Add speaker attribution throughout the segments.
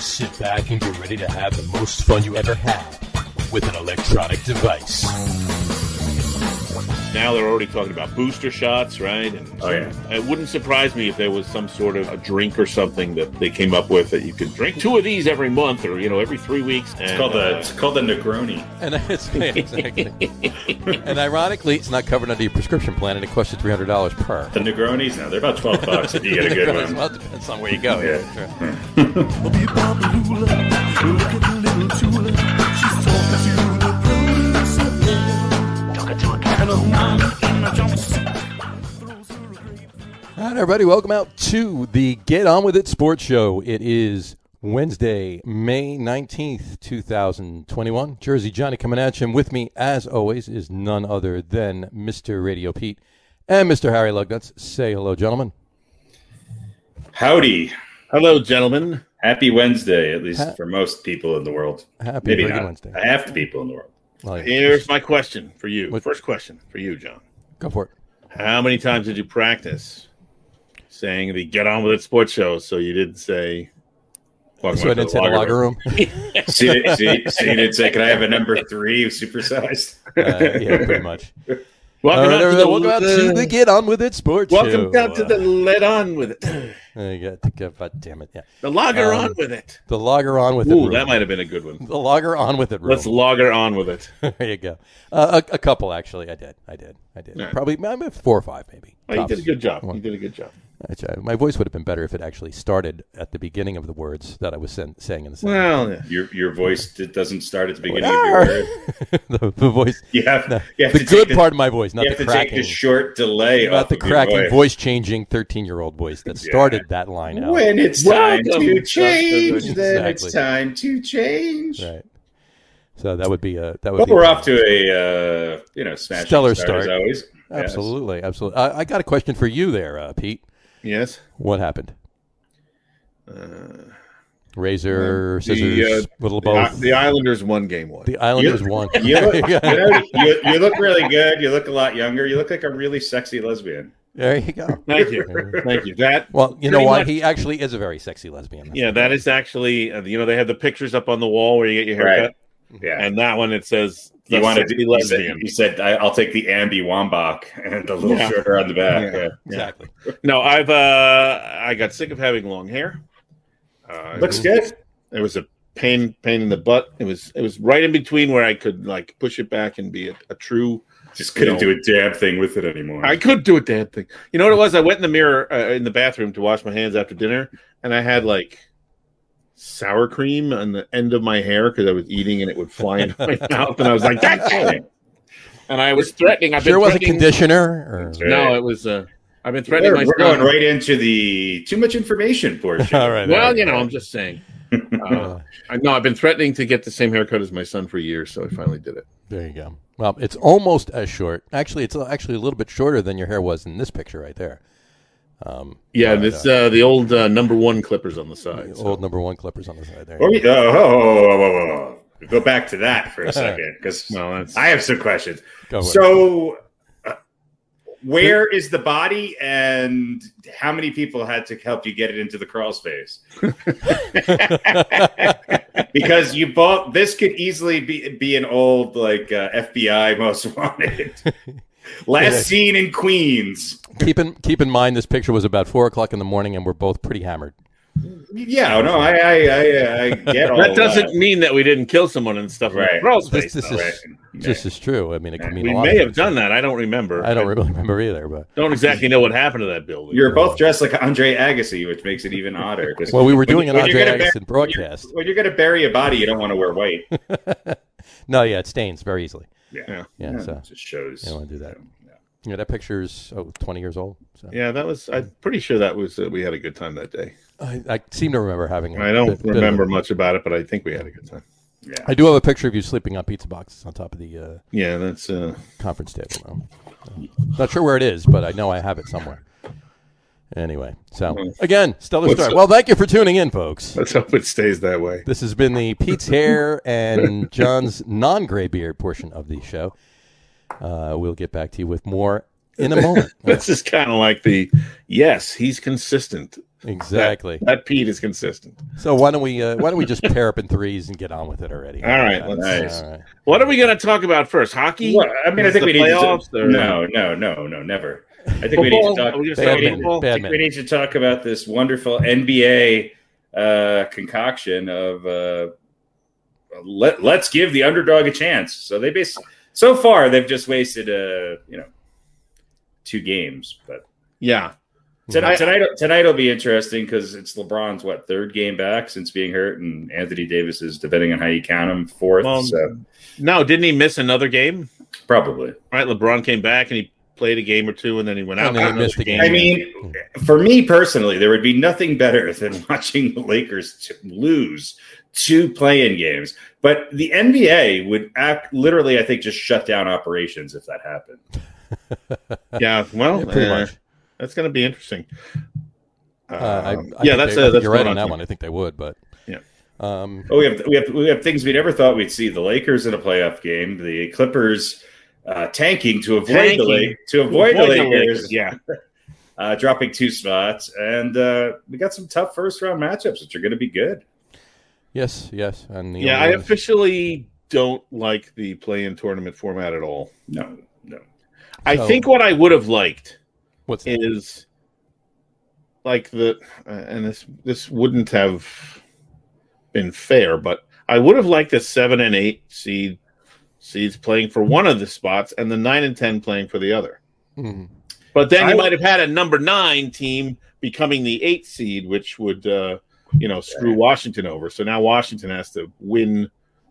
Speaker 1: Sit back and get ready to have the most fun you ever had with an electronic device.
Speaker 2: Now they're already talking about booster shots, right? And
Speaker 3: Oh, yeah.
Speaker 2: It wouldn't surprise me if there was some sort of a drink or something that they came up with that you could drink two of these every month or, you know, every three weeks. uh,
Speaker 3: It's called the it's called the Negroni.
Speaker 4: And it's yeah, exactly. and ironically, it's not covered under your prescription plan, and it costs you three hundred dollars per.
Speaker 3: The Negronis now they're about twelve bucks if you get a good one.
Speaker 4: Well, it depends on where you go.
Speaker 3: Yeah.
Speaker 4: sure. All right, everybody, welcome out to the Get On With It Sports Show. It is Wednesday, May 19th, 2021. Jersey Johnny coming at you. And with me, as always, is none other than Mr. Radio Pete and Mr. Harry Lugnuts. Say hello, gentlemen.
Speaker 3: Howdy.
Speaker 2: Hello, gentlemen.
Speaker 3: Happy Wednesday, at least
Speaker 4: Ha-
Speaker 3: for most people in the world.
Speaker 4: Happy
Speaker 3: Maybe
Speaker 4: Brady
Speaker 3: not.
Speaker 4: Wednesday.
Speaker 3: Half the people in the world.
Speaker 4: Like,
Speaker 2: Here's my question for you.
Speaker 4: What-
Speaker 2: First question for you, John.
Speaker 4: Go for it.
Speaker 2: How many times did you practice saying the get on with it sports show so you didn't say
Speaker 3: Walk
Speaker 4: So I
Speaker 3: into
Speaker 4: didn't say the locker room.
Speaker 3: see, see, see, you didn't say, "Can I have a number three supersized?"
Speaker 4: Uh, yeah, pretty much.
Speaker 2: Welcome,
Speaker 4: All right,
Speaker 2: out, to
Speaker 4: everybody,
Speaker 2: the,
Speaker 4: welcome out to the Get On With It Sports
Speaker 2: welcome
Speaker 4: Show.
Speaker 2: down to the let on with it.
Speaker 4: There you go. Think about- damn it. Yeah.
Speaker 2: The logger
Speaker 4: Um,
Speaker 2: on with it.
Speaker 4: The logger on with it.
Speaker 2: Ooh,
Speaker 4: room.
Speaker 2: that might have been a good one.
Speaker 4: the logger on with it. Room.
Speaker 2: Let's logger on with it.
Speaker 4: there you go. Uh, a, a couple actually. I did. I did. I did.
Speaker 2: Yeah.
Speaker 4: Probably maybe four or five, maybe.
Speaker 2: Oh, you
Speaker 4: Tops.
Speaker 2: did a good job. You did a good job.
Speaker 4: Actually, I- My voice would have been better if it actually started at the beginning of the words that I was sen- saying in the sentence.
Speaker 2: Well, yeah.
Speaker 3: Your your voice it doesn't start at the beginning of your word.
Speaker 4: the, the voice,
Speaker 3: You have, you have
Speaker 4: the
Speaker 3: to
Speaker 4: good
Speaker 3: take the,
Speaker 4: part of my voice, not
Speaker 3: You
Speaker 4: the
Speaker 3: have to take
Speaker 4: cracking,
Speaker 3: the short delay
Speaker 4: not
Speaker 3: off
Speaker 4: the
Speaker 3: of your
Speaker 4: cracking voice. changing thirteen-year-old voice that
Speaker 3: Yeah.
Speaker 4: started that line out.
Speaker 3: When it's time
Speaker 2: Welcome.
Speaker 3: to change, then
Speaker 4: Exactly.
Speaker 3: it's time to change.
Speaker 4: Right. So that would be a that would
Speaker 3: Well,
Speaker 4: be
Speaker 3: we're off to a uh, you know smashing
Speaker 4: Stellar
Speaker 3: start, as
Speaker 4: start.
Speaker 3: always. Yes.
Speaker 4: absolutely absolutely. I, I got a question for you there, uh, Pete.
Speaker 2: Yes.
Speaker 4: What happened?
Speaker 2: Uh,
Speaker 4: Razor,
Speaker 2: The,
Speaker 4: scissors,
Speaker 2: uh,
Speaker 4: little
Speaker 2: the,
Speaker 4: both. The,
Speaker 2: the Islanders won game one.
Speaker 4: Islanders
Speaker 3: you-
Speaker 4: won.
Speaker 3: You look, you,
Speaker 4: Yeah.
Speaker 3: know, you, you look really good. You look a lot younger. You look like a really sexy lesbian.
Speaker 4: There you go.
Speaker 2: Thank you. Thank you. That
Speaker 4: Well, you know
Speaker 2: Pretty
Speaker 4: what?
Speaker 2: much-
Speaker 4: He actually is a very sexy lesbian.
Speaker 2: yeah, that is actually uh, you know they have the pictures up on the wall where you get your haircut,
Speaker 3: Right. Yeah.
Speaker 2: and that one it says
Speaker 3: you
Speaker 2: the
Speaker 3: wanted
Speaker 2: sexy
Speaker 3: to
Speaker 2: lesbian.
Speaker 3: You said, I, "I'll take the Ambi Wambach and the little
Speaker 2: Yeah.
Speaker 3: shorter on the back."
Speaker 2: Yeah.
Speaker 3: Yeah.
Speaker 4: exactly.
Speaker 2: No, I've uh I got sick of having long hair. Uh,
Speaker 3: Looks
Speaker 2: it was-
Speaker 3: good.
Speaker 2: It was a pain pain in the butt. It was it was right in between where I could like push it back and be a, a true
Speaker 3: Just couldn't
Speaker 2: You
Speaker 3: do a damn thing with it anymore.
Speaker 2: I could do a damn thing. You know what it was? I went in the mirror uh, in the bathroom to wash my hands after dinner, and I had like sour cream on the end of my hair because I was eating and it would fly into my mouth, and I was like, "That's it!" And I was threatening. I've
Speaker 4: Sure
Speaker 2: been
Speaker 4: wasn't
Speaker 2: threatening-
Speaker 4: conditioner. Or...
Speaker 2: No, it was. Uh, I've been threatening
Speaker 3: We're,
Speaker 2: my.
Speaker 3: we're
Speaker 2: son.
Speaker 3: going right into the too much information portion.
Speaker 4: All right.
Speaker 2: Well, you know, I'm just saying. Uh,
Speaker 4: Uh,
Speaker 2: I know I've been threatening to get the same haircut as my son for years, so I finally did it.
Speaker 4: there you go. Well, it's almost as short. Actually, it's uh, actually a little bit shorter than your hair was in this picture right there. Um,
Speaker 2: Yeah, and it's uh, the old uh, number one clippers on the
Speaker 4: the
Speaker 2: side. so-
Speaker 4: old number one clippers on the side there.
Speaker 3: Or we- oh, oh, oh, oh, oh, oh. Go back to that for a second, because
Speaker 2: No, that's-
Speaker 3: I have some questions.
Speaker 4: Go with it.
Speaker 3: So, uh, where is the body, and how many people had to help you get it into the crawl space? because you bought this could easily be be an old like uh, FBI most wanted.
Speaker 4: Yeah.
Speaker 3: Last seen in Queens.
Speaker 4: keep in keep in mind this picture was about four o'clock in the morning, and we're both pretty hammered.
Speaker 3: Yeah, no, I I I, I get all
Speaker 2: That doesn't mean that we didn't kill someone and stuff. uh, Right.
Speaker 3: Right.
Speaker 2: Crawl
Speaker 4: This,
Speaker 2: space,
Speaker 4: this
Speaker 2: though.
Speaker 4: is
Speaker 3: right.
Speaker 4: just as true. I mean, it could mean
Speaker 2: We
Speaker 4: a lot
Speaker 2: may
Speaker 4: of
Speaker 2: have
Speaker 4: things.
Speaker 2: done that. I don't remember.
Speaker 4: I don't really remember either, but
Speaker 2: don't exactly know what happened to that building.
Speaker 3: You're both dressed like Andre Agassi, which makes it even odder. 'Cause
Speaker 4: well, we were
Speaker 3: when you-
Speaker 4: doing an
Speaker 3: when you're
Speaker 4: Andre
Speaker 3: gonna bury-
Speaker 4: Agasson broadcast.
Speaker 3: When you're going to bury a body, you don't want to wear white.
Speaker 4: No, yeah, it stains very easily.
Speaker 3: Yeah,
Speaker 4: Yeah, so
Speaker 3: it just shows.
Speaker 4: you don't wanna do that.
Speaker 3: Yeah.
Speaker 4: yeah, that picture's oh, 20 years old. So
Speaker 2: Yeah, that was. I'm pretty sure that was. Uh, we had a good time that day.
Speaker 4: I, I seem to remember having. I
Speaker 2: I don't
Speaker 4: bit, bit of
Speaker 2: remember
Speaker 4: it.
Speaker 2: much about it, but I think we had a good time.
Speaker 3: Yeah.
Speaker 4: I do have a picture of you sleeping on pizza boxes on top of the uh,
Speaker 2: Yeah, that's. Uh,
Speaker 4: conference table. though. Uh, not sure where it is, but I know I have it somewhere. Anyway, so again, stellar
Speaker 2: What's
Speaker 4: start.
Speaker 2: up?
Speaker 4: Well, thank you for tuning in, folks.
Speaker 2: let's hope it stays that way.
Speaker 4: This has been the Pete's hair and John's non-gray beard portion of the show. Uh, we'll get back to you with more in a moment.
Speaker 2: This is kind of like the yes, he's consistent.
Speaker 4: Exactly.
Speaker 2: That Pete is consistent.
Speaker 4: So why don't we uh, why don't we just pair up in threes and get on with it already?
Speaker 2: All right,
Speaker 4: That's-
Speaker 2: let's-
Speaker 4: all right.
Speaker 2: What are we going to talk about first? Hockey?
Speaker 3: Well, I mean, I
Speaker 2: Is
Speaker 3: think
Speaker 2: the
Speaker 3: we need
Speaker 2: playoffs
Speaker 3: to.
Speaker 2: or-
Speaker 3: No, no, no, no, never. I think we need to
Speaker 2: Football?
Speaker 3: talk.
Speaker 2: Are we gonna
Speaker 3: I think
Speaker 2: start
Speaker 3: we
Speaker 2: with
Speaker 3: need-
Speaker 2: football?
Speaker 3: I think we need to talk about this wonderful NBA uh, concoction of uh, let let's give the underdog a chance. So they base so far they've just wasted uh, you know two games, but
Speaker 2: Yeah.
Speaker 3: tonight tonight, tonight will be interesting because it's LeBron's what third game back since being hurt, and Anthony Davis is depending on how you count him fourth.
Speaker 2: Well,
Speaker 3: so
Speaker 2: No, didn't he miss another game?
Speaker 3: probably.
Speaker 2: Right. LeBron came back and he played a game or two, and then he went out.
Speaker 4: And then he
Speaker 2: another
Speaker 4: missed a game.
Speaker 3: I mean, for me personally, there would be nothing better than watching the Lakers to lose two play-in games. But the NBA would act literally, I think, just shut down operations if that happened.
Speaker 2: Yeah. Well,
Speaker 4: Yeah, pretty
Speaker 2: uh,
Speaker 4: much.
Speaker 2: that's going to be interesting.
Speaker 4: Uh, I, I
Speaker 2: Um,
Speaker 4: think
Speaker 2: yeah, that's
Speaker 4: they- I
Speaker 2: uh,
Speaker 4: think
Speaker 2: that's
Speaker 4: you're right
Speaker 2: going
Speaker 4: on that
Speaker 2: here.
Speaker 4: one. I think they would, but
Speaker 2: Yeah.
Speaker 4: Um,
Speaker 3: Oh, we have we have we have things we never thought we'd see: the Lakers in a playoff game, the Clippers uh, tanking to avoid the
Speaker 2: Tanking.
Speaker 3: Lake, to avoid, the Lakers,
Speaker 2: Yeah.
Speaker 3: Uh, dropping two spots, and uh, we got some tough first-round matchups, which are going to be good.
Speaker 4: yes, yes, and the
Speaker 2: Yeah. I
Speaker 4: only ones-
Speaker 2: officially don't like the play-in tournament format at all.
Speaker 3: No, no,
Speaker 2: I
Speaker 4: So-
Speaker 2: think what I would have liked
Speaker 4: what's that?
Speaker 2: is like the uh, and this this wouldn't have been fair, but I would have liked the seven and eight seed seeds playing for one of the spots and the nine and ten playing for the other.
Speaker 4: Mhm.
Speaker 2: But then you
Speaker 3: I-
Speaker 2: might have had a number nine team becoming the eight seed, which would uh, you know screw Washington over. So now Washington has to win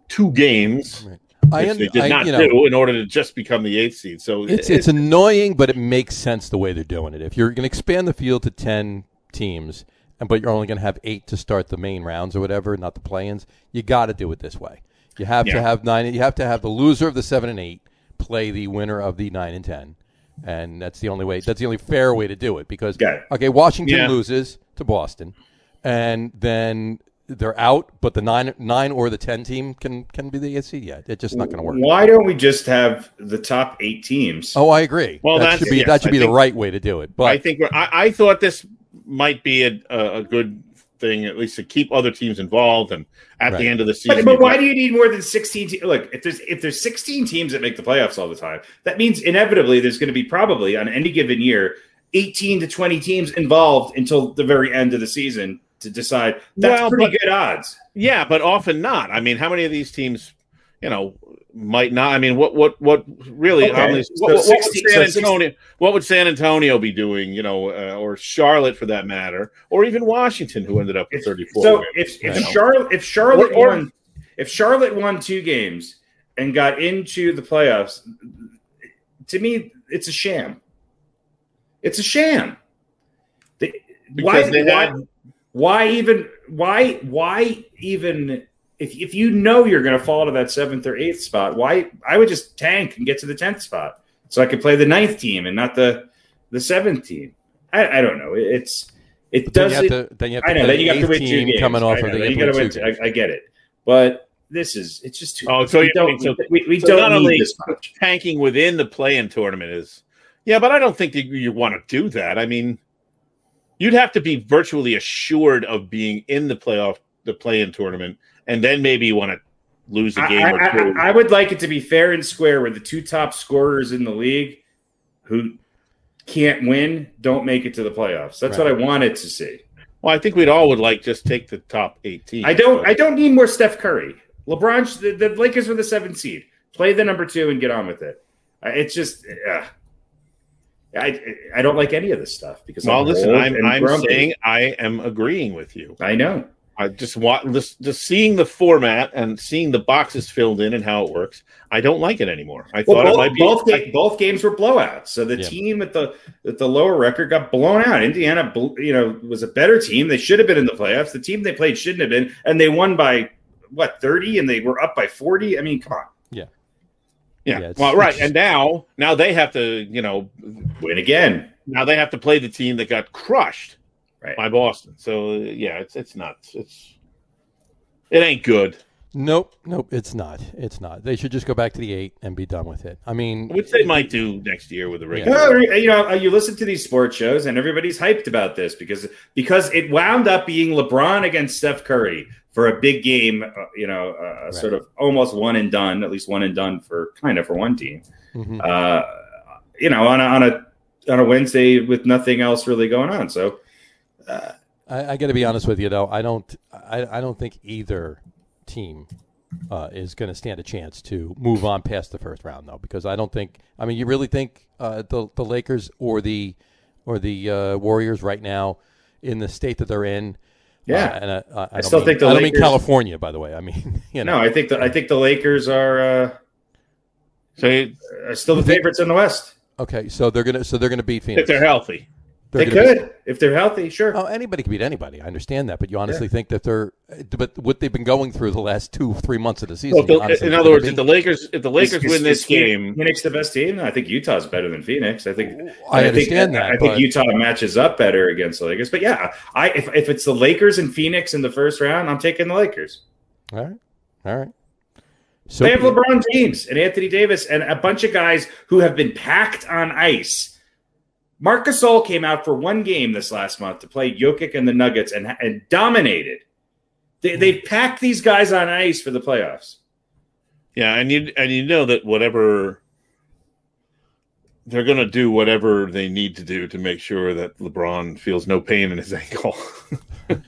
Speaker 2: two games,
Speaker 4: Right.
Speaker 2: which
Speaker 4: un-
Speaker 2: they did not
Speaker 4: you know,
Speaker 2: do in order to just become the eighth seed. So
Speaker 4: It's it's annoying, but it makes sense the way they're doing it. If you're going to expand the field to ten teams, and but you're only going to have eight to start the main rounds or whatever, not the play-ins, you got to do it this way. You have to
Speaker 2: Yeah.
Speaker 4: have nine. You have to have the loser of the seven and eight play the winner of the nine and ten, and that's the only way. That's the only fair way to do it because
Speaker 3: Got it.
Speaker 4: okay, Washington
Speaker 2: Yeah.
Speaker 4: loses to Boston, and then. They're out, but the nine, nine or the ten team can can be the eight seed. Yeah, it's just not going to work.
Speaker 3: Why don't we just have the top eight teams?
Speaker 4: Oh, I agree.
Speaker 2: Well,
Speaker 4: that
Speaker 2: that's-
Speaker 4: should be
Speaker 2: yes,
Speaker 4: that should
Speaker 2: I
Speaker 4: be the
Speaker 2: think-
Speaker 4: right way to do it. But
Speaker 2: I think I, I thought this might be a, a, a good thing, at least to keep other teams involved. And at
Speaker 4: Right.
Speaker 2: the end of the season,
Speaker 3: But, but why do you need more than sixteen? Te- look, if there's if there's sixteen teams that make the playoffs all the time, that means inevitably there's going to be probably on any given year eighteen to twenty teams involved until the very end of the season to decide. That's
Speaker 2: Well,
Speaker 3: pretty
Speaker 2: but-
Speaker 3: good odds.
Speaker 2: Yeah, but often not. I mean, how many of these teams, you know, might not? I mean, what what what really?
Speaker 3: Okay.
Speaker 2: how many-
Speaker 3: So
Speaker 2: what, what- what
Speaker 3: 60
Speaker 2: would
Speaker 3: so
Speaker 2: San
Speaker 3: 60
Speaker 2: Antonio? What would San Antonio be doing? You know, uh, or Charlotte for that matter, or even Washington, who ended up with
Speaker 3: If-
Speaker 2: thirty four.
Speaker 3: So if if
Speaker 4: Right.
Speaker 3: Charlotte if Charlotte
Speaker 2: Or- or-
Speaker 3: won if Charlotte won two games and got into the playoffs, to me it's a sham. It's a sham. They-
Speaker 2: Because they
Speaker 3: why,
Speaker 2: had-
Speaker 3: why even why why even if if you know you're going to fall to that seventh or eighth spot, why I would just tank and get to the tenth spot so I could play the ninth team and not the the seventh team. I, I don't know. It- It's it
Speaker 4: But then you
Speaker 3: does
Speaker 4: have
Speaker 3: it,
Speaker 4: to then you have to
Speaker 3: I know.
Speaker 4: put
Speaker 3: Then
Speaker 4: an
Speaker 3: you have to
Speaker 4: eighth
Speaker 3: win two
Speaker 4: team
Speaker 3: games.
Speaker 4: coming off
Speaker 3: I,
Speaker 4: of
Speaker 3: know,
Speaker 4: the
Speaker 3: you gotta
Speaker 4: Italy
Speaker 3: win
Speaker 4: two
Speaker 3: two- I,
Speaker 4: games.
Speaker 3: I get it, but this is it's just too.
Speaker 2: Oh, so
Speaker 3: we
Speaker 2: you're
Speaker 3: don't,
Speaker 2: saying so-
Speaker 3: we, we
Speaker 2: so
Speaker 3: don't
Speaker 2: not
Speaker 3: need
Speaker 2: only-
Speaker 3: this much.
Speaker 2: tanking within the play-in tournament is. Yeah, but I don't think that you, you want to do that. I mean, you'd have to be virtually assured of being in the playoff, the play-in tournament, and then maybe you want to lose a
Speaker 3: I,
Speaker 2: game
Speaker 3: I-
Speaker 2: or two.
Speaker 3: I- I would like it to be fair and square, where the two top scorers in the league who can't win don't make it to the playoffs. That's what I
Speaker 4: Right.
Speaker 3: wanted to see.
Speaker 2: well, I think we'd all would like just take the top eight teams.
Speaker 3: I don't.
Speaker 2: but-
Speaker 3: I don't need more Steph Curry. LeBron. The, the Lakers were the seventh seed. Play the number two and get on with it. Uh, It's just. Uh, I I don't like any of this stuff because
Speaker 2: well,
Speaker 3: I'm
Speaker 2: listen,
Speaker 3: old
Speaker 2: I'm,
Speaker 3: and
Speaker 2: I'm
Speaker 3: grumpy.
Speaker 2: saying I am agreeing with you.
Speaker 3: I know.
Speaker 2: I just want this, just seeing the format and seeing the boxes filled in and how it works. I don't like it anymore. I
Speaker 3: Well,
Speaker 2: thought
Speaker 3: both,
Speaker 2: it might be
Speaker 3: both, ga- both games were blowouts. So the
Speaker 4: Yeah.
Speaker 3: team at the at the lower record got blown out. Indiana, bl- you know, was a better team. They should have been in the playoffs. The team they played shouldn't have been, and they won by what thirty, and they were up by forty. I mean, come on,
Speaker 2: yeah.
Speaker 4: Yeah, it's-
Speaker 2: well, right.
Speaker 4: it's-
Speaker 2: And now, now they have to, you know,
Speaker 3: win again.
Speaker 2: now they have to play the team that got crushed
Speaker 3: Right.
Speaker 2: by Boston. So yeah, it's it's nuts. It's it ain't good.
Speaker 4: Nope, nope, it's not. It's not. They should just go back to the eight and be done with it. I mean,
Speaker 2: Which they might do next year with the regular.
Speaker 3: Well, you know, you listen to these sports shows, and everybody's hyped about this because because it wound up being LeBron against Steph Curry for a big game. Uh, you know, uh, sort of almost one and done, at least one and done for kind of for one team.
Speaker 4: mhm.
Speaker 3: Uh, you know, on a, on a on a Wednesday with nothing else really going on. So
Speaker 4: I, I got to be honest with you though. I don't. I, I don't think either team uh, is going to stand a chance to move on past the first round though, because I don't think. I mean, you really think uh, the the Lakers or the or the uh, Warriors right now in the state that they're in.
Speaker 3: Yeah.
Speaker 4: uh, and I, I, I,
Speaker 3: I still
Speaker 4: don't mean-
Speaker 3: think the
Speaker 4: I don't mean
Speaker 3: Lakers-
Speaker 4: California, by the way. I mean, you know,
Speaker 3: no, I think the I think the Lakers are uh,
Speaker 2: So you-
Speaker 3: are still the favorites in the West.
Speaker 4: okay. So they're gonna so they're gonna beat
Speaker 2: if
Speaker 4: Phoenix.
Speaker 2: they're healthy,
Speaker 4: They're
Speaker 3: they
Speaker 4: gonna beat-
Speaker 3: could if they're healthy. Sure.
Speaker 4: Oh, anybody could beat anybody. I understand that, but you honestly think that they're, but what they've been going through the last two, three months of the season.
Speaker 2: Well,
Speaker 4: you
Speaker 2: if the-
Speaker 4: honestly
Speaker 2: in
Speaker 4: think
Speaker 2: other
Speaker 4: they're
Speaker 2: words,
Speaker 4: gonna
Speaker 2: if the
Speaker 4: beat-
Speaker 2: Lakers if the Lakers
Speaker 3: Is-
Speaker 2: win
Speaker 3: is-
Speaker 2: this
Speaker 3: is Phoenix-
Speaker 2: game,
Speaker 3: Phoenix the best team. I think Utah's better than Phoenix. I think.
Speaker 4: I
Speaker 3: and
Speaker 4: understand
Speaker 3: think,
Speaker 4: that,
Speaker 3: I think
Speaker 4: but-
Speaker 3: Utah matches up better against the Lakers. But yeah, I if, if it's the Lakers and Phoenix in the first round, I'm taking the Lakers.
Speaker 4: all right, all right. So
Speaker 3: They have LeBron James and Anthony Davis and a bunch of guys who have been packed on ice. Marc Gasol came out for one game this last month to play Jokic and the Nuggets and, and dominated. They, they packed these guys on ice for the playoffs.
Speaker 2: yeah, and you and you know that whatever they're going to do, whatever they need to do to make sure that LeBron feels no pain in his ankle.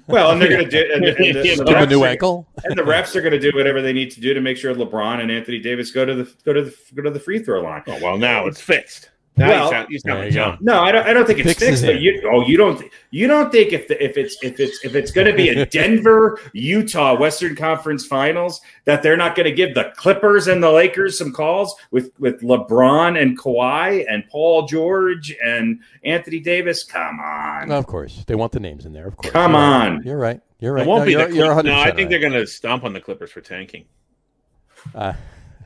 Speaker 3: Well, and they're going to do. And, and
Speaker 2: Give
Speaker 3: the,
Speaker 4: give him a new
Speaker 3: Raptors-
Speaker 4: ankle.
Speaker 3: and the refs are going to do whatever they need to do to make sure LeBron and Anthony Davis go to the go to the go to the free throw line.
Speaker 2: oh well, now it's fixed. Now
Speaker 3: Well-
Speaker 2: you sound, you sound
Speaker 4: There
Speaker 2: like
Speaker 4: you go.
Speaker 2: John.
Speaker 3: No, I don't. I don't think it's
Speaker 4: Fixes
Speaker 3: fixed.
Speaker 4: it.
Speaker 3: But you, oh, you don't. You don't think if the, if it's if it's if it's going to be a Denver Utah Western Conference Finals that they're not going to give the Clippers and the Lakers some calls with with LeBron and Kawhi and Paul George and Anthony Davis. Come on,
Speaker 4: No, of course, they want the names in there. Of course,
Speaker 3: come
Speaker 4: You're right.
Speaker 3: on.
Speaker 4: You're right. You're right.
Speaker 2: It won't
Speaker 4: no,
Speaker 2: be
Speaker 4: you're,
Speaker 2: the
Speaker 4: you're
Speaker 2: Clippers.
Speaker 4: 100%
Speaker 2: No, I think they're
Speaker 4: right.
Speaker 2: going to stomp on the Clippers for tanking.
Speaker 4: Uh,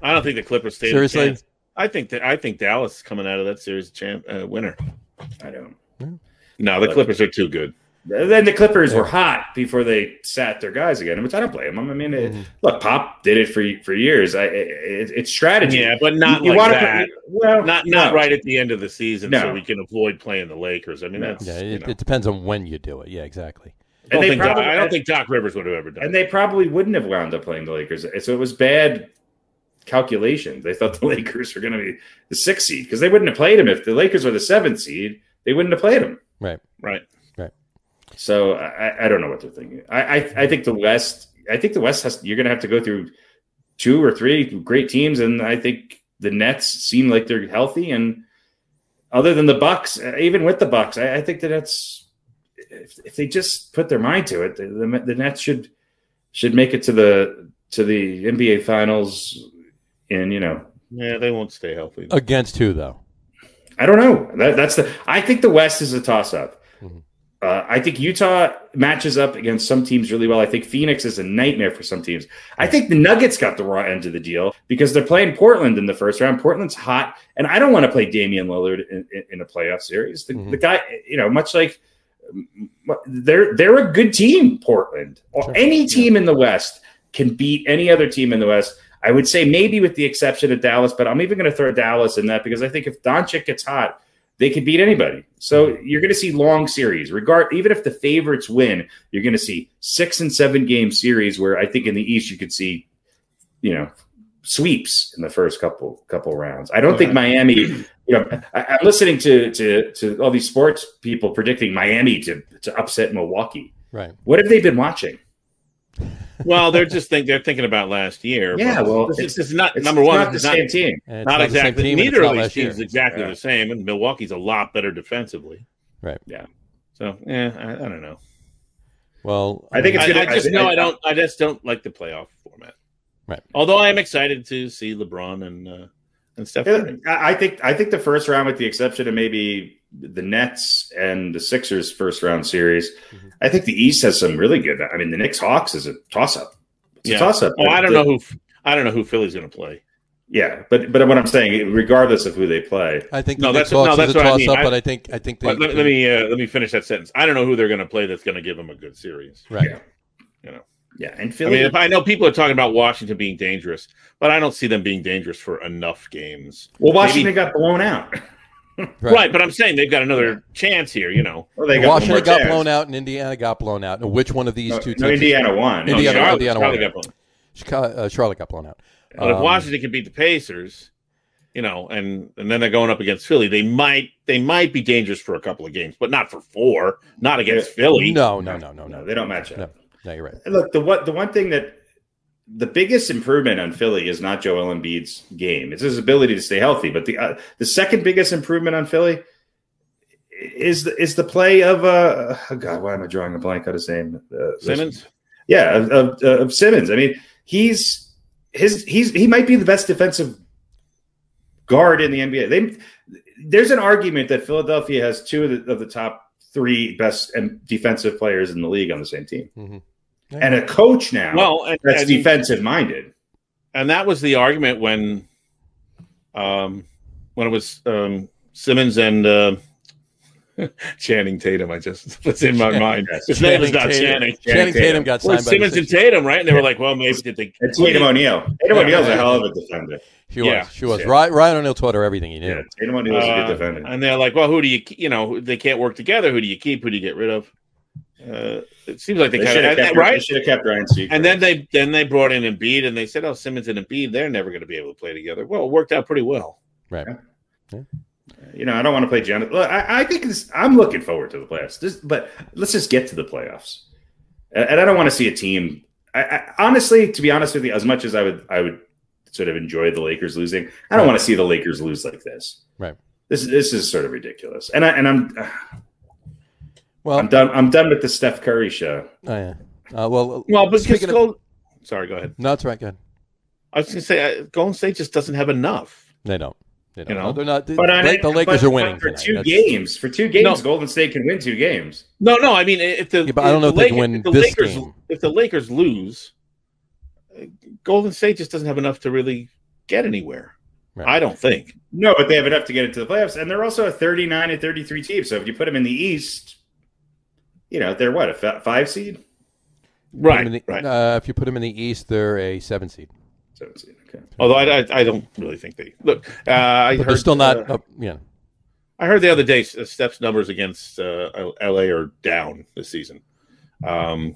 Speaker 2: I don't think the Clippers stay.
Speaker 4: Seriously?
Speaker 2: I think that I think Dallas is coming out of that series champ uh, winner.
Speaker 3: I don't.
Speaker 2: No, the Clippers are too good.
Speaker 3: Then the Clippers were hot before they sat their guys again, which I don't blame them. I mean,
Speaker 2: Mm-hmm.
Speaker 3: it, look, Pop did it for for years. I, it, it's strategy.
Speaker 2: Yeah, but not
Speaker 3: You- you
Speaker 2: like
Speaker 3: wanna put-
Speaker 2: that.
Speaker 3: well,
Speaker 2: not not
Speaker 3: no.
Speaker 2: right at the end of the season, so
Speaker 3: No.
Speaker 2: we can avoid playing the Lakers. I mean,
Speaker 3: No.
Speaker 2: that's
Speaker 4: yeah,
Speaker 2: you
Speaker 4: it,
Speaker 2: know,
Speaker 4: it depends on when you do it. Yeah, exactly.
Speaker 2: I don't,
Speaker 3: And they
Speaker 2: think Doc-
Speaker 3: probably-
Speaker 2: I don't think Doc Rivers would have ever done. it.
Speaker 3: And they probably wouldn't have wound up playing the Lakers. So it was bad calculation. They thought the Lakers were going to be the sixth seed because they wouldn't have played him if the Lakers were the seventh seed. They wouldn't have played him.
Speaker 4: Right.
Speaker 2: right?
Speaker 3: So I, I- I don't know what they're thinking. I, I I think the West. I think the West has. You're going to have to go through two or three great teams, and I think the Nets seem like they're healthy. And other than the Bucks, uh, even with the Bucks, I, I think the Nets, if, if they just put their mind to it, the, the, the Nets should should make it to the to the NBA Finals. And you know,
Speaker 2: Yeah, they won't stay healthy.
Speaker 4: Against who though?
Speaker 3: I don't know. That, that's the. I think the West is a toss up.
Speaker 4: Mhm.
Speaker 3: Uh, I think Utah matches up against some teams really well. I think Phoenix is a nightmare for some teams. I think the Nuggets got the raw end of the deal because they're playing Portland in the first round. Portland's hot, and I don't want to play Damian Lillard in, in, in a playoff series. The,
Speaker 4: Mhm.
Speaker 3: the guy, you know, much like m- m- they're they're a good team. Portland or
Speaker 4: Sure.
Speaker 3: any team in the West can beat any other team in the West. I would say maybe with the exception of Dallas, but I'm even going to throw Dallas in that because I think if Doncic gets hot, they could beat anybody. So
Speaker 2: Mm-hmm.
Speaker 3: you're going to see long series. Regard even if the favorites win, you're going to see six and seven game series where I think in the East you could see, you know, sweeps in the first couple couple rounds. I don't think Miami. You know, I, I'm listening to, to to all these sports people predicting Miami to to upset Milwaukee.
Speaker 4: Right.
Speaker 3: What have they been watching?
Speaker 2: well, they're just think they're thinking about last year.
Speaker 3: Yeah,
Speaker 2: but
Speaker 3: well,
Speaker 2: this,
Speaker 3: it's-
Speaker 2: is- this is not
Speaker 3: It's
Speaker 2: number one.
Speaker 3: not the
Speaker 2: this is not,
Speaker 3: same team.
Speaker 4: And it's
Speaker 2: not
Speaker 4: the same
Speaker 2: exactly.
Speaker 4: team and it's
Speaker 2: Neither
Speaker 4: not
Speaker 2: of these
Speaker 4: last year.
Speaker 2: teams is exactly
Speaker 3: Yeah.
Speaker 2: the same, and Milwaukee's a lot better defensively.
Speaker 4: Right.
Speaker 3: Yeah.
Speaker 2: So yeah, I, I don't know.
Speaker 4: Well,
Speaker 3: I think it's
Speaker 2: I,
Speaker 3: gonna-
Speaker 2: I just
Speaker 3: I-
Speaker 2: know I,
Speaker 3: I-
Speaker 2: don't. I just don't like the playoff format.
Speaker 4: Right.
Speaker 2: Although I am excited to see LeBron and uh, and Steph Curry.
Speaker 3: I I think I think the first round, with the exception of maybe the Nets and the Sixers first round series,
Speaker 2: Mm-hmm.
Speaker 4: Mhm.
Speaker 3: I think the East has some really good. I mean, the Knicks Hawks is a toss up. It's
Speaker 2: Yeah.
Speaker 3: a toss up.
Speaker 2: Oh, I don't know who. I don't know who Philly's going to play.
Speaker 3: Yeah, but but what I'm saying, regardless of who they play,
Speaker 4: I think
Speaker 2: No,
Speaker 4: the Knicks
Speaker 2: that's- no,
Speaker 4: Hawks is
Speaker 2: that's
Speaker 4: a
Speaker 2: what I mean.
Speaker 4: toss-up,
Speaker 2: I-
Speaker 4: but I think I think they,
Speaker 2: But let, let me uh, let me finish that sentence. I don't know who they're going to play that's going to give them a good series.
Speaker 4: right.
Speaker 3: Yeah.
Speaker 2: You know.
Speaker 3: Yeah, and
Speaker 2: I
Speaker 3: Philly.
Speaker 2: mean, if I know people are talking about Washington being dangerous, but I don't see them being dangerous for enough games.
Speaker 3: well, Washington
Speaker 2: maybe-
Speaker 3: got blown out.
Speaker 2: Right. but I'm saying they've got another chance here. You know,
Speaker 3: Well, they got
Speaker 4: Washington
Speaker 3: one more
Speaker 4: got
Speaker 3: chance.
Speaker 4: blown out and Indiana got blown out. Now, which one of these
Speaker 3: No,
Speaker 4: two
Speaker 3: no,
Speaker 4: teams?
Speaker 3: Indiana won.
Speaker 2: No,
Speaker 4: Indiana-
Speaker 2: Oh, Charlotte-
Speaker 4: Indiana
Speaker 2: Charlotte
Speaker 4: won.
Speaker 2: got blown.
Speaker 4: Chicago, uh, Charlotte got blown out.
Speaker 2: But if
Speaker 4: Um,
Speaker 2: Washington can beat the Pacers, you know, and and then they're going up against Philly, they might they might be dangerous for a couple of games, but not for four, not against Philly.
Speaker 4: No, no, no, no,
Speaker 3: No,
Speaker 4: no.
Speaker 3: they don't match up.
Speaker 4: No, no, you're right.
Speaker 3: Look, the what the one thing that the biggest improvement on Philly is not Joel Embiid's game; it's his ability to stay healthy. But the uh, the second biggest improvement on Philly is the is the play of uh oh God, why am I drawing a blank on his name? Uh,
Speaker 2: Simmons,
Speaker 3: yeah, of, of, uh, of Simmons. I mean, he's his he's he might be the best defensive guard in the NBA. They, there's an argument that Philadelphia has two of the, of the top three best um, defensive players in the league on the same team,
Speaker 4: Mhm.
Speaker 3: and a coach now
Speaker 2: well, and,
Speaker 3: that's
Speaker 2: and,
Speaker 3: defensive minded.
Speaker 2: and that was the argument when, um, when it was um Simmons and uh, Channing Tatum. I just was in my mind.
Speaker 3: Yes.
Speaker 2: His name is not
Speaker 4: Tatum.
Speaker 2: Channing.
Speaker 4: Channing
Speaker 3: Channing
Speaker 4: Tatum,
Speaker 3: Tatum.
Speaker 4: got signed
Speaker 2: Well,
Speaker 4: by the
Speaker 2: Simmons and
Speaker 4: Sixers.
Speaker 2: Tatum, right? And they were like, "Well, maybe did they?"
Speaker 3: And Tatum O'Neal. Tatum
Speaker 2: Yeah.
Speaker 3: O'Neal's a hell of a defender.
Speaker 4: She
Speaker 2: Yeah.
Speaker 4: was. She was.
Speaker 3: Yeah.
Speaker 4: Right. Ryan O'Neal taught her everything he knew.
Speaker 3: Yeah, Tatum O'Neal's a
Speaker 2: Uh,
Speaker 3: good defender.
Speaker 2: and they're like, well, who do you, you know, they can't work together. Who do you keep? Who do you get rid of? Uh, it seems like they,
Speaker 3: They
Speaker 2: kind
Speaker 3: should have
Speaker 2: of
Speaker 3: kept,
Speaker 2: right.
Speaker 3: they should have kept Ryan Seacrest.
Speaker 2: And then they then they brought in Embiid, and they said, oh, Simmons and Embiid, they're never going to be able to play together. Well, it worked out pretty well.
Speaker 3: You know, I don't want to play Jonathan. Look, I, I think this, I'm looking forward to the playoffs. This, but let's just get to the playoffs. And, and I don't want to see a team. I, I, honestly, to be honest with you, as much as I would, I would sort of enjoy the Lakers losing. I don't
Speaker 4: Right.
Speaker 3: want to see the Lakers lose like this.
Speaker 4: Right.
Speaker 3: This this is sort of ridiculous. And I and I'm
Speaker 4: Well,
Speaker 3: I'm done. I'm done with the Steph Curry show.
Speaker 4: oh, yeah. Uh, well,
Speaker 2: Well, but just
Speaker 4: Speaking of-
Speaker 2: Gold- sorry, go ahead.
Speaker 4: no, that's right. Good.
Speaker 2: I was going to say, uh, Golden State just doesn't have enough.
Speaker 4: They don't. They don't.
Speaker 2: You know?
Speaker 4: No, they're not. They,
Speaker 3: But on
Speaker 4: the
Speaker 3: it-
Speaker 4: Lakers
Speaker 3: but-
Speaker 4: are
Speaker 3: but
Speaker 4: winning
Speaker 3: for
Speaker 4: tonight.
Speaker 3: two
Speaker 4: That's-
Speaker 3: games. For two games,
Speaker 2: No.
Speaker 3: Golden State can win two games.
Speaker 2: No, no, I mean, if the
Speaker 4: Yeah, but I don't know
Speaker 2: the
Speaker 4: if they can
Speaker 2: Lakers-
Speaker 4: win
Speaker 2: if the
Speaker 4: this
Speaker 2: Lakers,
Speaker 4: game.
Speaker 2: If the Lakers lose, uh, Golden State just doesn't have enough to really get anywhere.
Speaker 4: Right.
Speaker 2: I don't think.
Speaker 3: No, but they have enough to get into the playoffs, and they're also a 39 and 33 team. So if you put them in the East, you know they're what a fi- five seed,
Speaker 4: put 'em
Speaker 2: Right.
Speaker 4: in the-
Speaker 2: right.
Speaker 4: uh, if you put them in the East, they're a seven seed.
Speaker 3: seven seed. Okay,
Speaker 2: Although I, I, I don't really think they look. Uh, I
Speaker 4: But
Speaker 2: heard
Speaker 4: they're still not.
Speaker 2: uh,
Speaker 4: up, yeah.
Speaker 2: I heard the other day uh, Steph's numbers against uh, L- L.A. are down this season. Um,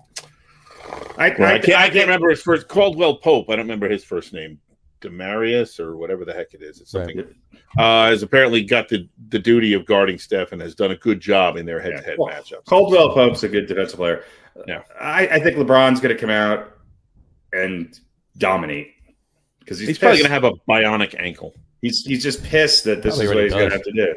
Speaker 3: I,
Speaker 2: well, I, can't, I can't remember his first Caldwell Pope. I don't remember his first name, Demarius or whatever the heck it is. It's something. Uh, has apparently got the, the duty of guarding Steph and has done a good job in their head to head
Speaker 3: Well,
Speaker 2: matchups.
Speaker 3: Caldwell Pope's a good defensive player.
Speaker 2: Yeah.
Speaker 3: I, I think LeBron's going to come out and dominate because he's,
Speaker 2: He's probably
Speaker 3: pissed.
Speaker 2: going to have a bionic ankle.
Speaker 3: he's he's just pissed that this
Speaker 4: Probably
Speaker 3: is
Speaker 4: what
Speaker 3: what
Speaker 4: he
Speaker 3: he's going
Speaker 4: does.
Speaker 3: to have to do.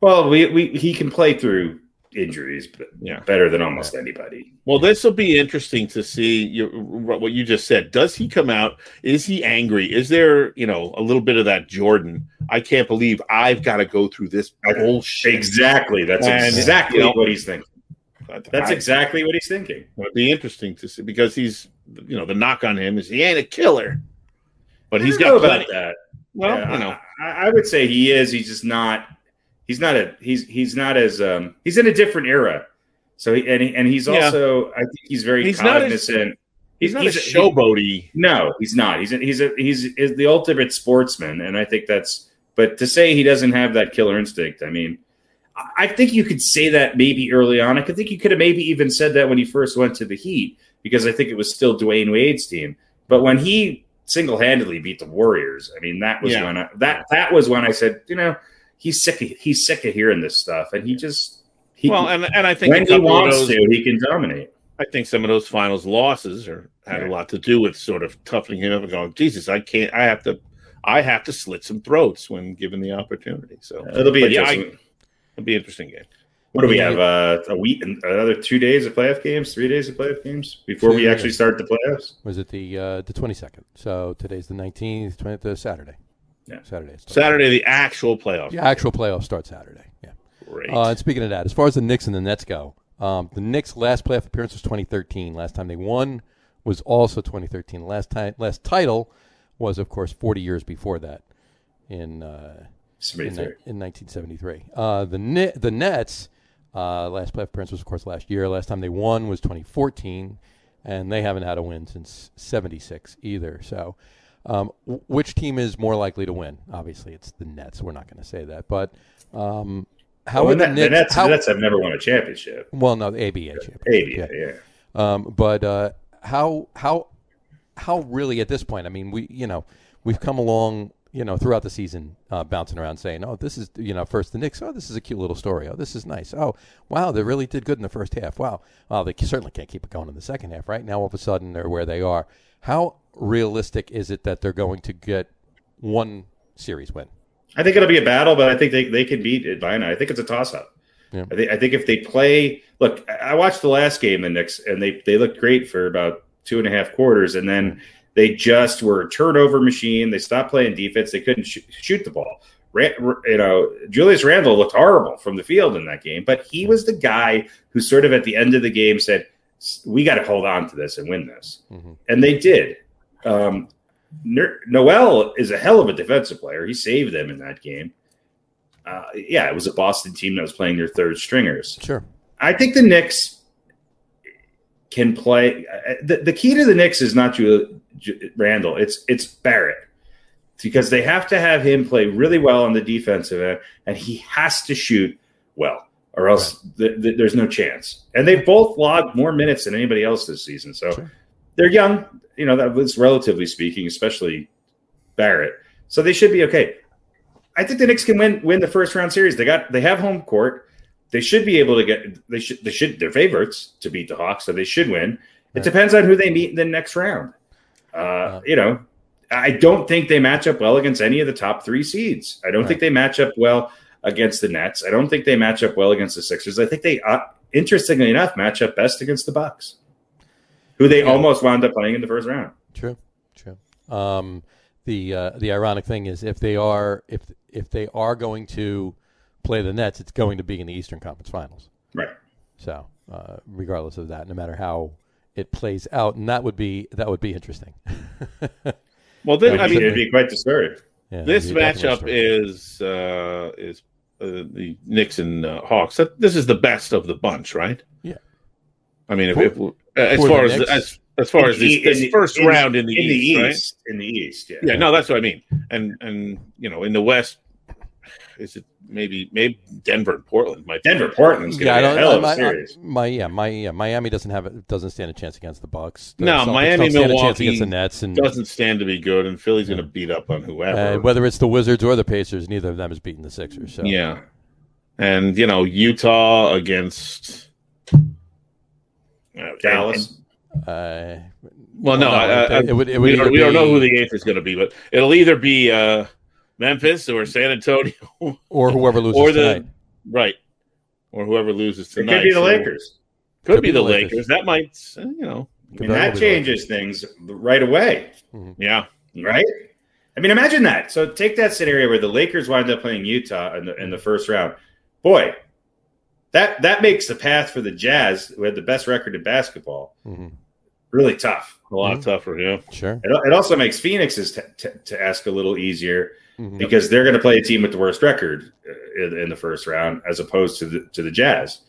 Speaker 3: Well, we, we he can play through injuries, but
Speaker 2: Yeah.
Speaker 3: better than almost anybody.
Speaker 2: Well, this will be interesting to see your, what you just said. Does he come out? Is he angry? Is there, you know, a little bit of that Jordan? I can't believe I've got to go through this bullshit.
Speaker 3: Exactly. That's
Speaker 2: And-
Speaker 3: exactly
Speaker 2: you know-
Speaker 3: what he's thinking. That's
Speaker 2: I-
Speaker 3: exactly what he's thinking.
Speaker 2: It'll be interesting to see because he's, you know, the knock on him is he ain't a killer, but he's
Speaker 3: I
Speaker 2: got
Speaker 3: don't know about
Speaker 2: plenty.
Speaker 3: that.
Speaker 2: Well,
Speaker 3: Yeah,
Speaker 2: you know,
Speaker 3: I, I would say he is. He's just not. He's not a. He's he's not as. Um, he's in a different era. So he, and he, and he's
Speaker 2: Yeah.
Speaker 3: also. I think he's very
Speaker 2: He's not as-
Speaker 3: cognizant.
Speaker 2: he's not
Speaker 3: he's
Speaker 2: a
Speaker 3: a-
Speaker 2: showboaty.
Speaker 3: no, he's not. He's a, he's a, he's is the ultimate sportsman, and I think that's. But to say he doesn't have that killer instinct, I mean, I- I think you could say that maybe early on. I could think you could have maybe even said that when he first went to the Heat because I think it was still Dwayne Wade's team. But when he single handedly beat the Warriors, I mean that was
Speaker 2: Yeah.
Speaker 3: when I, that that was when I said, you know, he's sick. Of, he's sick of hearing this stuff, and he just he
Speaker 2: well, and and I think a
Speaker 3: when he
Speaker 2: couple of
Speaker 3: wants
Speaker 2: those-
Speaker 3: to, he can dominate.
Speaker 2: I think some of those finals losses are had
Speaker 3: Yeah.
Speaker 2: a lot to do with sort of toughening him up and going, Jesus, I can't, I have to, I have to slit some throats when given the opportunity. So
Speaker 3: It'll be
Speaker 2: But yeah, I-
Speaker 3: interesting.
Speaker 2: it'll be an interesting game.
Speaker 3: What do we have? Uh, a week, another two days of playoff games, three days of playoff games before we
Speaker 4: Two
Speaker 3: actually
Speaker 4: days.
Speaker 3: start the playoffs.
Speaker 4: Was it the uh, the twenty second? So today's the nineteenth, twentieth, uh, Saturday.
Speaker 3: Yeah.
Speaker 4: Saturday. it starts.
Speaker 2: Saturday, the actual playoffs.
Speaker 4: The actual playoffs start Saturday. Yeah.
Speaker 2: Great.
Speaker 4: Uh, and speaking of that, as far as the Knicks and the Nets go, um, the Knicks' last playoff appearance was 2013. Last time they won was also 2013. Last time, last title was, of course, 40 years before that in uh,
Speaker 3: Somebody
Speaker 4: in, ni-
Speaker 3: threw.
Speaker 4: in 1973. Uh, the Ni- the Nets uh, last playoff appearance was, of course, last year. Last time they won was 2014. and they haven't had a win since 76 either. So, um, w- which team is more likely to win? Obviously, it's the Nets. We're not going to say that, but um, how
Speaker 3: Well,
Speaker 4: are the,
Speaker 3: the,
Speaker 4: Knicks?
Speaker 3: the Nets,
Speaker 4: how-
Speaker 3: the Nets have never won a championship.
Speaker 4: well, no, the ABA championship.
Speaker 3: Maybe,
Speaker 4: yeah.
Speaker 3: yeah. yeah.
Speaker 4: Um, but uh, how how how really at this point? I mean, we you know we've come along you know throughout the season uh, bouncing around saying, oh, this is you know first the Knicks. Oh, this is a cute little story. Oh, this is nice. Oh, wow, they really did good in the first half. Wow, well, they certainly can't keep it going in the second half, right? Now all of a sudden they're where they are. How realistic is it that they're going to get one series win?
Speaker 3: I think it'll be a battle, but I think they, they can beat Atlanta. I think it's a toss up.
Speaker 4: Yeah.
Speaker 3: I, think, I think if they play, look, I I watched the last game, the Knicks, and they, they looked great for about two and a half quarters, and then they just were a turnover machine. They stopped playing defense. They couldn't sh- shoot the ball. Ra- r- you know, Julius Randle looked horrible from the field in that game, but he was the guy who sort of at the end of the game said, "S- "We got to hold on to this and win this."
Speaker 4: Mhm.
Speaker 3: and they did. Um, Ner- Noel is a hell of a defensive player. He saved them in that game. Uh, yeah, it was a Boston team that was playing their third stringers.
Speaker 4: Sure.
Speaker 3: I think the Knicks can play. uh, The, the key to the Knicks is not Ju- Ju- Randall. It's it's Barrett because they have to have him play really well on the defensive end, and he has to shoot well, or else th- th- there's no chance. And they both logged more minutes than anybody else this season, so
Speaker 4: Sure.
Speaker 3: they're young. You know that was relatively speaking, especially Barrett. So they should be okay. I think the Knicks can win win the first round series. They got they have home court. They should be able to get they should they should they're favorites to beat the Hawks, so they should win. It
Speaker 4: Right.
Speaker 3: depends on who they meet in the next round. Uh, you know, I don't think they match up well against any of the top three seeds. I don't
Speaker 4: Right.
Speaker 3: think they match up well against the Nets. I don't think they match up well against the Sixers. I think they, uh, interestingly enough, match up best against the Bucks, who they almost wound up playing in the first round.
Speaker 4: True, true. Um, the uh, the ironic thing is if they are if if they are going to play the Nets, it's going to be in the Eastern Conference Finals.
Speaker 3: Right.
Speaker 4: So uh, regardless of that, no matter how it plays out, and that would be that would be interesting.
Speaker 2: Well, then
Speaker 3: It'd
Speaker 2: I
Speaker 3: be-
Speaker 2: mean,
Speaker 3: it'd be quite disturbing.
Speaker 4: Yeah,
Speaker 2: this
Speaker 4: it'd be definitely
Speaker 2: matchup
Speaker 4: interesting.
Speaker 2: is uh, is uh, the Knicks and uh, Hawks. That, this is the best of the bunch, right?
Speaker 4: Yeah.
Speaker 2: I mean, if,
Speaker 4: For-
Speaker 2: if uh, as
Speaker 4: for the
Speaker 2: far as
Speaker 4: Knicks?
Speaker 2: as as far
Speaker 3: In
Speaker 2: as
Speaker 3: the-
Speaker 2: this,
Speaker 3: in
Speaker 2: this
Speaker 3: the-
Speaker 2: first
Speaker 3: in-
Speaker 2: round in the
Speaker 3: in
Speaker 2: East,
Speaker 3: the
Speaker 2: right?
Speaker 3: East, in the East, yeah.
Speaker 2: Yeah, no, that's what I mean. And and you know, in the West, is it maybe maybe Denver and Portland might be-
Speaker 3: Denver, Portland's gonna
Speaker 4: Yeah, I
Speaker 3: be a
Speaker 4: don't,
Speaker 3: hell of a
Speaker 4: my,
Speaker 3: series.
Speaker 4: my yeah, my yeah, Miami doesn't have it doesn't stand a chance against the Bucks. The
Speaker 2: No,
Speaker 4: Celtics
Speaker 2: Miami,
Speaker 4: don't stand a chance
Speaker 2: Milwaukee
Speaker 4: against the Nets, and
Speaker 2: doesn't stand to be good, and Philly's going to beat up on
Speaker 4: uh,
Speaker 2: whoever.
Speaker 4: whether it's the Wizards or the Pacers, neither of them has beaten the Sixers. So
Speaker 2: Yeah, and you know, Utah against. uh,
Speaker 3: Dallas.
Speaker 4: uh,
Speaker 2: Well, Oh, no,
Speaker 4: no,
Speaker 2: I, I,
Speaker 4: it- it would- it would
Speaker 2: we, don't,
Speaker 4: either
Speaker 2: we don't know
Speaker 4: be-
Speaker 2: who the eighth is going to be, but it'll either be uh, Memphis or San Antonio,
Speaker 4: or whoever loses
Speaker 2: Or the-
Speaker 4: tonight.
Speaker 2: right? Or whoever loses
Speaker 3: It
Speaker 2: tonight.
Speaker 3: could be the
Speaker 2: So-
Speaker 3: Lakers.
Speaker 2: Could, be, the Lakers. That might, uh, you know,
Speaker 4: Could
Speaker 3: I mean, that
Speaker 4: very well be the Lakers.
Speaker 3: changes things right away,
Speaker 2: yeah,
Speaker 3: right? I mean, imagine that. So take that scenario where the Lakers wind up playing Utah in the in the first round. Boy, that that makes the path for the Jazz, who had the best record in basketball,
Speaker 4: Mhm.
Speaker 3: really tough.
Speaker 2: a lot tougher. Yeah,
Speaker 4: Sure.
Speaker 3: It, it also makes Phoenix's t- t- task a little easier
Speaker 4: Mhm.
Speaker 3: because they're going to play a team with the worst record uh, in, in the first round, as opposed to the to the Jazz.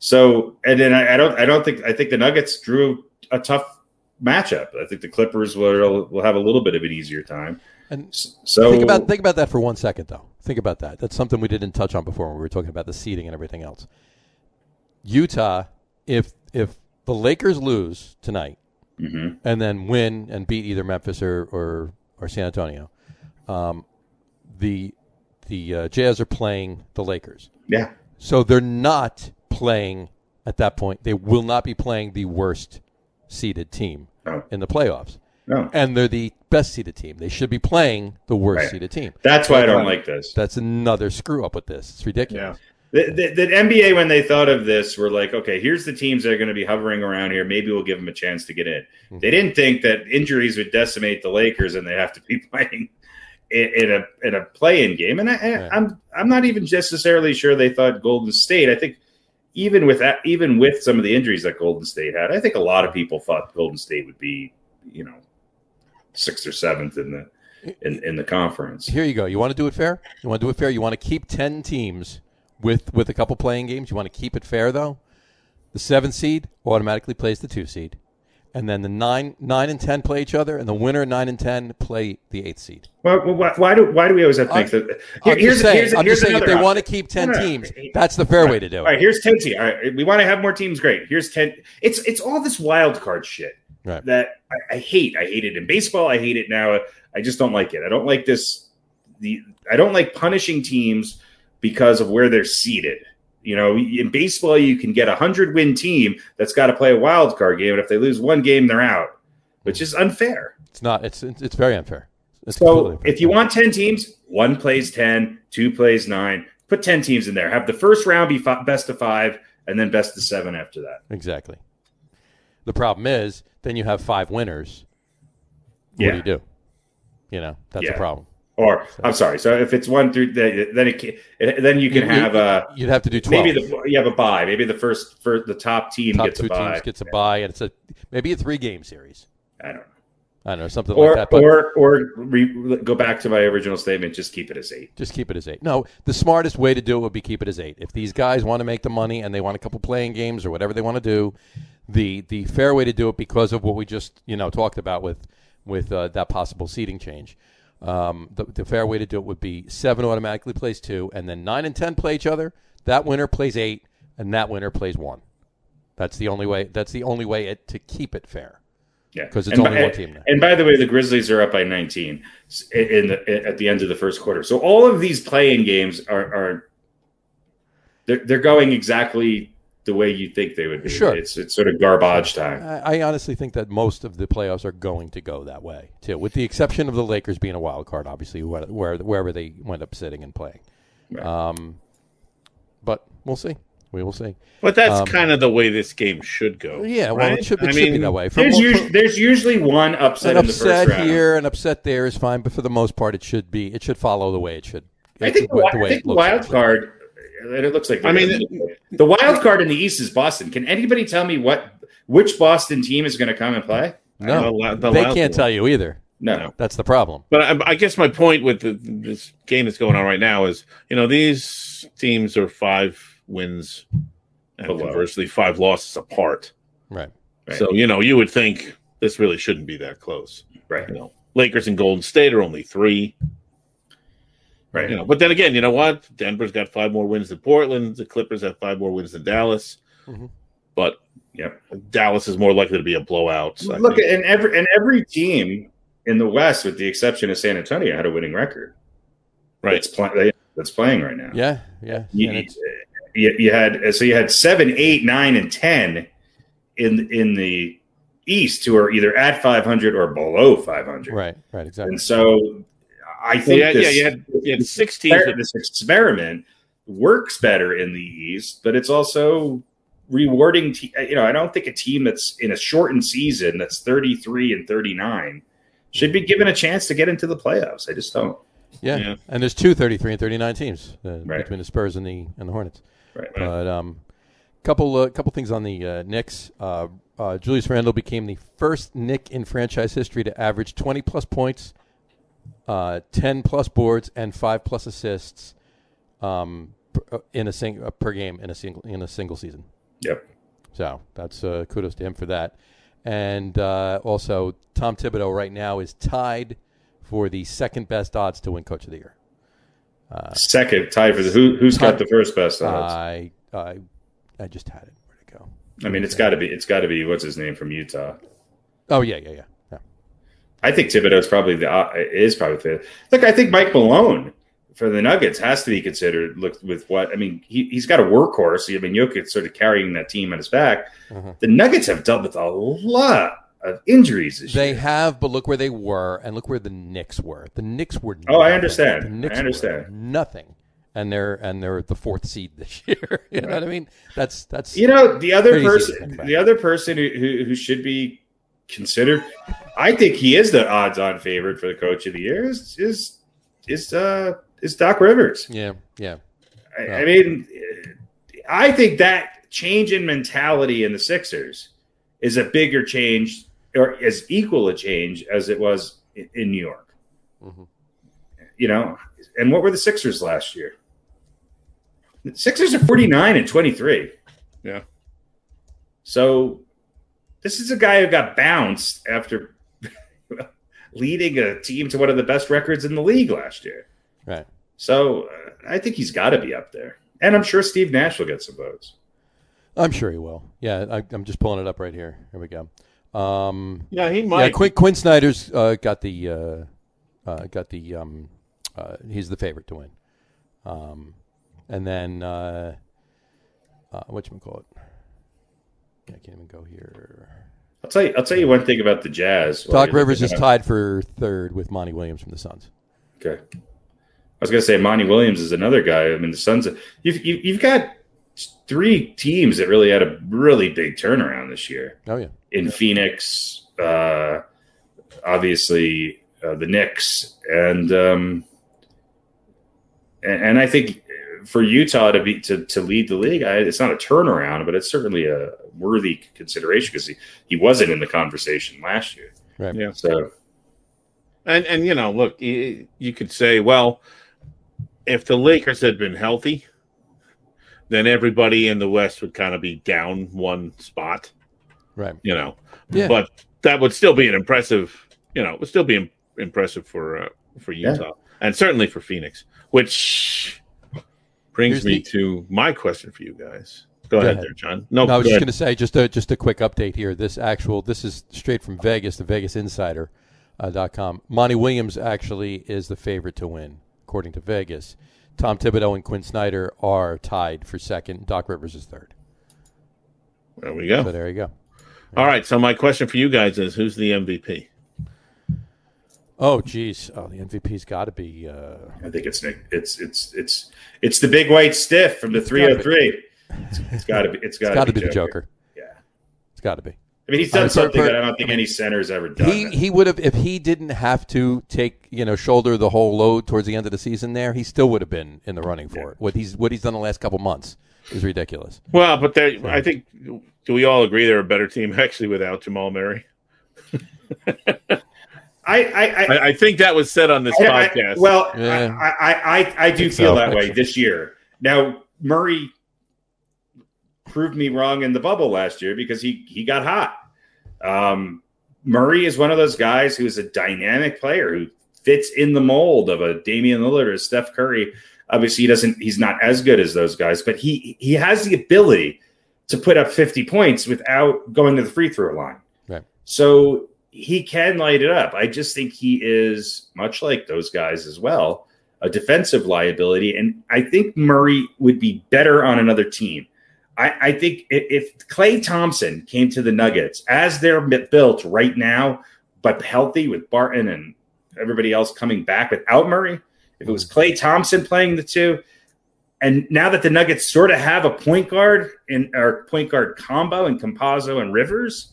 Speaker 3: So, and then I, I don't, I don't think, I think the Nuggets drew a tough matchup. I think the Clippers will will have a little bit of an easier time.
Speaker 4: And
Speaker 3: S- So,
Speaker 4: think about think about that for one second, though. Think about that. That's something we didn't touch on before when we were talking about the seeding and everything else. Utah, if if the Lakers lose tonight
Speaker 2: Mm-hmm.
Speaker 3: Mhm.
Speaker 4: and then win and beat either Memphis or or, or San Antonio, um, the the uh, Jazz are playing the Lakers,
Speaker 3: yeah,
Speaker 4: so they're not playing at that point. They will not be playing the worst seeded team
Speaker 3: no,
Speaker 4: in the playoffs,
Speaker 3: no,
Speaker 4: and they're the best seeded team. They should be playing the worst
Speaker 3: Right.
Speaker 4: seeded team.
Speaker 3: that's why I don't like this.
Speaker 4: That's another screw up with this. It's ridiculous.
Speaker 3: The, the, the NBA, when they thought of this, were like, okay, here's the teams that are going to be hovering around here. Maybe we'll give them a chance to get in. They didn't think that injuries would decimate the Lakers and they'd have to be playing in, in a in a play-in game. And I, I-
Speaker 4: Yeah.
Speaker 3: I'm I'm not even necessarily sure they thought Golden State. I think even with that, even with some of the injuries that Golden State had, I think a lot of people thought Golden State would be, you know, sixth or seventh in the in, in the conference.
Speaker 4: Here you go. You want to do it fair? You want to do it fair? You want to keep 10 teams with, with a couple playing games? You want to keep it fair, though? The seventh seed automatically plays the two seed. and then the nine nine and ten play each other, and the winner nine and ten play the eighth seed.
Speaker 3: Why, why, why do why do we always have to make that?
Speaker 4: I'm just saying, I'm just saying if they want to keep ten teams, that's the fair way to do
Speaker 3: All
Speaker 4: it.
Speaker 3: right, here's ten teams. All right, we want to have more teams. Great. Here's ten. It's it's all this wild card shit
Speaker 4: Right.
Speaker 3: that I, I hate. I hate it in baseball. I hate it now. I just don't like it. I don't like this. The I don't like punishing teams because of where they're seated. You know, in baseball, you can get a hundred win team that's got to play a wild card game, and if they lose one game, they're out,
Speaker 4: Hmm.
Speaker 3: which is unfair.
Speaker 4: It's not. It's it's it's very unfair. It's completely
Speaker 3: So
Speaker 4: unfair.
Speaker 3: if you want 10 teams, one plays 10, two plays nine, put 10 teams in there. Have the first round be fi- best of five and then best of seven after that.
Speaker 4: exactly. The problem is, then you have five winners.
Speaker 3: Yeah.
Speaker 4: What do you do? You know, that's a
Speaker 3: Yeah.
Speaker 4: problem.
Speaker 3: Or I'm sorry. So if it's one through, th- then it, ca- it then you can
Speaker 4: You-
Speaker 3: have a
Speaker 4: You'd have to do twelve.
Speaker 3: Uh, maybe the you have a bye. Maybe the first for the top team
Speaker 4: top
Speaker 3: gets
Speaker 4: two
Speaker 3: a bye.
Speaker 4: teams gets a bye, and it's a maybe a three game series.
Speaker 3: I don't know.
Speaker 4: I don't know something
Speaker 3: Or
Speaker 4: like that. But
Speaker 3: or or re, go back to my original statement. Just keep it as eight.
Speaker 4: Just keep it as eight. No, the smartest way to do it would be keep it as eight. If these guys want to make the money and they want a couple playing games or whatever they want to do, the the fair way to do it because of what we just you know talked about with with uh, that possible seating change. Um, the, the fair way to do it would be seven automatically plays two, and then nine and ten play each other. That winner plays eight, and that winner plays one. That's the only way. That's the only way it, to keep it fair.
Speaker 3: Yeah,
Speaker 4: 'Cause it's
Speaker 3: And
Speaker 4: only
Speaker 3: by-
Speaker 4: one team now.
Speaker 3: And by the way, the Grizzlies are up by 19 s- in the, at the end of the first quarter. So all of these play-in games are are they're, they're going exactly the way you think they would be.
Speaker 4: Sure. Uh,
Speaker 3: it's it's sort of garbage time.
Speaker 4: I, I honestly think that most of the playoffs are going to go that way too, with the exception of the Lakers being a wild card, obviously where, where wherever they went up sitting and playing.
Speaker 3: Right.
Speaker 4: Um, but we'll see. We will see.
Speaker 2: But that's
Speaker 4: Um,
Speaker 2: kind of the way this game should go.
Speaker 4: Yeah, well,
Speaker 2: right?
Speaker 4: it should, it
Speaker 2: I
Speaker 4: should be
Speaker 2: mean,
Speaker 4: that way. For
Speaker 3: There's
Speaker 4: mo-
Speaker 3: usually
Speaker 4: for-
Speaker 3: there's usually one
Speaker 4: an
Speaker 3: upset in the first
Speaker 4: upset
Speaker 3: round.
Speaker 4: here, an upset there is fine, but for the most part, it should be. It should follow the way it should.
Speaker 3: I think the,
Speaker 4: way-
Speaker 3: wi- I think
Speaker 4: it
Speaker 3: the
Speaker 4: looks
Speaker 3: wild
Speaker 4: actually.
Speaker 3: card. And it looks like
Speaker 2: I mean,
Speaker 3: the wild card in the East is Boston. Can anybody tell me what which Boston team is going to come and play?
Speaker 4: No,
Speaker 2: The la- the
Speaker 4: Oh, they
Speaker 2: last
Speaker 4: can't
Speaker 2: one.
Speaker 4: tell you either.
Speaker 3: no.
Speaker 4: That's the problem.
Speaker 2: But I, I guess my point with the, this game that's going on right now is, you know, these teams are five wins and
Speaker 3: Below.
Speaker 2: conversely five losses apart.
Speaker 4: Right.
Speaker 3: Right.
Speaker 2: So you know, you would think this really shouldn't be that close.
Speaker 3: right,
Speaker 2: You know, Lakers and Golden State are only three.
Speaker 3: right.
Speaker 2: You know, but then again, you know what? Denver's got five more wins than Portland. The Clippers have five more wins than Dallas.
Speaker 4: Mhm.
Speaker 2: But
Speaker 3: Yep.
Speaker 2: Dallas is more likely to be a blowout. so I
Speaker 3: Look,
Speaker 2: think-
Speaker 3: and every and every team in the West, with the exception of San Antonio, had a winning record.
Speaker 2: Right.
Speaker 3: That's, play, that's playing right now.
Speaker 4: Yeah. Yeah.
Speaker 3: You,
Speaker 4: And it's-
Speaker 3: you, you had so you had seven, eight, nine, and ten in in the East, who are either at five hundred or below five hundred.
Speaker 4: right. Right. Exactly.
Speaker 3: And so, I
Speaker 2: Well,
Speaker 3: think
Speaker 2: yeah, yeah,
Speaker 3: this,
Speaker 2: you had you had six teams.
Speaker 3: exper- this experiment works better in the East, but it's also rewarding. Te- uh, you know, I don't think a team that's in a shortened season that's 33 and 39 should be given a chance to get into the playoffs. I just don't.
Speaker 4: Yeah.
Speaker 2: Yeah.
Speaker 4: and there's two 33 and 39 teams uh,
Speaker 3: Right.
Speaker 4: between the Spurs and the and the Hornets.
Speaker 3: Right.
Speaker 4: But um, couple uh, couple things on the uh, Knicks. Uh, uh, Julius Randle became the first Knick in franchise history to average 20 plus points, uh, 10 plus boards, and five plus assists um, per, uh, in a sing- uh, per game in a single in a single season.
Speaker 3: Yep.
Speaker 4: So that's uh, kudos to him for that. And uh, also, Tom Thibodeau right now is tied for the second best odds to win Coach of the Year.
Speaker 3: Second tied for the who, who's got the first best
Speaker 4: uh,
Speaker 3: odds.
Speaker 4: I, I, I just had it. Where'd it go?
Speaker 3: I mean, it's got to be it's got to be what's his name from Utah.
Speaker 4: Oh yeah, yeah, yeah. yeah.
Speaker 3: I think Thibodeau is probably the uh, is probably the look. I think Mike Malone for the Nuggets has to be considered. Look with what I mean, he he's got a workhorse. I mean, Jokic sort of carrying that team on his back.
Speaker 4: Mhm.
Speaker 3: The Nuggets have dealt with a lot of injuries. This
Speaker 4: They
Speaker 3: year.
Speaker 4: have, but look where they were, and look where the Knicks were. The Knicks were.
Speaker 3: Oh, I
Speaker 4: nothing.
Speaker 3: understand.
Speaker 4: The Knicks
Speaker 3: I understand.
Speaker 4: were nothing, and they're and they're the fourth seed this year. you know what I mean? That's that's
Speaker 3: You know, the other
Speaker 4: Crazy to think
Speaker 3: person,
Speaker 4: about.
Speaker 3: the other person who, who who should be considered, I think he is the odds-on favorite for the coach of the year. Is is is uh is Doc Rivers?
Speaker 4: yeah, yeah.
Speaker 3: I,
Speaker 4: Yeah.
Speaker 3: I mean, I think that change in mentality in the Sixers is a bigger change or as equal a change as it was in, in New York.
Speaker 4: Mhm.
Speaker 3: You know, and what were the Sixers last year? The Sixers are 49 and 23.
Speaker 2: Yeah.
Speaker 3: So This is a guy who got bounced after leading a team to one of the best records in the league last year.
Speaker 4: Right.
Speaker 3: So uh, I think he's got to be up there. And I'm sure Steve Nash will get some votes.
Speaker 4: I'm sure he will. Yeah, I, I'm just pulling it up right here. Here we go. Um,
Speaker 2: Yeah, he
Speaker 4: yeah,
Speaker 2: might.
Speaker 4: Quinn, Quinn Snyder's uh, got the uh, uh, got the um, uh, he's the favorite to win. Um, and then uh, uh, what you call it? I can't even go here.
Speaker 3: I'll tell you. I'll tell you one thing about the Jazz. while
Speaker 4: Doc
Speaker 3: you're
Speaker 4: Rivers is
Speaker 3: looking
Speaker 4: tied for third with Monty Williams from the Suns.
Speaker 3: it up. Okay. I was going to say Monty Williams is another guy. I mean, the Suns. You've you, you've got three teams that really had a really big turnaround this year.
Speaker 4: Oh yeah,
Speaker 3: in Phoenix, uh, obviously uh, the Knicks, and um, and, and I think for Utah to be to, to lead the league, I, it's not a turnaround, but it's certainly a worthy consideration because he, he wasn't in the conversation last year.
Speaker 4: right.
Speaker 2: Yeah.
Speaker 3: So
Speaker 2: And and you know, look, you, you could say, well, if the Lakers had been healthy, then everybody in the West would kind of be down one spot,
Speaker 4: Right.
Speaker 2: you know.
Speaker 4: Yeah.
Speaker 2: But that would still be an impressive, you know, it would still be im- impressive for uh, for
Speaker 3: Yeah.
Speaker 2: Utah and certainly for Phoenix, which brings
Speaker 4: Here's
Speaker 2: me
Speaker 4: the-
Speaker 2: to my question for you guys. Go,
Speaker 4: Go
Speaker 2: ahead,
Speaker 4: ahead.
Speaker 2: there, John. No,
Speaker 4: No, I was
Speaker 2: Oh, go
Speaker 4: just
Speaker 2: ahead.
Speaker 4: going to say just a just a quick update here. This actual this is straight from Vegas, the Vegas Insider. Uh, dot com. Monty Williams actually is the favorite to win, according to Vegas. Tom Thibodeau and Quinn Snyder are tied for second. Doc Rivers is third.
Speaker 2: there we go.
Speaker 4: So there you go.
Speaker 2: All right. So my question for you guys is, who's the MVP?
Speaker 4: Oh, geez. Oh, the MVP's got to be. Uh,
Speaker 3: I think it's Nick. It's it's it's it's the big white stiff from the three
Speaker 4: gotta be-
Speaker 3: hundred three. It's got to be. It's
Speaker 4: it's got
Speaker 3: got
Speaker 4: to be the Joker.
Speaker 3: Yeah.
Speaker 4: It's got to be.
Speaker 3: I mean, he's
Speaker 4: I
Speaker 3: done
Speaker 4: mean, for-
Speaker 3: something
Speaker 4: for-
Speaker 3: that I don't think any center's ever done.
Speaker 4: He he would have if he didn't have to take you know shoulder the whole load towards the end of the season. There, he still would have been in the running for it. What he's what he's done the last couple months is ridiculous.
Speaker 2: Well, but they, I think, do we all agree they're a better team actually without Jamal Murray?
Speaker 3: I, I, I
Speaker 2: I, I think that was said on this
Speaker 3: I- I-
Speaker 2: podcast.
Speaker 3: well,
Speaker 4: Yeah.
Speaker 3: I, I, I, I do
Speaker 4: Think
Speaker 3: feel
Speaker 4: so.
Speaker 3: that way this year. Now Murray proved me wrong in the bubble last year because he he got hot. Um, Murray is one of those guys who is a dynamic player who fits in the mold of a Damian Lillard or Steph Curry. Obviously, he doesn't. He's not as good as those guys, but he he has the ability to put up fifty points without going to the free throw line.
Speaker 4: Right.
Speaker 3: So he can light it up. I just think he is much like those guys as well, a defensive liability, and I think Murray would be better on another team. I, I think i- if Clay Thompson came to the Nuggets as they're mi- built right now, but healthy with Barton and everybody else coming back without Murray, if it was Clay Thompson playing the two, and now that the Nuggets sort of have a point guard and our point guard combo and Composo and Rivers,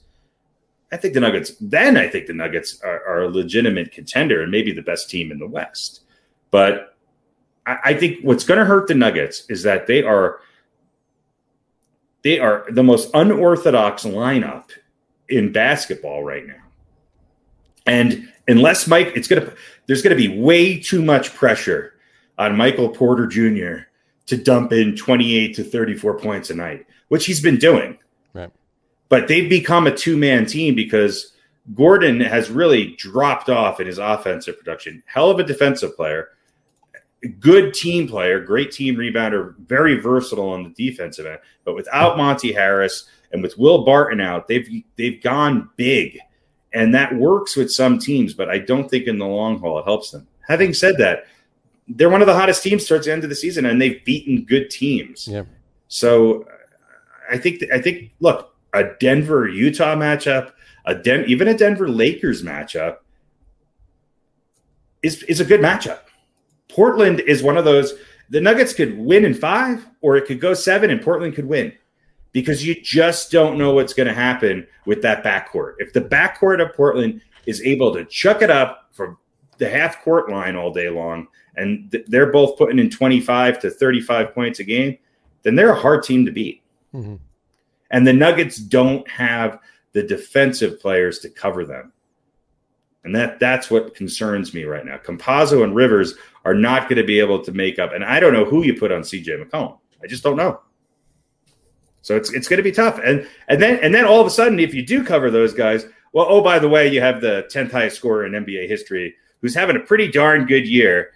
Speaker 3: I think the Nuggets. Then I think the Nuggets are, are a legitimate contender and maybe the best team in the West. But I, I think what's going to hurt the Nuggets is that they are they are the most unorthodox lineup in basketball right now. And unless Mike, it's gonna there's gonna be way too much pressure on Michael Porter Jr. to dump in 28 to 34 points a night, which he's been doing.
Speaker 4: Right.
Speaker 3: But they've become a two-man team because Gordon has really dropped off in his offensive production. Hell of a defensive player, good team player, great team rebounder, very versatile on the defensive end. But without Monty Harris and with Will Barton out, they've they've gone big, and that works with some teams. But I don't think in the long haul it helps them. Having said that, they're one of the hottest teams towards the end of the season, and they've beaten good teams.
Speaker 4: Yeah.
Speaker 3: So uh, I think I think look a Denver Utah matchup, a Den even a Denver Lakers matchup is is a good matchup. Portland is one of those. The Nuggets could win in five, or it could go seven, and Portland could win because you just don't know what's going to happen with that backcourt. If the backcourt of Portland is able to chuck it up from the half court line all day long, and th- they're both putting in 25 to 35 points a game, then they're a hard team to beat.
Speaker 4: Mhm.
Speaker 3: And the Nuggets don't have the defensive players to cover them. And that that's what concerns me right now. Composo and Rivers are not going to be able to make up. And I don't know who you put on CJ McCollum. I just don't know. So it's it's going to be tough. And and then and then all of a sudden, if you do cover those guys, well, oh by the way, you have the tenth highest scorer in NBA history, who's having a pretty darn good year,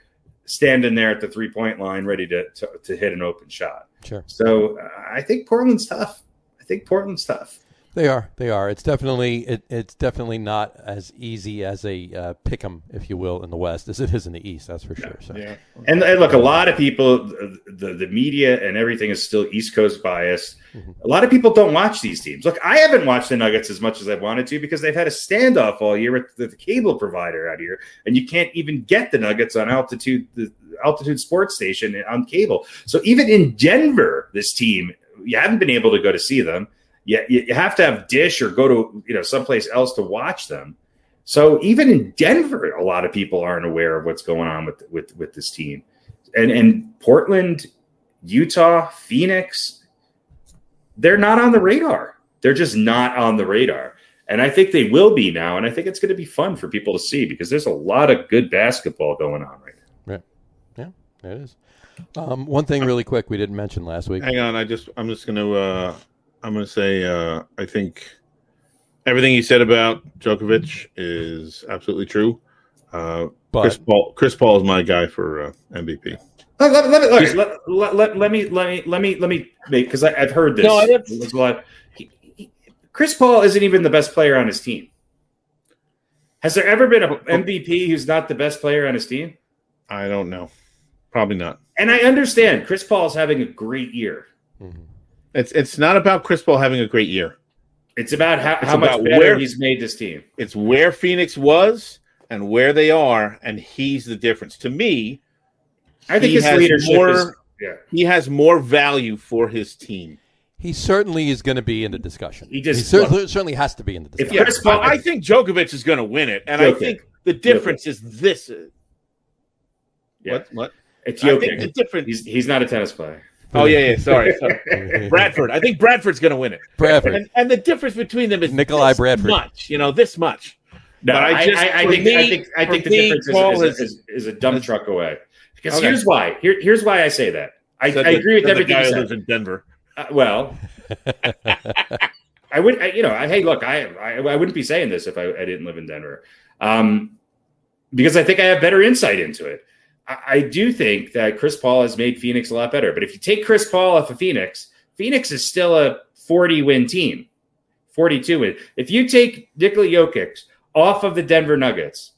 Speaker 3: standing there at the three point line, ready to to, to hit an open shot.
Speaker 4: Sure.
Speaker 3: So uh, I think Portland's tough. I think Portland's tough.
Speaker 4: They are. They are. It's definitely it, it's definitely not as easy as a uh, pick 'em, if you will, in the West as it is in the East. That's for sure. So.
Speaker 2: Yeah.
Speaker 3: And, and look, a lot of people, the, the media and everything is still East Coast biased. A lot of people don't watch these teams. Look, I haven't watched the Nuggets as much as I wanted to because they've had a standoff all year with the, the cable provider out here, and you can't even get the Nuggets on altitude the altitude sports station on cable. So even in Denver, this team, you haven't been able to go to see them. You, you you have to have Dish or go to you know someplace else to watch them. So even in Denver, a lot of people aren't aware of what's going on with with with this team, and and Portland, Utah, Phoenix, they're not on the radar. They're just not on the radar, and I think they will be now. And I think it's going to be fun for people to see because there's a lot of good basketball going on right now.
Speaker 4: It is. Um, one thing really quick we didn't mention last week.
Speaker 2: Hang on, I just I'm just gonna uh I'm gonna say uh I think everything he said about Djokovic is absolutely true. Uh Chris
Speaker 4: But
Speaker 2: Paul Chris Paul is my guy for uh, MVP.
Speaker 3: Let, let, let, let, let, let, let me let me let me let me make because I've heard this.
Speaker 5: No, I don't-
Speaker 3: There's a lot. He- he- Chris Paul isn't even the best player on his team. Has there ever been a MVP who's not the best player on his team?
Speaker 2: I don't know. Probably not.
Speaker 3: And I understand Chris Paul's having a great year.
Speaker 4: Mhm.
Speaker 2: It's it's not about Chris Paul having a great year.
Speaker 3: It's about how, how
Speaker 2: about
Speaker 3: much better
Speaker 2: where-
Speaker 3: he's made this team.
Speaker 2: It's where Phoenix was and where they are, and he's the difference. To me,
Speaker 3: I think
Speaker 2: He
Speaker 3: his
Speaker 2: has
Speaker 3: leadership
Speaker 2: more-
Speaker 3: is yeah.
Speaker 2: he has more value for his team.
Speaker 4: he certainly is going to be in the discussion.
Speaker 3: He just-
Speaker 4: cer- certainly has to be in the
Speaker 3: If
Speaker 4: discussion.
Speaker 2: Yeah,
Speaker 3: Chris Paul-
Speaker 2: I, I think Djokovic is going to win it, and I
Speaker 3: Jokic.
Speaker 2: think the difference is this.
Speaker 3: Yeah.
Speaker 2: What? What?
Speaker 3: It's
Speaker 2: I think the
Speaker 3: Jokic.
Speaker 2: difference.
Speaker 3: He's he's not a tennis player.
Speaker 2: oh yeah, yeah. Sorry, sorry. Bradford. I think Bradford's going to win it,
Speaker 4: Bradford.
Speaker 2: and, and the difference between them is
Speaker 4: Nikolai
Speaker 2: this
Speaker 4: Bradford.
Speaker 2: Much, you know, this much.
Speaker 3: No,
Speaker 2: But I
Speaker 3: I,
Speaker 2: just-
Speaker 3: I, I
Speaker 2: for
Speaker 3: think I
Speaker 2: me-
Speaker 3: think I
Speaker 2: for
Speaker 3: think the
Speaker 2: me,
Speaker 3: difference
Speaker 2: Paul
Speaker 3: is,
Speaker 2: is-
Speaker 3: is, is, is a dump truck away. Because
Speaker 2: Okay.
Speaker 3: here's why. Here, here's why I say that. I,
Speaker 2: Said
Speaker 3: I
Speaker 2: the-
Speaker 3: agree with
Speaker 2: said the
Speaker 3: everything
Speaker 2: guy
Speaker 3: you
Speaker 2: who
Speaker 3: said.
Speaker 2: lives in Denver.
Speaker 3: Uh, well, I would, I, you know, I, hey, look, I, I, I wouldn't be saying this if I, I didn't live in Denver, um, because I think I have better insight into it. I, I do think that Chris Paul has made Phoenix a lot better, but if you take Chris Paul off of Phoenix, Phoenix is still a 40 win team, 42 win. If you take Nikola Jokic off of the Denver Nuggets,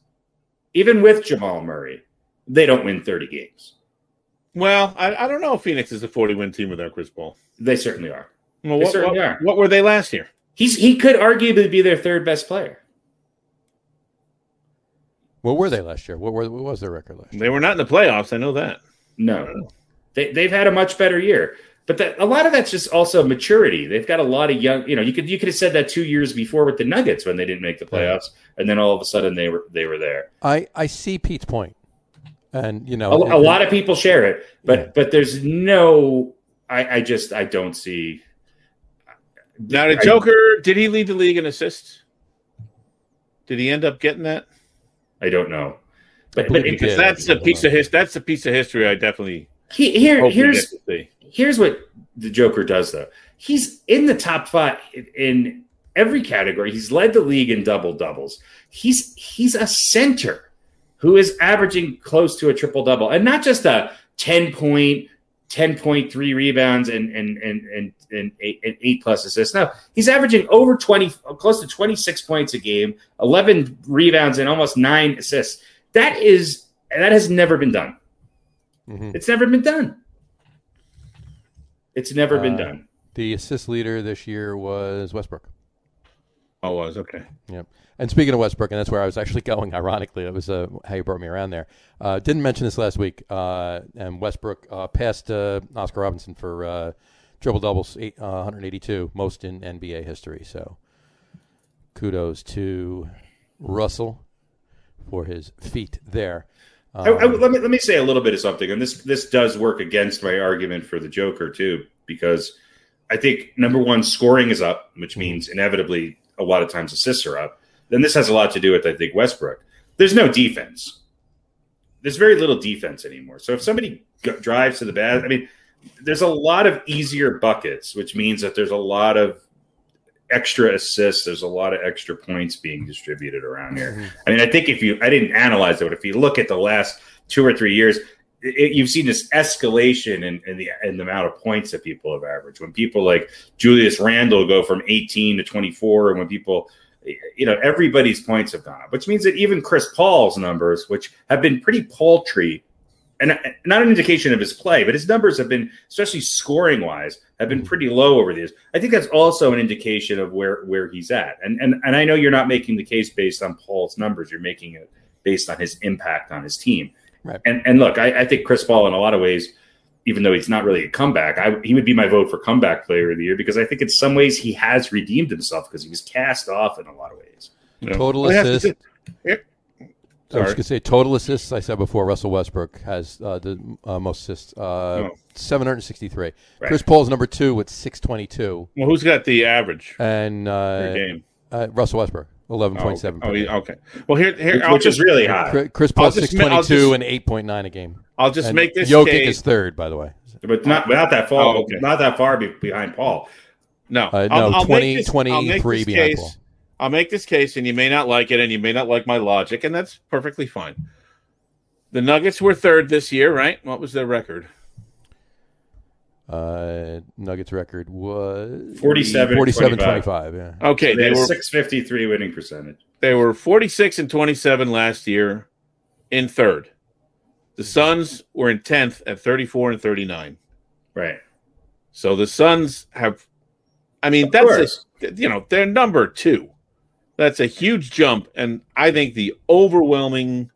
Speaker 3: even with Jamal Murray, they don't win 30 games.
Speaker 2: Well, I, I don't know. if Phoenix is a forty-win team without Chris Paul.
Speaker 3: They certainly are.
Speaker 2: Well,
Speaker 3: They
Speaker 2: what,
Speaker 3: certainly
Speaker 2: what-
Speaker 3: are.
Speaker 2: what were they last year?
Speaker 3: He's he could arguably be their third best player.
Speaker 4: What were they last year? What, were, what was their record last year?
Speaker 2: They were not in the playoffs. I know that.
Speaker 3: No, they, they've had a much better year. But that, a lot of that's just also maturity. They've got a lot of young. You know, you could you could have said that two years before with the Nuggets when they didn't make the playoffs, and then all of a sudden they were they were there.
Speaker 4: I, I see Pete's point. And, you know,
Speaker 3: A,
Speaker 4: it-
Speaker 3: a lot of people share it, but
Speaker 4: Yeah.
Speaker 3: but there's no. I, I just I don't see.
Speaker 2: Now, the
Speaker 3: I-
Speaker 2: Joker, did he lead the league in assists? Did he end up getting that?
Speaker 3: I don't know.
Speaker 4: I
Speaker 3: But,
Speaker 4: believe
Speaker 3: but
Speaker 4: he
Speaker 3: it-
Speaker 4: did. Yeah,
Speaker 2: that's
Speaker 4: yeah,
Speaker 2: a piece
Speaker 4: yeah.
Speaker 2: of his. That's a piece of history. I definitely
Speaker 3: he, here
Speaker 2: hope we get
Speaker 3: here's
Speaker 2: to see.
Speaker 3: here's what the Joker does though. He's in the top five in every category. He's led the league in double doubles. He's he's a center who is averaging close to a triple double, and not just a ten point. 10.3 rebounds and and and and, and, eight, and eight plus assists. Now he's averaging over 20, close to 26 points a game, 11 rebounds and almost nine assists. That is that has never been done.
Speaker 4: Mhm.
Speaker 3: It's never been done. It's never been
Speaker 4: Uh,
Speaker 3: done.
Speaker 4: the assist leader this year was Westbrook.
Speaker 2: Oh, it was okay.
Speaker 4: Yep. And speaking of Westbrook, and that's where I was actually going. Ironically, it was uh, how you brought me around there. Uh, didn't mention this last week. Uh, and Westbrook uh, passed uh, Oscar Robinson for uh, triple doubles, eight, uh, 182, most in NBA history. So, kudos to Russell for his feat there.
Speaker 3: I, I- let me let me say a little bit of something, and this this does work against my argument for the Joker too, because I think number one, scoring is up, which means inevitably a lot of times assists are up. Then this has a lot to do with I think Westbrook. There's no defense. There's very little defense anymore. So if somebody g- drives to the basket, I mean, there's a lot of easier buckets, which means that there's a lot of extra assists. There's a lot of extra points being distributed around here. I mean, I think if you, I didn't analyze it, but if you look at the last two or three years, it, you've seen this escalation in, in the in the amount of points that people have averaged. When people like Julius Randle go from 18 to 24, and when people, you know, everybody's points have gone up, which means that even Chris Paul's numbers, which have been pretty paltry, and and not an indication of his play, but his numbers have been, especially scoring wise, have been pretty low over these. I think that's also an indication of where where he's at. And and and I know you're not making the case based on Paul's numbers; you're making it based on his impact on his team.
Speaker 4: Right.
Speaker 3: And and look, I, I think Chris Paul, in a lot of ways, even though he's not really a comeback, I, he would be my vote for comeback player of the year because I think in some ways he has redeemed himself because he was cast off in a lot of ways.
Speaker 2: Yeah.
Speaker 4: Total
Speaker 2: Well, it has to
Speaker 4: assist.
Speaker 2: do-
Speaker 4: I was
Speaker 2: Sorry.
Speaker 4: gonna say total assists. I said before Russell Westbrook has uh, the uh, most assists, uh,
Speaker 3: Oh.
Speaker 4: 763.
Speaker 3: Right.
Speaker 4: Chris Paul's number two with 622,
Speaker 2: Well, who's got the average
Speaker 4: and
Speaker 2: per
Speaker 4: uh,
Speaker 2: game?
Speaker 4: uh, Russell Westbrook 11.7.
Speaker 2: Oh,
Speaker 4: per
Speaker 2: he-
Speaker 4: game.
Speaker 2: okay. Well, here, here,
Speaker 3: Which-
Speaker 2: I'll
Speaker 3: which
Speaker 2: just
Speaker 3: is really high.
Speaker 4: Chri- Chris Paul
Speaker 2: I'll just ma- I'll
Speaker 4: 622
Speaker 2: just-
Speaker 4: and 8.9 a game.
Speaker 2: I'll just
Speaker 4: And
Speaker 2: make this
Speaker 4: Jokic
Speaker 2: case.
Speaker 4: is third, by the way.
Speaker 3: but not but not that far,
Speaker 2: Oh, okay.
Speaker 3: not that far be, behind Paul.
Speaker 2: No,
Speaker 4: Uh, no,
Speaker 2: I'll, I'll
Speaker 4: 20,
Speaker 2: make this, I'll make
Speaker 4: 23
Speaker 2: this
Speaker 4: behind
Speaker 2: case,
Speaker 4: Paul.
Speaker 2: I'll make this case, and you may not like it, and you may not like my logic, and that's perfectly fine. The Nuggets were third this year, right? What was their record?
Speaker 4: Uh, Nuggets record was
Speaker 3: 47,
Speaker 4: 47
Speaker 3: 25.
Speaker 4: 25. Yeah.
Speaker 2: Okay,
Speaker 3: They
Speaker 2: they
Speaker 3: had
Speaker 2: were
Speaker 3: six fifty three winning percentage.
Speaker 2: they were forty six and twenty seven last year, in third. The Suns were in tenth at thirty four and thirty nine.
Speaker 3: Right.
Speaker 2: So the Suns have, I mean,
Speaker 3: Of
Speaker 2: that's
Speaker 3: course.
Speaker 2: a, you know they're number two. That's a huge jump, and I think the overwhelming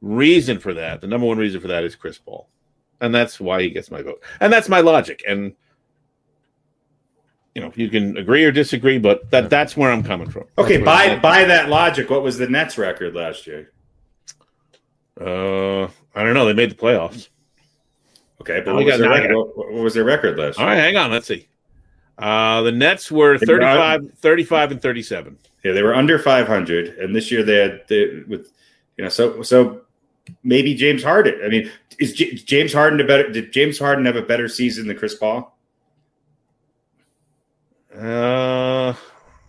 Speaker 2: reason for that, the number one reason for that, is Chris Paul, and that's why he gets my vote, and that's my logic. And you know, you can agree or disagree, but that that's where I'm coming from.
Speaker 3: Okay,
Speaker 4: That's what
Speaker 3: by
Speaker 4: it is.
Speaker 3: by that logic, what was the Nets record last year?
Speaker 2: Uh, I don't know. They made the playoffs.
Speaker 3: Okay, but
Speaker 2: Oh,
Speaker 3: what
Speaker 2: we
Speaker 3: was,
Speaker 2: got
Speaker 3: their
Speaker 2: nine.
Speaker 3: record, what, what was their record last
Speaker 2: All
Speaker 3: year?
Speaker 2: right, hang on. Let's see. Uh, the Nets were
Speaker 3: They were out-
Speaker 2: 35, 35 and 37.
Speaker 3: Yeah, they were under 500, and this year they had the, with you know so so maybe James Harden. I mean, is J- James Harden a better? Did James Harden have a better season than Chris Paul?
Speaker 2: Uh,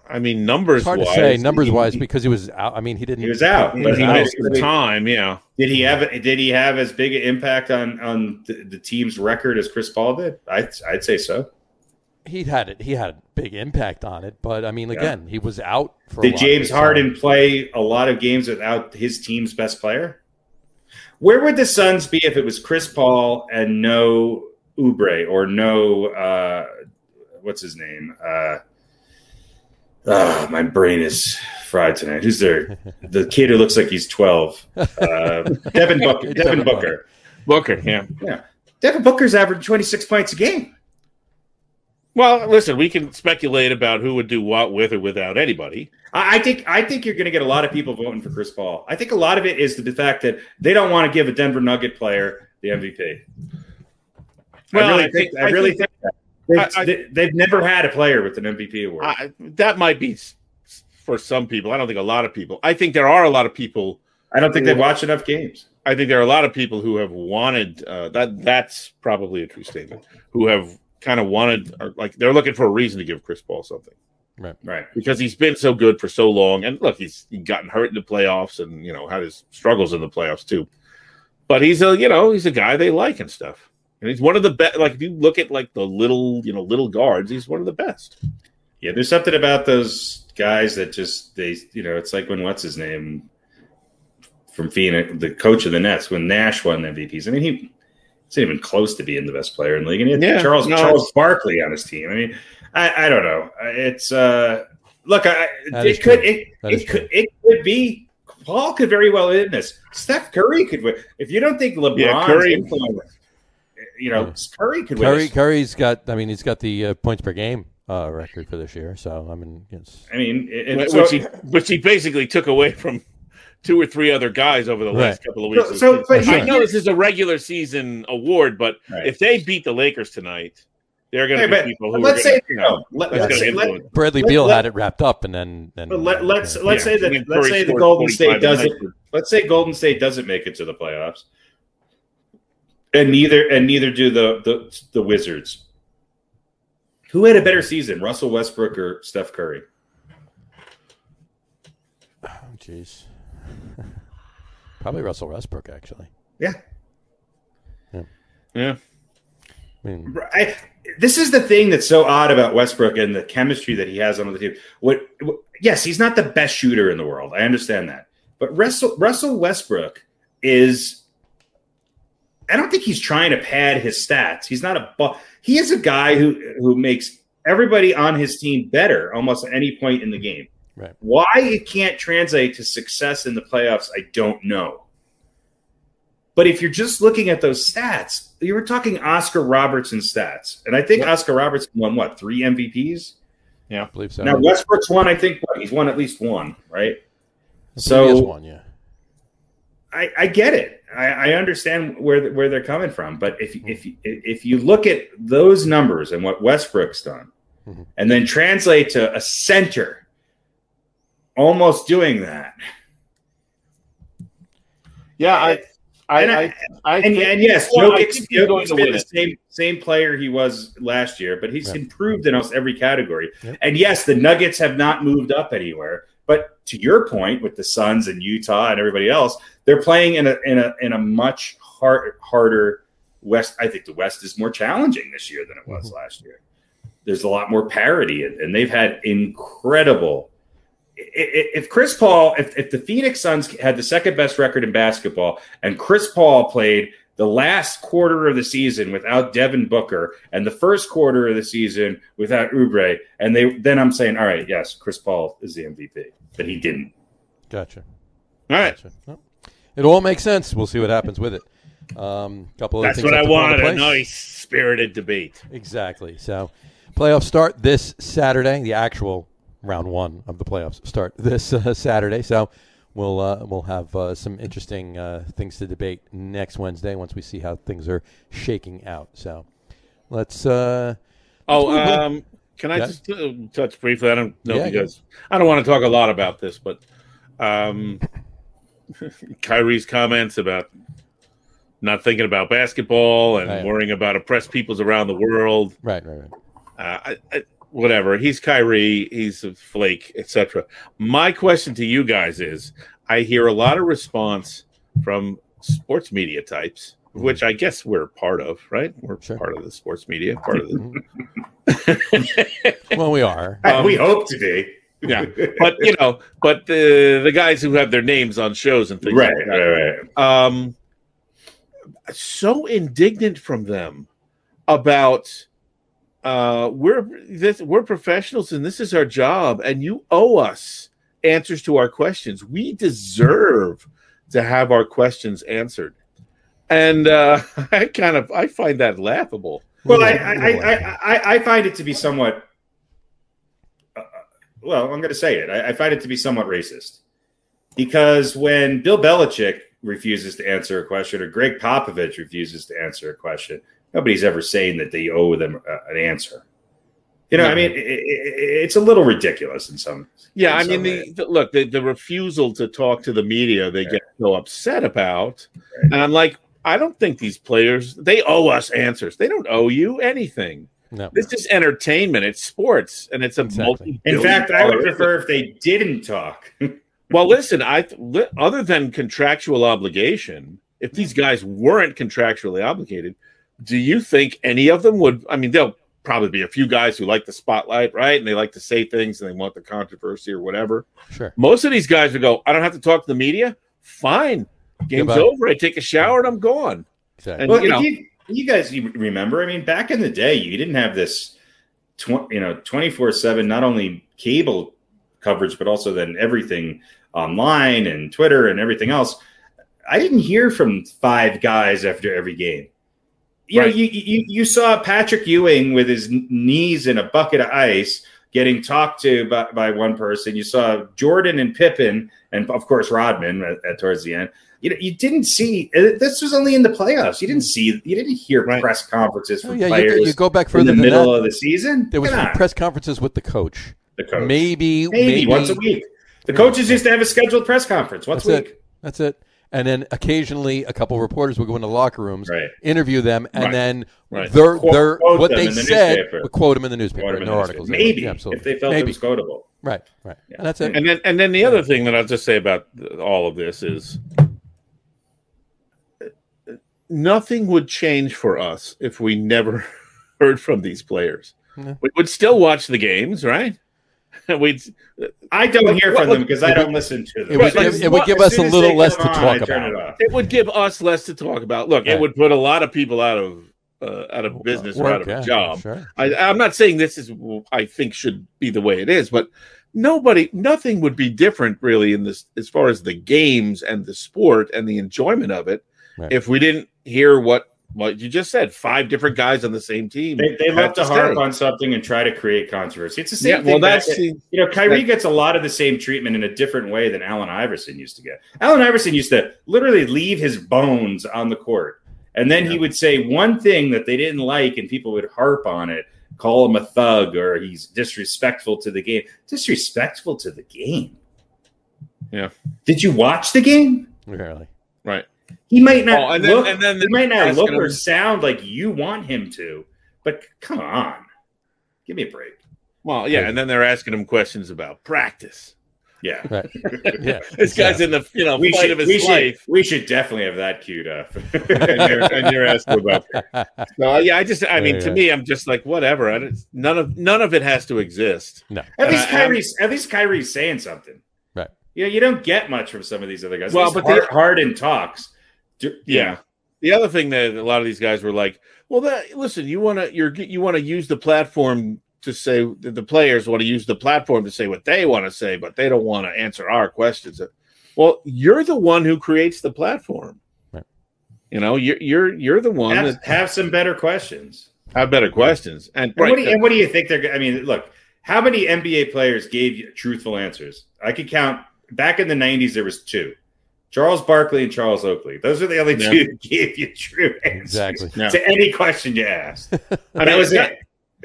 Speaker 2: I mean, numbers
Speaker 4: It's hard to
Speaker 2: wise,
Speaker 4: say numbers
Speaker 2: he-
Speaker 4: wise because he was out. I mean, he didn't.
Speaker 3: He was out.
Speaker 2: He,
Speaker 3: But
Speaker 2: he
Speaker 3: how-
Speaker 2: missed the time. Yeah,
Speaker 3: Did he have did he have as big an impact on on the, the team's record as Chris Paul did? I I'd say so.
Speaker 4: He had it. He had a big impact on it, but I mean,
Speaker 3: Yeah.
Speaker 4: again, he was out for. a
Speaker 3: Did
Speaker 4: lot of
Speaker 3: James
Speaker 4: this time.
Speaker 3: Harden play a lot of games without his team's best player? Where would the Suns be if it was Chris Paul and no Ubre or no uh, what's his name? Uh, ah, my brain is fried tonight. Who's there? The kid who looks like he's twelve. Uh, Devin Booker.
Speaker 4: Devin
Speaker 3: Devin
Speaker 4: Booker.
Speaker 3: Booker.
Speaker 2: Booker. Yeah.
Speaker 3: Devin Booker's averaging twenty six points a game.
Speaker 2: Well, listen, we can speculate about who would do what with or without anybody.
Speaker 3: I I think I think you're going to get a lot of people voting for Chris Paul. I think a lot of it is the fact that they don't want to give a Denver Nugget player the MVP.
Speaker 2: Well,
Speaker 3: I really
Speaker 2: I
Speaker 3: think,
Speaker 2: think-
Speaker 3: I
Speaker 2: I
Speaker 3: really
Speaker 2: think
Speaker 3: think, that.
Speaker 2: I- I-
Speaker 3: They've, they, have never had a player with an MVP award. I,
Speaker 2: I, that might be s- for some people. I don't think a lot of people. I think there are a lot of people.
Speaker 3: don't think they've watched enough games.
Speaker 2: I think there are a lot of people who have wanted uh, that. That's probably a true statement. Who have kind of wanted, or like they're looking for a reason to give Chris Paul something.
Speaker 3: Right.
Speaker 2: because he's been so good for so long. And look, he's he gotten hurt in the playoffs, and you know had his struggles in the playoffs too. But he's a you know he's a guy they like and stuff. And he's one of the best. Like if you look at like the little you know little guards, he's one of the best.
Speaker 3: Yeah. There's something about those guys that just they you know it's like when what's his name from Phoenix, the coach of the Nets, when Nash won MVPs. I mean he. It's even close to being the best player in the league, and he had
Speaker 2: Yeah,
Speaker 3: Charles
Speaker 2: no,
Speaker 3: Charles Barkley on his team. I mean, I, I don't know. It's uh, look, I,
Speaker 4: That is
Speaker 3: it could
Speaker 4: true.
Speaker 3: it,
Speaker 4: That is
Speaker 3: it could it could be Paul could very well win this. Steph Curry could win. If you don't think LeBron's
Speaker 2: Yeah, Curry-
Speaker 3: influence, you know,
Speaker 4: Yeah.
Speaker 3: Curry could win.
Speaker 4: Curry,
Speaker 3: this.
Speaker 4: Curry's got. I mean, he's got the uh, points per game uh, record for this year. So I mean, it's
Speaker 3: I mean, it, it-
Speaker 2: Which he
Speaker 3: so,
Speaker 2: which he basically took away from two or three other guys over the last
Speaker 4: Right.
Speaker 2: couple of
Speaker 3: so,
Speaker 2: weeks.
Speaker 3: so- but
Speaker 2: I
Speaker 3: he-
Speaker 2: know this is a regular season award, but
Speaker 3: Right.
Speaker 2: if they beat the Lakers tonight, they're going
Speaker 3: Hey,
Speaker 2: to be
Speaker 3: but
Speaker 2: people who. are
Speaker 3: let's
Speaker 2: gonna,
Speaker 3: say
Speaker 2: you
Speaker 3: you
Speaker 2: know,
Speaker 3: know, let,
Speaker 2: that's
Speaker 3: let's
Speaker 2: gonna
Speaker 3: say let,
Speaker 2: influence.
Speaker 4: Bradley
Speaker 3: Let-
Speaker 4: Beal
Speaker 3: let-
Speaker 4: had it wrapped up, and then then.
Speaker 3: but let, let's let's
Speaker 2: Yeah.
Speaker 3: say that
Speaker 2: And then
Speaker 3: let's
Speaker 2: Curry
Speaker 3: say the
Speaker 2: scored
Speaker 3: Golden
Speaker 2: 45
Speaker 3: State
Speaker 2: in the
Speaker 3: doesn't
Speaker 2: Lakers.
Speaker 3: let's say Golden State doesn't make it to the playoffs, and neither and neither do the the, the Wizards. Who had a better season, Russell Westbrook or Steph Curry?
Speaker 4: Oh, jeez. Probably Russell Westbrook, actually.
Speaker 3: Yeah,
Speaker 2: Yeah.
Speaker 4: I mean,
Speaker 3: I, this is the thing that's so odd about Westbrook and the chemistry that he has on the team. What, what- Yes, he's not the best shooter in the world. I understand that, but Russell Russell Westbrook is. I don't think he's trying to pad his stats. He's not a. bu- He is a guy who who makes everybody on his team better almost at any point in the game.
Speaker 4: Right.
Speaker 3: Why it can't translate to success in the playoffs, I don't know. But if you're just looking at those stats, you were talking Oscar Robertson stats. And I think Oscar Robertson won what, three MVPs?
Speaker 4: I believe so.
Speaker 3: Now Westbrook's won, I think what, he's won at least one, right?
Speaker 4: He is
Speaker 3: So
Speaker 4: one, yeah.
Speaker 3: I, I get it. I, I understand where th- where they're coming from, but if
Speaker 4: Mm-hmm.
Speaker 3: if if you look at those numbers and what Westbrook's done,
Speaker 4: Mhm.
Speaker 3: and then translate to a center almost doing that,
Speaker 2: Yeah, I I
Speaker 3: And
Speaker 2: I,
Speaker 3: I-
Speaker 2: I
Speaker 3: and,
Speaker 2: think-
Speaker 3: and yes,
Speaker 2: Well, I
Speaker 3: Jokic's,
Speaker 2: think he's going
Speaker 3: Jokic's
Speaker 2: to
Speaker 3: been
Speaker 2: win
Speaker 3: the
Speaker 2: it.
Speaker 3: same same player he was last year, but he's
Speaker 4: Yeah.
Speaker 3: improved in almost every category.
Speaker 4: Yep.
Speaker 3: And yes, the Nuggets have not moved up anywhere. But to your point, with the Suns and Utah and everybody else, they're playing in a in a in a much hard, harder West. I think the West is more challenging this year than it was
Speaker 4: Mm-hmm.
Speaker 3: last year. There's a lot more parity, and, and they've had incredible. i- i- If Chris Paul, if, if the Phoenix Suns had the second best record in basketball, and Chris Paul played the last quarter of the season without Devin Booker, and the first quarter of the season without Oubre, and they then I'm saying, all right, yes, Chris Paul is the MVP, but he didn't.
Speaker 4: Gotcha.
Speaker 2: all right.
Speaker 4: Gotcha. No. It all makes sense. We'll see what happens with it. Um, couple of
Speaker 2: That's what I
Speaker 4: want
Speaker 2: wanted.
Speaker 4: to
Speaker 2: A nice spirited debate.
Speaker 4: Exactly. So, playoffs start this Saturday. The actual round one of the playoffs start this uh, Saturday. So, we'll uh, we'll have uh, some interesting uh, things to debate next Wednesday once we see how things are shaking out. So, let's. Uh,
Speaker 2: Oh, um, can I
Speaker 4: Yeah.
Speaker 2: just uh, touch briefly? I don't know
Speaker 4: Yeah,
Speaker 2: if you guys. I don't want to talk a lot about this, but um, Kyrie's comments about not thinking about basketball and
Speaker 4: Right.
Speaker 2: worrying about oppressed peoples around the world.
Speaker 4: right, right, right.
Speaker 2: uh, I, I, whatever. He's Kyrie. He's a flake, etc. My question to you guys is: I hear a lot of response from sports media types, which I guess we're part of, right? We're
Speaker 4: Sure.
Speaker 2: part of the sports media, part of the
Speaker 4: Well, we are.
Speaker 2: Um,
Speaker 3: we hope to be.
Speaker 2: yeah. But you know, but the the guys who have their names on shows and things,
Speaker 3: right,
Speaker 2: like
Speaker 3: right,
Speaker 2: that.
Speaker 3: right.
Speaker 2: um so indignant from them about uh we're this we're professionals and this is our job and you owe us answers to our questions we deserve to have our questions answered and uh i kind of i find that laughable
Speaker 3: Well, I,
Speaker 4: Yeah,
Speaker 3: I, I, I, I find it to be somewhat. uh, Well, I'm going to say it. I, I find it to be somewhat racist because when Bill Belichick refuses to answer a question or Greg Popovich refuses to answer a question, nobody's ever saying that they owe them uh, an answer. You know, I mean, i i i- it's a little ridiculous in some.
Speaker 2: Yeah, I
Speaker 3: in
Speaker 2: mean,
Speaker 3: some
Speaker 2: the,
Speaker 3: way.
Speaker 2: the look, the, the refusal to talk to the media, they get so upset about. And I'm like, I don't think these players, they owe us answers. They don't owe you anything.
Speaker 4: No.
Speaker 2: This is entertainment, it's sports, and it's a
Speaker 4: Exactly.
Speaker 2: multi
Speaker 3: In fact, I would prefer if they didn't talk.
Speaker 2: Well, listen, I th- li- other than contractual obligation, if these guys weren't contractually obligated, do you think any of them would? I mean, there'll probably be a few guys who like the spotlight, right? And they like to say things and they want the controversy or whatever.
Speaker 4: Sure.
Speaker 2: Most of these guys would go, I don't have to talk to the media. Fine. Game's
Speaker 4: Goodbye.
Speaker 2: over. I take a shower and I'm gone.
Speaker 4: Exactly.
Speaker 2: And
Speaker 3: Well,
Speaker 2: you know,
Speaker 3: if you, you guys you remember? I mean, back in the day, you didn't have this, tw- you know, twenty four seven not only cable coverage but also then everything online and Twitter and everything else. I didn't hear from five guys after every game. You
Speaker 2: Right.
Speaker 3: know, you, you you saw Patrick Ewing with his kn- knees in a bucket of ice getting talked to by, by one person. You saw Jordan and Pippen, and of course Rodman at, at towards the end. You know, you didn't see uh, this was only in the playoffs. You didn't see, you didn't hear
Speaker 2: Right.
Speaker 3: press conferences
Speaker 4: Oh,
Speaker 3: from
Speaker 4: yeah, you,
Speaker 3: players
Speaker 4: go- you go back
Speaker 3: in
Speaker 4: further
Speaker 3: the
Speaker 4: than
Speaker 3: middle
Speaker 4: that.
Speaker 3: of the season.
Speaker 4: There was
Speaker 3: Come on,
Speaker 4: press conferences with the coach.
Speaker 3: the coach.
Speaker 4: Maybe,
Speaker 3: maybe, once a week. The coaches used to have a scheduled press conference once a
Speaker 4: That's
Speaker 3: week.
Speaker 4: That's it. and then occasionally a couple reporters will go into locker rooms,
Speaker 3: Right.
Speaker 4: interview them, and
Speaker 2: Right.
Speaker 4: then
Speaker 2: Right.
Speaker 4: their
Speaker 3: Quote-
Speaker 4: their
Speaker 3: quote
Speaker 4: what
Speaker 3: them
Speaker 4: they
Speaker 3: in the
Speaker 4: said
Speaker 3: newspaper.
Speaker 4: but quote them in the newspaper,
Speaker 3: Whatever
Speaker 4: no
Speaker 3: it is.
Speaker 4: articles,
Speaker 3: Maybe
Speaker 4: Yeah, absolutely,
Speaker 3: if they felt
Speaker 4: maybe
Speaker 3: it was quotable.
Speaker 4: right, right, and that's it.
Speaker 2: And then and then the other thing that I'll just say about th- all of this is nothing would change for us if we never heard from these players.
Speaker 4: No.
Speaker 2: We would still watch the games, right? And we'd
Speaker 3: I don't hear from them because I
Speaker 4: It
Speaker 3: don't listen to
Speaker 4: It
Speaker 3: them.
Speaker 4: would,
Speaker 2: Right.
Speaker 4: give, it would give
Speaker 3: As
Speaker 4: us a
Speaker 3: soon as
Speaker 4: little
Speaker 3: they
Speaker 4: less to
Speaker 3: come on,
Speaker 4: talk
Speaker 3: I turn it
Speaker 4: about.
Speaker 3: off.
Speaker 2: it would give us less to talk about. Look,
Speaker 4: Right.
Speaker 2: it would put a lot of people out of uh, out of business or out of
Speaker 4: Work, yeah,
Speaker 2: a job.
Speaker 4: Sure.
Speaker 2: I, I'm not saying this is I think should be the way it is, but nobody, nothing would be different really in this as far as the games and the sport and the enjoyment of it
Speaker 4: Right.
Speaker 2: if we didn't hear what what you just said. Five different guys on the same team.
Speaker 3: They, they
Speaker 2: had
Speaker 3: love to harp
Speaker 2: say.
Speaker 3: on something and try to create controversy. It's the same
Speaker 2: Yeah,
Speaker 3: thing.
Speaker 2: well,
Speaker 3: back
Speaker 2: that's
Speaker 3: at-
Speaker 2: the,
Speaker 3: You know, Kyrie gets a lot of the same treatment in a different way than Allen Iverson used to get. Allen Iverson used to literally leave his bones on the court. And then he would say one thing that they didn't like, and people would harp on it, call him a thug or he's disrespectful to the game. Disrespectful to the game.
Speaker 2: Yeah.
Speaker 3: Did you watch the game?
Speaker 4: Really.
Speaker 2: right.
Speaker 3: He might not
Speaker 2: Oh, and then
Speaker 3: look,
Speaker 2: and then
Speaker 3: he might not
Speaker 2: asking
Speaker 3: look or
Speaker 2: him-
Speaker 3: sound like you want him to, but come on. Give me a break.
Speaker 2: well, yeah, and then they're asking him questions about practice.
Speaker 3: Yeah.
Speaker 4: Right. Yeah.
Speaker 2: This guy's in the you know
Speaker 3: we
Speaker 2: fight
Speaker 3: should,
Speaker 2: of his
Speaker 3: we
Speaker 2: life.
Speaker 3: Should, we should definitely have that queued up.
Speaker 2: and, you're, and you're asking about
Speaker 4: yeah.
Speaker 2: no, yeah. I just, I mean,
Speaker 4: Yeah,
Speaker 2: to
Speaker 4: yeah.
Speaker 2: me, I'm just like, whatever. I don't, none of, none of it has to exist.
Speaker 4: no.
Speaker 3: at least
Speaker 2: And I-
Speaker 3: Kyrie's at least Kyrie's saying something.
Speaker 4: Right.
Speaker 3: You know, you don't get much from some of these other guys.
Speaker 2: Well,
Speaker 3: Well, but
Speaker 2: but they-
Speaker 3: hard, Harden talks. Do-
Speaker 2: Yeah. The other thing that a lot of these guys were like, well, that listen, you want to you're you want to use the platform to say the the players want to use the platform to say what they want to say, but they don't want to answer our questions. Uh, Well, you're the one who creates the platform.
Speaker 4: Right.
Speaker 2: You know, you're you're you're the one
Speaker 3: Have,
Speaker 2: that
Speaker 3: have some better questions.
Speaker 2: have better questions. And,
Speaker 3: And, what do
Speaker 2: right,
Speaker 3: you, and what do you think they're? go- I mean, look, how many NBA players gave you truthful answers? I could count. Back in the '90s, there was two: Charles Barkley and Charles Oakley. Those are the only
Speaker 2: Yeah.
Speaker 3: two that gave you true answers
Speaker 4: Exactly.
Speaker 2: Yeah.
Speaker 3: to any question you asked.
Speaker 2: I mean,
Speaker 3: that was
Speaker 2: not,
Speaker 3: it.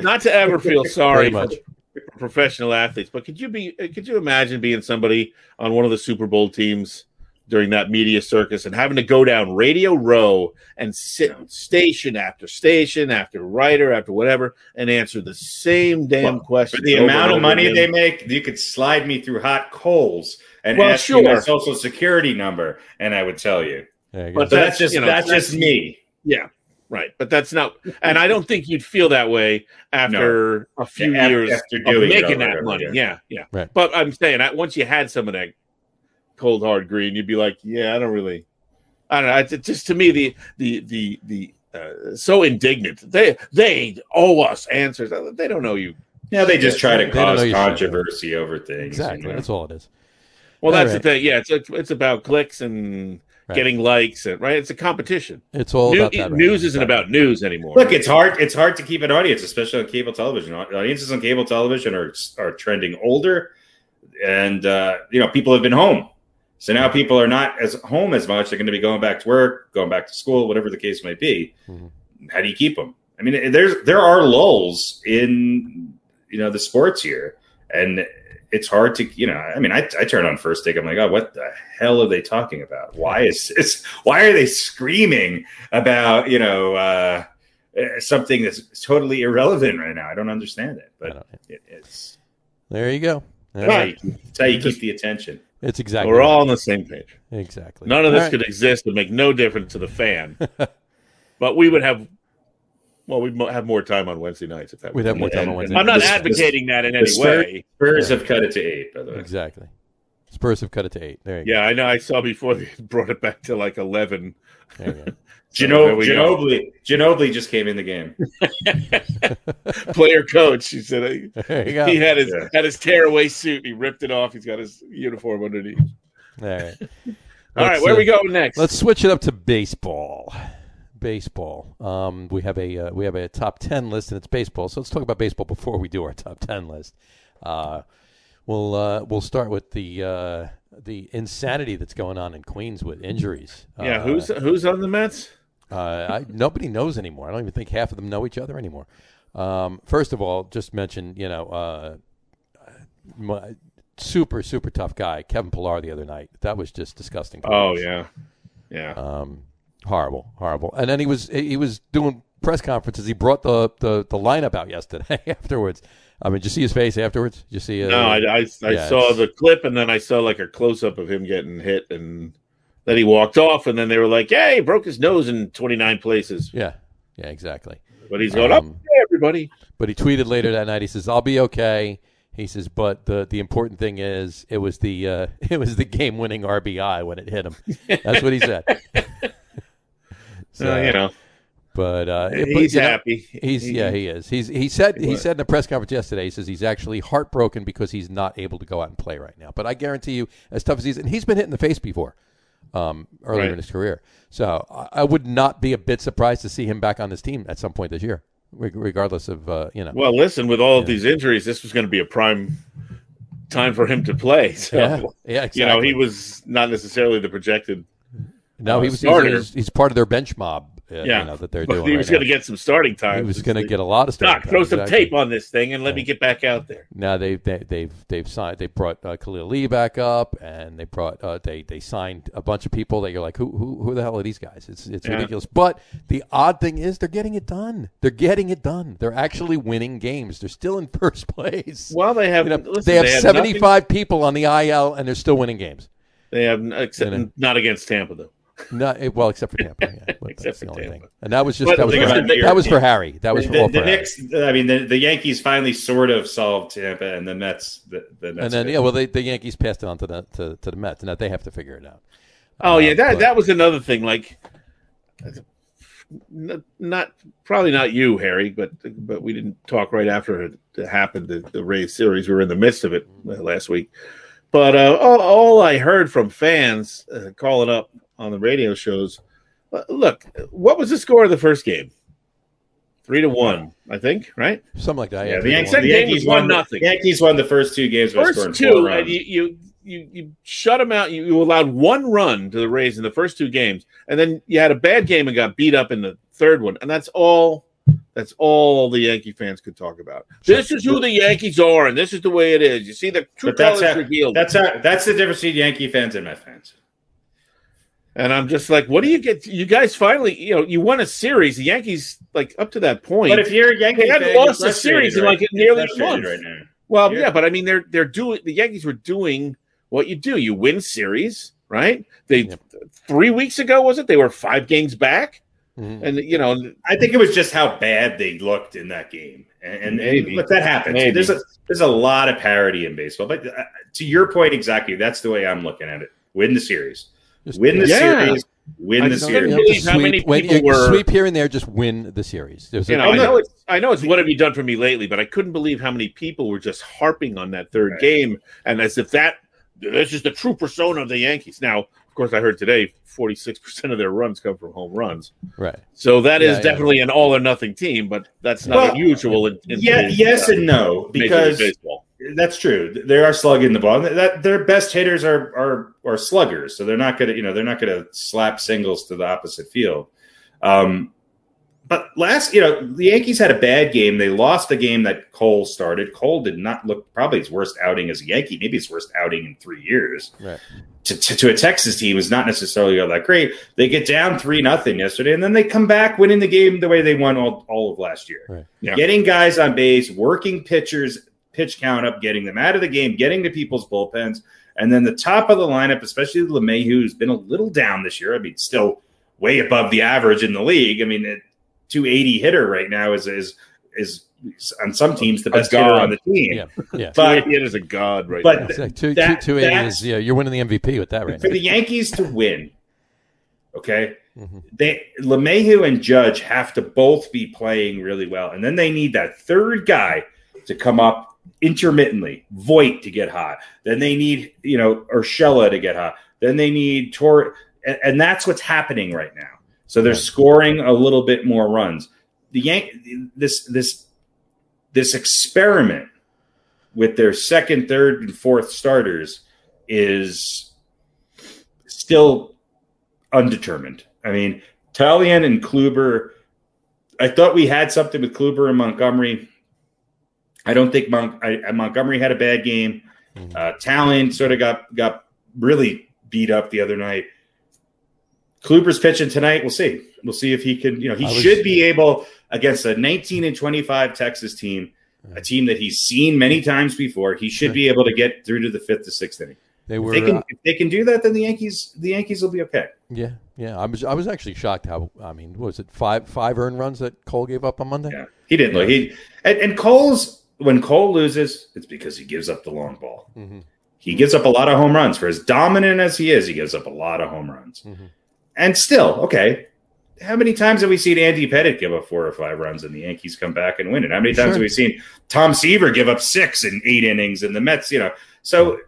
Speaker 2: not to ever feel sorry
Speaker 4: Very
Speaker 2: for
Speaker 4: much.
Speaker 2: professional athletes, but could you be uh, could you imagine being somebody on one of the Super Bowl teams during that media circus and having to go down Radio Row and sit station after station after writer after whatever and answer the same damn
Speaker 3: Well,
Speaker 2: question
Speaker 3: For the
Speaker 2: over and
Speaker 3: amount of
Speaker 2: over
Speaker 3: money
Speaker 2: again?
Speaker 3: they make, you could slide me through hot coals and
Speaker 2: Well,
Speaker 3: ask me my
Speaker 2: sure.
Speaker 3: social security number, and I would tell you.
Speaker 4: There you go.
Speaker 2: But
Speaker 3: So
Speaker 2: That's,
Speaker 3: that's, just
Speaker 2: you know,
Speaker 3: that's,
Speaker 2: that's-
Speaker 3: just me.
Speaker 2: yeah right but that's not and I don't think you'd feel that way after a few
Speaker 3: Yeah, af-
Speaker 2: years
Speaker 3: after
Speaker 2: of
Speaker 3: doing it
Speaker 2: making
Speaker 3: over and
Speaker 2: that
Speaker 3: over
Speaker 2: money
Speaker 3: again.
Speaker 2: yeah yeah
Speaker 4: Right.
Speaker 2: but I'm saying I, once you had some of that cold hard green you'd be like yeah I don't really I don't know. It's- It's just to me the the the the uh, so indignant. They they owe us answers. They don't know you.
Speaker 3: Now they just try
Speaker 4: They
Speaker 3: to
Speaker 4: don't know
Speaker 3: cause
Speaker 4: you should.
Speaker 3: controversy over things.
Speaker 4: exactly.
Speaker 3: you know.
Speaker 4: That's all it is.
Speaker 2: Well, that's
Speaker 4: Alright.
Speaker 2: the thing. Yeah, it's it's, it's about clicks and
Speaker 4: Right.
Speaker 2: getting likes and right. It's a competition.
Speaker 4: It's all
Speaker 2: New-
Speaker 3: e,
Speaker 4: about that. right
Speaker 2: news
Speaker 4: now.
Speaker 2: isn't about news anymore.
Speaker 3: Look, it's hard. It's hard to keep an audience, especially on cable television. Audiences on cable television are are trending older, and uh, you know people have been home, so now people are not as home as much. They're going to be going back to work, going back to school, whatever the case may be.
Speaker 4: Mhm.
Speaker 3: How do you keep them? I mean, there's there are lulls in you know the sports here, and it's hard to you know. I mean, I, I turn on first take. I'm like, oh, what the hell are they talking about? Why is this? Why are they screaming about you know? Uh, uh, something that's totally irrelevant right now. I don't understand it,
Speaker 4: I
Speaker 3: but
Speaker 4: don't know.
Speaker 3: it, it's
Speaker 4: There you go. All
Speaker 3: that's how
Speaker 4: right.
Speaker 3: you, it's how you keep the attention.
Speaker 4: It's exactly.
Speaker 2: We're all on the same page.
Speaker 4: exactly.
Speaker 2: None of
Speaker 4: All
Speaker 2: this
Speaker 4: right.
Speaker 2: could exist and make no difference to the fan. but we would have, well, we'd mo- have more time on Wednesday nights if that.
Speaker 4: We'd
Speaker 2: were-
Speaker 4: have more time on
Speaker 3: And-
Speaker 4: Wednesday.
Speaker 2: I'm not
Speaker 3: This-
Speaker 2: advocating that in any
Speaker 3: this
Speaker 2: way.
Speaker 3: Spurs have cut it to eight, by the way.
Speaker 4: Exactly. Spurs have cut it to eight. There you
Speaker 2: Yeah, I know. I saw before they brought it back to like 11.
Speaker 4: go. There you go.
Speaker 2: There
Speaker 3: Gino-
Speaker 2: we go.
Speaker 3: Ginobili, Ginobili just came in the game.
Speaker 2: Player coach, he said uh,
Speaker 4: There you go.
Speaker 2: he had his
Speaker 3: Yeah.
Speaker 2: had his tearaway suit. He ripped it off. He's got his uniform underneath.
Speaker 4: All right.
Speaker 2: All right,
Speaker 4: Let's,
Speaker 2: where
Speaker 4: uh,
Speaker 2: we going next?
Speaker 4: Let's switch it up to baseball. Baseball. Um, we have a uh, we have a top ten list, and it's baseball. So let's talk about baseball before we do our top ten list. Uh, we'll uh, we'll start with the uh, the insanity that's going on in Queens with injuries.
Speaker 2: yeah,
Speaker 4: Uh,
Speaker 2: who's who's on the Mets?
Speaker 4: uh, I, nobody knows anymore. I don't even think half of them know each other anymore. Um, first of all, just mention you know, uh, my, super super tough guy Kevin Pillar the other night. That was just disgusting. to
Speaker 2: Oh
Speaker 4: watch.
Speaker 2: yeah, Yeah.
Speaker 4: Um, horrible, horrible. And then he was he was doing press conferences. He brought the the, the lineup out yesterday afterwards. I mean, did you see his face afterwards? Did you see? Uh,
Speaker 2: no, I, I, I
Speaker 4: yeah,
Speaker 2: saw
Speaker 4: it's-
Speaker 2: the clip and then I saw like a close up of him getting hit and then he walked off and then they were like, "Yeah, he broke his nose in 29 places,"
Speaker 4: Yeah, yeah, exactly.
Speaker 2: but he's going up.
Speaker 4: Um,
Speaker 2: Yeah, everybody.
Speaker 4: But he tweeted later that night. He says, "I'll be okay." He says, "But the the important thing is it was the uh, it was the game winning RBI when it hit him." That's what he said. so
Speaker 2: Uh, you know,
Speaker 4: but uh, it- but,
Speaker 2: he's
Speaker 4: you know,
Speaker 2: happy.
Speaker 4: He's
Speaker 2: He-
Speaker 4: yeah, he is. He's he said he
Speaker 2: was.
Speaker 4: said in a press conference yesterday. He says he's actually heartbroken because he's not able to go out and play right now. But I guarantee you, as tough as he's and he's been hit in the face before, um, earlier
Speaker 2: Right.
Speaker 4: in his career. So I, I would not be a bit surprised to see him back on this team at some point this year, re- regardless of uh, you know.
Speaker 2: Well, listen, with all of these injuries, this was going to be a prime time for him to play. So,
Speaker 4: yeah, yeah, exactly.
Speaker 2: you know, he was not necessarily the projected.
Speaker 4: no, he
Speaker 2: uh,
Speaker 4: was,
Speaker 2: starter.
Speaker 4: he was- he's part of their bench mob. Uh,
Speaker 2: Yeah.
Speaker 4: you know, that they're
Speaker 2: But
Speaker 4: doing.
Speaker 2: he
Speaker 4: right
Speaker 2: was
Speaker 4: now.
Speaker 2: going to get some starting time.
Speaker 4: He was going to get a lot of stuff.
Speaker 2: Doc, throw some tape on this thing and let me get back out there.
Speaker 4: Now they, they they've they've signed. They brought uh, Khalil Lee back up, and they brought uh, they they signed a bunch of people that you're like, who who, who the hell are these guys? It's it's
Speaker 2: Yeah.
Speaker 4: ridiculous. But the odd thing is, they're getting it done. They're getting it done. They're actually winning games. They're still in first place.
Speaker 2: Well, they have
Speaker 4: You know,
Speaker 2: listen,
Speaker 4: they have
Speaker 2: they have nothing-
Speaker 4: 75 people on the IL, and they're still winning games.
Speaker 2: They have except,
Speaker 4: You know.
Speaker 2: not against Tampa though.
Speaker 4: Not, eh, well, except for Tampa. Yeah, But
Speaker 2: Except
Speaker 4: that's the
Speaker 2: for
Speaker 4: only
Speaker 2: Tampa.
Speaker 4: thing. And that was just
Speaker 2: But
Speaker 4: that was,
Speaker 2: think
Speaker 4: for,
Speaker 2: about it,
Speaker 4: that was for Harry. That was
Speaker 3: the,
Speaker 4: for all
Speaker 3: the,
Speaker 4: for
Speaker 3: the
Speaker 4: Harry.
Speaker 3: Knicks. I mean, the, the Yankees finally sort of solved Tampa, and the Mets. The, the Mets
Speaker 4: and then
Speaker 3: did.
Speaker 4: yeah, well, they, the Yankees passed it on to the to, to the Mets, and now they have to figure it out. Uh,
Speaker 2: Oh yeah, that
Speaker 4: but-
Speaker 2: that was another thing. Like, n- not probably not you, Harry, but but we didn't talk right after it happened. The, the Rays series, we were in the midst of it uh, last week. But uh, all, all I heard from fans uh, calling up on the radio shows, uh, look, what was the score of the first game? Three to one, I think. Right?
Speaker 4: Something like that.
Speaker 3: Yeah, the
Speaker 4: three to
Speaker 3: Yankees,
Speaker 4: one.
Speaker 2: Second
Speaker 3: the
Speaker 2: game was
Speaker 3: Yankees won. The,
Speaker 2: one-nothing.
Speaker 3: Yankees won the first two games by scoring
Speaker 2: first
Speaker 3: four
Speaker 2: two,
Speaker 3: runs.
Speaker 2: and you, you you you shut them out. You, you allowed one run to the Rays in the first two games, and then you had a bad game and got beat up in the third one. And that's all. That's all the Yankee fans could talk about. This is who the Yankees are, and this is the way it is. You see the true
Speaker 3: but that's
Speaker 2: colors
Speaker 3: how,
Speaker 2: revealed.
Speaker 3: that's how, that's the difference between Yankee fans and Met fans.
Speaker 2: and I'm just like, what do you get? You guys finally, you know, you won a series. The Yankees, like up to that point,
Speaker 3: But if you're a Yankee
Speaker 2: They
Speaker 3: fan,
Speaker 2: hadn't
Speaker 3: you're
Speaker 2: lost a series
Speaker 3: frustrated,
Speaker 2: in,
Speaker 3: right?
Speaker 2: like, a
Speaker 3: You're
Speaker 2: nearly
Speaker 3: frustrated
Speaker 2: month.
Speaker 3: right now.
Speaker 2: Well,
Speaker 3: Yeah.
Speaker 2: yeah. but I mean, they're they're doing the Yankees were doing what you do. You win series, right? They
Speaker 4: Yep.
Speaker 2: three weeks ago was it? They were five games back,
Speaker 3: Mm-hmm.
Speaker 4: Mhm.
Speaker 2: and you know,
Speaker 3: I think it was just how bad they looked in that game, and, and,
Speaker 2: Maybe.
Speaker 3: and look, that happens.
Speaker 2: Maybe.
Speaker 3: There's a there's a lot of parity in baseball, but uh, to your point exactly, that's the way I'm looking at it. Win the series,
Speaker 4: Just-
Speaker 3: win the
Speaker 2: Yeah.
Speaker 3: series, win
Speaker 2: I
Speaker 3: the
Speaker 2: just
Speaker 4: You
Speaker 3: series.
Speaker 4: know,
Speaker 2: Can't
Speaker 4: just
Speaker 2: believe how many
Speaker 4: sweep, when
Speaker 2: people
Speaker 4: you
Speaker 2: were-
Speaker 4: sweep here and there, just win the series. There's
Speaker 2: you
Speaker 4: a-
Speaker 2: know, I
Speaker 3: no.
Speaker 2: know it's I know it's what have you done for me lately, but I couldn't believe how many people were just harping on that third
Speaker 3: Right.
Speaker 2: game, and as if that this is the true persona of the Yankees. Now, of course, I heard today forty six percent of their runs come from home runs,
Speaker 4: right.
Speaker 2: so that
Speaker 4: Yeah,
Speaker 2: is
Speaker 4: yeah.
Speaker 2: definitely an all or nothing team, but that's not
Speaker 3: Well,
Speaker 2: unusual. In, in
Speaker 3: Yeah,
Speaker 2: today's,
Speaker 3: yes
Speaker 2: uh,
Speaker 3: and no,
Speaker 2: Major League
Speaker 3: because
Speaker 2: baseball.
Speaker 3: That's true. They are slugging the ball. That their best hitters are are are sluggers, so they're not gonna you know they're not gonna slap singles to the opposite field. Um, but last you know the Yankees had a bad game. They lost the game that Cole started. Cole did not look probably his worst outing as a Yankee, maybe his worst outing in three years.
Speaker 4: Right.
Speaker 3: To, to, to a Texas team is not necessarily all that great. They get down three nothing yesterday, and then they come back winning the game the way they won all, all of last year.
Speaker 4: Right.
Speaker 2: Yeah.
Speaker 3: Getting guys on base, working pitchers, pitch count up, getting them out of the game, getting to people's bullpens, and then the top of the lineup, especially LeMahieu, who's been a little down this year. I mean, still way above the average in the league. I mean, a 280 hitter right now is is is on some teams the
Speaker 2: A
Speaker 3: best hitter
Speaker 2: god.
Speaker 3: on the team.
Speaker 4: Yeah. Yeah.
Speaker 3: But
Speaker 2: it is a god right
Speaker 3: but
Speaker 2: now.
Speaker 4: It's like two,
Speaker 3: that-
Speaker 4: two, two eighty
Speaker 3: that's-
Speaker 4: is yeah. You're winning the MVP with that right
Speaker 3: for
Speaker 4: now.
Speaker 3: the Yankees to win, okay,
Speaker 4: Mhm.
Speaker 3: they LeMahieu and Judge have to both be playing really well, and then they need that third guy to come up intermittently, Voit to get hot. Then they need you know Urshela to get hot. Then they need Tor, and, and that's what's happening right now. So they're scoring a little bit more runs. The Yan- this this this experiment with their second, third, and fourth starters is still undetermined. I mean, Talian and Kluber. I thought we had something with Kluber and Montgomery. I don't think Mon- I, I- Montgomery had a bad game.
Speaker 4: Mhm.
Speaker 3: Uh, Talion sort of got got really beat up the other night. Kluber's pitching tonight. We'll see. We'll see if he can. You know, he
Speaker 4: I was-
Speaker 3: should be able against a 19 and 25 Texas team, a team that he's seen many times before. He should be able to get through to the fifth to sixth inning.
Speaker 4: They
Speaker 3: If
Speaker 4: were
Speaker 3: they can,
Speaker 4: uh,
Speaker 3: if they can do that, then the Yankees, the Yankees will be okay.
Speaker 4: yeah, yeah. I was I was actually shocked how I mean, what was it five five earned runs that Cole gave up on Monday?
Speaker 3: Yeah, he didn't look. He and, and Cole's when Cole loses, it's because he gives up the long ball.
Speaker 4: Mhm.
Speaker 3: He gives up a lot of home runs. For as dominant as he is, he gives up a lot of home runs.
Speaker 4: Mhm.
Speaker 3: And still, okay. How many times have we seen Andy Pettit give up four or five runs and the Yankees come back and win it? How many times
Speaker 4: Sure.
Speaker 3: have we seen Tom Seaver give up six in eight innings and the Mets, you know? So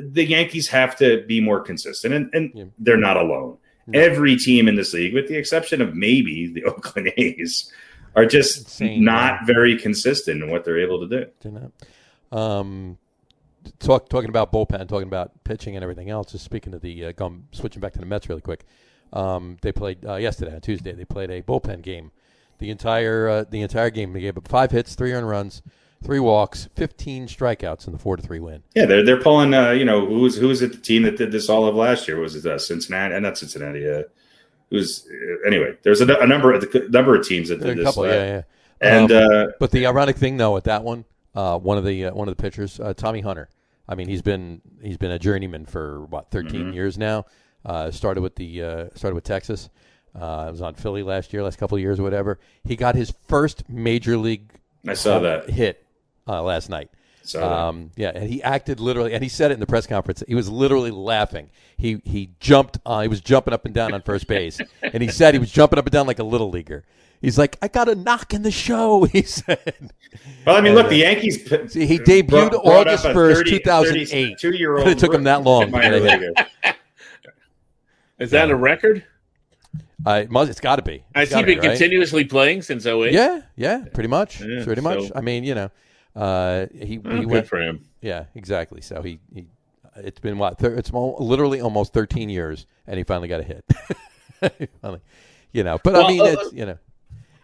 Speaker 3: the Yankees have to be more consistent and, and
Speaker 4: Yeah.
Speaker 3: they're not alone.
Speaker 4: No.
Speaker 3: Every team in this league, with the exception of maybe the Oakland A's, are just
Speaker 4: Insane,
Speaker 3: not very consistent in what they're able to do.
Speaker 4: Did not. Um, talk talking about bullpen, talking about pitching and everything else. Just speaking of the uh, going, switching back to the Mets really quick. Um, they played uh, yesterday on Tuesday. They played a bullpen game. The entire uh, the entire game they gave up five hits, three earned runs, three walks, fifteen strikeouts in the four to three win.
Speaker 3: Yeah, they're they're pulling. Uh, you know, who was who was it? The team that did this all of last year was it uh, Cincinnati? Uh, not Cincinnati. Uh, it was uh, anyway. There's a, a number of the number of teams that
Speaker 4: There
Speaker 3: did
Speaker 4: are a
Speaker 3: this.
Speaker 4: couple,
Speaker 3: uh,
Speaker 4: yeah, yeah.
Speaker 3: And
Speaker 4: Um,
Speaker 3: uh,
Speaker 4: but the ironic thing though, at that one, uh, one of the uh, one of the pitchers, uh, Tommy Hunter. I mean, he's been he's been a journeyman for what 13
Speaker 3: Mm-hmm.
Speaker 4: years now. Uh, started with the uh, started with Texas. Uh, was on Philly last year, last couple of years, or whatever. He got his first major league
Speaker 3: I saw
Speaker 4: uh,
Speaker 3: that.
Speaker 4: hit uh, last night.
Speaker 3: Saw that.
Speaker 4: Um, yeah, and he acted literally, and he said it in the press conference. He was literally laughing. He he jumped. Uh, he was jumping up and down on first base, and he said he was jumping up and down like a little leaguer. He's like, I got a knock in the show. He said.
Speaker 3: well, I mean,
Speaker 4: and,
Speaker 3: look,
Speaker 4: uh,
Speaker 3: the Yankees. p-
Speaker 4: See, he debuild
Speaker 3: brought- brought
Speaker 4: August
Speaker 3: up a
Speaker 4: 1st,
Speaker 3: 30
Speaker 4: 2008.
Speaker 3: 32-year-old
Speaker 4: It took him that long.
Speaker 3: minor leaguer.
Speaker 5: Is that a record?
Speaker 4: Uh, it must, it's got to be.
Speaker 5: Has
Speaker 4: It's
Speaker 5: he
Speaker 4: gotta be,
Speaker 5: been
Speaker 4: right?
Speaker 5: continuously playing since 08?
Speaker 4: Yeah, yeah, pretty much,
Speaker 2: Yeah,
Speaker 4: pretty much.
Speaker 2: so-
Speaker 4: I mean, you know, uh, he
Speaker 2: Oh,
Speaker 4: he
Speaker 2: good
Speaker 4: went.
Speaker 2: for him.
Speaker 4: Yeah, exactly. So he, he it's been what? Thir- it's mo- literally almost 13 years, and he finally got a hit. He finally, you know, but I
Speaker 5: Well,
Speaker 4: mean,
Speaker 5: uh,
Speaker 4: it's you know,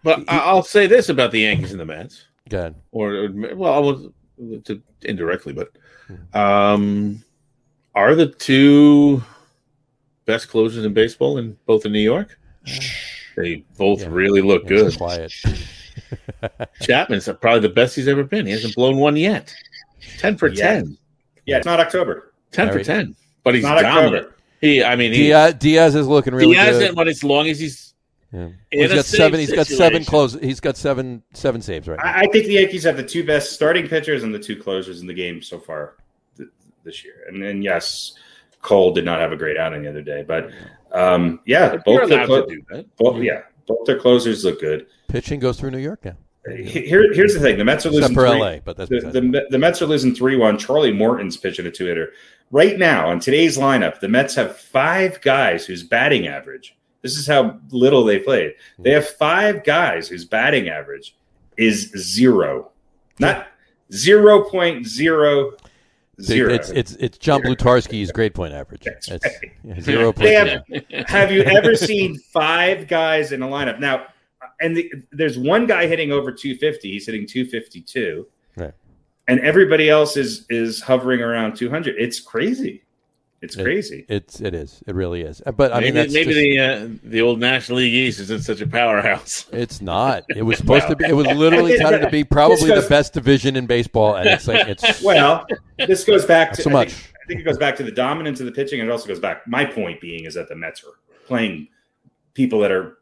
Speaker 2: But I- I'll say this about the Yankees and the Mets,
Speaker 4: go ahead.
Speaker 2: or well, I will to, indirectly, but
Speaker 4: Hmm.
Speaker 2: um, are the two best closers in baseball in both in New York? They both
Speaker 4: Yeah.
Speaker 2: really look
Speaker 4: Yeah,
Speaker 2: good.
Speaker 4: Quiet.
Speaker 2: Chapman's probably the best he's ever been. He hasn't blown one yet. Ten for
Speaker 3: Yeah.
Speaker 2: ten.
Speaker 3: Yeah, it's not October.
Speaker 2: Ten
Speaker 4: Very-
Speaker 2: for ten. But he's
Speaker 3: It's not
Speaker 2: dominant.
Speaker 3: October.
Speaker 2: He, I mean, he,
Speaker 4: Diaz, Diaz is looking really
Speaker 5: Diaz
Speaker 4: good.
Speaker 5: hasn't won as long as he's
Speaker 4: Yeah.
Speaker 5: in
Speaker 4: Well, he's
Speaker 5: a
Speaker 4: got
Speaker 5: save
Speaker 4: seven. He's got
Speaker 5: situation.
Speaker 4: seven close. He's got seven seven saves right now.
Speaker 3: I, I think the Yankees have the two best starting pitchers and the two closers in the game so far th- this year. And, and yes, Cole did not have a great outing the other day, but um, yeah,
Speaker 5: But You're
Speaker 3: both their
Speaker 5: allowed
Speaker 3: clo-
Speaker 5: to do that.
Speaker 3: both, yeah, both their closers look good.
Speaker 4: Pitching goes through New York now,
Speaker 3: Here, here's the thing: the Mets are
Speaker 4: except
Speaker 3: losing
Speaker 4: for
Speaker 3: three-
Speaker 4: LA. But that's
Speaker 3: the,
Speaker 4: besides-
Speaker 3: the, the Mets are losing 3 1. Charlie Morton's pitching a two hitter. Right now, on today's lineup, the Mets have five guys whose batting average, this is how little they played. They
Speaker 4: Hmm.
Speaker 3: have five guys whose batting average is zero, not 0.00.
Speaker 4: It's it's it's John Blutarski's grade point average.
Speaker 3: That's
Speaker 4: It's
Speaker 3: right.
Speaker 4: yeah, zero
Speaker 3: They
Speaker 4: point.
Speaker 3: have- have you ever seen five guys in a lineup? Now, and the, there's one guy hitting over 250. He's hitting 252.
Speaker 4: Right.
Speaker 3: And everybody else is is hovering around 200. It's crazy. It's
Speaker 4: It-
Speaker 3: crazy.
Speaker 4: It's it is. It really is. But I mean,
Speaker 5: maybe
Speaker 4: that's
Speaker 5: maybe
Speaker 4: just-
Speaker 5: the uh, the old National League East isn't such a powerhouse.
Speaker 4: it's not. It was supposed to be. It was literally touted to be probably the
Speaker 3: goes-
Speaker 4: best division in baseball, and it's like it's
Speaker 3: Well, this goes back
Speaker 4: not
Speaker 3: to
Speaker 4: so
Speaker 3: I
Speaker 4: much.
Speaker 3: Think, I think it goes back to the dominance of the pitching, and it also goes back. My point being is that the Mets are playing people that are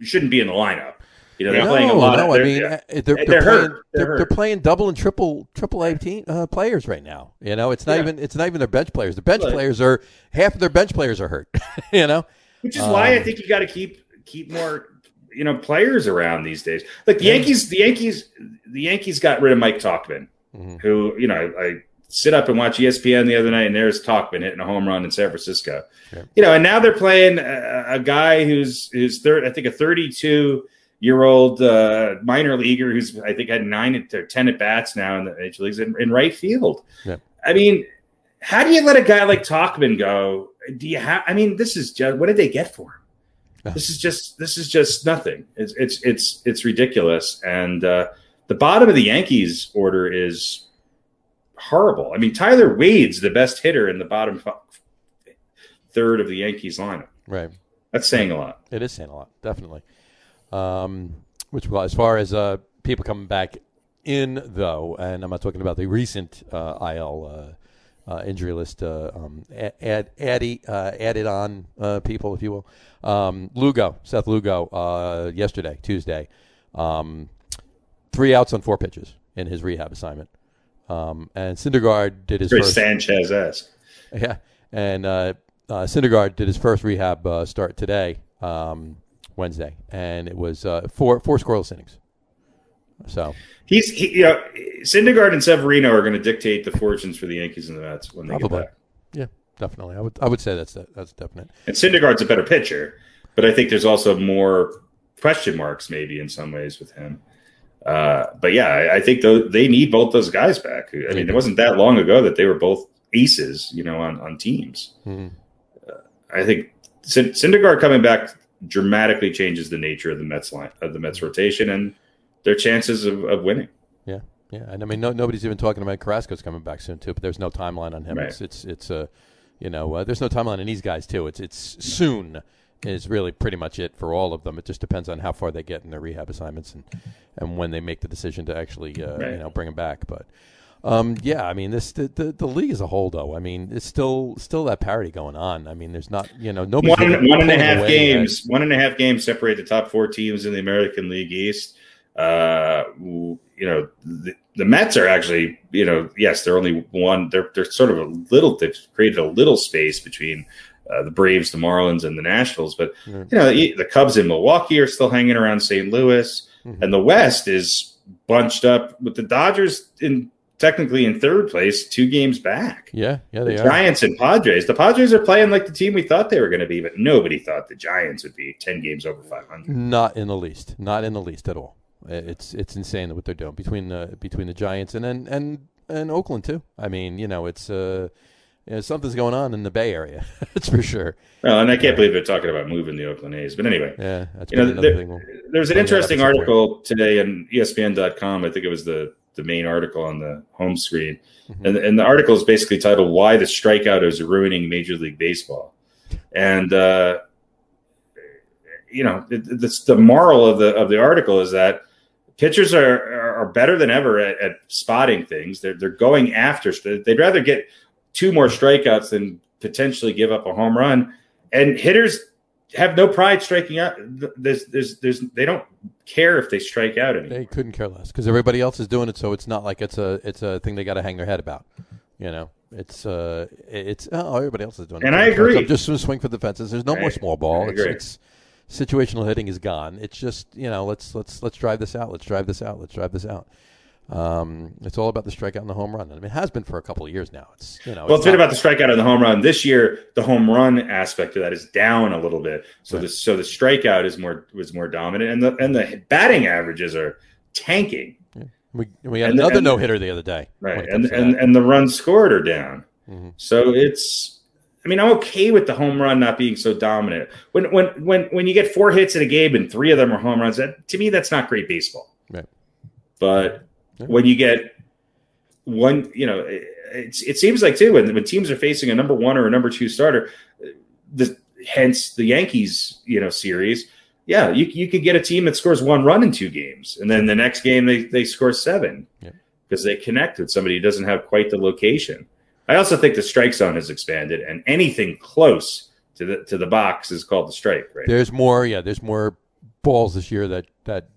Speaker 3: shouldn't be in the lineup. You know, they're playing a
Speaker 4: No,
Speaker 3: lot.
Speaker 4: no.
Speaker 3: of,
Speaker 4: I
Speaker 3: they're-
Speaker 4: mean,
Speaker 3: yeah.
Speaker 4: uh, they're, they're,
Speaker 3: They're
Speaker 4: playing,
Speaker 3: hurt. They're
Speaker 4: they're, they're
Speaker 3: hurt.
Speaker 4: playing double and triple triple A team uh, players right now. You know, it's not
Speaker 3: Yeah.
Speaker 4: even it's not even their bench players. The bench
Speaker 3: Right.
Speaker 4: players are half of their bench players are hurt. you know,
Speaker 3: which is why
Speaker 4: Um,
Speaker 3: I think you got to keep keep more you know players around these days. Like the
Speaker 4: Yeah.
Speaker 3: Yankees, the Yankees, the Yankees got rid of Mike Talkman,
Speaker 4: Mhm.
Speaker 3: who you know I, I sit up and watch E ESPN the other night, and there's Talkman hitting a home run in San Francisco.
Speaker 4: Yeah.
Speaker 3: You know, and now they're playing a, a guy who's who's third, I think a 32 year old uh, minor leaguer who's I think had nine at- or ten at bats now in the major leagues in, in right field.
Speaker 4: Yeah.
Speaker 3: I mean, how do you let a guy like Talkman go? Do you have? I mean, this is just what did they get for him?
Speaker 4: Yeah.
Speaker 3: This is just this is just nothing. It's it's it's it's ridiculous. And uh, the bottom of the Yankees order is horrible. I mean, Tyler Wade's the best hitter in the bottom fi- third of the Yankees lineup.
Speaker 4: right?
Speaker 3: That's saying a lot.
Speaker 4: It is saying a lot, definitely. Um, which, well, as far as uh, people coming back in, though, and I'm not talking about the recent uh, IL uh, uh, injury list, uh, um, add, add, uh, added on uh, people, if you will. Um, Lugo, Seth Lugo, uh, yesterday, Tuesday, um, three outs on four pitches in his rehab assignment. Um, and Syndergaard did his
Speaker 3: Very
Speaker 4: first.
Speaker 3: Sanchez esque.
Speaker 4: Yeah, and uh, uh, Syndergaard did his first rehab uh, start today, um, Wednesday, and it was uh, four four scoreless innings. So
Speaker 3: He's he, you know, Syndergaard and Severino are going to dictate the fortunes for the Yankees and the Mets when they
Speaker 4: Probably.
Speaker 3: get back.
Speaker 4: yeah, definitely, I would I would say that's that's definite.
Speaker 3: And Syndergaard's a better pitcher, but I think there's also more question marks maybe in some ways with him. Uh, but yeah, I, I think tho- they need both those guys back. I mean, it wasn't that long ago that they were both aces, you know, on, on teams.
Speaker 4: Mhm.
Speaker 3: I think Syn- Syndergaard coming back dramatically changes the nature of the Mets line of the Mets rotation and their chances of, of winning.
Speaker 4: Yeah, and I mean, no, nobody's even talking about Carrasco's coming back soon too, but there's no timeline on him.
Speaker 3: Right.
Speaker 4: It's it's it's uh, you know, uh, there's no timeline on these guys too. It's it's soon is really pretty much it for all of them. It just depends on how far they get in their rehab assignments and and when they make the decision to actually uh, you
Speaker 3: Right.
Speaker 4: know bring them back. But um, yeah, I mean, this the, the the league as a whole though. I mean, it's still still that parity going on. I mean, there's not you know nobody
Speaker 3: one one and a half games. One and a half games separate the top four teams in the American League East. Uh, w- you know, the, the Mets are actually, you know, yes, they're only one. They're they're sort of a little. They've created a little space between. Uh, the Braves, the Marlins, and the Nationals, but
Speaker 4: Right.
Speaker 3: you know the, the Cubs in Milwaukee are still hanging around St. Louis,
Speaker 4: Mhm.
Speaker 3: and the West is bunched up with the Dodgers in technically in third place, two games back
Speaker 4: Yeah, yeah,
Speaker 3: the
Speaker 4: they are.
Speaker 3: Giants and Padres. The Padres are playing like the team we thought they were going to be, but nobody thought the Giants would be ten games over five hundred.
Speaker 4: Not in the least. Not in the least at all. I- It's it's insane what they're doing between the between the Giants and and and, and Oakland too. I mean, you know, it's uh, you know, something's going on in the Bay Area. that's for sure.
Speaker 3: Well, and I can't believe they're talking about moving the Oakland A's. But anyway,
Speaker 4: Yeah, that's
Speaker 3: you know,
Speaker 4: been another
Speaker 3: there,
Speaker 4: thing. We'll,
Speaker 3: there was an
Speaker 4: Yeah,
Speaker 3: interesting
Speaker 4: that's a point.
Speaker 3: article today on E ESPN.com. I think it was the the main article on the home screen,
Speaker 4: Mhm.
Speaker 3: and and the article is basically titled "Why the Strikeout is Ruining Major League Baseball," and uh, you know, it, it- it's the moral of the of the article is that pitchers are are, are better than ever at, at spotting things. They're they're going after. They'd rather get two more strikeouts than potentially give up a home run. And hitters have no pride striking out. Th- There's there's there's they don't care if they strike out anymore.
Speaker 4: they couldn't care less because everybody else is doing it, so it's not like it's a it's a thing they got to hang their head about. You know, it's uh, it's oh, everybody else is doing it,
Speaker 3: And
Speaker 4: so
Speaker 3: I
Speaker 4: it's-
Speaker 3: agree.
Speaker 4: I'm just gonna swing for the fences. There's no more
Speaker 3: I-
Speaker 4: small ball.
Speaker 3: I
Speaker 4: It's,
Speaker 3: agree.
Speaker 4: it's situational hitting is gone. It's just you know, let's let's let's drive this out. Let's drive this out. Let's drive this out. Um, it's all about the strikeout and the home run. I mean, it has been for a couple of years now. It's you know,
Speaker 3: well, it's been
Speaker 4: not-
Speaker 3: about the strikeout and the home run. This year, the home run aspect of that is down a little bit. So the so the strikeout is more was more dominant, and the and the batting averages are tanking.
Speaker 4: we we had
Speaker 3: and the-
Speaker 4: another
Speaker 3: and-
Speaker 4: no hitter the other day. when
Speaker 3: Right,
Speaker 4: it
Speaker 3: and
Speaker 4: comes to
Speaker 3: and,
Speaker 4: that.
Speaker 3: and the runs scored are down.
Speaker 4: Mhm.
Speaker 3: So it's. I mean, I'm okay with the home run not being so dominant. When when when when you get four hits in a game and three of them are home runs, that to me that's not great baseball.
Speaker 4: Right.
Speaker 3: But
Speaker 4: Yeah.
Speaker 3: when you get one, you know, it, it's- it seems like too when when teams are facing a number one or a number two starter, the hence the Yankees, you know, series. Yeah, you you could get a team that scores one run in two games, and then the next game they they score seven because they connect with somebody who doesn't have quite the location. I also think the strike zone has expanded, and anything close to the to the box is called the strike. Right?
Speaker 4: there's more. Yeah, there's more balls this year that that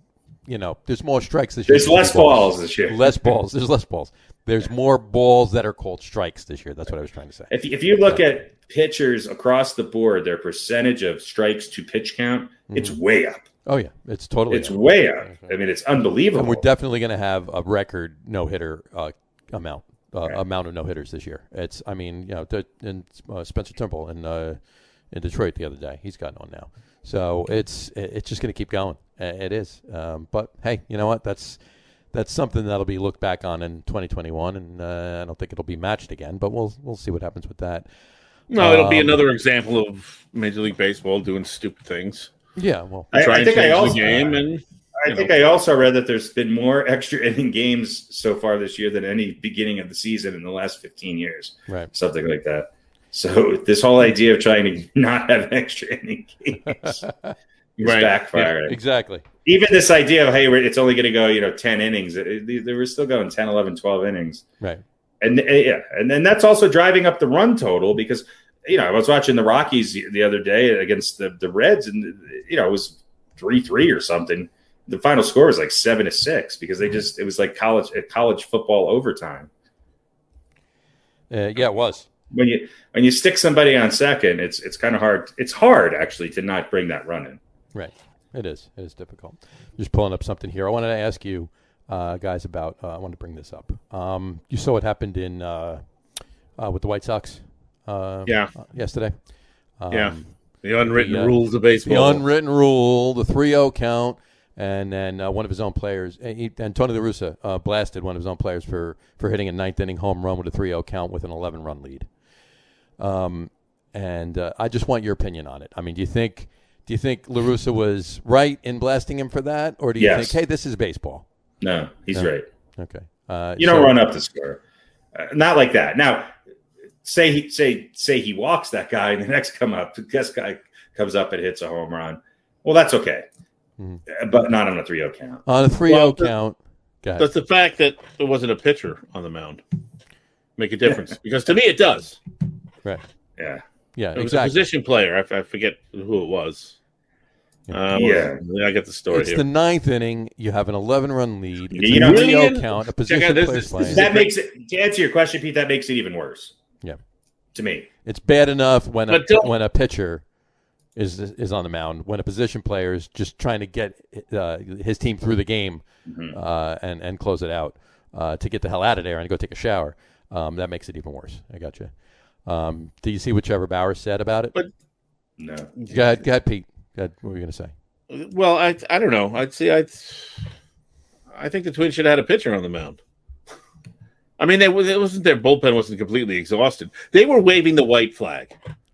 Speaker 4: you know. There's more strikes this year.
Speaker 3: There's
Speaker 4: than
Speaker 3: less balls this year.
Speaker 4: less balls. There's less balls. There's more balls that are called strikes this year. That's what I was trying to say.
Speaker 3: If if you look at pitchers across the board, their percentage of strikes to pitch count, it's way up.
Speaker 4: Oh yeah, it's totally.
Speaker 3: It's
Speaker 4: up.
Speaker 3: way up. I mean, it's unbelievable.
Speaker 4: and we're definitely going to have a record no hitter uh, amount uh, amount of no hitters this year. It's I mean you know the, and uh, Spencer Temple in uh, in Detroit the other day he's gotten on now, so it's it- it's just going to keep going. Uh, It is, um, but hey, you know what? That's that's something that'll be looked back on in 2021, and uh, I don't think it'll be matched again. But we'll we'll see what happens with that.
Speaker 2: No, it'll be
Speaker 4: Um,
Speaker 2: another example of Major League Baseball doing stupid things.
Speaker 4: Yeah, well,
Speaker 3: I,
Speaker 2: Try
Speaker 3: I
Speaker 2: and
Speaker 3: think I
Speaker 2: change
Speaker 3: also
Speaker 2: the game, and
Speaker 3: I
Speaker 2: you
Speaker 3: think I also read that there's been more extra inning games so far this year than any beginning of the season in the last 15 years,
Speaker 4: right.
Speaker 3: something like that. So this whole idea of trying to not have extra inning games is
Speaker 2: Right.
Speaker 3: backfiring.
Speaker 4: Exactly.
Speaker 3: Even this idea of hey, we're- it's only going to go you know ten innings. it- it- They they were still going 10, 11, 12 innings,
Speaker 4: Right.
Speaker 3: and uh, yeah, and then that's also driving up the run total because you know I was watching the Rockies the- the other day against the the Reds, and you know it was three three or something. The final score was like seven to six because they just it was like college eh, college football overtime.
Speaker 4: Uh, yeah, it was.
Speaker 3: when you when you stick somebody on second, it's it's kind of hard. It's hard actually to not bring that run in.
Speaker 4: Right. It is. It is difficult. Just pulling up something here. I wanted to ask you uh, guys about. Uh, I wanted to bring this up. Um, you saw what happened in uh, uh, with the White Sox. Uh,
Speaker 2: Yeah.
Speaker 4: uh, yesterday.
Speaker 2: yeah.
Speaker 4: Um,
Speaker 2: The unwritten
Speaker 4: the, uh,
Speaker 2: rules of
Speaker 4: The
Speaker 2: baseball.
Speaker 4: unwritten rule, the 3-0 count, and then uh, one of his own players, and, he, and Tony La Russa, uh, blasted one of his own players for, for hitting a ninth inning home run with a 3-0 count with an 11 run lead. Um, and uh, I just want your opinion on it. I mean, do you think do you think La Russa was right in blasting him for that, or do you
Speaker 3: Yes.
Speaker 4: think hey, this is baseball?
Speaker 3: No, he's
Speaker 4: No.
Speaker 3: right.
Speaker 4: Okay, uh,
Speaker 3: You don't
Speaker 4: so-
Speaker 3: run up the score, uh, not like that. Now, say he say say he walks that guy, and the next come up, the next guy comes up and hits a home run. Well, that's okay,
Speaker 4: Mhm.
Speaker 3: Uh, but not on a 3-0 count.
Speaker 4: on a 3-0
Speaker 2: Well, the-
Speaker 4: count. Go ahead.
Speaker 2: Does the fact that there wasn't a pitcher on the mound make a difference? Because to me, it does.
Speaker 4: right?
Speaker 3: Yeah,
Speaker 4: Yeah,
Speaker 2: It was a
Speaker 4: exactly.
Speaker 2: position player. I, f- I forget who it was. Uh,
Speaker 3: Yeah.
Speaker 2: I got the story
Speaker 4: It's
Speaker 2: here.
Speaker 4: the ninth inning. You have a 11 run lead. It's
Speaker 3: You
Speaker 4: a
Speaker 3: know,
Speaker 4: 3-0
Speaker 2: Willian-
Speaker 4: count. A
Speaker 2: Check
Speaker 4: position
Speaker 2: out this-
Speaker 4: player's
Speaker 2: this
Speaker 4: playing.
Speaker 2: is-
Speaker 3: that makes it. To answer your question, Pete, that makes it even worse.
Speaker 4: Yeah.
Speaker 3: to me.
Speaker 4: It's bad enough when a,
Speaker 2: But don't-
Speaker 4: when a pitcher is is on the mound, when a position player is just trying to get uh, his team through the game
Speaker 2: Mm-hmm.
Speaker 4: uh, and and close it out uh, to get the hell out of there and go take a shower. Um, that makes it even worse. I got you. Um, do you see what Trevor Bauer said about it?
Speaker 2: But-
Speaker 3: No,
Speaker 4: go ahead, go ahead, Pete. Go ahead. What were you going to say?
Speaker 2: Well, I I don't know. I'd see. I I think the Twins should have had a pitcher on the mound. I mean, they, it wasn't their bullpen wasn't completely exhausted. They were waving the white flag.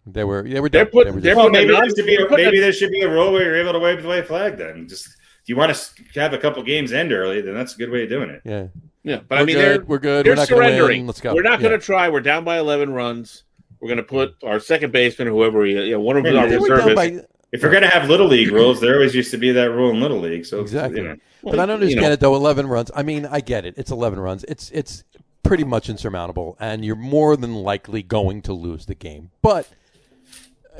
Speaker 4: They were they were
Speaker 2: They're
Speaker 4: done.
Speaker 2: put-
Speaker 4: They were
Speaker 2: they're
Speaker 4: just-
Speaker 3: Well, maybe
Speaker 2: Putting a-
Speaker 3: there should be a,
Speaker 2: putting a-
Speaker 3: maybe there should be a rule where you're able to wave the white flag. Then just if you want to have a couple games end early, then that's a good way of doing it.
Speaker 4: yeah.
Speaker 2: Yeah, but
Speaker 4: We're
Speaker 2: I mean,
Speaker 4: good.
Speaker 2: they're
Speaker 4: We're good.
Speaker 2: They're
Speaker 4: We're not gonna win.
Speaker 2: surrendering.
Speaker 4: Let's go.
Speaker 2: We're not
Speaker 4: Yeah.
Speaker 2: going to try. We're down by eleven runs. We're going to put our second baseman, whoever, he, you know, one of them
Speaker 3: They
Speaker 2: is our
Speaker 4: They were down
Speaker 2: reservist.
Speaker 4: by,
Speaker 3: If you're going to have little league rules, there always used to be that rule in little league. So
Speaker 4: Exactly.
Speaker 3: you know.
Speaker 4: but I don't
Speaker 2: you
Speaker 4: understand
Speaker 2: know.
Speaker 4: it though. Eleven runs. I mean, I get it. It's eleven runs. It's it's pretty much insurmountable, and you're more than likely going to lose the game. But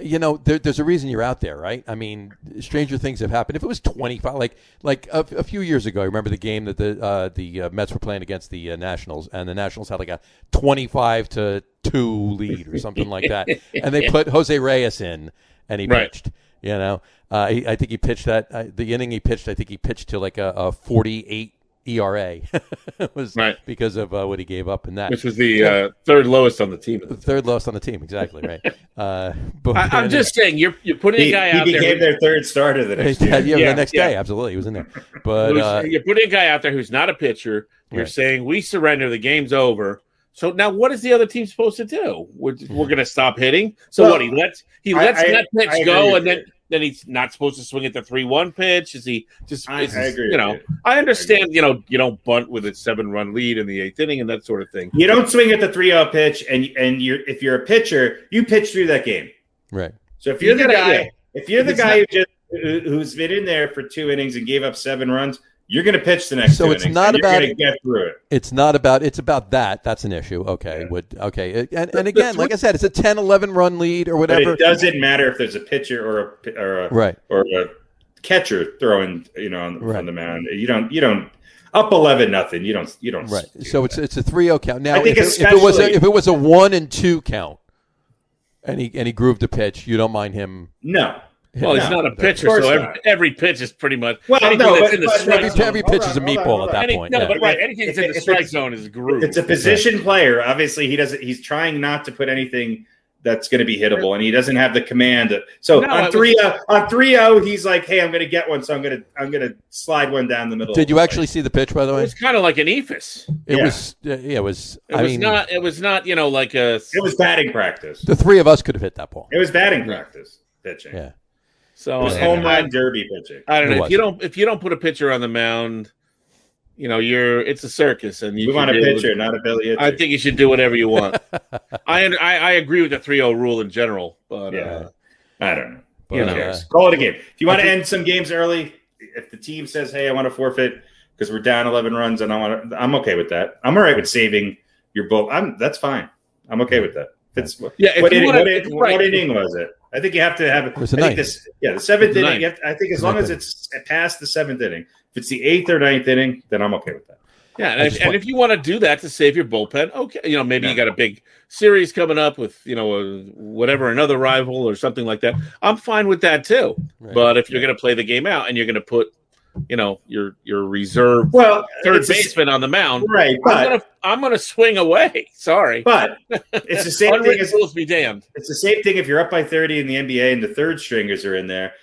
Speaker 4: you know, there, there's a reason you're out there, right? I mean, stranger things have happened. If it was 25, like like a, a few years ago, I remember the game that the uh, the uh, Mets were playing against the uh, Nationals, and the Nationals had like a 25 to two lead or something like that, and they put Jose Reyes in, and he
Speaker 2: Right.
Speaker 4: pitched. You know, uh, he, I think he pitched that uh, the inning he pitched. I think he pitched to like a, a 48 ERA It was
Speaker 2: Right.
Speaker 4: because of uh, what he gave up in that.
Speaker 2: which was the uh, third lowest on the team.
Speaker 4: the third lowest on the team, exactly right. Uh, but
Speaker 2: I, I'm just saying, you're you're putting
Speaker 3: He,
Speaker 2: a guy
Speaker 3: he
Speaker 2: out there.
Speaker 3: became their third starter the next
Speaker 4: yeah,
Speaker 3: year.
Speaker 4: yeah,
Speaker 2: Yeah,
Speaker 4: the next
Speaker 2: yeah.
Speaker 4: day, absolutely, he was in there. But
Speaker 2: who's-
Speaker 4: uh,
Speaker 2: you're putting a guy out there who's not a pitcher. You're
Speaker 4: Right.
Speaker 2: saying we surrender, the game's over. So now, what is the other team supposed to do? We're, we're going to stop hitting. So
Speaker 3: Well,
Speaker 2: what? He lets he
Speaker 3: I-
Speaker 2: lets
Speaker 3: I-
Speaker 2: that pitch
Speaker 3: I agree
Speaker 2: go,
Speaker 3: with
Speaker 2: and then
Speaker 3: you.
Speaker 2: then he's not supposed to swing at the three one pitch. Is he just?
Speaker 3: I, I
Speaker 2: is he-
Speaker 3: agree.
Speaker 2: You know,
Speaker 3: with you.
Speaker 2: I understand. You know, you don't bunt with a seven run lead in the eighth inning and that sort of thing.
Speaker 3: you don't swing at the 3-0 pitch, and and you're if you're a pitcher, you pitch through that game.
Speaker 4: right,
Speaker 3: So if you're
Speaker 2: You gotta-
Speaker 3: the guy,
Speaker 2: yeah.
Speaker 3: if you're the
Speaker 2: It's
Speaker 3: guy who just who- who's been in there for two innings and gave up seven runs, you're going to pitch the next.
Speaker 4: So
Speaker 3: two
Speaker 4: it's
Speaker 3: innings,
Speaker 4: not
Speaker 3: and you're
Speaker 4: about-
Speaker 3: going to get through it.
Speaker 4: it's not about it's about that. That's an issue. Okay,
Speaker 3: Yeah.
Speaker 4: would okay, and,
Speaker 2: The-
Speaker 4: and
Speaker 2: the
Speaker 4: again, like I said, it's a 10, 11 run lead or
Speaker 3: But
Speaker 4: whatever.
Speaker 3: it doesn't matter if there's a pitcher or a pi- or a,
Speaker 4: Right,
Speaker 3: or a catcher throwing, you know, on,
Speaker 4: Right.
Speaker 3: on the mound. You don't you don't up eleven nothing. You don't you don't
Speaker 4: right.
Speaker 3: do
Speaker 4: So it's
Speaker 3: that.
Speaker 4: it's a 3-0 count. Now,
Speaker 3: I think
Speaker 4: if, it, if it was a,
Speaker 3: especially-
Speaker 4: if it was a one and two count, and he and he grooved a pitch, you don't mind him.
Speaker 3: no.
Speaker 2: Well, he's
Speaker 3: No,
Speaker 2: not a pitcher,
Speaker 3: course
Speaker 2: so
Speaker 3: not.
Speaker 2: every, every pitch is pretty much.
Speaker 3: Well,
Speaker 2: anything
Speaker 3: no,
Speaker 2: that's
Speaker 3: but-
Speaker 2: in the
Speaker 3: but
Speaker 2: strike
Speaker 4: Every,
Speaker 2: zone-
Speaker 4: every pitch is
Speaker 3: Hold
Speaker 4: a
Speaker 3: on,
Speaker 4: meatball
Speaker 3: hold on,
Speaker 4: at that
Speaker 2: any-
Speaker 4: point.
Speaker 2: no,
Speaker 4: yeah.
Speaker 2: but right,
Speaker 3: Yeah.
Speaker 2: anything that's
Speaker 3: If
Speaker 2: in
Speaker 3: it-
Speaker 2: the
Speaker 3: if
Speaker 2: strike
Speaker 3: it's-
Speaker 2: zone is grooved.
Speaker 3: It's a position player. Obviously, he doesn't. He's trying not to put anything that's going to be hittable, and he doesn't have the command. So
Speaker 2: No, I
Speaker 3: on
Speaker 2: was-
Speaker 3: three uh, on three zero, he's like, "Hey, I'm going to get one, so I'm going to I'm going to slide one down the middle."
Speaker 4: Did you actually see the pitch? By the
Speaker 2: It
Speaker 4: way,
Speaker 2: was kind of like an ephus.
Speaker 4: it
Speaker 3: yeah.
Speaker 4: was uh, yeah, it was.
Speaker 2: It
Speaker 4: I
Speaker 2: was
Speaker 4: mean,
Speaker 2: not. It was not. You know, like a.
Speaker 3: It was batting practice.
Speaker 4: the three of us could have hit that ball.
Speaker 3: It was batting practice pitching.
Speaker 4: Yeah,
Speaker 2: so
Speaker 3: It was
Speaker 2: and
Speaker 3: home
Speaker 2: I-
Speaker 3: run derby pitching.
Speaker 2: I don't
Speaker 4: It
Speaker 2: know.
Speaker 4: was.
Speaker 2: If you don't, if you don't put a pitcher on the mound, you know, you're it's a circus, and you
Speaker 3: We
Speaker 2: can
Speaker 3: want a
Speaker 2: be able to-
Speaker 3: pitcher, not a Billy.
Speaker 2: I think you should do whatever you want. I, under- I I agree with the 3-0 rule in general, but
Speaker 3: Yeah.
Speaker 2: uh,
Speaker 3: I don't know.
Speaker 4: But, uh,
Speaker 2: You
Speaker 3: Who
Speaker 2: know.
Speaker 3: cares? Call it a game. If you want to end some games early, if the team says, "Hey, I want to forfeit because we're down 11 runs," and I want to, I'm okay with that. I'm all right with saving your bull. I'm that's fine. I'm okay with that. That's what,
Speaker 2: yeah, if
Speaker 3: what,
Speaker 2: you
Speaker 3: inning,
Speaker 2: wanna-
Speaker 3: what, in- what
Speaker 2: right.
Speaker 3: inning was it? I think you have to have. I
Speaker 4: was the
Speaker 3: think
Speaker 4: ninth.
Speaker 3: this, yeah, the seventh
Speaker 2: The ninth.
Speaker 3: inning. You have to, I think as
Speaker 4: The
Speaker 3: long
Speaker 4: ninth
Speaker 3: as it's past the seventh inning, if it's the eighth or ninth inning, then I'm okay with that.
Speaker 2: Yeah, and,
Speaker 4: I
Speaker 2: if,
Speaker 4: just
Speaker 2: and
Speaker 4: want-
Speaker 2: if you want to do that to save your bullpen, okay, you know maybe you got a big series coming up with you know a, whatever another rival or something like that. I'm fine with that too.
Speaker 4: Right.
Speaker 2: But if you're going to play the game out and you're going to put you know your your reserve
Speaker 3: Well,
Speaker 2: third
Speaker 3: it's a-
Speaker 2: baseman on the mound,
Speaker 3: right?
Speaker 2: I'm
Speaker 3: But
Speaker 2: gonna I'm gonna swing away. Sorry,
Speaker 3: but it's the same thing
Speaker 2: unwritten
Speaker 3: as
Speaker 2: rules be damned.
Speaker 3: It's the same thing if you're up by 30 in the NBA and the third stringers are in there.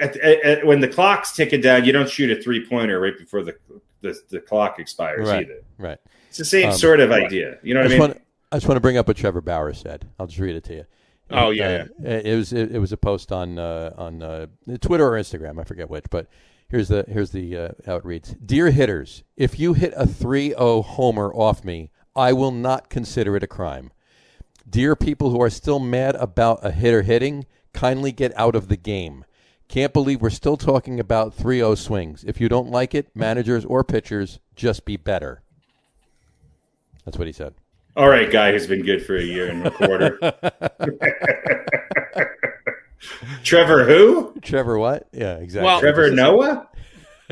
Speaker 3: At, at, at- when the clock's ticking down, you don't shoot a three pointer right before the, the the clock expires
Speaker 4: Right.
Speaker 3: either.
Speaker 4: Right.
Speaker 3: It's the same
Speaker 4: Um,
Speaker 3: sort of idea. You know
Speaker 4: I
Speaker 3: what I
Speaker 4: just
Speaker 3: mean?
Speaker 4: want I just want to bring up what Trevor Bauer said. I'll just read it to you.
Speaker 2: Oh,
Speaker 4: Uh,
Speaker 2: yeah,
Speaker 4: it it was it, it was a post on uh, on uh, Twitter or Instagram, I forget which, but here's the here's the uh, how it reads. Dear hitters, if you hit a 3-0 homer off me, I will not consider it a crime. Dear people who are still mad about a hitter hitting, kindly get out of the game. Can't believe we're still talking about 3-0 swings. If you don't like it, managers or pitchers, just be better. That's what he said.
Speaker 3: All right, guy who's been good for a year and a quarter. Trevor who?
Speaker 4: Trevor what? Yeah, exactly.
Speaker 2: Well-
Speaker 3: Trevor Noah?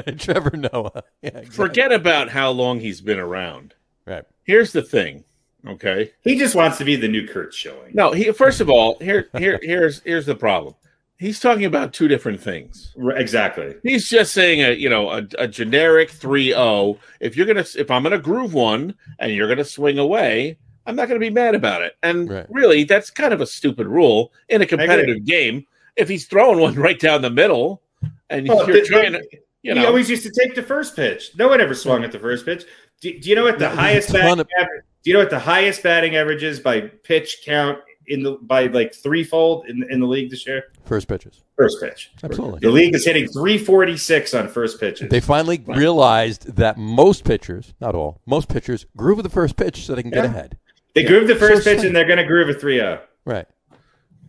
Speaker 4: Trevor Noah. Yeah, exactly.
Speaker 2: Forget about how long he's been around.
Speaker 4: Right.
Speaker 2: Here's the thing, okay?
Speaker 3: He just wants to be the new Kurt Schilling.
Speaker 2: No, he first of all, here here here's here's the problem. He's talking about two different things.
Speaker 3: Right, Exactly.
Speaker 2: He's just saying a you know a, a generic 3-0. If you're gonna if I'm gonna groove one and you're gonna swing away, I'm not gonna be mad about it. And
Speaker 4: Right.
Speaker 2: really, that's kind of a stupid rule in a competitive game. If he's throwing one right down the middle, and
Speaker 3: Well,
Speaker 2: you're
Speaker 3: the-
Speaker 2: trying to, you know,
Speaker 3: He always used to take the first pitch. No one ever swung at the first pitch. Do, do you know what the
Speaker 4: Yeah, there's a
Speaker 3: highest
Speaker 4: ton
Speaker 3: batting
Speaker 4: of-
Speaker 3: average, do you know what the highest batting average is by pitch count in the by like threefold in in the league this year?
Speaker 4: First pitches.
Speaker 3: First pitch. The
Speaker 4: Absolutely.
Speaker 3: league is hitting 346 on first pitches.
Speaker 4: They finally realized that most pitchers, not all, most pitchers groove with the first pitch so they can get
Speaker 3: Yeah.
Speaker 4: ahead.
Speaker 3: They groove the first
Speaker 4: So
Speaker 3: pitch
Speaker 4: sad.
Speaker 3: and they're going to groove a oh. 3-0.
Speaker 4: Right.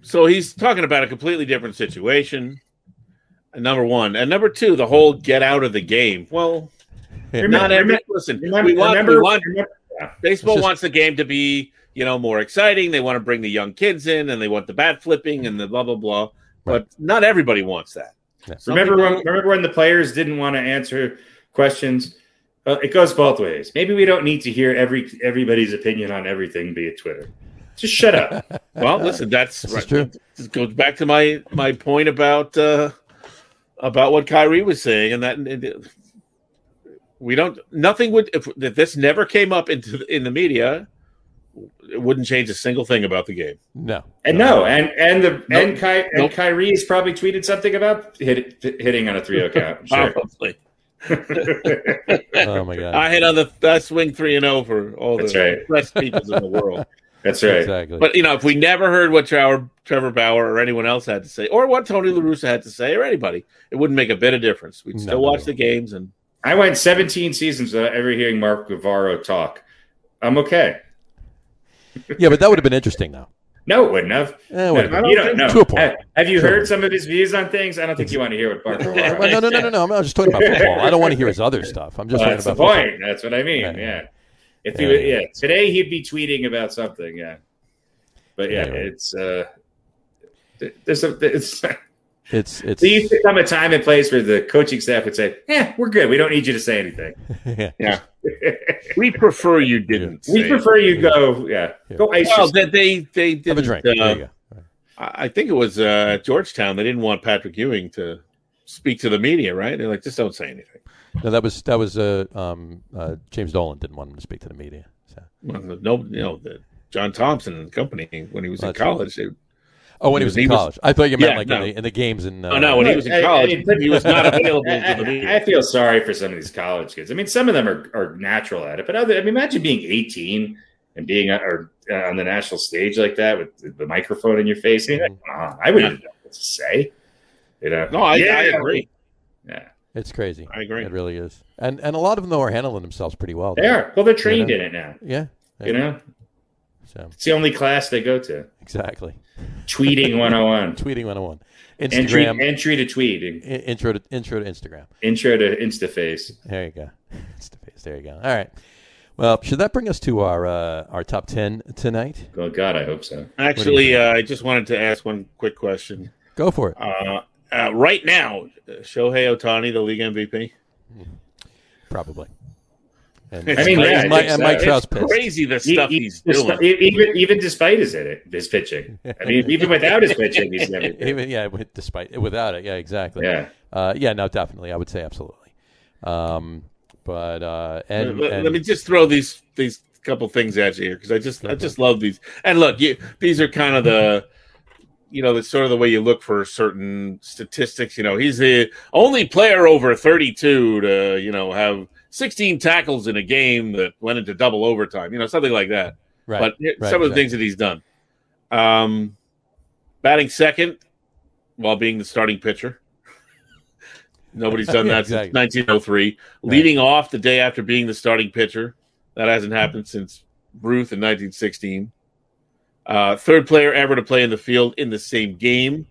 Speaker 2: So he's talking about a completely different situation. Number one, and number two, the whole get out of the game. Well,
Speaker 4: Yeah.
Speaker 2: not
Speaker 3: Remember-
Speaker 2: every. Listen,
Speaker 3: Remember,
Speaker 2: we want,
Speaker 3: remember,
Speaker 2: we want
Speaker 3: remember-
Speaker 2: baseball
Speaker 4: It's just-
Speaker 2: wants the game to be you know more exciting. They want to bring the young kids in, and they want the bat flipping and the blah blah blah. But not everybody wants that.
Speaker 4: Yeah.
Speaker 2: Some
Speaker 3: remember
Speaker 2: people-
Speaker 3: when remember when the players didn't want to answer questions? Uh, it goes both ways. Maybe we don't need to hear every everybody's opinion on everything via Twitter. Just shut up.
Speaker 2: well, listen, that's
Speaker 4: This is
Speaker 2: right.
Speaker 4: true.
Speaker 2: This goes back to my my point about uh, about what Kyrie was saying, and that and we don't nothing would if, if this never came up into the- in the media, it wouldn't change a single thing about the game.
Speaker 4: No.
Speaker 3: And no, and and the and Ky, and
Speaker 2: Nope.
Speaker 3: Kyrie has probably tweeted something about hit, hitting on a 3-0 count. I'm Sure.
Speaker 2: Probably,
Speaker 4: Oh my god.
Speaker 2: I hit on the I swing three and over all
Speaker 3: That's
Speaker 2: the
Speaker 3: right.
Speaker 2: best peoples in the world.
Speaker 3: That's right.
Speaker 4: Exactly.
Speaker 2: But you know, if we never heard what Trevor Trevor Bauer or anyone else had to say, or what Tony La Russa had to say, or anybody, it wouldn't make a bit of difference. We'd
Speaker 4: No,
Speaker 2: still
Speaker 4: no,
Speaker 2: watch
Speaker 4: no.
Speaker 2: the games and
Speaker 3: I went 17 seasons without ever hearing Mark Guevara talk. I'm okay.
Speaker 4: yeah, but that would have been interesting though.
Speaker 3: No, it wouldn't have.
Speaker 4: Eh, it would have
Speaker 3: No,
Speaker 4: been-
Speaker 3: you don't know.
Speaker 4: To a point.
Speaker 3: Have, have you
Speaker 4: To a
Speaker 3: heard
Speaker 4: point.
Speaker 3: some of his views on things? I don't think you want to hear what Mark
Speaker 4: Well,
Speaker 3: Guevara.
Speaker 4: no, no, no, no, no. I'm not just talking about football. I don't want to hear his other stuff. I'm just talking
Speaker 3: That's the
Speaker 4: about
Speaker 3: point. That's what I mean.
Speaker 4: Right.
Speaker 3: Yeah. If
Speaker 4: Yeah,
Speaker 3: he, would
Speaker 4: yeah.
Speaker 3: yeah, today he'd be tweeting about something. Yeah. But yeah,
Speaker 4: Anyway.
Speaker 3: it's uh, th- there's a it's.
Speaker 4: football. It's it's
Speaker 3: So you come a time and place where the coaching staff would say, "Yeah, we're good. We don't need you to say anything.
Speaker 4: yeah.
Speaker 2: we prefer you didn't.
Speaker 3: we
Speaker 2: say
Speaker 3: prefer you go, yeah,
Speaker 4: Yeah.
Speaker 3: go ice."
Speaker 2: it. well
Speaker 3: yourself."
Speaker 2: that they they
Speaker 4: Have
Speaker 2: didn't.
Speaker 4: a drink. there you
Speaker 2: Uh,
Speaker 4: go.
Speaker 2: I I think it was uh, Georgetown. They didn't want Patrick Ewing to speak to the media, right? They're like, just don't say anything.
Speaker 4: No, that was that was uh, um, uh, James Dolan didn't want him to speak to the media. So.
Speaker 2: Well, No, you know, the, John Thompson and the company when he was in
Speaker 4: That's-
Speaker 2: college. They,
Speaker 4: Oh, when he was in college, I thought you meant
Speaker 2: Yeah,
Speaker 4: like
Speaker 2: no.
Speaker 4: in, the, in the games in. Uh,
Speaker 2: oh no, when he
Speaker 3: Look,
Speaker 2: was
Speaker 3: I- I
Speaker 2: in college,
Speaker 3: mean,
Speaker 2: he was not available to the
Speaker 3: I, I-
Speaker 2: media.
Speaker 3: I feel sorry for some of these college kids. I mean, some of them are, are natural at it, but other, I mean, imagine being 18 and being uh, or, uh, on the national stage like that with the microphone in your face. I mean, like, come on, I wouldn't know what to say. You know?
Speaker 2: Mm-hmm. No, I,
Speaker 3: Yeah.
Speaker 2: I agree.
Speaker 3: Yeah.
Speaker 4: It's crazy.
Speaker 6: I agree.
Speaker 4: It really is. And and a lot of them though are handling themselves pretty well.
Speaker 3: They are. Well, they're trained in it now.
Speaker 4: Yeah.
Speaker 3: You know,
Speaker 4: So
Speaker 3: it's the only class they go to.
Speaker 4: exactly.
Speaker 3: Tweeting 101.
Speaker 4: Tweeting 101.
Speaker 3: entry,
Speaker 4: Instagram
Speaker 3: entry to tweet.
Speaker 4: i- intro to intro to Instagram.
Speaker 3: Intro to Instaface.
Speaker 4: There you go. It's the face. There you go. All right. Well, should that bring us to our uh, our top ten tonight?
Speaker 3: Oh, God, I hope so.
Speaker 2: Actually, uh, I just wanted to ask one quick question.
Speaker 4: Go for it.
Speaker 2: Uh, uh, right now, Shohei Otani, the league MVP.
Speaker 4: Probably. And,
Speaker 2: It's
Speaker 3: I mean,
Speaker 2: crazy.
Speaker 3: yeah, I
Speaker 4: and Mike,
Speaker 3: think
Speaker 4: and
Speaker 3: so.
Speaker 4: Mike
Speaker 3: It's
Speaker 4: Trout's pissed.
Speaker 2: Crazy the
Speaker 3: He-
Speaker 2: stuff
Speaker 3: he-
Speaker 2: he's
Speaker 3: this-
Speaker 2: doing.
Speaker 3: e- even even despite his edit, his pitching. I mean, even without his pitching, he's never good.
Speaker 4: Even yeah, with- despite without it, yeah, exactly.
Speaker 3: Yeah.
Speaker 4: uh, yeah, no, definitely, I would say absolutely. Um, but uh, and,
Speaker 2: let,
Speaker 4: and
Speaker 2: let me just throw these these couple things at you here because I just I just love these. And look, you, these are kind of the you know the sort of the way you look for certain statistics. You know, he's the only player over thirty two to you know have sixteen tackles in a game that went into double overtime. You know, something like that.
Speaker 4: right,
Speaker 2: but here-
Speaker 4: right,
Speaker 2: some of the
Speaker 4: exactly.
Speaker 2: things that he's done, um, batting second while being the starting pitcher. Nobody's done
Speaker 4: Yeah,
Speaker 2: that
Speaker 4: exactly.
Speaker 2: since 1903. Leading off the day after being the starting pitcher. That hasn't happened since Ruth in 1916. Uh, third player ever to play in the field in the same game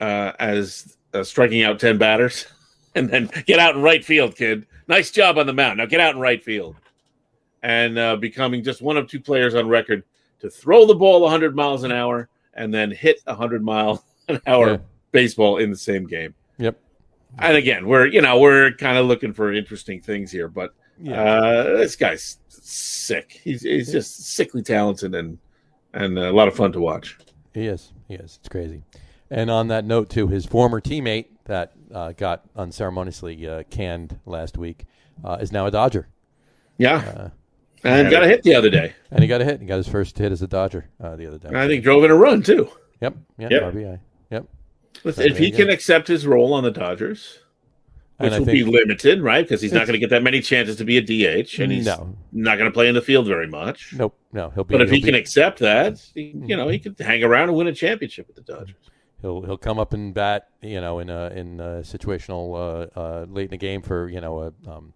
Speaker 2: uh, as uh, striking out 10 batters. And then get out in right field, kid. Nice job on the mound. Now get out in right field. And uh, becoming just one of two players on record to throw the ball 100 miles an hour and then hit 100 mile an hour
Speaker 4: Yeah.
Speaker 2: baseball in the same game.
Speaker 4: Yep.
Speaker 2: And again, we're you know we're kind of looking for interesting things here, but
Speaker 4: Yeah.
Speaker 2: uh, this guy's sick. He's he's just sickly talented and and a lot of fun to watch.
Speaker 4: He is. He is. It's crazy. And on that note, too, his former teammate that uh, got unceremoniously uh, canned last week uh, is now a Dodger,
Speaker 2: Yeah,
Speaker 4: Uh,
Speaker 2: and got a hit the other day.
Speaker 4: and he got a hit. He got his first hit as a Dodger uh, the other
Speaker 2: And
Speaker 4: day.
Speaker 2: I think drove in a run too.
Speaker 4: Yep. Yep.
Speaker 3: Yep.
Speaker 4: RBI. Yep.
Speaker 2: Listen, if he
Speaker 4: Yeah.
Speaker 2: can accept his role on the Dodgers,
Speaker 4: And
Speaker 2: which
Speaker 4: I
Speaker 2: will be
Speaker 4: think-
Speaker 2: limited, right? Because he's not going to get that many chances to be a DH, and he's
Speaker 4: no,
Speaker 2: not going to play in the field very much.
Speaker 4: nope, no. He'll be.
Speaker 2: But if
Speaker 4: he'll
Speaker 2: he
Speaker 4: be- Mm-hmm.
Speaker 2: can accept that, he, you know, he could hang around and win a championship with the Dodgers.
Speaker 4: He'll he'll come up and bat, you know, in a in a situational uh, uh, late in the game for you know a um,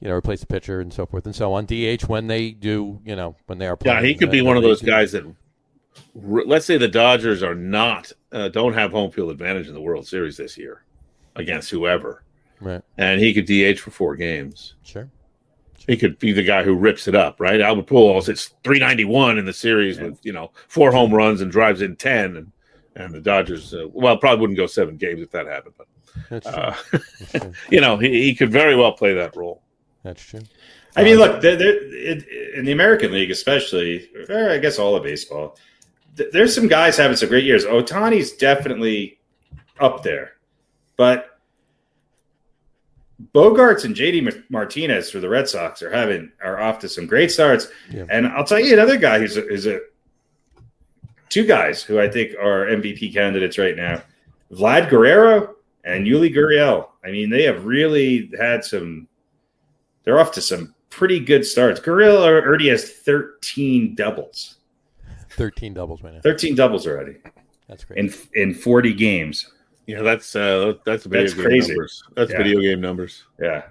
Speaker 4: you know replace the pitcher and so forth and so on. DH when they do, you know, when they are playing.
Speaker 2: Yeah, he could be
Speaker 4: uh,
Speaker 2: one of
Speaker 4: they
Speaker 2: those
Speaker 4: do-
Speaker 2: guys that, r- let's say the Dodgers are not, uh, don't have home field advantage in the World Series this year against whoever.
Speaker 4: Right.
Speaker 2: And he could DH for four games.
Speaker 4: Sure.
Speaker 2: He could be the guy who rips it up, right? Albert Pujols hits 391 in the series with, you know, four home runs and drives in 10. And, and the Dodgers, uh, well, probably wouldn't go seven games if that happened. But,
Speaker 4: That's true.
Speaker 2: uh,
Speaker 4: That's true.
Speaker 2: you know, he, he could very well play that role.
Speaker 4: That's true.
Speaker 3: I mean, look, there there it, in the American League, especially, or I guess all of baseball, th- there's some guys having some great years. Otani's definitely up there, but Bogarts and JD Mar- Martinez for the Red Sox are having are off to some great starts.
Speaker 4: Yeah.
Speaker 3: And I'll tell you another guy who's a, is a two guys who I think are MVP candidates right now: Vlad Guerrero and Yuli Gurriel. I mean, they have really had some they're off to some pretty good starts. Gorilla already has 13 doubles.
Speaker 4: Thirteen doubles right now.
Speaker 3: 13 doubles already
Speaker 4: That's great.
Speaker 3: in in 40 games.
Speaker 2: Yeah, that's uh, that's video
Speaker 3: That's
Speaker 2: game
Speaker 3: crazy.
Speaker 2: numbers. That's
Speaker 3: Yeah.
Speaker 2: video game numbers.
Speaker 3: Yeah.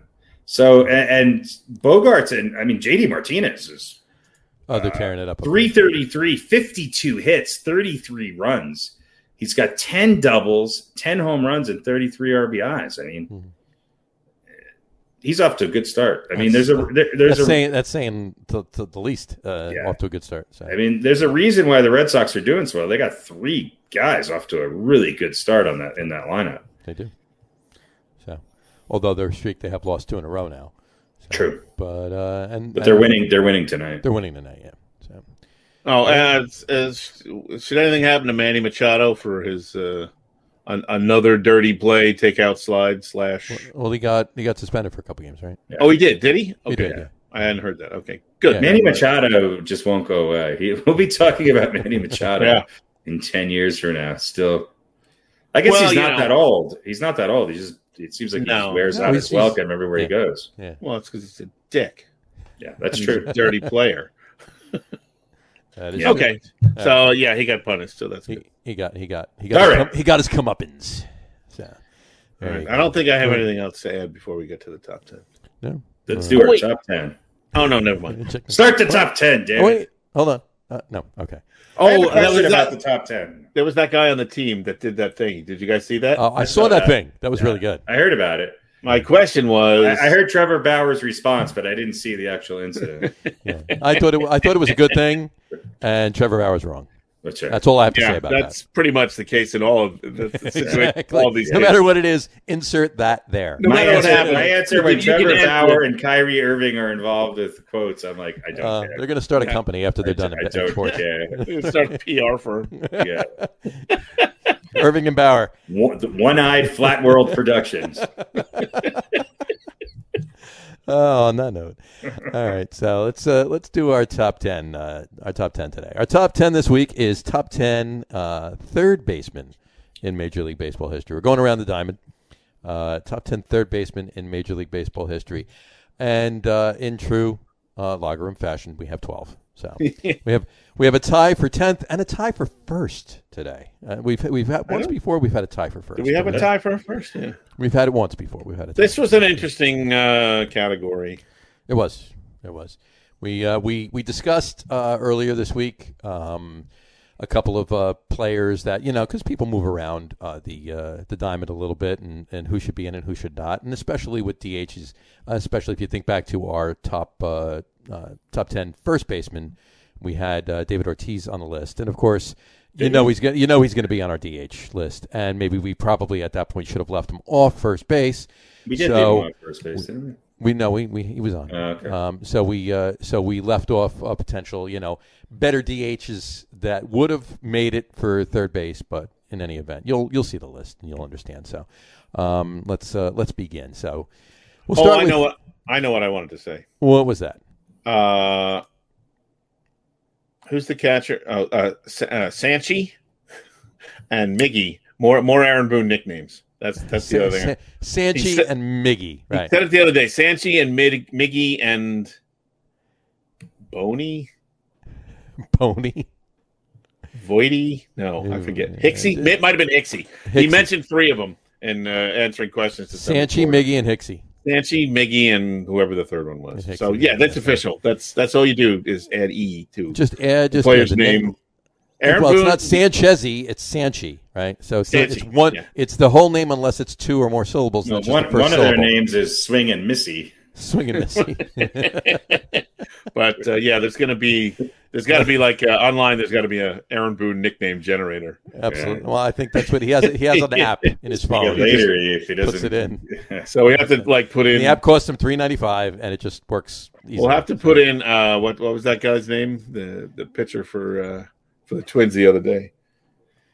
Speaker 3: So a- and, Bogarts and I mean JD Martinez is
Speaker 4: oh,
Speaker 2: uh,
Speaker 4: they're tearing it up. up there.
Speaker 3: 333, 52 hits, 33 runs. He's got 10 doubles, 10 home runs and 33 RBIs. I mean
Speaker 4: Mhm.
Speaker 3: he's off to a good start. I mean
Speaker 4: That's-
Speaker 3: there's a there, there's
Speaker 4: That's
Speaker 3: a
Speaker 4: saying that's saying to, to the least uh,
Speaker 3: Yeah.
Speaker 4: off to a good start. So
Speaker 3: I mean, there's a reason why the Red Sox are doing so well. They got three guys off to a really good start on that in that lineup.
Speaker 4: they do. So, although their streak, they have lost two in a row now. So,
Speaker 3: True.
Speaker 4: but uh, and
Speaker 3: But they're
Speaker 4: and
Speaker 3: winning. They're winning tonight.
Speaker 4: They're winning tonight. Yeah. So
Speaker 2: Oh, uh, it's- it's- should anything happen to Manny Machado for his uh, an, another dirty play, takeout slide slash?
Speaker 4: well, he got he got suspended for a couple games, right?
Speaker 2: Oh, he did, did he? Okay,
Speaker 4: He did, yeah.
Speaker 2: I hadn't heard that. Okay, good.
Speaker 4: Yeah.
Speaker 3: Manny Machado just won't go away. He, we'll be talking about Manny Machado
Speaker 2: Yeah.
Speaker 3: in ten years from now. Still, I guess
Speaker 2: Well,
Speaker 3: he's
Speaker 2: you
Speaker 3: not
Speaker 2: know.
Speaker 3: that old. He's not that old. He just it seems like he
Speaker 2: No.
Speaker 3: just wears
Speaker 4: No,
Speaker 3: out
Speaker 4: he's-
Speaker 3: his
Speaker 4: he's-
Speaker 3: welcome everywhere
Speaker 4: yeah.
Speaker 3: he goes.
Speaker 2: Well, it's because he's a dick.
Speaker 3: Yeah, that's
Speaker 2: He's a
Speaker 3: true.
Speaker 2: dirty player.
Speaker 4: That is
Speaker 3: Yeah.
Speaker 2: Okay, so yeah, he got punished. So that's
Speaker 4: He,
Speaker 2: good.
Speaker 4: he got he got he got
Speaker 3: All
Speaker 4: his
Speaker 3: right.
Speaker 4: cum- he got his comeuppance. So
Speaker 7: All
Speaker 4: There
Speaker 7: right.
Speaker 4: you
Speaker 7: I
Speaker 4: go.
Speaker 7: don't think I have anything else to add before we get to the top ten.
Speaker 4: No.
Speaker 3: Let's
Speaker 4: Uh,
Speaker 3: do our
Speaker 2: wait.
Speaker 3: top ten.
Speaker 2: Oh no, never mind.
Speaker 4: Check-
Speaker 3: Start the top ten, Dan.
Speaker 4: Oh, wait, hold on. Uh, no, okay.
Speaker 3: I have a
Speaker 2: Oh, that
Speaker 3: question
Speaker 2: was
Speaker 3: about
Speaker 2: that,
Speaker 3: the top ten.
Speaker 2: there was that guy on the team that did that thing. Did you guys see that?
Speaker 4: Uh, I
Speaker 3: saw
Speaker 4: saw that
Speaker 3: that.
Speaker 4: thing. That was really good.
Speaker 3: I heard about it.
Speaker 2: My question was,
Speaker 3: I, I heard Trevor Bauer's response, but I didn't see the actual incident.
Speaker 4: Yeah. I thought it. I thought it was a good thing, and Trevor Bauer's wrong.
Speaker 3: But sure.
Speaker 4: That's all I have to say
Speaker 2: yeah,
Speaker 4: about
Speaker 2: that's pretty much the case in all of the, the situation.
Speaker 4: that.
Speaker 2: All these,
Speaker 4: no
Speaker 2: days.
Speaker 4: matter what it is, insert that there.
Speaker 2: No
Speaker 3: my
Speaker 2: matter what
Speaker 3: answer,
Speaker 2: happened,
Speaker 3: my answer
Speaker 2: you
Speaker 3: when
Speaker 2: can- you can
Speaker 3: Trevor
Speaker 2: answer
Speaker 3: Bauer
Speaker 2: it.
Speaker 3: and Kyrie Irving are involved with quotes, I'm like, I don't
Speaker 4: Uh,
Speaker 3: care.
Speaker 4: they're going to start a company after they're done.
Speaker 3: I
Speaker 4: in
Speaker 3: don't
Speaker 4: sports.
Speaker 3: care.
Speaker 2: We're gonna start a PR firm.
Speaker 3: Yeah.
Speaker 4: Irving and Bauer.
Speaker 3: One- the One-eyed Flat World Productions.
Speaker 4: Oh, on that note. All right, so let's uh, let's do our top ten. Uh, our top ten today. Our top ten this week is top ten uh, third baseman in Major League Baseball history. We're going around the diamond. Uh, top ten third baseman in Major League Baseball history, and uh, in true uh, logarithm fashion, we have twelve. So we have we have a tie for tenth and a tie for first today. Uh, we've we've had once before. We've had a tie for first.
Speaker 2: Do we have a tie for our first? Yeah.
Speaker 4: We've had it once before. We've had a tie.
Speaker 2: This was an interesting uh, category.
Speaker 4: It was. It was. We uh, we we discussed uh, earlier this week um, a couple of uh, players that you know because people move around uh, the uh, the diamond a little bit and, and who should be in and who should not, and especially with DHs, uh, especially if you think back to our top uh, uh, top ten first baseman, we had uh, David Ortiz on the list, and of course. You know he's gonna, you know he's going to be on our DH list, and maybe we probably at that point should have left him off first base.
Speaker 3: We did
Speaker 4: So-
Speaker 3: leave him on first base, didn't we?
Speaker 4: we know we, we he was on.
Speaker 3: Oh, okay.
Speaker 4: Um, so we uh, so we left off a potential, you know, better DHs that would have made it for third base, but in any event, you'll you'll see the list and you'll understand. So um, let's uh, let's begin. So we'll
Speaker 2: Oh,
Speaker 4: start
Speaker 2: I
Speaker 4: with
Speaker 2: know what I know what I wanted to say.
Speaker 4: what was that?
Speaker 2: Uh, who's the catcher? Oh, uh, Sa- uh, Sanchi and Miggy. More more Aaron Boone nicknames. That's that's the other
Speaker 4: Sa-
Speaker 2: thing. He
Speaker 4: Sa- Sanchi
Speaker 2: said-
Speaker 4: and Miggy,
Speaker 2: I
Speaker 4: right?
Speaker 2: said it the other day. Sanchi and Mid- Miggy and Boney,
Speaker 4: Pony.
Speaker 2: Voidy. No, I
Speaker 4: Ooh,
Speaker 2: forget.
Speaker 4: yeah.
Speaker 2: Hixie. It might have been Hixie. He
Speaker 4: Hixie.
Speaker 2: mentioned three of them in uh, answering questions to
Speaker 4: Sanchi,
Speaker 2: Miggy.
Speaker 4: Miggy, and Hixie.
Speaker 2: Nancy, Miggy, and whoever the third one was.
Speaker 4: Hixie,
Speaker 2: So yeah, that's
Speaker 4: yeah.
Speaker 2: official. That's that's all you do is add E to
Speaker 4: Just add just
Speaker 2: player's
Speaker 4: add the
Speaker 2: name. Aaron
Speaker 4: well,
Speaker 2: Boone.
Speaker 4: it's not Sanchezzi, it's Sanchi, right? So it's, it's
Speaker 2: Sanchi,
Speaker 4: one,
Speaker 2: yeah.
Speaker 4: it's the whole name unless it's two or more syllables.
Speaker 3: No,
Speaker 4: not just
Speaker 3: one
Speaker 4: the
Speaker 3: one
Speaker 4: first
Speaker 3: of their
Speaker 4: syllable.
Speaker 3: names is Swing and Missy.
Speaker 4: Swing and missy.
Speaker 2: but uh, yeah, there's gonna be there's got to be like uh, online. There's got to be a Aaron Boone nickname generator.
Speaker 4: Absolutely. Well, I think that's what he has. He has an app in his
Speaker 3: Yeah,
Speaker 4: phone. Oh, He
Speaker 3: later, if he
Speaker 4: just puts
Speaker 3: doesn't,
Speaker 4: it in.
Speaker 2: So we have to like put
Speaker 4: The
Speaker 2: in.
Speaker 4: app costs him three ninety five, and it just works. Easily.
Speaker 2: We'll have to put in uh, what what was that guy's name? The the pitcher for uh, for the Twins the other day.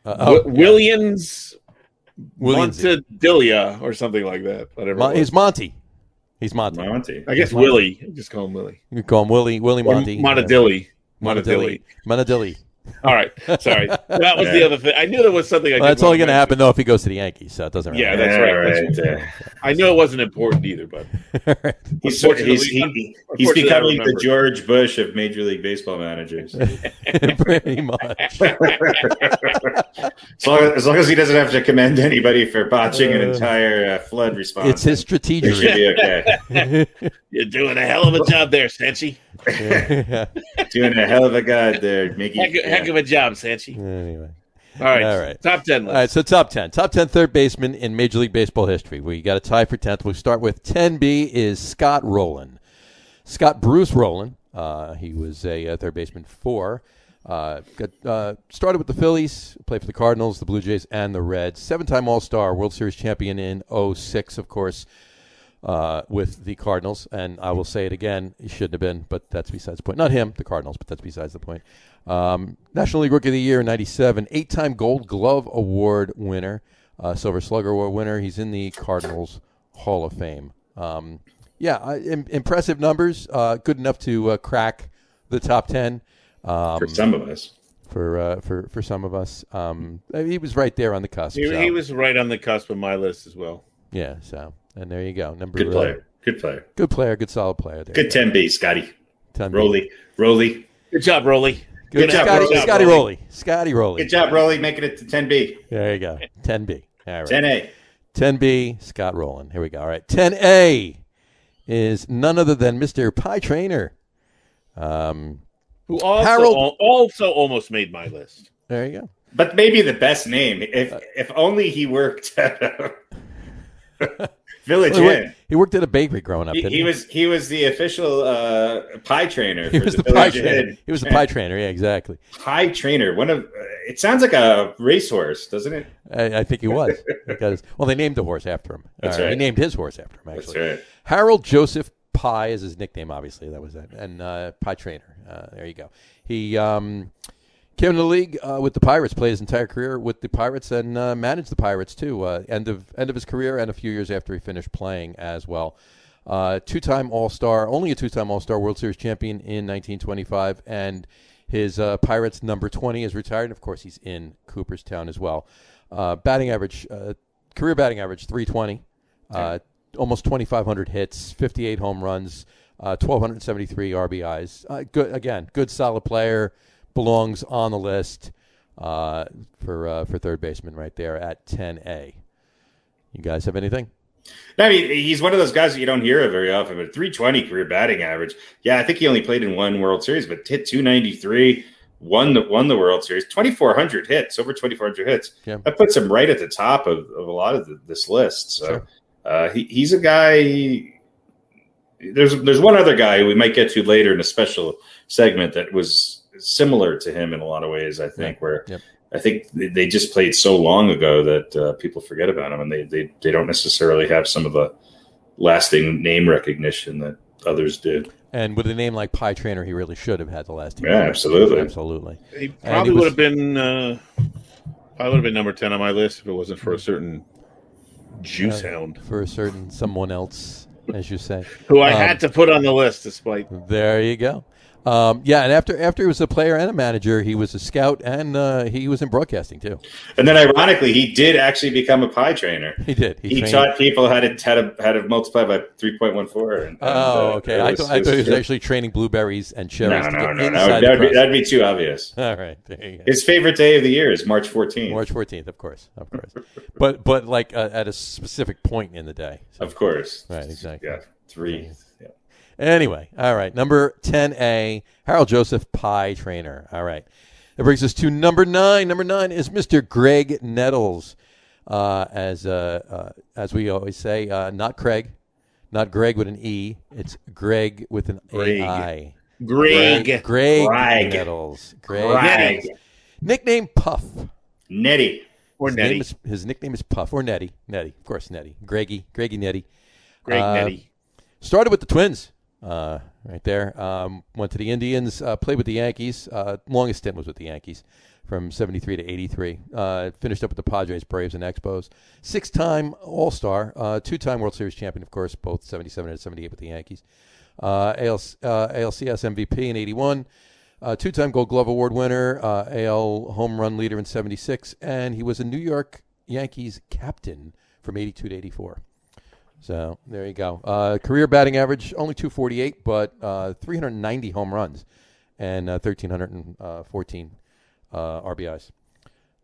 Speaker 4: Uh, oh,
Speaker 2: Wi- Williams
Speaker 4: Williamsy.
Speaker 2: Montedilia or something like that. Whatever.
Speaker 4: Mon-
Speaker 2: it was.
Speaker 4: he's Monty. He's Monty.
Speaker 3: Monty.
Speaker 2: I guess
Speaker 4: Mon-
Speaker 2: Willie. Just call him Willie.
Speaker 4: You can call him Willie. Willie
Speaker 2: Or
Speaker 4: Monty.
Speaker 2: Montedilli. Montedilli.
Speaker 4: Montadilli. Montadilli.
Speaker 2: All right. Sorry. That was the
Speaker 3: Yeah.
Speaker 2: other thing. I knew there was something I
Speaker 4: Well,
Speaker 2: did
Speaker 4: that's
Speaker 2: want
Speaker 4: only going to
Speaker 2: to
Speaker 4: happen though if he goes to the Yankees. So it doesn't. Really
Speaker 2: Yeah,
Speaker 4: matter.
Speaker 2: that's
Speaker 3: Yeah,
Speaker 2: right. That's
Speaker 3: right, uh,
Speaker 2: right. I knew it wasn't important either, but
Speaker 3: He's, sort of- he's,
Speaker 2: Unfortunately-
Speaker 3: he,
Speaker 2: unfortunately,
Speaker 3: he's
Speaker 2: I
Speaker 3: becoming the
Speaker 2: remember.
Speaker 3: George Bush of Major League Baseball managers. as,
Speaker 4: pretty much.
Speaker 3: long as, as long as he doesn't have to commend anybody for botching an entire uh, flood response,
Speaker 4: It's his
Speaker 3: he should
Speaker 4: strategy.
Speaker 3: be okay.
Speaker 2: you're doing a hell of a job there, Sanchi.
Speaker 4: Yeah.
Speaker 3: Doing a hell of a god there, Mickey.
Speaker 2: Heck, heck of a job, Sanchi.
Speaker 4: Anyway.
Speaker 2: All right.
Speaker 4: All right.
Speaker 2: Top 10
Speaker 4: All
Speaker 2: list.
Speaker 4: right, so top 10. Top 10 third baseman in Major League Baseball history. We got a tie for 10th. We'll start with 10B is Scott Rowland. Scott Bruce Rowland. Uh, he was a, uh third baseman for. Uh, got, uh, started with the Phillies, played for the Cardinals, the Blue Jays, and the Reds. Seven time All Star, World Series champion in 06, of course, uh, with the Cardinals. And I will say it again, he shouldn't have been, but that's besides the point. Not him, the Cardinals, but that's besides the point. Um, National League Rookie of the Year in 97, eight time Gold Glove Award winner, uh, Silver Slugger Award winner. He's in the Cardinals Hall of Fame. Um, yeah, I, im- impressive numbers, uh, good enough to uh, crack the top 10. Um,
Speaker 3: for some of us.
Speaker 4: for uh, for for some of us. Um, he was right there on the cusp.
Speaker 2: He,
Speaker 4: so,
Speaker 2: he was right on the cusp of my list as well.
Speaker 4: yeah. So and there you go. Number
Speaker 3: Good
Speaker 4: uh,
Speaker 3: player. Good player.
Speaker 4: good player, good solid player. There,
Speaker 3: Good 10B, Scotty.
Speaker 4: Time to-
Speaker 3: Roly. Roly.
Speaker 2: Good job, Rolly.
Speaker 3: Good
Speaker 4: Good,
Speaker 3: job,
Speaker 4: Scotty,
Speaker 3: Rolly.
Speaker 4: Scotty Rowley. Scotty Rowley.
Speaker 3: Good job, Roly, making it to 10B.
Speaker 4: There you go. Ten B. All right.
Speaker 3: 10A.
Speaker 4: 10B, Scott Rowland. Here we go. All right. 10A is none other than Mr. Pie Trainer. Um,
Speaker 5: Who also
Speaker 4: Harold-
Speaker 5: al- also almost made my list.
Speaker 4: there you go.
Speaker 3: But maybe the best name, if if only he worked at a Village
Speaker 4: Well, he,
Speaker 3: Inn.
Speaker 4: worked, he worked at a bakery growing up,
Speaker 3: He,
Speaker 4: didn't
Speaker 3: he was he was the official uh, pie trainer.
Speaker 4: He
Speaker 3: for
Speaker 4: was the pie
Speaker 3: Village
Speaker 4: trainer.
Speaker 3: Inn.
Speaker 4: He was the pie trainer. Yeah, exactly.
Speaker 3: Pie trainer. One of it sounds like a racehorse, doesn't it?
Speaker 4: I, I think he was because well, they named the horse after him.
Speaker 3: That's
Speaker 4: Or They
Speaker 3: right.
Speaker 4: named his horse after him. Actually,
Speaker 3: right.
Speaker 4: Harold Joseph Pye is his nickname. Obviously, that was that, and uh, Pie Trainer. Uh, there you go. He um, came in the league uh, with the Pirates, played his entire career with the Pirates, and uh, managed the Pirates too. Uh, end of end of his career, and a few years after he finished playing as well. Uh, two-time All-Star, only a two-time All-Star World Series champion in 1925, and his uh, Pirates number 20 is retired. And of course, he's in Cooperstown as well. Uh, batting average, uh, career batting average 320, uh, almost 2,500 hits, 58 home runs, uh, 1,273 RBIs. Uh, good again, good solid player, belongs on the list uh, for uh, for third baseman right there at 10A. You guys have anything?
Speaker 3: No, I mean, he's one of those guys that you don't hear of very often, but 320 career batting average. Yeah, I think he only played in one World Series, but hit 293, won the, won the World Series. 2,400 hits, over 2,400 hits.
Speaker 4: Yeah.
Speaker 3: That puts him right at the top of, of a lot of the, this list. So
Speaker 4: Sure.
Speaker 3: uh, he, he's a guy. There's there's one other guy we might get to later in a special segment that was similar to him in a lot of ways. I think where
Speaker 4: Yep.
Speaker 3: I think they- they just played so long ago that uh, people forget about him and they, they they don't necessarily have some of the lasting name recognition that others do.
Speaker 4: And with a name like Pie Trainer, he really should have had the last. team.
Speaker 3: Yeah, absolutely.
Speaker 4: absolutely.
Speaker 5: He probably
Speaker 4: was-
Speaker 5: would have been uh, probably would have been number ten on my list if it wasn't for a certain juice
Speaker 4: Uh,
Speaker 5: hound
Speaker 4: for a certain someone else, as you say.
Speaker 5: who I
Speaker 4: um,
Speaker 5: had to put on the list despite
Speaker 4: There you go. Um, yeah, and after after he was a player and a manager, he was a scout and uh, he was in broadcasting too.
Speaker 3: And then ironically, he did actually become a pie trainer.
Speaker 4: He did.
Speaker 3: He,
Speaker 4: trained-
Speaker 3: taught people how to how to, how to multiply by 3.14. And,
Speaker 4: Oh,
Speaker 3: and, uh,
Speaker 4: okay.
Speaker 3: it
Speaker 4: I,
Speaker 3: was-
Speaker 4: thought I
Speaker 3: it
Speaker 4: thought he was
Speaker 3: good.
Speaker 4: actually training blueberries and
Speaker 3: No,
Speaker 4: cherries. to
Speaker 3: no,
Speaker 4: get
Speaker 3: no, no.
Speaker 4: inside the
Speaker 3: That'd be,
Speaker 4: crust.
Speaker 3: that'd be too obvious.
Speaker 4: All right, there you go.
Speaker 3: His favorite day of the year is March 14th.
Speaker 4: March fourteenth, of course, of course, but but like uh, at a specific point in the day. So,
Speaker 3: Of course.
Speaker 4: Right, exactly.
Speaker 3: Yeah, three. Yeah.
Speaker 4: Anyway, all right. Number 10A, Harold Joseph Pie Trainer. All right. That brings us to number nine. Number nine is Mr. Greg Nettles. Uh, as uh, uh, as we always say, uh, not Craig, not Greg with an E. It's Greg with an
Speaker 5: Greg.
Speaker 4: A-I.
Speaker 5: Greg.
Speaker 4: Greg,
Speaker 3: Greg.
Speaker 4: Nettles. Greg.
Speaker 3: Greg.
Speaker 4: Nettles. Nickname Puff.
Speaker 3: Nettie.
Speaker 5: or
Speaker 4: his,
Speaker 5: Nettie.
Speaker 4: Name is, his nickname is Puff or Nettie. Nettie, of course, Nettie. Greggy, Greggy Nettie.
Speaker 5: Greg
Speaker 4: uh,
Speaker 5: Nettie.
Speaker 4: started with the Twins, uh, right there. Um, went to the Indians, uh, played with the Yankees. Uh, longest stint was with the Yankees, from '73 to '83. Uh, finished up with the Padres, Braves, and Expos. Six-time All-Star, uh, two-time World Series champion, of course, both '77 and '78 with the Yankees. Uh, AL, uh, ALCS MVP in '81. Uh, two-time Gold Glove Award winner, uh, AL home run leader in '76, and he was a New York Yankees captain from '82 to '84. So there you go. Uh, career batting average only 248, but uh, 390 home runs and uh, 1,314 uh, RBIs.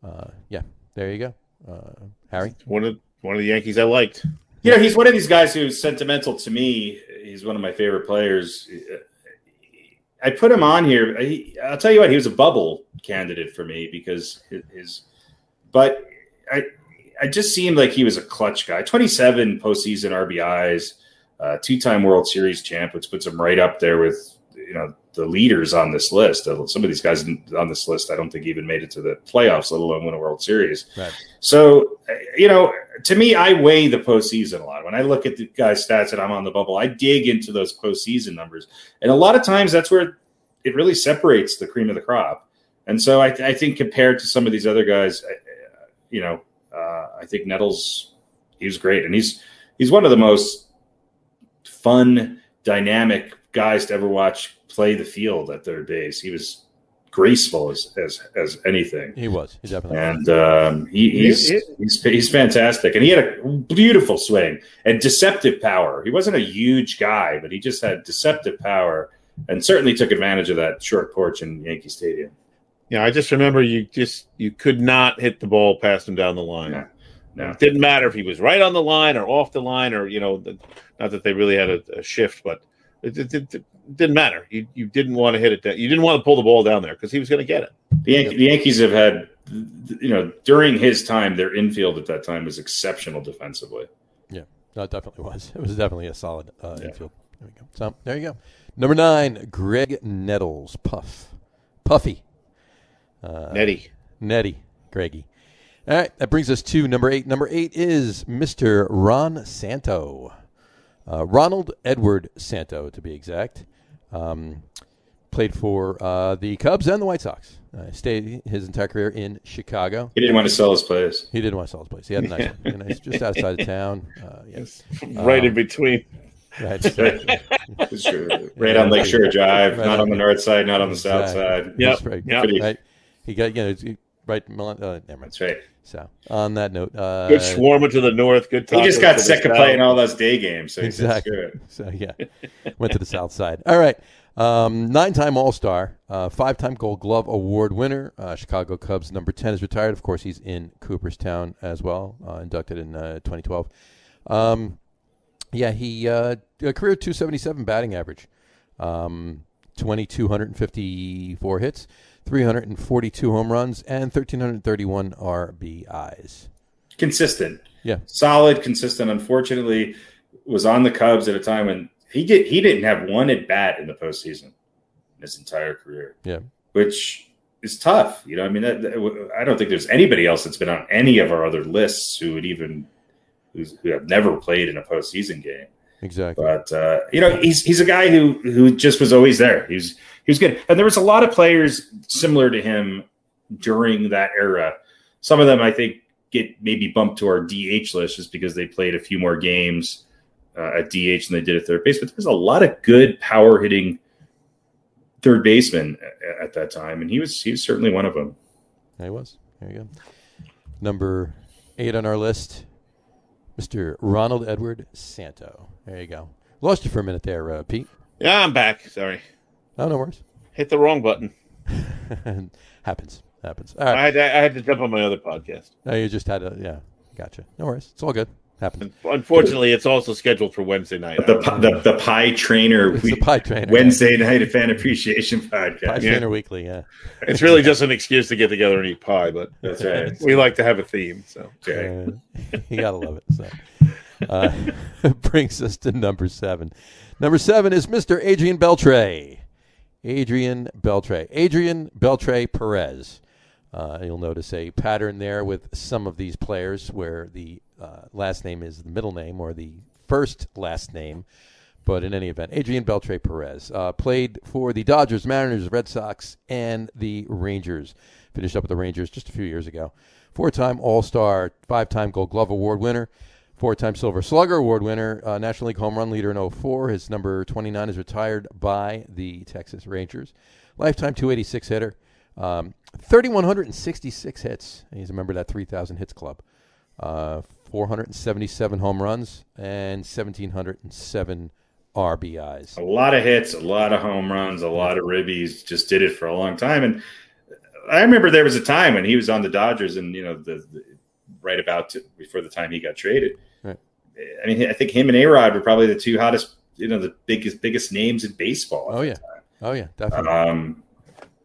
Speaker 4: Uh, yeah, there you go. Uh, Harry?
Speaker 5: One of one of the Yankees I liked.
Speaker 3: You know, he's one of these guys who's sentimental to me. He's one of my favorite players. I put him on here. He, I'll tell you what, he was a bubble candidate for me because hi- his, but I, I just seemed like he was a clutch guy. Twenty-seven postseason RBIs, uh, two-time World Series champ, which puts him right up there with you know the leaders on this list. Some of these guys on this list, I don't think even made it to the playoffs, let alone win a World Series.
Speaker 4: Right.
Speaker 3: So uh, you know, to me, I weigh the postseason a lot. When I look at the guy's stats and I'm on the bubble, I dig into those postseason numbers, and a lot of times that's where it really separates the cream of the crop. And so I, I think compared to some of these other guys, I- I- you know, uh, I think Nettles he was great, and he's he's one of the most fun, dynamic guys to ever watch play the field at third base. He was graceful as as, as anything
Speaker 4: He was. He definitely was.
Speaker 3: and um, he, he's,
Speaker 5: It- it-
Speaker 3: he's he's fantastic, and he had a beautiful swing and deceptive power. He wasn't a huge guy, but he just had deceptive power, and certainly took advantage of that short porch in Yankee Stadium.
Speaker 5: Yeah, I just remember you just you could not hit the ball past him down the line.
Speaker 3: Yeah. No.
Speaker 5: It didn't matter if he was right on the line or off the line or you know, the, not that they really had a, a shift, but it, it, it- it didn't matter. You you didn't want to hit it. Down. You didn't want to pull the ball down there because he was going to get it.
Speaker 3: The, Yan- the Yankees have had, you know, during his time, their infield at that time was exceptional defensively.
Speaker 4: That definitely was. It was definitely a solid uh,
Speaker 3: Yeah.
Speaker 4: infield. There we go. So there you go. Number nine, Greg Nettles, Puff, Puffy, Uh,
Speaker 5: Nettie.
Speaker 4: Nettie, Greggy. All right, that brings us to number eight. Number eight is Mr. Ron Santo, uh, Ronald Edward Santo, to be exact. Um, played for uh, the Cubs and the White Sox. Uh, stayed his entire career in Chicago.
Speaker 3: He didn't want to sell his place.
Speaker 4: He didn't want to sell his place. He had a nice one. You know, he's just outside of town. Uh, yes.
Speaker 5: right in between.
Speaker 4: Right.
Speaker 3: It's true. right on Lake Shore Drive,
Speaker 4: Right
Speaker 3: not
Speaker 4: on
Speaker 3: on the
Speaker 4: the-
Speaker 3: north side, not on the south
Speaker 4: Exactly.
Speaker 3: side.
Speaker 5: Yep.
Speaker 4: That's right.
Speaker 5: Yep.
Speaker 3: Good evening.
Speaker 4: Right. He got you know he- right. Milan, uh, never mind.
Speaker 3: That's right.
Speaker 4: So on that note, uh,
Speaker 5: Good shawarma to the north. Good.
Speaker 3: He just
Speaker 5: tacos
Speaker 3: got
Speaker 5: to the
Speaker 3: sick of
Speaker 5: south.
Speaker 3: playing all those day games, so he said,
Speaker 4: exactly.
Speaker 3: "Screw it."
Speaker 4: So yeah, went to the south side. All right. Um, nine-time All-Star, uh, five-time Gold Glove Award winner, uh, Chicago Cubs number ten is retired. Of course, he's in Cooperstown as well, uh, inducted in uh, 2012. Um, Yeah, he uh, a career 277 batting average, um, 2,254 hits, 342 home runs, and 1,331 RBIs.
Speaker 3: Consistent,
Speaker 4: Yeah,
Speaker 3: solid, consistent. Unfortunately, was on the Cubs at a time when he did he didn't have one at bat in the postseason in his entire career.
Speaker 4: Yeah.
Speaker 3: which is tough. You know, I mean, that, that- I don't think there's anybody else that's been on any of our other lists who would even who's, who have never played in a postseason game.
Speaker 4: exactly.
Speaker 3: But uh, you know, he's he's a guy who who just was always there. He was he was good, and there was a lot of players similar to him during that era. Some of them, I think, get maybe bumped to our DH list just because they played a few more games uh, at DH than they did at third base. But there's a lot of good power hitting third baseman at, at that time, and he was he was certainly one of them.
Speaker 4: There he was. There you go. Number eight on our list, Mr. Ronald Edward Santo. There you go. Lost you for a minute there, uh, Pete.
Speaker 5: Yeah, I'm back. Sorry,
Speaker 4: Oh, no worries.
Speaker 5: hit the wrong button.
Speaker 4: happens. Happens. All right.
Speaker 5: I had to, I had to jump on my other podcast.
Speaker 4: No, you just had a yeah. Gotcha. No worries. It's all good. Happens.
Speaker 5: Unfortunately, it's also scheduled for Wednesday night.
Speaker 3: The pi- the, the pie trainer,
Speaker 4: It's the pie trainer.
Speaker 3: Wednesday night fan appreciation podcast.
Speaker 4: Pie Trainer Weekly. Yeah.
Speaker 5: It's really just an excuse to get together and eat pie, but
Speaker 3: That's right.
Speaker 5: we like to have a theme. So
Speaker 3: Okay.
Speaker 4: Uh, you gotta love it. So, uh, brings us to number seven. Number seven is Mr. Adrian Beltre. Adrian Beltre. Adrian Beltre Perez. Uh, you'll notice a pattern there with some of these players where the uh, last name is the middle name or the first last name. But in any event, Adrian Beltre Perez uh, played for the Dodgers, Mariners, Red Sox, and the Rangers. Finished up with the Rangers just a few years ago. Four time All Star, five time Gold Glove Award winner, four time Silver Slugger Award winner, uh, National League home run leader in 04. His number 29 is retired by the Texas Rangers. Lifetime 286 hitter, um, 3,166 hits. He's a member of that 3,000 hits club uh, 477 home runs and 1,707 RBIs.
Speaker 3: a lot of hits, a lot of home runs, a lot of ribbies. Just did it for a long time. And I remember there was a time when he was on the Dodgers, and you know, the, the right about to, before the time he got traded.
Speaker 4: Right.
Speaker 3: I mean, I think him and A Rod were probably the two hottest, you know, the biggest biggest names in baseball.
Speaker 4: Oh, yeah. Oh, yeah,
Speaker 5: Uh-huh.
Speaker 4: definitely.
Speaker 3: Um,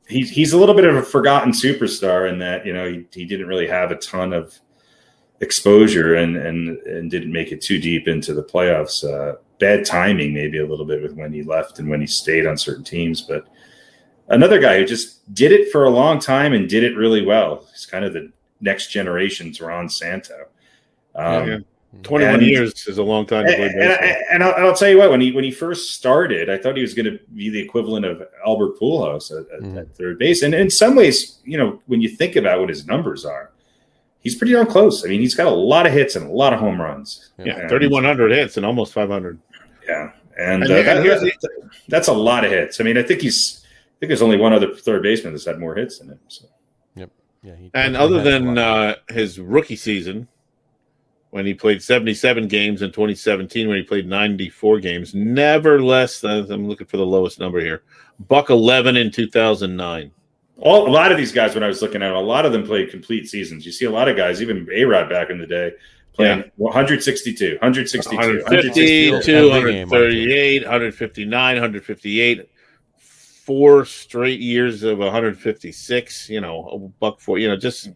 Speaker 3: he's he's a little bit of a forgotten superstar in that you know he, he didn't really have a ton of exposure and and and didn't make it too deep into the playoffs. Uh, bad timing maybe a little bit with when he left and when he stayed on certain teams, but another guy who just did it for a long time and did it really well. He's kind of the next generation's Ron Santo. Um,
Speaker 5: Yeah. 21
Speaker 3: And-
Speaker 5: years is a long time to play
Speaker 3: and, and,
Speaker 5: baseball.
Speaker 3: and I'll, and I'll tell you what, when he when he first started, I thought he was going to be the equivalent of Albert Pujols at, at,
Speaker 5: Mm.
Speaker 4: Mhm.
Speaker 3: at third base. And in some ways, you know, when you think about what his numbers are, he's pretty darn close. I mean, he's got a lot of hits and a lot of home runs.
Speaker 5: Yeah, 3,100 hits and almost 500.
Speaker 3: Yeah, and,
Speaker 5: And
Speaker 3: uh,
Speaker 5: here-
Speaker 3: that-
Speaker 5: and here's the-
Speaker 3: that's a lot of hits. I mean, I think he's I think there's only one other third baseman that's had more hits than him. So.
Speaker 4: yeah, he
Speaker 5: And
Speaker 4: definitely
Speaker 5: other
Speaker 4: has a
Speaker 5: than
Speaker 4: lot.
Speaker 5: uh, his rookie season, when he played 77 games in 2017, when he played 94 games, never less than I'm looking for the lowest number here. Buck 11 in 2009.
Speaker 3: all a lot of these guys when I was looking at, them, a lot of them played complete seasons. You see a lot of guys, even A Rod back in the day, playing 162, 162, 160.
Speaker 2: 150, 238, 159, 158, four straight years of 156, you know, a buck four, you know, just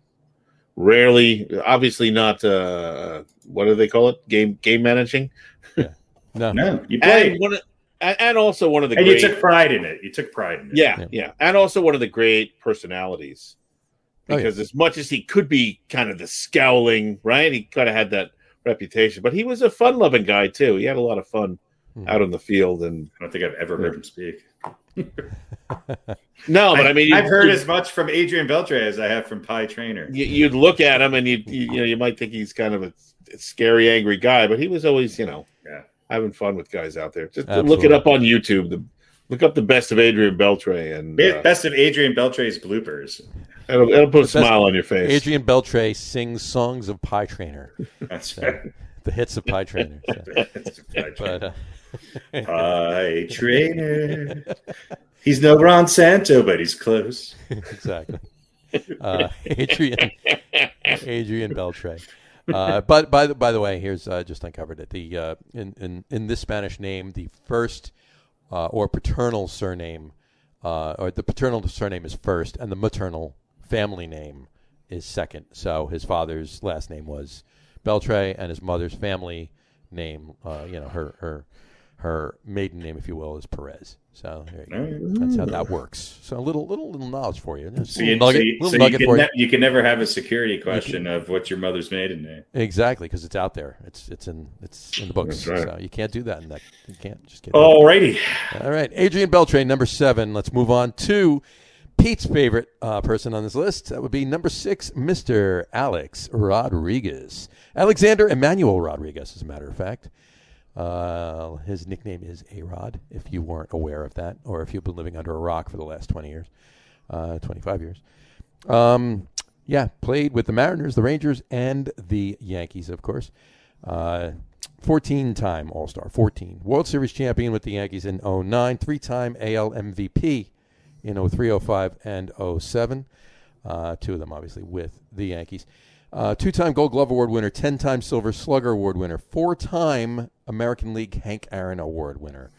Speaker 2: rarely, obviously not, uh, what do they call it? Game game managing.
Speaker 5: uh,
Speaker 4: No.
Speaker 3: No, you
Speaker 2: And,
Speaker 3: played,
Speaker 2: one of, and and also one of the
Speaker 3: and you
Speaker 2: great,
Speaker 3: took pride in it. You took pride in it.
Speaker 2: yeah,
Speaker 4: Yeah.
Speaker 2: yeah, and also one of the great personalities.
Speaker 4: Oh, yeah.
Speaker 2: Because as much as he could be kind of the scowling, right? He kind of had that reputation, but he was a fun-loving guy too. He had a lot of fun
Speaker 4: Mhm.
Speaker 2: out on the field, and
Speaker 3: I don't think I've ever heard him speak.
Speaker 2: no, but I, mean,
Speaker 3: I've
Speaker 2: you-
Speaker 3: heard
Speaker 2: you-
Speaker 3: as much from Adrian Beltre as I have from Pi Trainer.
Speaker 2: you, you'd look at him and you'd, you you know you might think he's kind of a scary angry guy but he was always you know
Speaker 3: Yeah.
Speaker 2: having fun with guys out there just
Speaker 4: Absolutely.
Speaker 2: look it up on youtube the look up the best of adrian beltre and uh,
Speaker 3: Best of Adrian Beltre's bloopers.
Speaker 2: it'll, it'll put a
Speaker 4: best-
Speaker 2: smile on your face
Speaker 4: Adrian Beltre sings songs of Pie Trainer,
Speaker 3: That's
Speaker 4: So,
Speaker 3: right.
Speaker 4: the hits of Pie Trainer. so.
Speaker 3: That's Pi Trainer.
Speaker 4: But uh,
Speaker 3: Pi Trainer. He's no Ron Santo, but he's close.
Speaker 4: exactly. Uh, Adrian Adrian Beltre. Uh, but by the by the way, here's uh, just uncovered it. The uh, in, in in this Spanish name, the first uh, or paternal surname, uh, or the paternal surname is first, and the maternal family name is second. So his father's last name was Beltre, and his mother's family name, uh, you know, her her her maiden name, if you will, is Perez. So there you go. that's how that works. So a little little little knowledge for you. There's a
Speaker 3: So
Speaker 4: Mm.
Speaker 3: you,
Speaker 4: little nugget,
Speaker 3: so you-
Speaker 4: little
Speaker 3: so you
Speaker 4: nugget
Speaker 3: can
Speaker 4: for you.
Speaker 3: ne- you can never have a security question of what's your mother's maiden name.
Speaker 4: Exactly, because it's out there. It's it's in it's in the books.
Speaker 2: That's right.
Speaker 4: So you can't do that. In that you can't just get.
Speaker 3: Oh. Alrighty.
Speaker 4: All right, Adrian Beltre, number seven. Let's move on to Pete's favorite uh, person on this list. That would be number six, Mister Alex Rodriguez, Alexander Emmanuel Rodriguez, as a matter of fact. Uh, his nickname is A Rod, if you weren't aware of that, or if you've been living under a rock for the last 20 years, uh, 25 years. Um, yeah, played with the Mariners, the Rangers, and the Yankees, of course. Uh, 14 time All Star, 14. World Series champion with the Yankees in 09, three time AL MVP in 03, 05, and 07. Uh, two of them, obviously, with the Yankees. Uh, Two time Gold Glove Award winner, 10 time Silver Slugger Award winner, four time American League Hank Aaron Award winner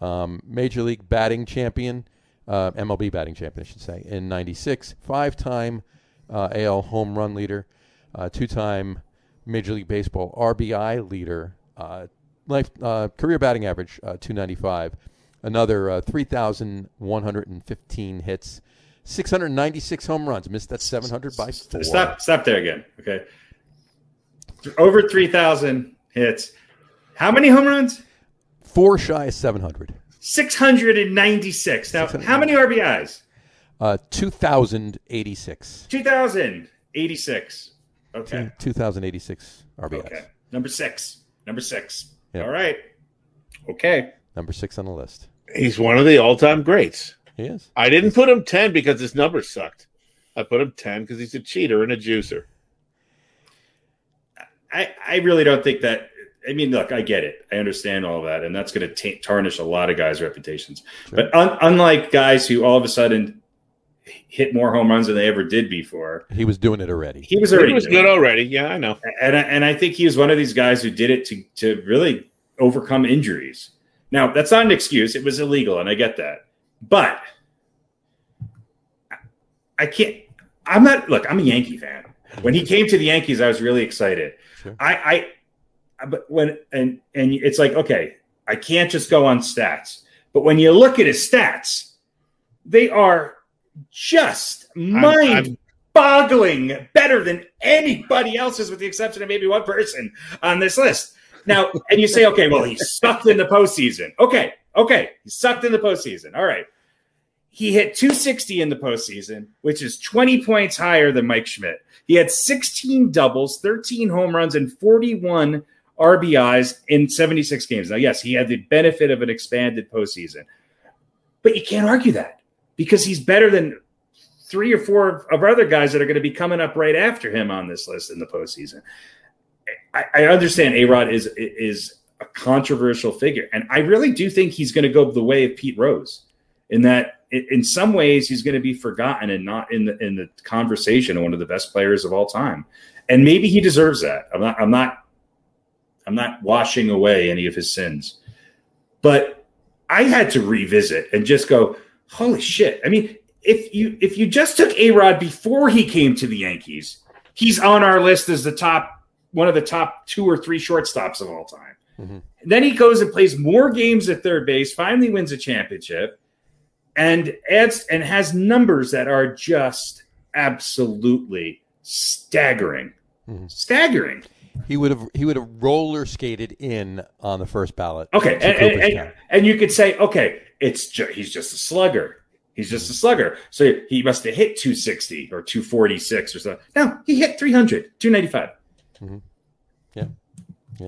Speaker 4: um, Major League batting champion, uh, MLB batting champion, I should say, in '96, five-time uh, AL home run leader, uh, two-time Major League Baseball RBI leader, uh, life uh, career batting average uh, 295, another uh, 3,115 hits, 696 home runs, missed that 700 by four.
Speaker 3: Stop. Stop there again. Okay. Over three thousand hits. How many home runs?
Speaker 4: Four shy of 700.
Speaker 3: Six hundred and ninety-six. Now, how many RBIs?
Speaker 4: Uh, 2,086.
Speaker 3: Two thousand eighty-six. Okay.
Speaker 4: 2,086 RBIs.
Speaker 3: Okay. Number six. Number six.
Speaker 4: Yeah.
Speaker 3: All right. Okay.
Speaker 4: Number six on the list.
Speaker 2: he's one of the all-time greats
Speaker 4: He is.
Speaker 2: i didn't put him 10 because his numbers sucked i put him 10 because he's a cheater and a juicer
Speaker 3: I, I really don't think that. I mean, look, I get it. I understand all that, and that's going to tarnish a lot of guys' reputations. But un, unlike guys who all of a sudden hit more home runs than they ever did before,
Speaker 4: He was doing it already.
Speaker 3: he was already
Speaker 2: he was
Speaker 3: doing
Speaker 2: good
Speaker 3: it.
Speaker 2: already yeah i know
Speaker 3: and I, and I think he was one of these guys who did it to to really overcome injuries. Now that's not an excuse; it was illegal, and I get that. But I- I can't. I'm not. Look, I'm a Yankee fan. When he came to the Yankees, I was really excited.
Speaker 4: Sure.
Speaker 3: I, I, but when and and it's like okay, I can't just go on stats. But when you look at his stats, they are just
Speaker 2: I'm-
Speaker 3: mind
Speaker 2: I'm
Speaker 3: boggling better than anybody else's, with the exception of maybe one person on this list. Now, and you say, okay, well, he sucked in the postseason. Okay, okay, he sucked in the postseason. All right. He hit 260 in the postseason, which is 20 points higher than Mike Schmidt. He had 16 doubles, 13 home runs, and 41 RBIs in 76 games. Now, yes, he had the benefit of an expanded postseason, but you can't argue that because he's better than three or four of- of other guys that are going to be coming up right after him on this list in the postseason. I, I understand A Rod is is a controversial figure, and I really do think he's going to go the way of Pete Rose in that in in some ways he's going to be forgotten and not in the in the conversation of one of the best players of all time. And maybe he deserves that. I'm not I'm not I'm not washing away any of his sins. But I had to revisit and just go, holy shit. I mean, if you if you just took A Rod before he came to the Yankees, he's on our list as the top one of the top two or three shortstops of all time.
Speaker 4: Mhm.
Speaker 3: Then he goes and plays more games at third base, finally wins a championship, and adds and has numbers that are just absolutely staggering.
Speaker 4: Mhm.
Speaker 3: Staggering.
Speaker 4: He would have he would have roller skated in on the first ballot.
Speaker 3: Okay,
Speaker 4: to
Speaker 3: and, and,
Speaker 4: Cooperstown.
Speaker 3: and, and you could say, okay, it's ju- he's just a slugger. He's just a slugger. So he must have hit 260 or 246 or something. No, he hit 300, 295.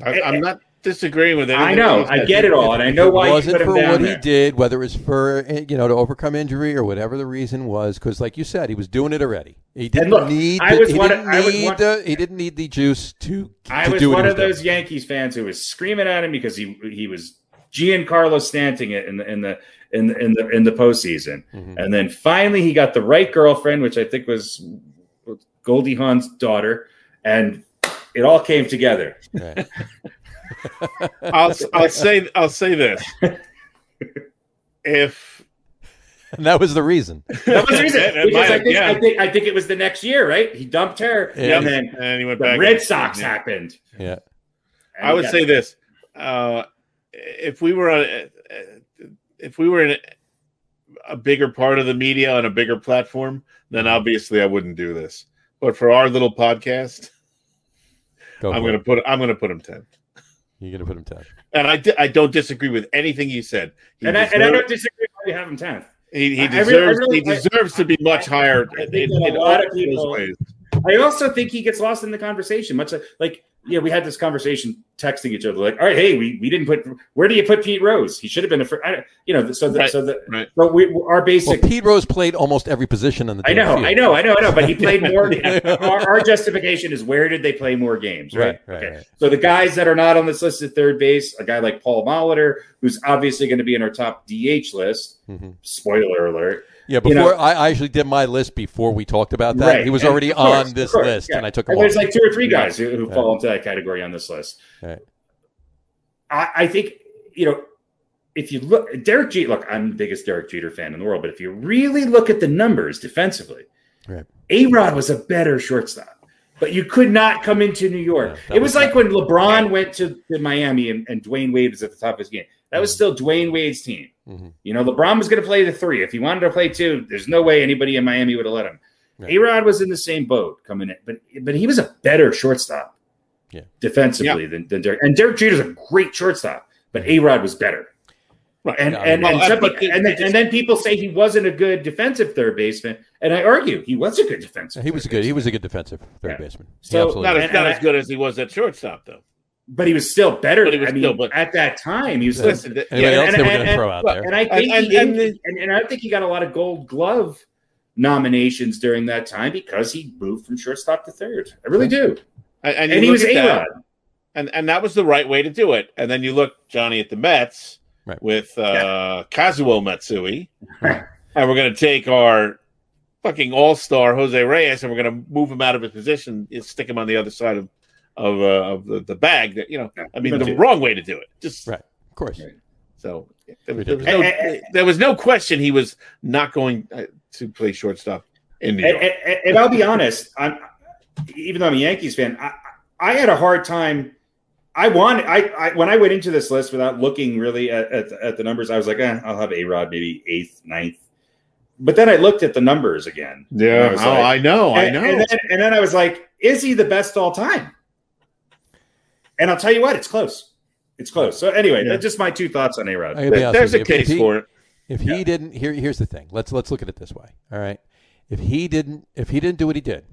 Speaker 2: I, I'm not disagreeing with anything.
Speaker 3: I know.
Speaker 2: he
Speaker 3: I
Speaker 2: said.
Speaker 3: get it all, and I know why
Speaker 4: it
Speaker 3: you
Speaker 4: wasn't
Speaker 3: put him
Speaker 4: for
Speaker 3: down
Speaker 4: what
Speaker 3: there.
Speaker 4: he did, whether it was for eh, you know to overcome injury or whatever the reason was, because like you said, he was doing it already. He didn't
Speaker 3: look,
Speaker 4: need.
Speaker 3: I
Speaker 4: the,
Speaker 3: was
Speaker 4: he
Speaker 3: one of-
Speaker 4: didn't
Speaker 3: I was
Speaker 4: need
Speaker 3: one-
Speaker 4: the he didn't need the juice to.
Speaker 3: I
Speaker 4: to
Speaker 3: was
Speaker 4: do what
Speaker 3: one
Speaker 4: he
Speaker 3: of
Speaker 4: doing.
Speaker 3: those Yankees fans who was screaming at him because he he was Giancarlo Stanting it in the in the in the in the, in the postseason,
Speaker 4: Mhm.
Speaker 3: and then finally he got the right girlfriend, which I think was Goldie Hawn's daughter, and it all came together.
Speaker 4: Right.
Speaker 2: I'll, I'll say I'll say this. If
Speaker 4: And that was the reason.
Speaker 3: That was the reason.
Speaker 2: That- that
Speaker 3: because
Speaker 2: might
Speaker 3: I
Speaker 2: have-
Speaker 3: think,
Speaker 2: yeah.
Speaker 3: I think I think it was the next year, right? He dumped her,
Speaker 4: Yeah.
Speaker 3: and then
Speaker 2: and he went
Speaker 3: the
Speaker 2: back.
Speaker 3: Red Sox
Speaker 2: Yeah.
Speaker 3: happened.
Speaker 4: Yeah.
Speaker 3: And
Speaker 2: I would
Speaker 3: yeah.
Speaker 2: say this: uh, if we were on, uh, if we were in a bigger part of the media on a bigger platform, then
Speaker 3: Mm-hmm.
Speaker 2: obviously I wouldn't do this. But for our little podcast,
Speaker 4: Go
Speaker 2: I'm
Speaker 4: for
Speaker 2: gonna
Speaker 4: it.
Speaker 2: put I'm gonna put him ten.
Speaker 4: You're gonna put him down.
Speaker 2: And I, di- I don't disagree with anything you said. He
Speaker 3: and I, and I
Speaker 2: deserves-
Speaker 3: don't disagree. Why we have him tenth?
Speaker 2: He, he
Speaker 3: I- I really- I
Speaker 2: deserves
Speaker 3: really-
Speaker 2: he deserves to be much
Speaker 3: I-
Speaker 2: higher.
Speaker 3: I think that a lot of people- I also think he gets lost in the conversation, much like, like yeah, we had this conversation texting each other, like, all right, hey, we, we didn't put where do you put Pete Rose? He should have been a fir- I don't- you know, so that
Speaker 2: Right,
Speaker 3: so that
Speaker 2: right.
Speaker 3: but we our
Speaker 4: Well,
Speaker 3: basic.
Speaker 4: Pete Rose played almost every position on the.
Speaker 3: I
Speaker 4: damn
Speaker 3: know,
Speaker 4: field.
Speaker 3: I know, I know, I know, but he played more. our, our justification is where did they play more games, right?
Speaker 4: Right, right,
Speaker 3: okay.
Speaker 4: right.
Speaker 3: So the guys that are not on this list at third base, a guy like Paul Molitor, who's obviously going to be in our top DH list.
Speaker 4: Mhm.
Speaker 3: Spoiler alert.
Speaker 4: Yeah,
Speaker 3: You
Speaker 4: before
Speaker 3: know-
Speaker 4: I, I actually did my list before we talked about that.
Speaker 3: Right,
Speaker 4: He was
Speaker 3: and
Speaker 4: already
Speaker 3: of course,
Speaker 4: on
Speaker 3: of
Speaker 4: this
Speaker 3: course,
Speaker 4: list,
Speaker 3: yeah.
Speaker 4: and I took him
Speaker 3: And
Speaker 4: off.
Speaker 3: there's like two or three guys who, who
Speaker 4: Yeah.
Speaker 3: fall into that category on this list.
Speaker 4: Right.
Speaker 3: I, I think you know if you look Derek Jeter. Look, I'm the biggest Derek Jeter fan in the world, but if you really look at the numbers defensively,
Speaker 4: Right.
Speaker 3: A Rod was a better shortstop, but you could not come into New York.
Speaker 4: Yeah, that
Speaker 3: it was,
Speaker 4: was-
Speaker 3: like when LeBron went to, to Miami and, and Dwayne Wade was at the top of his game. That
Speaker 4: Mm.
Speaker 3: was still Dwayne Wade's team.
Speaker 4: Mhm.
Speaker 3: You know, LeBron was going to play the three. If he wanted to play two, there's no way anybody in Miami would have let him.
Speaker 4: Yeah.
Speaker 3: A Rod was in the same boat coming in, but but he was a better shortstop
Speaker 4: Yeah.
Speaker 3: defensively than, than Derek. And Derek Jeter's a great shortstop, but A Rod was better.
Speaker 2: Right.
Speaker 3: And
Speaker 4: Yeah,
Speaker 3: and,
Speaker 2: I mean-
Speaker 3: and,
Speaker 2: Well,
Speaker 3: some
Speaker 2: but
Speaker 3: pe- and, then, and then people say he wasn't a good defensive third baseman, and I argue he was a good defensive.
Speaker 4: He was a
Speaker 3: third
Speaker 4: good. He
Speaker 3: baseman.
Speaker 4: was a good defensive third
Speaker 3: Yeah.
Speaker 4: baseman. He
Speaker 3: So-
Speaker 4: absolutely
Speaker 2: Not as
Speaker 4: was.
Speaker 3: And-
Speaker 2: not
Speaker 3: and
Speaker 2: as
Speaker 3: I-
Speaker 2: good as he was at shortstop, though.
Speaker 3: but he was still better.
Speaker 2: But he was
Speaker 3: I mean,
Speaker 2: still- but-
Speaker 3: at that time, he was still
Speaker 2: Listen, th-
Speaker 4: Anybody
Speaker 2: yeah,
Speaker 4: else
Speaker 3: and-
Speaker 4: they were
Speaker 3: and-
Speaker 4: going to
Speaker 3: and-
Speaker 4: throw out
Speaker 2: look,
Speaker 4: there?
Speaker 3: And I think
Speaker 2: And-
Speaker 3: he
Speaker 2: and-
Speaker 3: did-
Speaker 2: and-
Speaker 3: and, and I think he got a lot of Gold Glove nominations during that time because he moved from shortstop to third. I really do.
Speaker 2: And, and
Speaker 3: And,
Speaker 2: you
Speaker 3: he
Speaker 2: look
Speaker 3: was
Speaker 2: at
Speaker 3: A
Speaker 2: that,
Speaker 3: Rod.
Speaker 2: and and that was the right way to do it. And then you look Johnny at the Mets
Speaker 4: Right.
Speaker 2: with uh, Kazuo Matsui,
Speaker 3: Right.
Speaker 2: and we're going to take our fucking all star Jose Reyes, and we're going to move him out of his position, and stick him on the other side of of, uh, of the, the bag. That you know, I mean,
Speaker 3: But
Speaker 2: the
Speaker 3: it-
Speaker 2: wrong way to do it. Just
Speaker 4: Right. Of course.
Speaker 3: Right.
Speaker 2: so there was, there was no
Speaker 3: Eh, eh, eh.
Speaker 2: there was no question he was not going uh, to play shortstop in New
Speaker 3: And,
Speaker 2: York.
Speaker 3: and, and- and I'll be honest, I'm, even though I'm a Yankees fan, I, I I had a hard time. I wanted I, I when I went into this list without looking really at, at, the- at the numbers, I was like, eh, I'll have A Rod maybe eighth, ninth. But then I looked at the numbers again.
Speaker 2: Yeah,
Speaker 3: I was
Speaker 2: oh,
Speaker 3: like-
Speaker 2: I know, I
Speaker 3: And-
Speaker 2: know.
Speaker 3: And then, and then I was like, is he the best all time? And I'll tell you what, it's close. It's close. So anyway,
Speaker 2: Yeah.
Speaker 3: that's just my two thoughts on A
Speaker 4: I'm
Speaker 3: Rod.
Speaker 4: gonna be honest
Speaker 2: There's a
Speaker 4: with you. If
Speaker 2: case
Speaker 4: he-
Speaker 2: for it.
Speaker 4: If he didn't, here, here's the thing. Let's let's look at it this way. All right. If he didn't, if he didn't do what he did,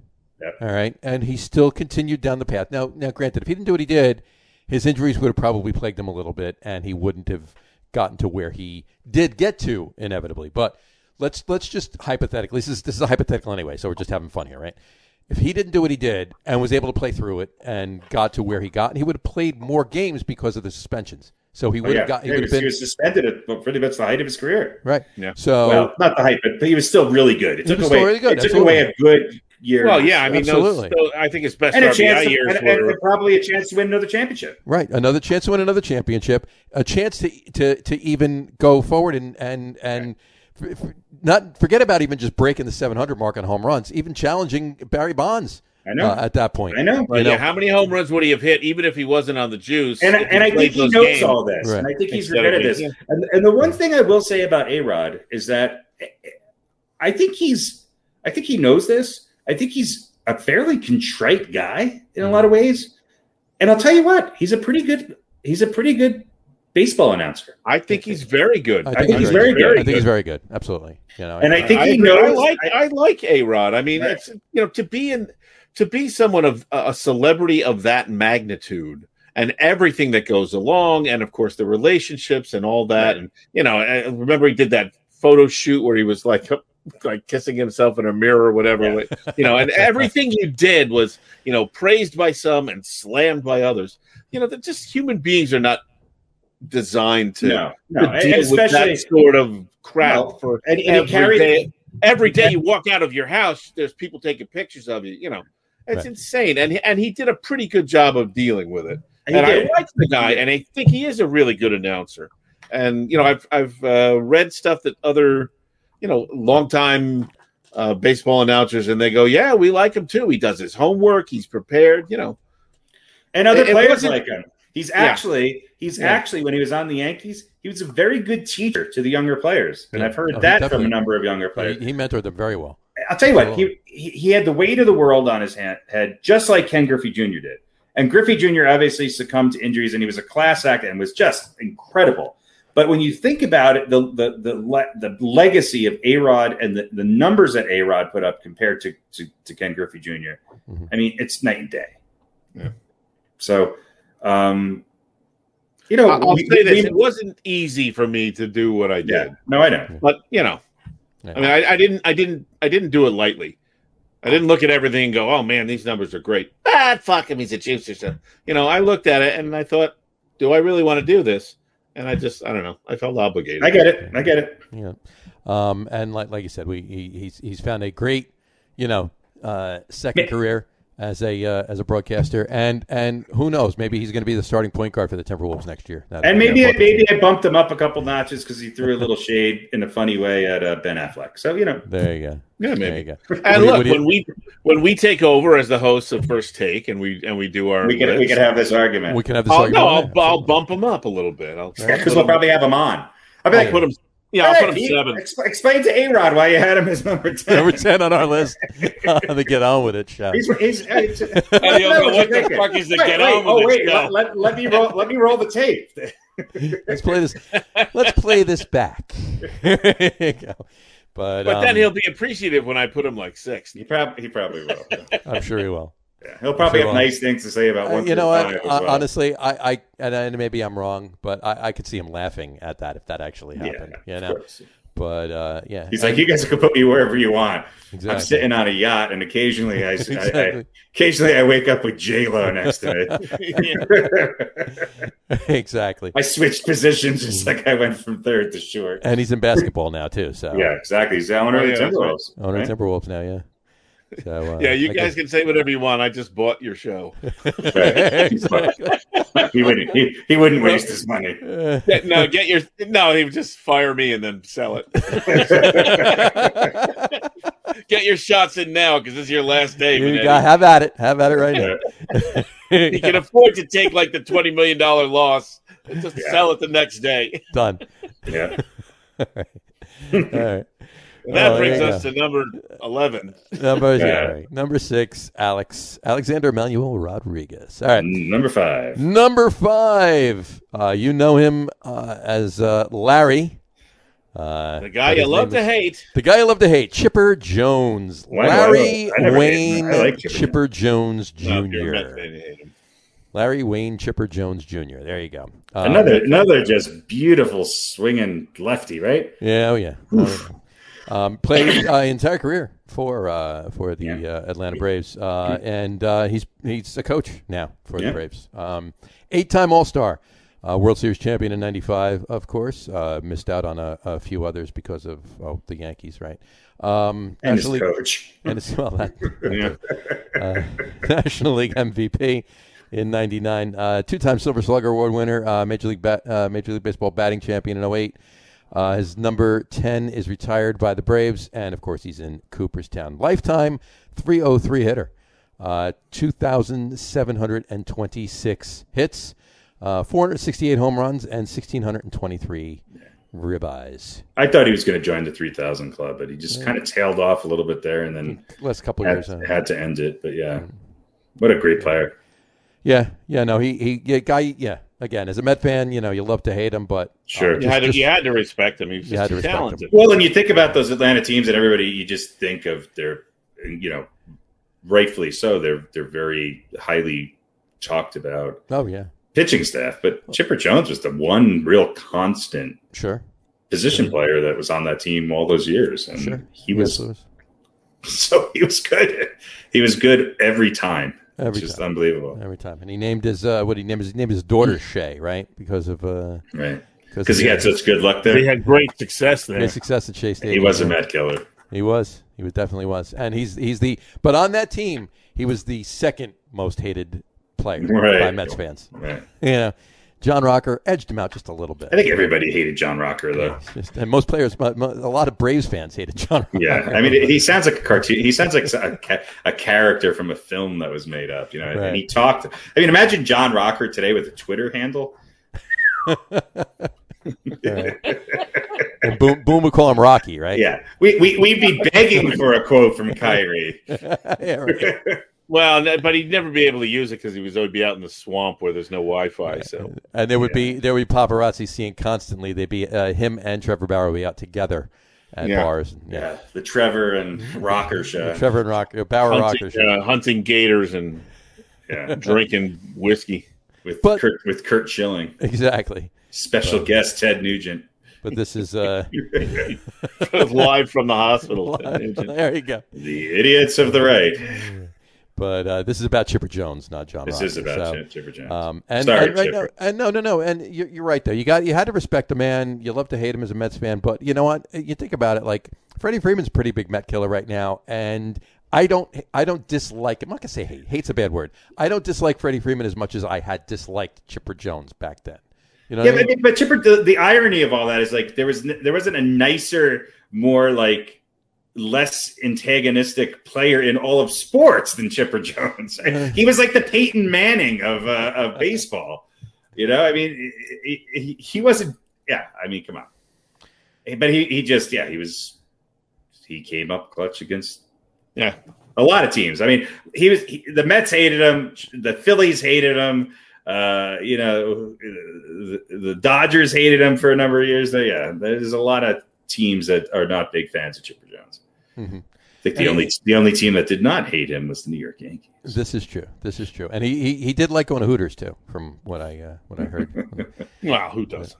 Speaker 3: Yep.
Speaker 4: all right, and he still continued down the path. Now, now, granted, if he didn't do what he did, his injuries would have probably plagued him a little bit, and he wouldn't have gotten to where he did get to inevitably. But let's let's just hypothetically. This is this is a hypothetical anyway, so we're just having fun here, right? If he didn't do what he did and was able to play through it and got to where he got, he would have played more games because of the suspensions. So he
Speaker 3: Oh,
Speaker 4: would have
Speaker 3: yeah.
Speaker 4: got. He
Speaker 3: he,
Speaker 4: would
Speaker 3: was,
Speaker 4: have been
Speaker 3: he was suspended at but pretty much the height of his career.
Speaker 4: right.
Speaker 8: Yeah.
Speaker 4: So
Speaker 3: well, not the height, but, but he was still really good. It
Speaker 4: Oh. He
Speaker 3: took
Speaker 4: was
Speaker 3: away
Speaker 4: still really good,
Speaker 3: it took away a good year.
Speaker 2: Well, yeah, I mean, those,
Speaker 4: Absolutely.
Speaker 2: those- I think his best
Speaker 3: and a
Speaker 2: RBI
Speaker 3: chance, to,
Speaker 2: years
Speaker 3: and, and-
Speaker 2: were
Speaker 3: and probably a chance to win another championship.
Speaker 4: right, another chance to win another championship, a chance to to to even go forward and and and. f- f- Not forget about even just breaking the 700 mark on home runs, even challenging Barry Bonds
Speaker 3: I know.
Speaker 4: uh, at that point.
Speaker 3: I know.
Speaker 2: But
Speaker 4: You
Speaker 2: yeah,
Speaker 4: know-
Speaker 2: how many home runs would he have hit even if he wasn't on the juice?
Speaker 3: And,
Speaker 2: if he
Speaker 3: and I
Speaker 2: played
Speaker 3: think he
Speaker 2: those
Speaker 3: knows
Speaker 2: games?
Speaker 3: all this. And I
Speaker 4: Right.
Speaker 3: think he's
Speaker 2: Instead of
Speaker 3: regretted this.
Speaker 2: being-
Speaker 3: And, and the one thing I will say about A Rod is that I think he's, I think he knows this. I think he's a fairly contrite guy in a lot of
Speaker 4: Mm-hmm.
Speaker 3: ways. And I'll tell you what, he's a pretty good, he's a pretty good baseball announcer.
Speaker 2: I think he's very good.
Speaker 4: I think he's
Speaker 3: very good.
Speaker 4: I think he's very good. Absolutely. You know,
Speaker 3: And I think
Speaker 2: I,
Speaker 3: he
Speaker 2: agree. I
Speaker 3: knows-
Speaker 2: like
Speaker 3: I-
Speaker 2: I, like A Rod. I mean,
Speaker 3: Right.
Speaker 2: it's you know to be in to be someone of a celebrity of that magnitude and everything that goes along, and of course the relationships and all that. And you know, I I remember he did that photo shoot where he was like like kissing himself in a mirror or whatever.
Speaker 3: Yeah.
Speaker 2: like, You know, and everything you did was you know praised by some and slammed by others. You know, that just human beings are not designed to
Speaker 3: No, no.
Speaker 2: to
Speaker 3: And,
Speaker 2: deal
Speaker 3: and
Speaker 2: with
Speaker 3: especially,
Speaker 2: that sort of crowd
Speaker 3: No.
Speaker 2: for
Speaker 3: and, and
Speaker 2: every
Speaker 3: he carried,
Speaker 2: day- every day you walk out of your house, there's people taking pictures of you. You know, it's
Speaker 4: Right.
Speaker 2: insane, and he, and he did a pretty good job of dealing with it.
Speaker 3: he
Speaker 2: and
Speaker 3: did.
Speaker 2: I like the guy, and I think he is a really good announcer. And you know, I've I've uh, read stuff that other, you know, longtime uh, baseball announcers, and they go, "Yeah, we like him too. He does his homework. He's prepared." You know,
Speaker 3: and other
Speaker 2: It- it
Speaker 3: players
Speaker 2: wasn't-
Speaker 3: like him. He's
Speaker 2: Yeah.
Speaker 3: actually he's
Speaker 2: Yeah.
Speaker 3: actually when he was on the Yankees, he was a very good teacher to the younger players, and
Speaker 4: Yeah.
Speaker 3: I've heard
Speaker 4: Oh, he
Speaker 3: that from
Speaker 4: definitely-
Speaker 3: a number of younger
Speaker 4: he,
Speaker 3: players.
Speaker 4: he mentored them very well.
Speaker 3: I'll tell you what,
Speaker 4: Absolutely.
Speaker 3: he, he he had the weight of the world on his hand, head, just like Ken Griffey Jr. did. And Griffey Jr. obviously succumbed to injuries, and he was a class act and was just incredible. But when you think about it, the the the, le- the legacy of A Rod and the, the numbers that A Rod put up compared to, to to Ken Griffey junior
Speaker 4: Mhm.
Speaker 3: I mean, it's night and day.
Speaker 8: Yeah.
Speaker 3: So, um, you know,
Speaker 2: I- I'll
Speaker 3: we-
Speaker 2: say this:
Speaker 3: we-
Speaker 2: it wasn't easy for me to do what I did,
Speaker 3: yeah, no, I know.
Speaker 2: but you know,
Speaker 4: Yeah.
Speaker 2: I mean, I, I didn't, I didn't, I didn't do it lightly. I didn't look at everything and go, "Oh man, these numbers are great." Ah, fuck him, he's a juicer. So, you know, I looked at it and I thought, "Do I really want to do this?" And I just, I don't know, I felt obligated.
Speaker 3: I get it. I get it.
Speaker 4: Yeah, um, and like like you said, we he, he's he's found a great you know uh, second
Speaker 3: Ma-
Speaker 4: career as a uh, as a broadcaster, and and who knows, maybe he's going to be the starting point guard for the Timberwolves next year. That'd
Speaker 3: And
Speaker 4: be
Speaker 3: maybe
Speaker 4: a
Speaker 3: I,
Speaker 4: bucket
Speaker 3: maybe
Speaker 4: team.
Speaker 3: I bumped him up a couple notches because he threw a little shade in a funny way at uh, Ben Affleck. So you know,
Speaker 4: there you go.
Speaker 2: Yeah,
Speaker 4: There you
Speaker 2: maybe.
Speaker 4: go. What do
Speaker 2: And
Speaker 4: you-
Speaker 2: look,
Speaker 4: what do you-
Speaker 2: when we when we take over as the hosts of First Take and we and we do our,
Speaker 3: we could we
Speaker 2: lists,
Speaker 3: could have this argument
Speaker 4: we can have this.
Speaker 2: I'll,
Speaker 4: argument
Speaker 2: no,
Speaker 4: on
Speaker 2: I'll,
Speaker 4: that.
Speaker 2: I'll bump him up a little bit. I'll,
Speaker 3: because we'll probably have him on. I
Speaker 2: I'll
Speaker 4: Oh,
Speaker 3: bet.
Speaker 2: put him. Yeah, I'll
Speaker 3: Hey,
Speaker 2: put him
Speaker 3: he-
Speaker 2: seven.
Speaker 3: ex- explain to A Rod why you had him as number ten.
Speaker 4: Number ten on our list on the get on with it show.
Speaker 3: He's, he's, he's,
Speaker 2: And he'll
Speaker 3: I know
Speaker 2: go,
Speaker 3: what
Speaker 2: what
Speaker 3: you're
Speaker 2: the
Speaker 3: thinking.
Speaker 2: fuck is the
Speaker 3: Wait,
Speaker 2: get
Speaker 3: wait,
Speaker 2: on with
Speaker 3: oh
Speaker 2: this
Speaker 3: wait,
Speaker 2: guy?
Speaker 3: let, let, let me roll. Let me roll the tape.
Speaker 4: Let's play this. Let's play this back. there you go. But,
Speaker 2: But then
Speaker 4: um,
Speaker 2: he'll be appreciative when I put him like sixth.
Speaker 3: He probably he probably will. Yeah.
Speaker 4: I'm sure he will.
Speaker 3: He'll probably
Speaker 4: Sure
Speaker 3: have
Speaker 4: will.
Speaker 3: nice things to say about
Speaker 4: Uh,
Speaker 3: one.
Speaker 4: you know
Speaker 3: through
Speaker 4: what?
Speaker 3: five as
Speaker 4: Uh,
Speaker 3: well.
Speaker 4: honestly, I, I and, and maybe I'm wrong, but I, I could see him laughing at that if that actually
Speaker 3: Yeah,
Speaker 4: happened. you
Speaker 3: of
Speaker 4: know,
Speaker 3: course.
Speaker 4: but uh, yeah,
Speaker 3: He's like, you guys can put me wherever you want. I'm
Speaker 4: exactly.
Speaker 3: sitting on a yacht, and occasionally I, I, I
Speaker 4: exactly.
Speaker 3: Occasionally, I wake up with J Lo next to me.
Speaker 4: exactly.
Speaker 3: I switched positions
Speaker 4: Mm.
Speaker 3: just like I went from third to short.
Speaker 4: And he's in basketball now too. So
Speaker 3: Yeah, exactly. He's the owner
Speaker 2: Oh,
Speaker 3: of
Speaker 2: yeah,
Speaker 3: the
Speaker 2: that's right.
Speaker 3: Timberwolves.
Speaker 4: owner
Speaker 3: right?
Speaker 4: of Timberwolves now. Yeah. So uh,
Speaker 2: Yeah, you
Speaker 4: I
Speaker 2: guys can say whatever you want. I just bought your show.
Speaker 3: Right.
Speaker 4: exactly.
Speaker 3: he wouldn't. He, he wouldn't waste his money.
Speaker 4: Uh,
Speaker 2: Yeah, no, get your no. He would just fire me and then sell it. Get your shots in now because this is your last day.
Speaker 4: you
Speaker 2: Benetti.
Speaker 4: got have at it. Have at it right now.
Speaker 2: you can afford to take like the twenty million dollar loss and just
Speaker 3: Yeah.
Speaker 2: sell it the next day.
Speaker 4: Done.
Speaker 3: Yeah.
Speaker 4: All right. All right.
Speaker 2: And that
Speaker 4: Oh, there
Speaker 2: brings
Speaker 4: you
Speaker 2: us to number eleven.
Speaker 4: Number
Speaker 3: Yeah.
Speaker 4: all right. Number six, Alex Alexander Manuel Rodriguez. All right.
Speaker 3: Number five.
Speaker 4: Number five. Uh, you know him uh, as uh, Larry. Uh,
Speaker 2: The guy
Speaker 4: but
Speaker 2: you
Speaker 4: his
Speaker 2: love
Speaker 4: name
Speaker 2: to
Speaker 4: is-
Speaker 2: hate.
Speaker 4: The guy you love to hate, Chipper Jones.
Speaker 3: Why do I
Speaker 4: Larry
Speaker 3: love- I never hated
Speaker 4: Wayne
Speaker 3: him. I like Chipper
Speaker 4: Chipper, Jones Jr.
Speaker 2: No, you're not gonna hate him.
Speaker 4: Larry Wayne Chipper Jones Jr. There you go. Um,
Speaker 3: Another another just beautiful swinging lefty, right?
Speaker 4: Yeah, oh yeah. Oh, yeah. Um, played uh, entire career for uh, for the
Speaker 3: Yeah.
Speaker 4: uh, Atlanta Braves, uh, and uh, he's he's a coach now for
Speaker 3: Yeah.
Speaker 4: the Braves. Um, Eight time All Star Uh, World Series champion in '95, of course. Uh, missed out on a, a few others because of oh the Yankees, right? Um,
Speaker 3: and his
Speaker 4: National League-
Speaker 3: coach.
Speaker 4: and it's well that,
Speaker 2: Yeah.
Speaker 4: uh, National League MVP in '99, uh, two-time Silver Slugger Award winner, uh, Major League bat, uh, Major League Baseball batting champion in '08. Uh, his number 10 is retired by the Braves, and of course he's in Cooperstown. Lifetime 303 hitter, uh, 2,726 hits, uh, 468 home runs, and 1,623 ribeyes.
Speaker 3: I thought he was going to join the 3000 club, but he just kind of tailed off a little bit there and
Speaker 4: Hmm.
Speaker 3: then
Speaker 4: Last couple
Speaker 3: had,
Speaker 4: years. Mm. uh,
Speaker 3: had to end it. But yeah, what a great player.
Speaker 4: Yeah, yeah, no, he he yeah, guy. Yeah, again, as a Met fan, you know, you love to hate him, but
Speaker 3: Sure.
Speaker 5: You, had to,
Speaker 4: just-
Speaker 5: you had to respect him. He was
Speaker 4: You had
Speaker 5: just
Speaker 4: to
Speaker 5: too
Speaker 4: respect him.
Speaker 5: talented.
Speaker 3: Well, and you think about those Atlanta teams and everybody, you just think of their, you know, rightfully so. They're they're very highly talked about
Speaker 4: oh yeah,
Speaker 3: pitching staff, but Chipper Jones was the one real constant
Speaker 4: sure,
Speaker 3: position player that was on that team all those years, and
Speaker 4: Mm-hmm. Sure.
Speaker 3: he was
Speaker 4: Yes, Lewis.
Speaker 3: so he was good. He was good every time.
Speaker 4: Every
Speaker 3: It's just
Speaker 4: time.
Speaker 3: unbelievable,
Speaker 4: every time, and he named his uh, what he named his he named his daughter Shay, right? Because of uh,
Speaker 3: right?
Speaker 4: because
Speaker 3: Because he had such good luck there.
Speaker 5: He had great success there.
Speaker 4: his success at Chase Stadium.
Speaker 3: He was a Matt Keller.
Speaker 4: He was. He was definitely was, and he's he's the but on that team, he was the second most hated player
Speaker 3: Right.
Speaker 4: by Mets fans.
Speaker 3: Right.
Speaker 4: You know, John Rocker edged him out just a little bit.
Speaker 3: I think everybody hated John Rocker though.
Speaker 4: Just- and most players, but mo- a lot of Braves fans hated John. Rocker.
Speaker 3: Yeah, I mean, he sounds like a cartoon. He sounds like a, ca- a character from a film that was made up, you know.
Speaker 4: Right.
Speaker 3: And he talked. I mean, imagine John Rocker today with a Twitter handle.
Speaker 4: and boom, boom would call him Rocky, right?
Speaker 3: Yeah, we, we we'd be begging for a quote from Kyrie.
Speaker 4: yeah, right.
Speaker 5: Well, no- but he'd never be able to use it because he was always be out in the swamp where there's no Wi-Fi. So
Speaker 4: And there would be there would be paparazzi seeing constantly. They'd be uh, him and Trevor Bauer would be out together at
Speaker 2: Yeah.
Speaker 4: bars. Yeah.
Speaker 3: Yeah, the Trevor and Rocker show.
Speaker 4: Trevor and Rock, uh, Bauer
Speaker 5: hunting,
Speaker 4: Rockers.
Speaker 5: uh, hunting gators and
Speaker 3: Yeah,
Speaker 5: drinking whiskey.
Speaker 3: with
Speaker 4: But-
Speaker 3: Kurt, with Kurt Schilling,
Speaker 4: Exactly.
Speaker 3: special guest Ted Nugent.
Speaker 4: But this is uh,
Speaker 5: live from the hospital.
Speaker 4: there you go.
Speaker 3: The idiots of the right.
Speaker 4: But uh, this is about Chipper Jones, not John.
Speaker 3: This
Speaker 4: Rocker,
Speaker 3: is about
Speaker 4: so,
Speaker 3: Chip Chipper Jones.
Speaker 4: Um, and,
Speaker 3: Sorry,
Speaker 4: and right now,
Speaker 3: Chipper.
Speaker 4: and no, no, no, and you're, you're right though. You got you had to respect the man. You love to hate him as a Mets fan, but you know what? You think about it, like Freddie Freeman's a pretty big Met killer right now, and I don't, I don't dislike. I'm not gonna say hate. Hate's a bad word. I don't dislike Freddie Freeman as much as I had disliked Chipper Jones back then. You know,
Speaker 3: Yeah,
Speaker 4: what I
Speaker 3: but,
Speaker 4: mean?
Speaker 3: but Chipper, the, the irony of all that is like there was n- there wasn't a nicer, more like less antagonistic player in all of sports than Chipper Jones. he was like the Peyton Manning of uh, of baseball. You know, I mean, he, he, he wasn't. Yeah, I mean, come on. But he he just yeah he was he came up clutch against
Speaker 5: Yeah.
Speaker 3: a lot of teams. I mean, he was he, the Mets hated him, the Phillies hated him, uh, you know, the, the Dodgers hated him for a number of years. There, yeah, there's a lot of teams that are not big fans of Chipper Jones.
Speaker 4: Mhm.
Speaker 3: I think the
Speaker 4: And-
Speaker 3: only the only team that did not hate him was the New York Yankees.
Speaker 4: This is true. This is true. And he, he, he did like going to Hooters too, from what I uh, what I heard.
Speaker 5: Wow, who doesn't?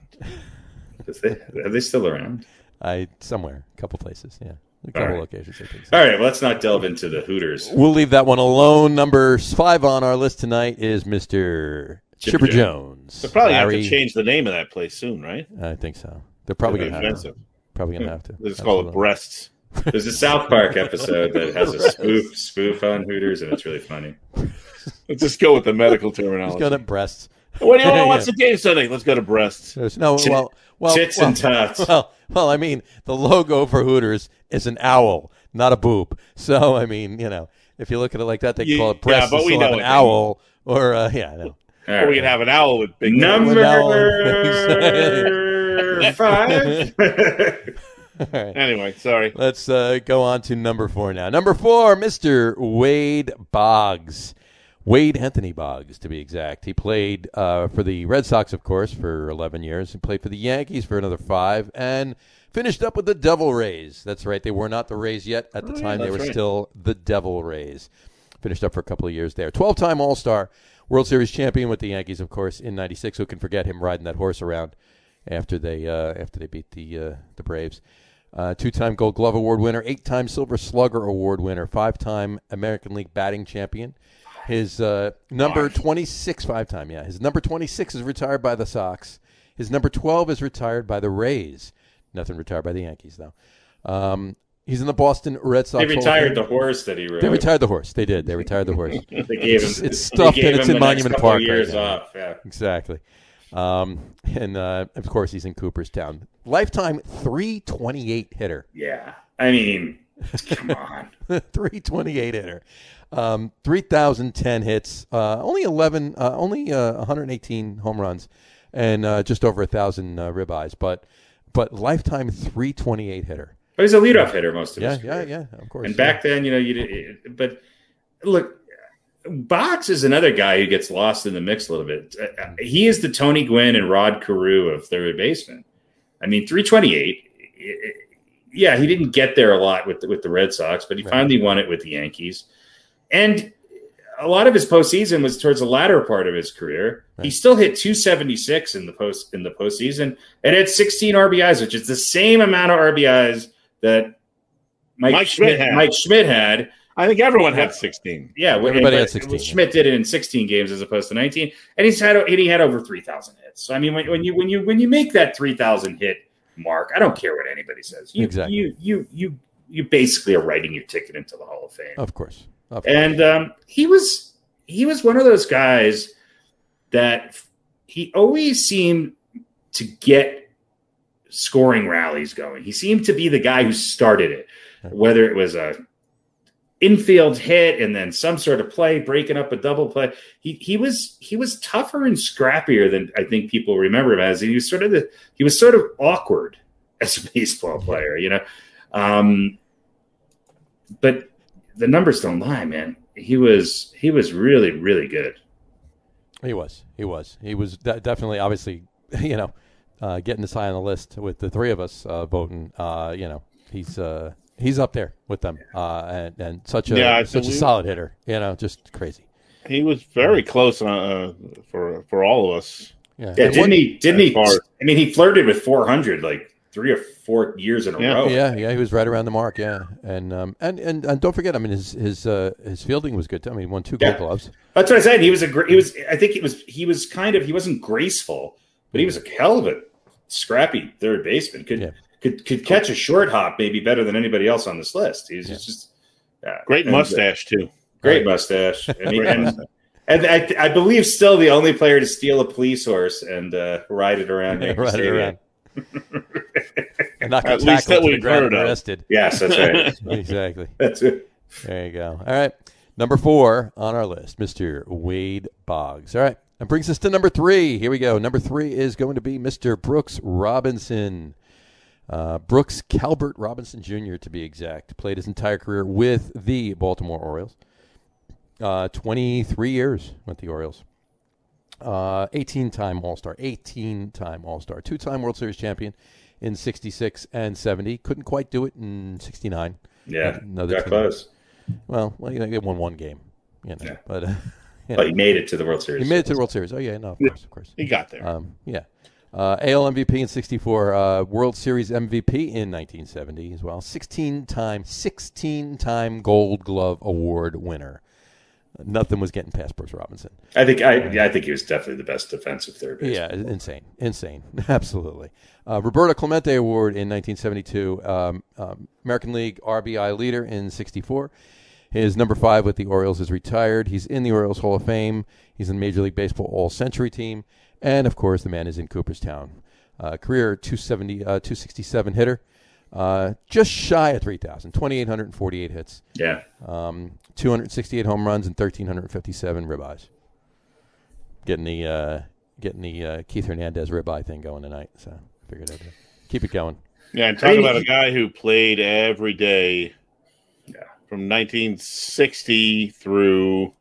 Speaker 3: 'Cause They, are they still around?
Speaker 4: I somewhere, a couple places, yeah, a couple
Speaker 3: right.
Speaker 4: locations. I think. So.
Speaker 3: All right, well, let's not delve into the Hooters.
Speaker 4: We'll leave that one alone. Number five on our list tonight is Mr. Chipper,
Speaker 3: Chipper
Speaker 4: Jones.
Speaker 5: They'll probably
Speaker 4: Larry,
Speaker 5: have to change the name of that place soon, right?
Speaker 4: I think so. They're probably
Speaker 5: It'd
Speaker 4: going
Speaker 5: be
Speaker 4: to have to.
Speaker 5: offensive.
Speaker 4: Probably going to have to.
Speaker 5: Let's call it
Speaker 4: Absolutely.
Speaker 5: breasts.
Speaker 3: There's a South Park episode that has a spoof spoof on Hooters, and it's really funny.
Speaker 5: Let's just go with the medical
Speaker 4: Let's
Speaker 5: terminology.
Speaker 4: go to breasts.
Speaker 5: What do you
Speaker 4: Yeah.
Speaker 5: want? What's the game Sunday? Let's go to breasts.
Speaker 4: There's no
Speaker 3: Tit-
Speaker 4: well, well,
Speaker 3: tits
Speaker 4: well,
Speaker 3: and tots.
Speaker 4: Well, well, I mean, the logo for Hooters is an owl, not a boob. So I mean, you know, if you look at it like that, they
Speaker 5: You-
Speaker 4: call it
Speaker 5: yeah,
Speaker 4: breasts.
Speaker 5: but
Speaker 4: they
Speaker 5: we
Speaker 4: still
Speaker 5: know
Speaker 4: have an
Speaker 5: it.
Speaker 4: owl or uh, yeah, I know.
Speaker 3: All
Speaker 5: Or we
Speaker 3: right.
Speaker 5: could have an owl with big
Speaker 3: Number five.
Speaker 4: All right.
Speaker 5: Anyway, sorry.
Speaker 4: Let's uh, go on to number four now. Number four, Mr. Wade Boggs. Wade Anthony Boggs, to be exact. He played uh, for the Red Sox, of course, for 11 years. He played for the Yankees for another five and finished up with the Devil Rays. That's right. They were not the Rays yet at the time. They were still the Devil Rays. Finished up for a couple of years there. 12 time All Star, World Series champion with the Yankees, of course, in 96. Who can forget him riding that horse around? after they uh, after they beat the uh, the Braves. Uh, two-time Gold Glove Award winner, eight-time Silver Slugger Award winner, five-time American League batting champion, His uh, number 26, five time, yeah. His number 26 is retired by the Sox. His number 12 is retired by the Rays. Nothing retired by the Yankees, though. Um, he's in the Boston Red Sox.
Speaker 3: They
Speaker 4: Hall of
Speaker 3: retired
Speaker 4: Fame.
Speaker 3: the horse that he rode.
Speaker 4: They retired the horse. They did. They retired the horse.
Speaker 3: They gave him.
Speaker 4: It's-
Speaker 3: they
Speaker 4: it's stuffed
Speaker 3: gave
Speaker 4: and it's
Speaker 3: him
Speaker 4: in
Speaker 3: the next
Speaker 4: Monument
Speaker 3: couple
Speaker 4: Park right
Speaker 3: Years
Speaker 4: now.
Speaker 3: off. Yeah.
Speaker 4: exactly. Um, and uh, of course, he's in Cooperstown. Lifetime 328 hitter.
Speaker 3: Yeah. I mean, come on.
Speaker 4: 328 hitter. Um, 3,010 hits. Uh, only 11, uh, only uh, 118 home runs, and uh, just over a thousand uh, ribeyes. But but lifetime 328 hitter.
Speaker 3: But he's a leadoff hitter most of
Speaker 4: Yeah,
Speaker 3: his
Speaker 4: yeah,
Speaker 3: career.
Speaker 4: yeah. Of course.
Speaker 3: And back then, you know, you did, but look, Box is another guy who gets lost in the mix a little bit. Uh, He is the Tony Gwynn and Rod Carew of third baseman. I mean, 328. i- i- Yeah, he didn't get there a lot with the, with the Red Sox, but he
Speaker 4: Right.
Speaker 3: finally won it with the Yankees. And a lot of his postseason was towards the latter part of his career. He
Speaker 4: Right.
Speaker 3: still hit 276 in the post in the postseason and had 16 RBIs, which is the same amount of RBIs that Mike,
Speaker 5: Mike Schmidt
Speaker 3: Schmidt,
Speaker 5: had.
Speaker 3: Mike Schmidt had.
Speaker 5: I think everyone had 16.
Speaker 3: Yeah, wh-
Speaker 4: Everybody
Speaker 3: but
Speaker 4: had 16, yeah.
Speaker 3: Schmidt did it in 16 games as opposed to 19, and he's had and he had over 3,000 hits. So I mean, when, when you when you when you make that 3,000 hit mark, I don't care what anybody says. You,
Speaker 4: Exactly.
Speaker 3: You you you you basically are writing your ticket into the Hall of Fame.
Speaker 4: Of course. Of course.
Speaker 3: And um, he was he was one of those guys that f- he always seemed to get scoring rallies going. He seemed to be the guy who started it, whether it was a infield hit and then some sort of play breaking up a double play. He he was he was tougher and scrappier than I think people remember him as. He was sort of the he was sort of awkward as a baseball player, you know. Um, but the numbers don't lie, man. He was he was really really good.
Speaker 4: He was. He was. He was de- definitely, obviously, you know, uh, getting this high on the list with the three of us uh, voting. Uh, you know, he's uh, he's up there with them, uh, and, and such a
Speaker 5: Yeah, I
Speaker 4: such a
Speaker 5: salute.
Speaker 4: solid hitter. You know, just crazy.
Speaker 5: He was very close uh, for for all of us.
Speaker 4: Yeah.
Speaker 3: Yeah,
Speaker 4: And
Speaker 3: didn't
Speaker 4: one-
Speaker 3: he? Didn't he?
Speaker 5: That's hard.
Speaker 3: I mean, he flirted with 400 like three or four years in a
Speaker 5: Yeah.
Speaker 3: row.
Speaker 4: Oh, Yeah, yeah, he was right around the mark. Yeah, and um, and, and and don't forget, I mean, his his uh, his fielding was good. too. I mean, he won two
Speaker 3: Yeah.
Speaker 4: Gold Gloves.
Speaker 3: That's what I said. He was a gr- he was. I think he was he was kind of he wasn't graceful, but he was a hell of a scrappy third baseman. Could
Speaker 4: Yeah.
Speaker 3: could could catch a short hop maybe better than anybody else on this list. He's
Speaker 4: Yeah.
Speaker 3: just yeah.
Speaker 5: Great
Speaker 3: And-
Speaker 5: mustache too.
Speaker 3: Great mustache. I mean,
Speaker 5: Great
Speaker 3: and,
Speaker 5: mustache.
Speaker 3: and I, I believe still the only player to steal a police horse and uh, ride it around. Yankee
Speaker 4: right
Speaker 3: Stadium.
Speaker 4: around. and not get
Speaker 5: At least
Speaker 4: tackled
Speaker 5: that
Speaker 4: to the
Speaker 5: we've
Speaker 4: ground
Speaker 5: heard
Speaker 4: and
Speaker 5: of.
Speaker 4: arrested.
Speaker 3: Yes, that's right.
Speaker 4: exactly.
Speaker 3: that's it.
Speaker 4: There you go. All right. Number four on our list, Mr. Wade Boggs. All right. That brings us to number three. Here we go. Number three is going to be Mr. Brooks Robinson. Uh, Brooks Calbert Robinson Jr., to be exact, played his entire career with the Baltimore Orioles. Uh, 23 years with the Orioles. Uh, 18 time All Star, 18 time All Star, two time World Series champion in 66 and 70. Couldn't quite do it in 69.
Speaker 3: Yeah,
Speaker 4: Another
Speaker 3: got
Speaker 4: team.
Speaker 3: close,
Speaker 4: Well, well, you know, they won one game, you know,
Speaker 3: Yeah.
Speaker 4: but uh, you
Speaker 3: but
Speaker 4: know,
Speaker 3: he made it to the World
Speaker 4: he
Speaker 3: Series.
Speaker 4: made it to the World Series. Oh yeah, no, of course, of course.
Speaker 5: He got there.
Speaker 4: Um, yeah, uh, AL MVP in '64, uh, World Series MVP in 1970 as well. 16 time, 16 time Gold Glove Award winner. Nothing was getting past Bruce Robinson.
Speaker 3: I think I, yeah, I think he was definitely the best defensive third baseman.
Speaker 4: Yeah, insane, insane, absolutely. Uh, Roberto Clemente Award in 1972, um, um, American League RBI leader in '64. His number five with the Orioles is retired. He's in the Orioles Hall of Fame. He's in Major League Baseball All Century team, and of course, the man is in Cooperstown. Uh, career 270, uh, 267 hitter, uh, just shy of 3,000, 2,848 hits,
Speaker 3: Yeah.
Speaker 4: um, 268 home runs, and 1,357 ribeyes. Getting the uh, getting the uh, Keith Hernandez ribeye thing going tonight, so figured I'd keep it going.
Speaker 5: Yeah, and talk about a guy who played every day
Speaker 3: Yeah.
Speaker 5: from 1960 through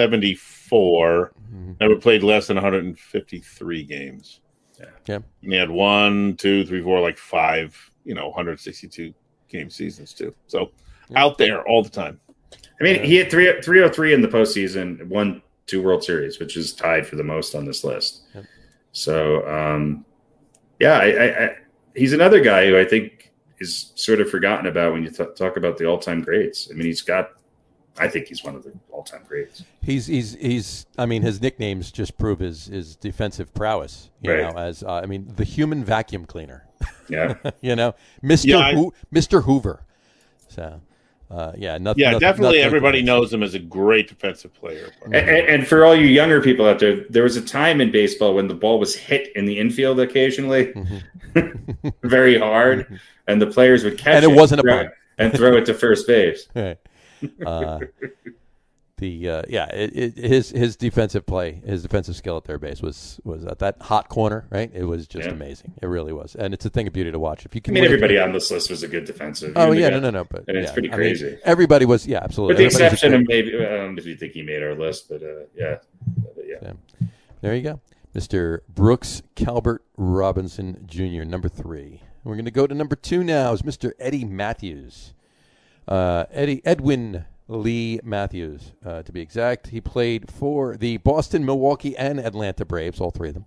Speaker 5: 1974.
Speaker 4: Mhm.
Speaker 5: Never played less than 153 games.
Speaker 3: Yeah.
Speaker 4: Yeah.
Speaker 5: And he had one, two, three, four, like five, you know, 162 game seasons too. So
Speaker 4: Yeah.
Speaker 5: out there all the time.
Speaker 3: I mean, he hit three, 303 in the postseason, won two World Series, which is tied for the most on this list.
Speaker 4: Yep.
Speaker 3: So, um, yeah, I, I, I, he's another guy who I think is sort of forgotten about when you t- talk about the all time greats. I mean, he's got I think he's one of the all-time greats.
Speaker 4: He's he's he's. I mean, his nicknames just prove his his defensive prowess. You
Speaker 3: Right.
Speaker 4: know, as uh, I mean, the human vacuum cleaner.
Speaker 3: Yeah,
Speaker 4: you know, Mister
Speaker 5: Yeah, I-
Speaker 4: Hoo- Mister Hoover. So, uh, yeah, nothing.
Speaker 5: Yeah,
Speaker 4: nothing-
Speaker 5: definitely.
Speaker 4: nothing-
Speaker 5: everybody knows him as a great defensive player.
Speaker 3: and, and and for all you younger people out there, there was a time in baseball when the ball was hit in the infield occasionally,
Speaker 4: Mhm.
Speaker 3: very hard, and the players would catch
Speaker 4: Mm-hmm. And it wasn't a
Speaker 3: throw
Speaker 4: bunt.
Speaker 3: it, and throw it to first base.
Speaker 4: Right. Uh, the uh, yeah, it, it, his his defensive play, his defensive skill at third base was was at that hot corner, right? It was just
Speaker 3: Yeah.
Speaker 4: amazing. It really was, and it's a thing of beauty to watch. If
Speaker 3: I
Speaker 4: you can,
Speaker 3: mean,
Speaker 4: really-
Speaker 3: everybody on this list was a good defensive.
Speaker 4: Oh
Speaker 3: Even the
Speaker 4: yeah,
Speaker 3: guy-
Speaker 4: no, no, no, but
Speaker 3: And it's
Speaker 4: yeah,
Speaker 3: pretty
Speaker 4: I mean,
Speaker 3: crazy.
Speaker 4: everybody was yeah, absolutely.
Speaker 3: With the
Speaker 4: Everybody was
Speaker 3: exception
Speaker 4: great.
Speaker 3: of maybe, I don't know if you think he made our list, but uh, yeah, but yeah.
Speaker 4: There you go. Mr. Brooks Calbert Robinson Jr., number three. And We're going to go to number two now is Mr. Eddie Matthews. Uh, Eddie Edwin Lee Matthews, uh, to be exact. He played for the Boston, Milwaukee, and Atlanta Braves, all three of them.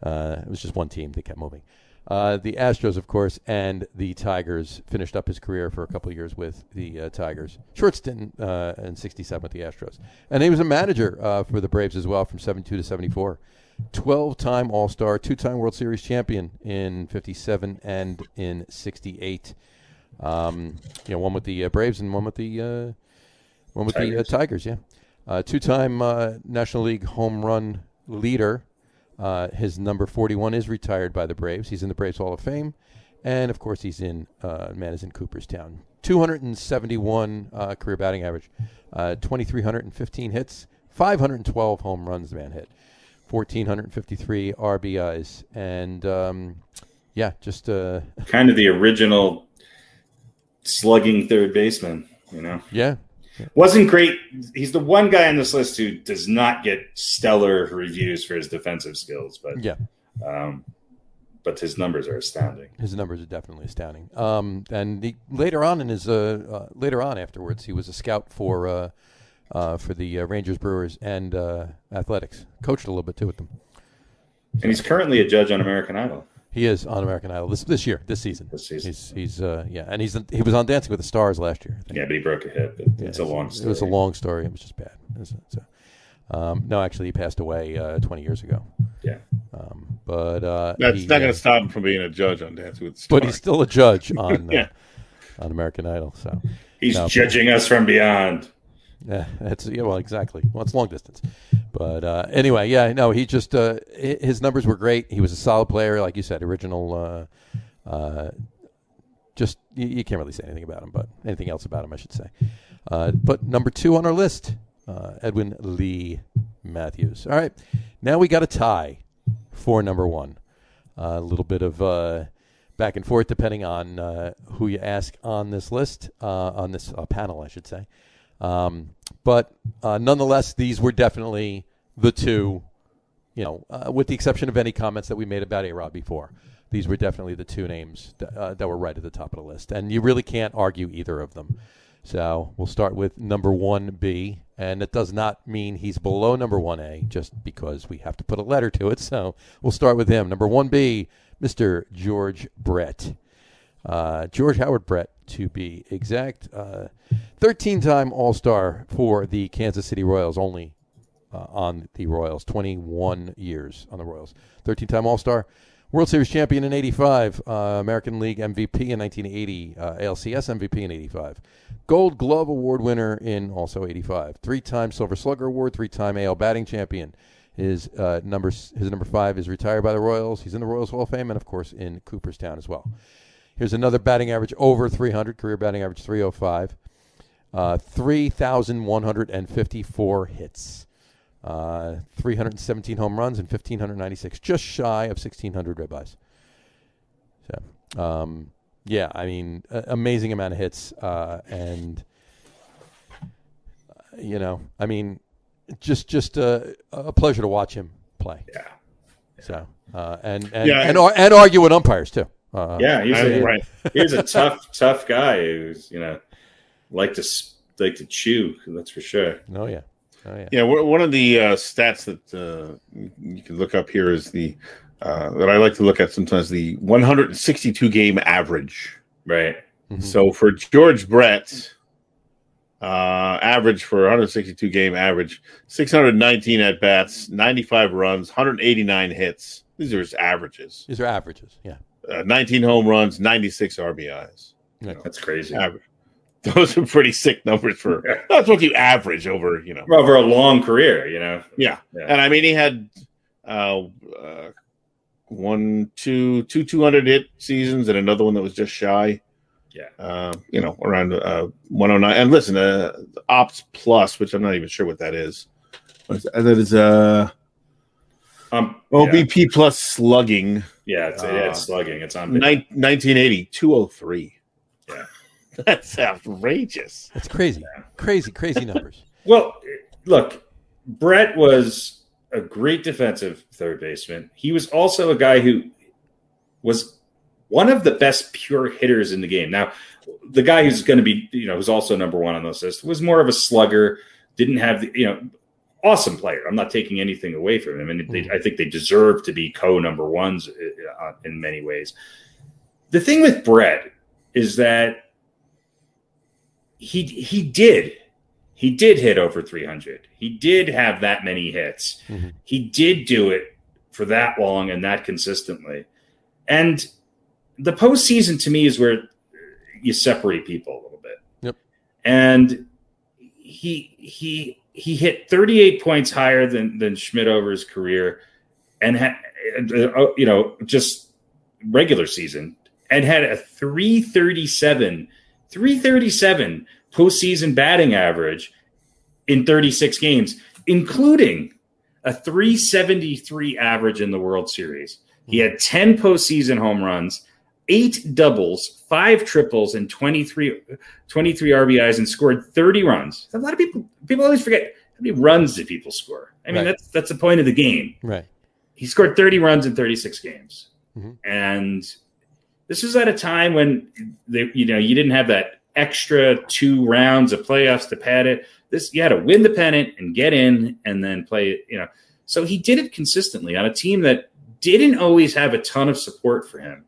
Speaker 4: Uh, it was just one team that kept moving. Uh, the Astros, of course, and the Tigers finished up his career for a couple of years with the uh, Tigers. Short stint uh, in '67 with the Astros, and he was a manager uh, for the Braves as well from '72 to '74. Twelve-time All-Star, two-time World Series champion in '57 and in '68. Um, you know, one with the uh, Braves and one with the uh, one with the uh, Tigers. Yeah, uh, two-time uh, National League home run leader. Uh, his number 41 is retired by the Braves. He's in the Braves Hall of Fame, and of course, he's in uh, man is in Cooperstown. 271 uh, career batting average, uh, 2,315 hits, 512 home runs. The man hit 1,453 RBIs, and um, yeah, just uh,
Speaker 3: kind of the original slugging third baseman. You know,
Speaker 4: yeah,
Speaker 3: wasn't great. He's the one guy on this list who does not get stellar reviews for his defensive skills, but
Speaker 4: yeah.
Speaker 3: um, but his numbers are astounding.
Speaker 4: his numbers are definitely astounding. Um, and he, later on in his uh, uh, later on afterwards, he was a scout for uh, uh, for the uh, Rangers, Brewers, and uh, Athletics. Coached a little bit too with them.
Speaker 3: And he's currently a judge on American Idol.
Speaker 4: He is on American Idol this this year, this season.
Speaker 3: This season.
Speaker 4: he's he's uh, yeah, and he's he was on Dancing with the Stars last year. I think.
Speaker 3: Yeah, but he broke a hip. It- it's a long story.
Speaker 4: It was a long story. It was just bad. It was- so, um, no, actually, he passed away uh, 20 years ago.
Speaker 3: Yeah.
Speaker 4: Um, but uh,
Speaker 5: That's
Speaker 4: he,
Speaker 5: not
Speaker 4: uh,
Speaker 5: going to stop him from being a judge on Dancing with the Stars.
Speaker 4: But he's still a judge on uh,
Speaker 5: Yeah.
Speaker 4: on American Idol. So.
Speaker 3: He's
Speaker 4: No.
Speaker 3: judging us from beyond.
Speaker 4: Yeah, that's yeah, well, exactly. Well, it's long distance, but uh, anyway, yeah, no, he just uh, hi- his numbers were great. He was a solid player, like you said, original. Uh, uh, just you, you can't really say anything about him, but anything else about him, I should say. Uh, but number two on our list, uh, Edwin Lee Matthews. All right, now we got a tie for number one. Uh, a little bit of uh, back and forth depending on uh, who you ask on this list, uh, on this uh, panel, I should say. Um, but uh, nonetheless, these were definitely the two, you know, uh, with the exception of any comments that we made about A Rod before. These were definitely the two names that, uh, that were right at the top of the list. And you really can't argue either of them. So we'll start with number 1B. And it does not mean he's below number 1A, just because we have to put a letter to it. So we'll start with him. Number 1B, Mr. George Brett. Uh, George Howard Brett, to be exact. Uh, 13 time All Star for the Kansas City Royals, only uh, on the Royals, 21 years on the Royals. 13 time All Star, World Series champion in 85, uh, American League MVP in 1980, uh, ALCS MVP in 85, Gold Glove Award winner in also 85, three time Silver Slugger Award, three time AL batting champion. His uh, number his number five is retired by the Royals. He's in the Royals Hall of Fame and of course in Cooperstown as well. Here's another batting average over 300, career batting average 305, uh, 3,154 hits, uh, 317 home runs, and 1,596, just shy of 1,600 ribeyes. So, um, yeah, I mean, a- amazing amount of hits. Uh, and, uh, you know, I mean, just just uh, a pleasure to watch him play.
Speaker 3: Yeah.
Speaker 4: So, uh, and, and,
Speaker 5: Yeah.
Speaker 4: and, ar- and argue with umpires, too. Uh,
Speaker 3: Yeah, he's
Speaker 5: I'm
Speaker 3: a,
Speaker 5: right.
Speaker 3: he's a tough, tough guy who's you know like to s- like to chew. That's for sure.
Speaker 4: Oh yeah, oh yeah.
Speaker 5: Yeah, one one of the uh, stats that uh, you can look up here is the uh, that I like to look at sometimes the 162 game average.
Speaker 3: Right.
Speaker 4: Mhm.
Speaker 5: So for George Brett,
Speaker 2: Uh, average for 162 game average, 619 at bats, 95 runs, 189 hits. These are his averages.
Speaker 4: These are averages. Yeah.
Speaker 2: Uh, 19 home runs, 96 RBIs.
Speaker 3: That's crazy.
Speaker 2: Average. Those are pretty sick numbers for. That's what you average over, you know.
Speaker 3: Over a long career, you know.
Speaker 2: Yeah.
Speaker 3: Yeah.
Speaker 2: And I mean, he had uh, uh, one, two, two 200 hit seasons and another one that was just shy.
Speaker 3: Yeah.
Speaker 2: Uh, you know, around uh, 109. And listen, uh, Ops Plus, which I'm not even sure what that is. What is that? that is uh,
Speaker 3: Um, yeah,
Speaker 2: OBP Plus slugging,
Speaker 3: yeah, it's, yeah,
Speaker 4: Ah.
Speaker 3: it's slugging. It's on.
Speaker 2: nine- 1980, 203.
Speaker 3: Yeah.
Speaker 2: That's outrageous.
Speaker 4: That's crazy. Crazy, crazy numbers.
Speaker 3: Well, look, Brett was a great defensive third baseman. He was also a guy who was one of the best pure hitters in the game. Now, the guy who's going to be, you know, who's also number one on this list was more of a slugger, didn't have the, you know, awesome player. I'm not taking anything away from him. And they, I think they deserve to be co number ones uh, in many ways. The thing with Brett is that he he did he did hit over 300. He did have that many hits.
Speaker 4: Mhm.
Speaker 3: He did do it for that long and that consistently. And the postseason to me is where you separate people a little bit.
Speaker 4: Yep.
Speaker 3: And he he he hit 38 points higher than than Schmidt over his career, and ha- uh, you know just regular season, and had a 337 337 postseason batting average in 36 games, including a 373 average in the World Series. He had 10 postseason home runs, eight doubles, five triples, and 23, 23 RBIs, and scored 30 runs. A lot of people people always forget how many runs did people score. I mean,
Speaker 4: Right.
Speaker 3: that's that's the point of the game
Speaker 4: Right.
Speaker 3: he scored 30 runs in 36 games
Speaker 4: Mhm.
Speaker 3: and this was at a time when they, you know you didn't have that extra two rounds of playoffs to pad it this you had to win the pennant and get in and then play you know so he did it consistently on a team that didn't always have a ton of support for him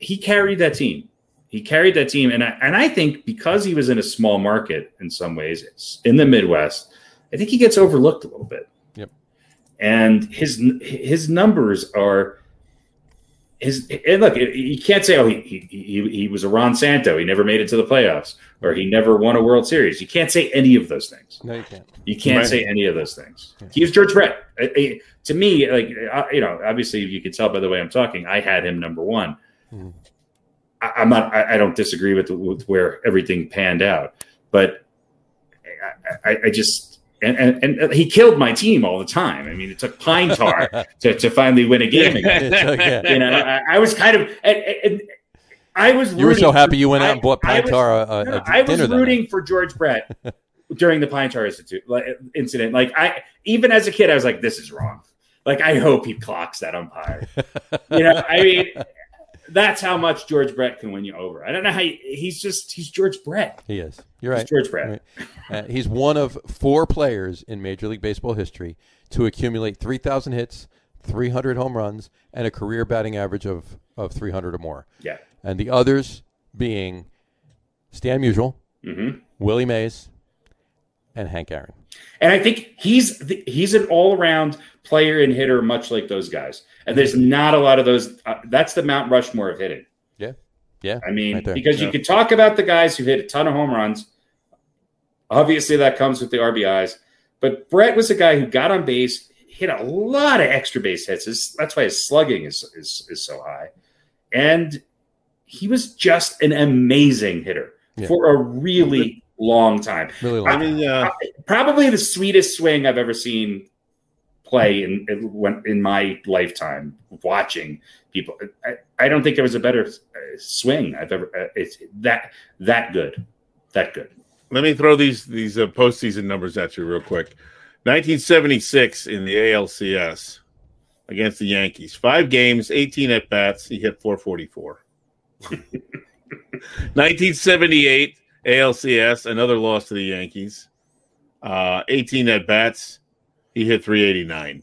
Speaker 3: he carried that team he carried that team and I, and I think because he was in a small market in some ways it's in the midwest i think he gets overlooked a little bit and his his numbers are his and look you can't say oh he, he he he was a Ron Santo he never made it to the playoffs or he never won a World Series you can't say any of those things
Speaker 4: No, you can't.
Speaker 3: you can't
Speaker 2: Right.
Speaker 3: say any of those things he was George Brett I- I- to me like I, you know obviously you can tell by the way I'm talking I had him number one
Speaker 4: Mhm.
Speaker 3: I, I'm not I, I don't disagree with, with where everything panned out but I, I, I just. And, and, and he killed my team all the time. I mean, it took pine tar to, to finally win a game again.
Speaker 4: Yeah.
Speaker 3: You know, I, I was kind of, and, and I was.
Speaker 4: You were so
Speaker 3: rooting
Speaker 4: happy
Speaker 3: for-
Speaker 4: you went out
Speaker 3: I-
Speaker 4: and bought
Speaker 3: I
Speaker 4: Pine
Speaker 3: was-
Speaker 4: Tar a, a,
Speaker 3: no, no,
Speaker 4: a
Speaker 3: I was
Speaker 4: dinner that night.
Speaker 3: rooting for George Brett during the Pine Tar Institute like, incident. Like I, even as a kid, I was like, "This is wrong." Like I hope he clocks that umpire. you know, I mean, that's how much George Brett can win you over. I don't know how you, he's just he's George Brett.
Speaker 4: He is. You're
Speaker 3: He's
Speaker 4: right.
Speaker 3: George Brett.
Speaker 4: Right. Uh, he's one of four players in Major League Baseball history to accumulate 3,000 hits, 300 home runs, and a career batting average of, of 300 or more.
Speaker 3: Yeah.
Speaker 4: And the others being Stan Musial,
Speaker 3: hmm
Speaker 4: Willie Mays, and Hank Aaron.
Speaker 3: And I think he's the, he's an all around player and hitter, much like those guys. And there's
Speaker 4: Mm-hmm.
Speaker 3: not a lot of those. Uh, that's the Mount Rushmore of hitting.
Speaker 4: Yeah. Yeah.
Speaker 3: I mean,
Speaker 4: Right there.
Speaker 3: because you
Speaker 2: Yeah.
Speaker 3: could talk about the guys who hit a ton of home runs. Obviously, that comes with the RBIs. But Brett was a guy who got on base, hit a lot of extra base hits. His, that's why his slugging is, is is so high, and he was just an amazing hitter
Speaker 4: Yeah.
Speaker 3: for a really long time
Speaker 4: Really
Speaker 2: I
Speaker 4: long.
Speaker 2: mean, uh,
Speaker 3: probably the sweetest swing I've ever seen play in in- when- in my lifetime. Watching people, I, I don't think there was a better uh, swing I've ever. Uh, it's that that good, that good.
Speaker 2: let me throw these these uh, postseason numbers at you real quick. 1976 in the ALCS against the Yankees, five games, 18 at bats. He hit 444. 1978 ALCS, another loss to the Yankees, uh, 18 at bats. He hit 389.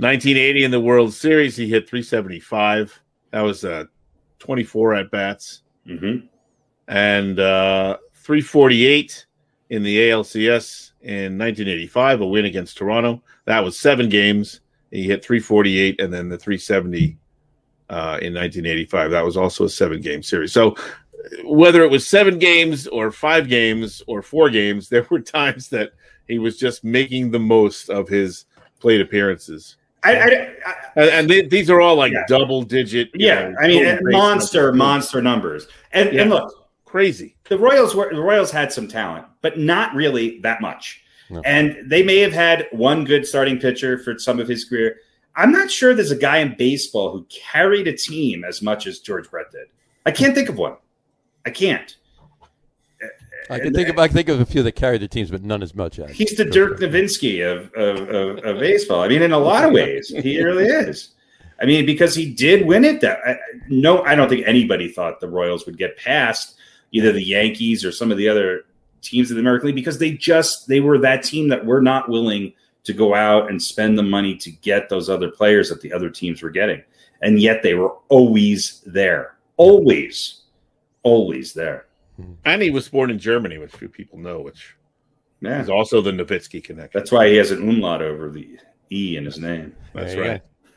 Speaker 2: 1980 in the World Series, he hit 375. That was uh, 24 at bats
Speaker 3: hmm
Speaker 2: and uh, 348 in the ALCS in 1985, a win against Toronto. That was seven games. He hit 348 and then the 370 uh, in 1985. That was also a seven game series. So whether it was seven games or five games or four games, there were times that he was just making the most of his plate appearances.
Speaker 3: I, I, I,
Speaker 2: And, and they, these are all like
Speaker 3: Yeah.
Speaker 2: double digit. you
Speaker 3: yeah,
Speaker 2: know,
Speaker 3: I mean,
Speaker 2: total
Speaker 3: and
Speaker 2: base
Speaker 3: monster,
Speaker 2: numbers.
Speaker 3: monster numbers. And, and
Speaker 2: Yeah.
Speaker 3: look,
Speaker 2: Crazy.
Speaker 3: the Royals were the Royals had some talent, but not really that much.
Speaker 4: No.
Speaker 3: And they may have had one good starting pitcher for some of his career. I'm not sure there's a guy in baseball who carried a team as much as George Brett did. I can't think of one. I can't.
Speaker 4: I can think of I can think of a few that carried the teams, but none as much as
Speaker 3: He's the Dirk Nowitzki of, of, of, of baseball. I mean, in a lot of ways, he really is. I mean, because he did win it. That I, I- no, I don't think anybody thought the Royals would get past either the Yankees or some of the other teams of the American League because they just they were that team that were not willing to go out and spend the money to get those other players that the other teams were getting, and yet they were always there, always, always there.
Speaker 2: And he was born in Germany, which few people know, which
Speaker 3: Yeah,
Speaker 2: is also the Nowitzki connection.
Speaker 3: that's why he has an umlaut over the e in his name.
Speaker 2: That's
Speaker 4: There you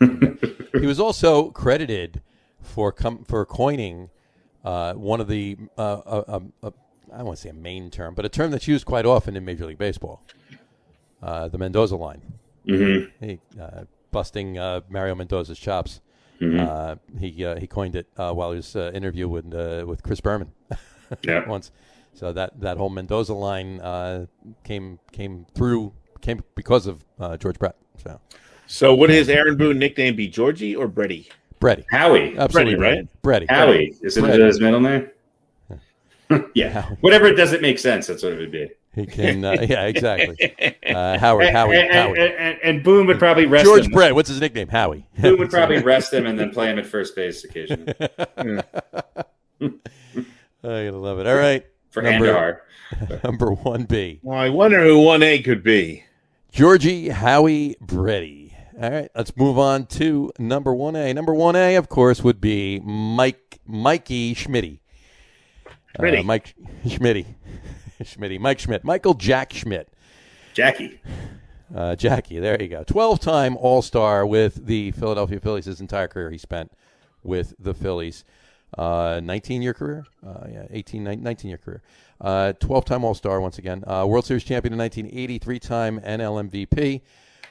Speaker 2: right.
Speaker 4: go. he was also credited for com- for coining uh, one of the uh, uh, um, uh, I don't want to say a main term, but a term that's used quite often in Major League Baseball, uh, the Mendoza line. Mm-hmm. He, uh, busting uh, Mario Mendoza's chops.
Speaker 3: Mm-hmm.
Speaker 4: Uh, he uh, he coined it uh, while he was uh, interview with uh, with Chris Berman
Speaker 3: Yeah.
Speaker 4: once. So that, that whole Mendoza line uh, came came through came because of uh, George Brett. So
Speaker 2: So would his Aaron Boone nickname be Georgie or Bretty?
Speaker 4: Bretty.
Speaker 3: Howie.
Speaker 4: Absolutely
Speaker 2: right?
Speaker 4: Bretty.
Speaker 3: Howie. Is it uh,
Speaker 4: Brett.
Speaker 3: his middle name? yeah.
Speaker 4: Howie.
Speaker 3: Whatever it doesn't make sense, that's what it would be.
Speaker 4: He can. Uh, yeah, exactly. Uh, Howard.
Speaker 3: And,
Speaker 4: Howie.
Speaker 3: and,
Speaker 4: Howie.
Speaker 3: and- and- and Boone would probably rest
Speaker 4: George
Speaker 3: him.
Speaker 4: Brett. What's his nickname? Howie.
Speaker 3: Boone would probably rest him and then play him at first base occasionally
Speaker 4: I love it. All right.
Speaker 3: for
Speaker 4: number,
Speaker 3: Andahar.
Speaker 4: number one B.
Speaker 2: Well, I wonder who one A could be.
Speaker 4: Georgie Howie Bretty. All right. Let's move on to number one A. Number one A, of course, would be Mike Mikey Schmitty. Uh,
Speaker 2: Schmitty.
Speaker 4: Mike Schmitty. Schmitty. Mike Schmidt. Michael Jack Schmidt.
Speaker 3: Jackie.
Speaker 4: Uh, Jackie, there you go. 12 time All Star with the Philadelphia Phillies. His entire career he spent with the Phillies. Uh, 19 year career? Uh, yeah, 18, 19 year career. 12 time All Star once again. Uh, World Series champion in 1980, three time NL MVP.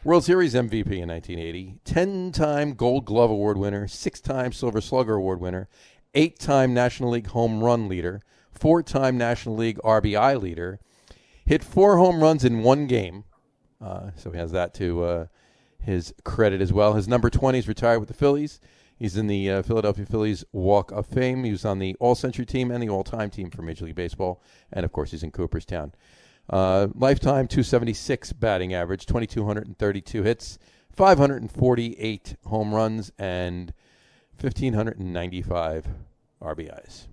Speaker 4: World Series MVP in 1980, 10 time Gold Glove Award winner, six time Silver Slugger Award winner, eight time National League home run leader, four time National League RBI leader, hit four home runs in one game. Uh, so he has that to uh, his credit as well. His number 20 is retired with the Phillies. He's in the uh, Philadelphia Phillies Walk of Fame. He was on the All Century team and the All Time team for Major League Baseball. And of course, he's in Cooperstown. Uh, lifetime 276 batting average, 2,232 hits, 548 home runs, and 1,595 RBIs.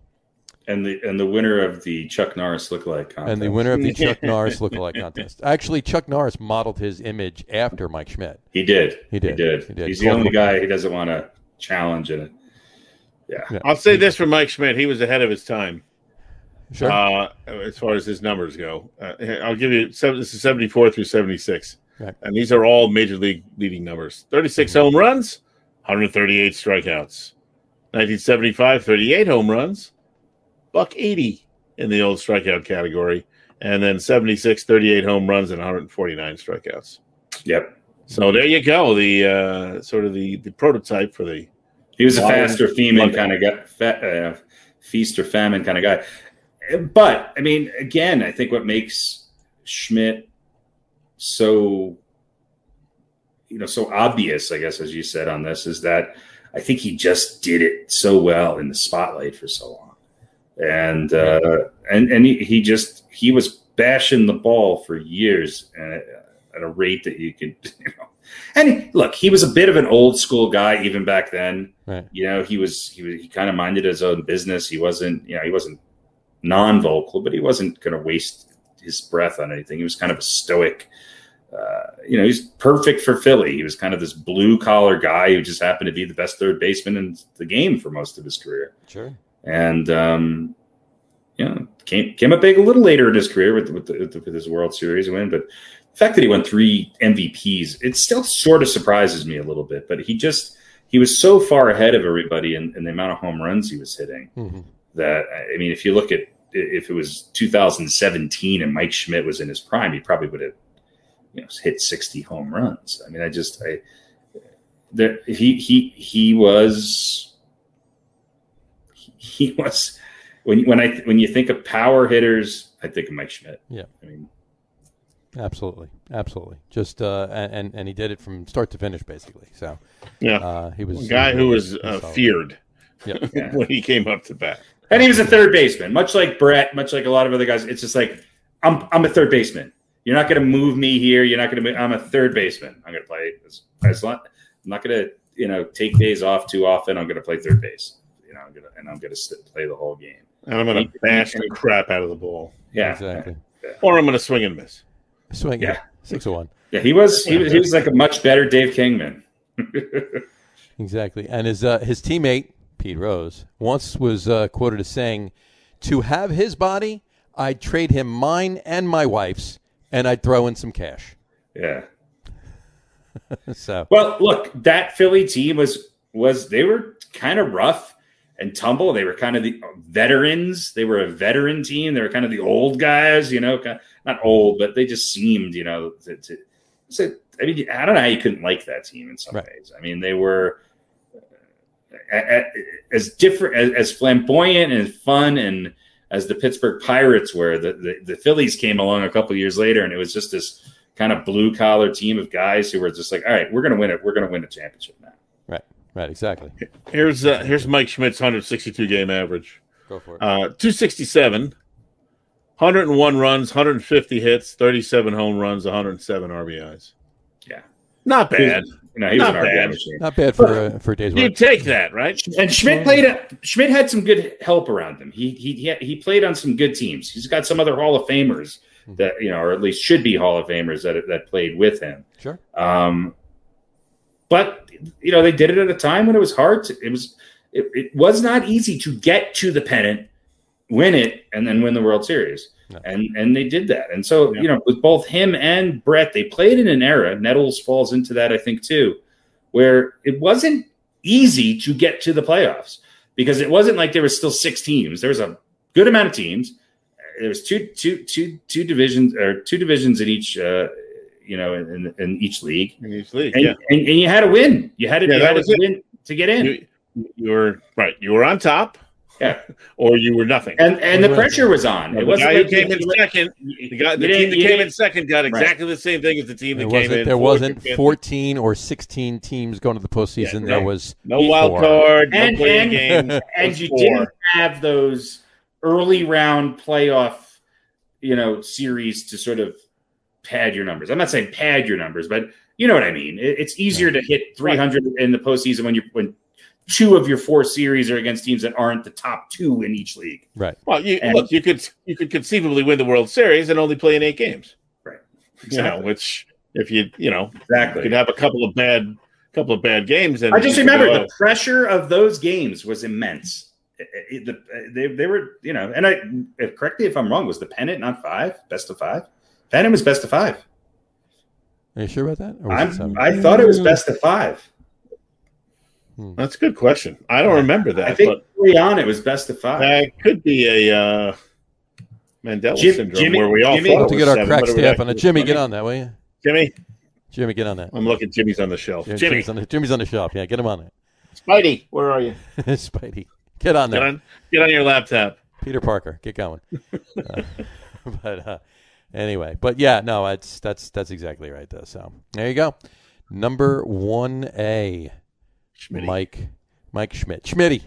Speaker 3: And the and the winner of the Chuck Norris lookalike contest.
Speaker 4: And the winner of the Chuck Norris lookalike contest. Actually, Chuck Norris modeled his image after Mike Schmidt.
Speaker 3: He did.
Speaker 4: He did.
Speaker 3: He did.
Speaker 4: He did.
Speaker 3: He's the only guy who doesn't want to challenge in it.
Speaker 2: I'll say this for Mike Schmidt: he was ahead of his time
Speaker 4: Sure.
Speaker 2: uh, as far as his numbers go. Uh, I'll give you seven, this is seventy-four through seventy-six,
Speaker 4: Right. Mm-hmm.
Speaker 2: and these are all major league leading numbers: thirty-six home runs, one hundred thirty-eight strikeouts, 1975, 38 home runs, buck eighty in the old strikeout category, and then 76, 38 home runs and one hundred forty-nine strikeouts.
Speaker 3: Yep.
Speaker 4: Mm-hmm.
Speaker 2: So there you go. The uh, sort of the the prototype for the
Speaker 3: He was a
Speaker 2: Why-
Speaker 3: fast or famine kind of guy, fa- uh, feast or famine kind of guy. But I mean, again, I think what makes Schmidt so, you know, so obvious, I guess, as you said on this, is that I think he just did it so well in the spotlight for so long, and uh, and and he, he just he was bashing the ball for years at, at a rate that you could, you know. And look, he was a bit of an old school guy even back then you know he was he was he kind of minded his own business he wasn't you know he wasn't non-vocal but he wasn't going to waste his breath on anything he was kind of a stoic uh, you know he's perfect for philly he was kind of this blue collar guy who just happened to be the best third baseman in the game for most of his career
Speaker 4: sure.
Speaker 3: and um, you know came came up big a little later in his career with with, the, with, the, with his World Series win, but the fact that he won three MVPs, it still sort of surprises me a little bit. But he just he was so far ahead of everybody in, in the amount of home runs he was hitting
Speaker 4: Mhm.
Speaker 3: that I mean, if you look at if it was 2017 and Mike Schmidt was in his prime, he probably would have you know hit 60 home runs. I mean, I just I there he he he was he was when when I when you think of power hitters, I think of Mike Schmidt.
Speaker 4: Yeah.
Speaker 3: I mean,
Speaker 4: Absolutely, absolutely. Just uh, and and- and he did it from start to finish, basically. So
Speaker 2: Yeah.
Speaker 4: uh, he was
Speaker 2: a guy who was uh,
Speaker 4: solid.
Speaker 2: feared
Speaker 4: Yep.
Speaker 3: Yeah.
Speaker 2: when he came up to bat.
Speaker 3: and he was a third baseman, much like Brett, much like a lot of other guys. It's just like I'm I'm a third baseman. You're not going to move me here. You're not going to. I'm a third baseman. I'm going to play as, as long, I'm not going to you know take days off too often. I'm going to play third base. You know, I'm going to and I'm going to play the whole game.
Speaker 2: And I'm going
Speaker 3: He-
Speaker 2: to bash the crap out of the ball.
Speaker 3: Yeah,
Speaker 4: exactly.
Speaker 2: Or I'm going to swing and miss.
Speaker 4: Swing
Speaker 3: Yeah.
Speaker 4: six of one.
Speaker 3: yeah. He was he was he was like a much better Dave Kingman.
Speaker 4: Exactly. And his uh, his teammate Pete Rose once was uh, quoted as saying, "To have his body, I'd trade him mine and my wife's, and I'd throw in some cash."
Speaker 3: Yeah.
Speaker 4: So
Speaker 3: Well, look, that Philly team was was they were kind of rough and tumble. They were kind of the veterans. They were a veteran team. They were kind of the old guys, you know, kind not old, but they just seemed, you know, to, to, so, I mean, I don't know how you couldn't like that team in some
Speaker 4: Right.
Speaker 3: ways. I mean, they were uh, a- a- as different, as, as flamboyant and fun and as the Pittsburgh Pirates were. The, the, the Phillies came along a couple years later, and it was just this kind of blue collar team of guys who were just like, all right, we're going to win it. We're going to win a championship now.
Speaker 4: right, right, exactly.
Speaker 2: Here's uh, here's Mike Schmidt's 162 game average.
Speaker 4: Go for it.
Speaker 2: Uh, 267, 101 runs, 150 hits, 37 home runs, 107 RBIs.
Speaker 3: Yeah.
Speaker 2: Not bad.
Speaker 3: You know, he was
Speaker 2: Not
Speaker 3: an RBI
Speaker 2: bad.
Speaker 3: machine.
Speaker 4: Not bad for uh, for a day's
Speaker 2: You
Speaker 4: work.
Speaker 2: take that, right?
Speaker 3: And Schmidt played. A, Schmidt had some good help around him. He he he- he played on some good teams. He's got some other Hall of Famers that you know, or at least should be Hall of Famers that that played with him.
Speaker 4: Sure.
Speaker 3: Um, but you know, they did it at a time when it was hard. To, it was it, it was not easy to get to the pennant, win it, and then win the World Series.
Speaker 4: No.
Speaker 3: And and they did that. And so
Speaker 2: Yeah.
Speaker 3: you know, with both him and Brett, they played in an era. Nettles falls into that, I think, too, where it wasn't easy to get to the playoffs because it wasn't like there was still six teams. There was a good amount of teams. There was two two two two divisions or two divisions in each uh, you know in, in each league
Speaker 2: In each league.
Speaker 3: and,
Speaker 2: yeah.
Speaker 3: and, and you had to win. You had to,
Speaker 2: Yeah,
Speaker 3: you
Speaker 2: that
Speaker 3: had to
Speaker 2: was it.
Speaker 3: win to get in.
Speaker 2: You, you were right. You were on top.
Speaker 3: Yeah.
Speaker 2: Or you were nothing.
Speaker 3: and and the
Speaker 4: Right.
Speaker 3: pressure was on.
Speaker 2: The
Speaker 3: It wasn't
Speaker 2: guy
Speaker 3: like
Speaker 2: who came in
Speaker 3: you-
Speaker 2: second,
Speaker 3: you-
Speaker 2: the, guy, the
Speaker 3: you
Speaker 2: team
Speaker 3: didn't-
Speaker 2: that
Speaker 3: you
Speaker 2: came in
Speaker 3: didn't-
Speaker 2: second got
Speaker 3: Right.
Speaker 2: exactly the same thing as the team that
Speaker 4: There
Speaker 2: came
Speaker 4: wasn't
Speaker 2: in.
Speaker 4: there
Speaker 2: fourth
Speaker 4: wasn't
Speaker 2: or fifth.
Speaker 4: 14 or 16 teams going to the postseason.
Speaker 2: Yeah,
Speaker 4: There
Speaker 2: no.
Speaker 4: was
Speaker 2: No wild
Speaker 4: four.
Speaker 2: card, no
Speaker 3: And-
Speaker 2: playing
Speaker 4: and-
Speaker 2: game.
Speaker 3: and you
Speaker 2: Four.
Speaker 3: didn't have those early round playoff, you know, series to sort of pad your numbers. I'm not saying pad your numbers, but you know what I mean. It, it's easier to hit 300 in the postseason when you when two of your four series are against teams that aren't the top two in each league.
Speaker 4: right.
Speaker 2: Well, you,
Speaker 3: And-
Speaker 2: look, you could you could conceivably win the World Series and only play in eight games.
Speaker 3: Right.
Speaker 2: You know, which if you you know you
Speaker 3: Exactly.
Speaker 2: could have a couple of bad couple of bad games. And
Speaker 3: I just
Speaker 2: you could
Speaker 3: remember
Speaker 2: go,
Speaker 3: the pressure of those games was immense. It- it- the- they, they were, you know, and I if- correct me if I'm wrong. Was the pennant not five? Best of five? Pennant was best of five.
Speaker 4: Are you sure about that? Or was it
Speaker 3: I'm,
Speaker 4: seven?
Speaker 3: I thought it was best of five.
Speaker 2: That's a good question. I don't remember that,
Speaker 3: I think early on it was best of
Speaker 2: but
Speaker 3: five.
Speaker 2: that could be a uh, Mandela
Speaker 3: Jim-
Speaker 2: syndrome
Speaker 3: Jimmy-
Speaker 2: where we all
Speaker 3: Jimmy-
Speaker 2: thought it
Speaker 4: We'll have to
Speaker 2: was
Speaker 4: get our
Speaker 2: seven,
Speaker 4: crack
Speaker 2: but it was
Speaker 4: staff on it.
Speaker 2: actually
Speaker 4: Jimmy,
Speaker 2: twenty.
Speaker 4: get on that, will you?
Speaker 2: Jimmy,
Speaker 4: Jimmy, get on that.
Speaker 2: I'm looking. Jimmy's on the shelf.
Speaker 4: Jim-
Speaker 2: Jimmy,
Speaker 4: Jimmy's, on the, Jimmy's on the shelf. Yeah, get him on it.
Speaker 2: Spidey, where are you?
Speaker 4: Spidey, get on
Speaker 2: Get
Speaker 4: there.
Speaker 2: on, get on your laptop.
Speaker 4: Peter Parker, get going. Uh, but uh, anyway, but yeah, no, it's that's that's exactly right. Though, so there you go. Number one A,
Speaker 2: Schmitty,
Speaker 4: Mike, Mike Schmidt, Schmitty,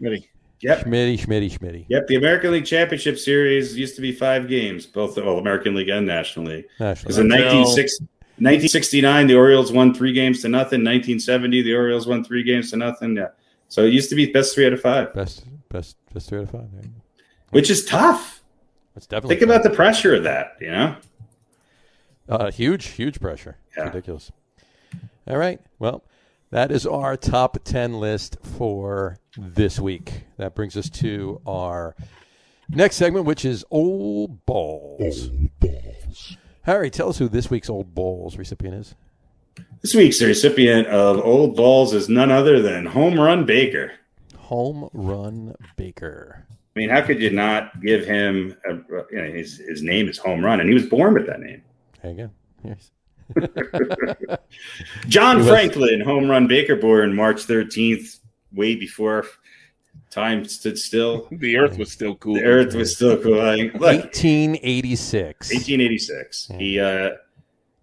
Speaker 2: Schmitty.
Speaker 3: Yep.
Speaker 4: Schmitty, Schmitty, Schmitty.
Speaker 3: Yep, the American League Championship Series used to be five games, both well, American League and National League. Because in
Speaker 4: National.
Speaker 2: Until-
Speaker 3: 1960 1969, the Orioles won three games to nothing. 1970, the Orioles won three games to nothing. Yeah. So it used to be best three out of five,
Speaker 4: Best, best, best three out of five. There you go.
Speaker 3: which is tough.
Speaker 4: That's definitely
Speaker 3: Think about the pressure of that, you know?
Speaker 4: Uh, huge, huge pressure. It's
Speaker 3: Yeah.
Speaker 4: Ridiculous. All right. Well, that is our top 10 list for this week. That brings us to our Next segment, which is Old Balls. Harry, tell us who this week's Old Balls recipient is.
Speaker 3: This week's recipient of Old Balls is none other than Home Run Baker.
Speaker 4: Home Run Baker.
Speaker 3: I mean, how could you not give him? A, you know, his his name is Home Run, and he was born with that name.
Speaker 4: There you go. Here's-
Speaker 3: John
Speaker 4: was-
Speaker 3: Franklin, Home Run Baker, born March thirteenth, way before time stood still.
Speaker 2: The Earth was still cool.
Speaker 3: The earth was still cooling. Look,
Speaker 4: 1886.
Speaker 3: 1886. He uh,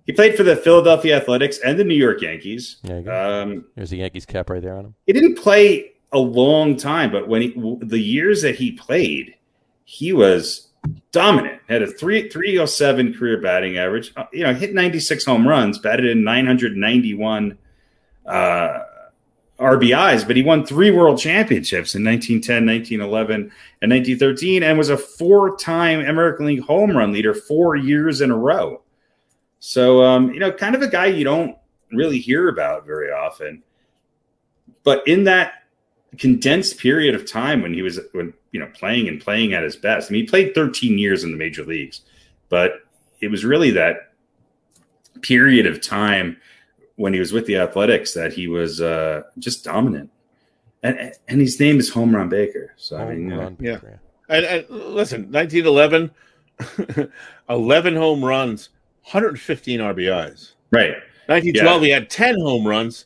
Speaker 3: he played for the Philadelphia Athletics and the New York Yankees.
Speaker 4: There you go.
Speaker 3: Um,
Speaker 4: There's the Yankees cap right there on him.
Speaker 3: he didn't play a long time, but when he, w- the years that he played, he was dominant. Had a three three oh seven career batting average. Uh, You know, hit ninety six home runs, batted in nine hundred ninety one uh, RBIs. But he won three World Championships in 1910, 1911, and nineteen thirteen, and was a four time American League home run leader four years in a row. So um, you know, kind of a guy you don't really hear about very often but in that condensed period of time when he was when you know playing and playing at his best i mean he played 13 years in the major leagues but it was really that period of time when he was with the athletics that he was uh, just dominant and and his name is home run baker so i mean
Speaker 4: Home
Speaker 3: you know,
Speaker 4: Run
Speaker 9: yeah.
Speaker 4: Baker.
Speaker 2: And, and listen, 1911, 11 home runs, 115 RBIs.
Speaker 3: right
Speaker 2: 1912, he had 10 home runs,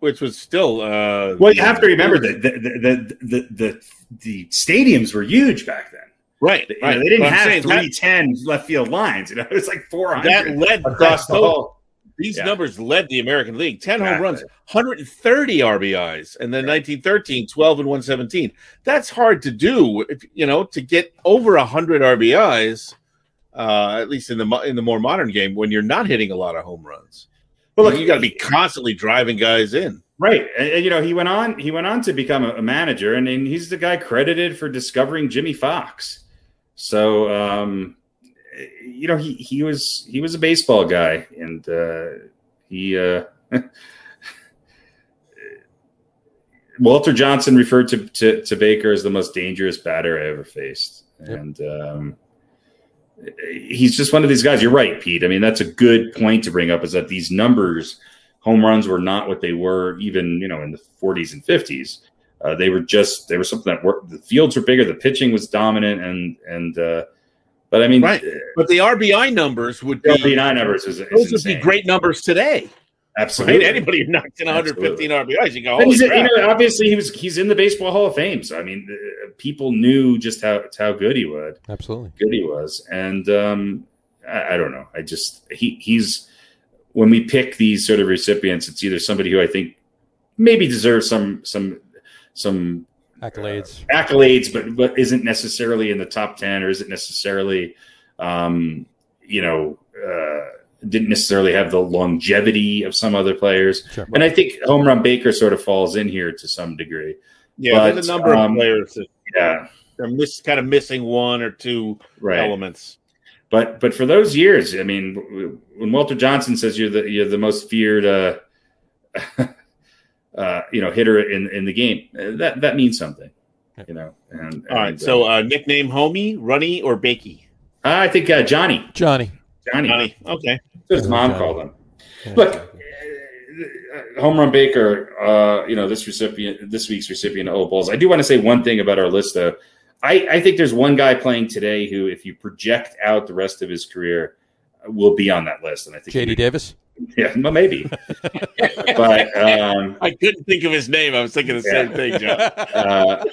Speaker 2: which was still. Uh,
Speaker 3: well you have to remember that the the the, the, the, the stadiums were huge back then
Speaker 2: Right.
Speaker 3: You know,
Speaker 2: right.
Speaker 3: they didn't
Speaker 2: But I'm
Speaker 3: have
Speaker 2: saying
Speaker 3: 310 left field lines you know it was like
Speaker 2: That,
Speaker 3: 400
Speaker 2: that led
Speaker 3: across the
Speaker 2: those-
Speaker 3: whole
Speaker 2: These
Speaker 3: Yeah.
Speaker 2: numbers led the American League 10 home
Speaker 3: Exactly.
Speaker 2: runs, 130 RBIs, and then 1913, 12 and 117. That's hard to do, if, you know, to get over 100 RBIs, uh, at least in the mo- in the more modern game when you're not hitting a lot of home runs. Well, look, you got to be constantly driving guys in.
Speaker 3: Right, and, and, you know he went on. He went on to become a, a manager, and, and he's the guy credited for discovering Jimmy Fox. So, um, you know, he he was he was a baseball guy, and uh, he uh, Walter Johnson referred to, to to Baker as the most dangerous batter I ever faced,
Speaker 4: Yep.
Speaker 3: and um, he's just one of these guys. You're right, Pete. I mean, that's a good point to bring up is that these numbers, home runs, were not what they were even you know in the 40s and 50s. Uh, they were just they were something that worked. The fields were bigger, the pitching was dominant, and and uh, but I mean,
Speaker 2: Right. But the RBI numbers would be,
Speaker 3: LB nine numbers is, is
Speaker 2: those would be
Speaker 3: insane.
Speaker 2: great numbers today. Right?
Speaker 3: Absolutely,
Speaker 2: Anybody who knocks in 115 RBIs, you go, holy
Speaker 3: And he's, you
Speaker 2: crap.
Speaker 3: know, obviously he was he's in the baseball Hall of Fame. So I mean, uh, people knew just how how good he would
Speaker 4: Absolutely.
Speaker 3: good he was, and um, I, I don't know. I just he he's when we pick these sort of recipients, it's either somebody who I think maybe deserves some some some Uh,
Speaker 4: Accolades.
Speaker 3: accolades, but but isn't necessarily in the top ten or isn't necessarily, um, you know, uh, didn't necessarily have the longevity of some other players.
Speaker 4: Sure.
Speaker 3: And I think Home Run Baker sort of falls in here to some degree.
Speaker 2: yeah, there's a
Speaker 3: but,
Speaker 2: number
Speaker 3: um,
Speaker 2: of players that
Speaker 3: Yeah,
Speaker 2: are miss, kind of missing one or two
Speaker 3: right.
Speaker 2: elements.
Speaker 3: But but for those years, I mean, w- w- when Walter Johnson says you're the you're the most feared, uh, uh, you know, hitter in in the game, uh, that that means something, you know. And,
Speaker 2: All right,
Speaker 3: and,
Speaker 2: so uh, nickname Homie, Runny, or Bakey?
Speaker 3: uh, I think uh, Johnny,
Speaker 4: Johnny.
Speaker 3: Johnny,
Speaker 2: Runny. Okay.
Speaker 3: that's what his mom
Speaker 4: Johnny.
Speaker 3: called him. Look, uh, Home Run Baker, uh, you know, this recipient, this week's recipient of Old Balls. I do want to say one thing about our list, though. I, I think there's one guy playing today who, if you project out the rest of his career, will be on that list. And I think
Speaker 4: JD Davis.
Speaker 3: yeah, well, maybe. but um,
Speaker 2: I couldn't think of his name. I was thinking the same
Speaker 3: Yeah.
Speaker 2: thing, John.
Speaker 3: uh,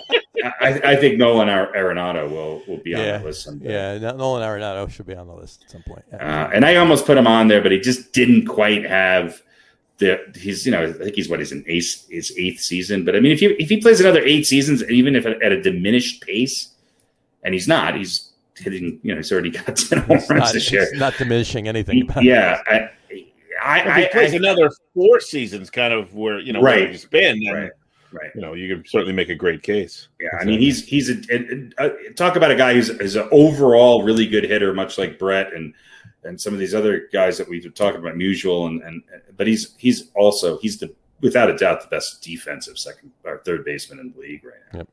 Speaker 3: I, I think Nolan Ar- Arenado will will be on
Speaker 4: Yeah.
Speaker 3: that list someday.
Speaker 4: Yeah, no- Nolan Arenado should be on the list at some point. Yeah.
Speaker 3: Uh, and I almost put him on there, but he just didn't quite have the. He's you know I think he's what he's in ace his eighth season. But I mean, if he if he plays another eight seasons, and even if at, at a diminished pace, and he's not, he's hitting. You know, he's already got ten home
Speaker 4: It's
Speaker 3: runs
Speaker 4: not,
Speaker 3: this year.
Speaker 4: it's not diminishing anything about
Speaker 3: Yeah, I, I,
Speaker 2: If he
Speaker 3: I,
Speaker 2: plays
Speaker 3: I
Speaker 2: another four seasons, kind of where you know
Speaker 3: Right.
Speaker 2: where he's been, then,
Speaker 3: Right. right.
Speaker 2: you know, you can certainly make a great case.
Speaker 3: Yeah, I mean he's he's a, and- and, uh, talk about a guy who's is an overall really good hitter, much like Brett and and some of these other guys that we've been talking about, Musial and and but he's he's also he's the without a doubt the best defensive second or third baseman in the league right now,
Speaker 4: Yep.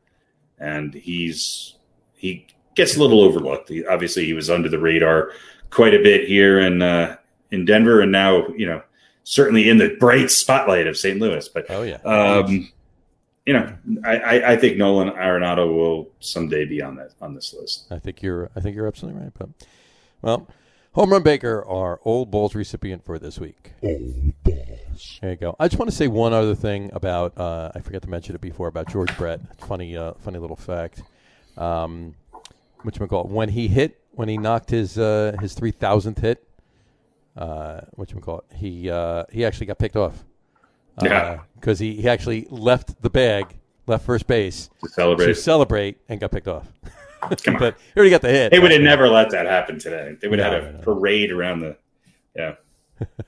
Speaker 3: and he's he gets a little overlooked. He, obviously, he was under the radar quite a bit here in uh, in Denver, and now you know certainly in the bright spotlight of St. Louis. But
Speaker 4: Oh yeah.
Speaker 3: um, you know, I, I, I think Nolan Arenado will someday be on that on this list.
Speaker 4: I think you're I think you're absolutely right. But well, home run Baker, our old balls recipient for this week. There you go. I just want to say one other thing about uh, I forgot to mention it before about George Brett. Funny, uh, funny little fact. Um, which call it? When he hit, when he knocked his uh, his three thousandth hit, uh, which call it? He uh, he actually got picked off.
Speaker 3: Yeah.
Speaker 4: because he, he actually left the bag, left first base
Speaker 3: To celebrate,
Speaker 4: to celebrate, and got picked off.
Speaker 3: Come on.
Speaker 4: but he already got the hit.
Speaker 3: they would have never let that happen today. They would have
Speaker 4: No,
Speaker 3: had a
Speaker 4: no, no.
Speaker 3: parade around the. Yeah,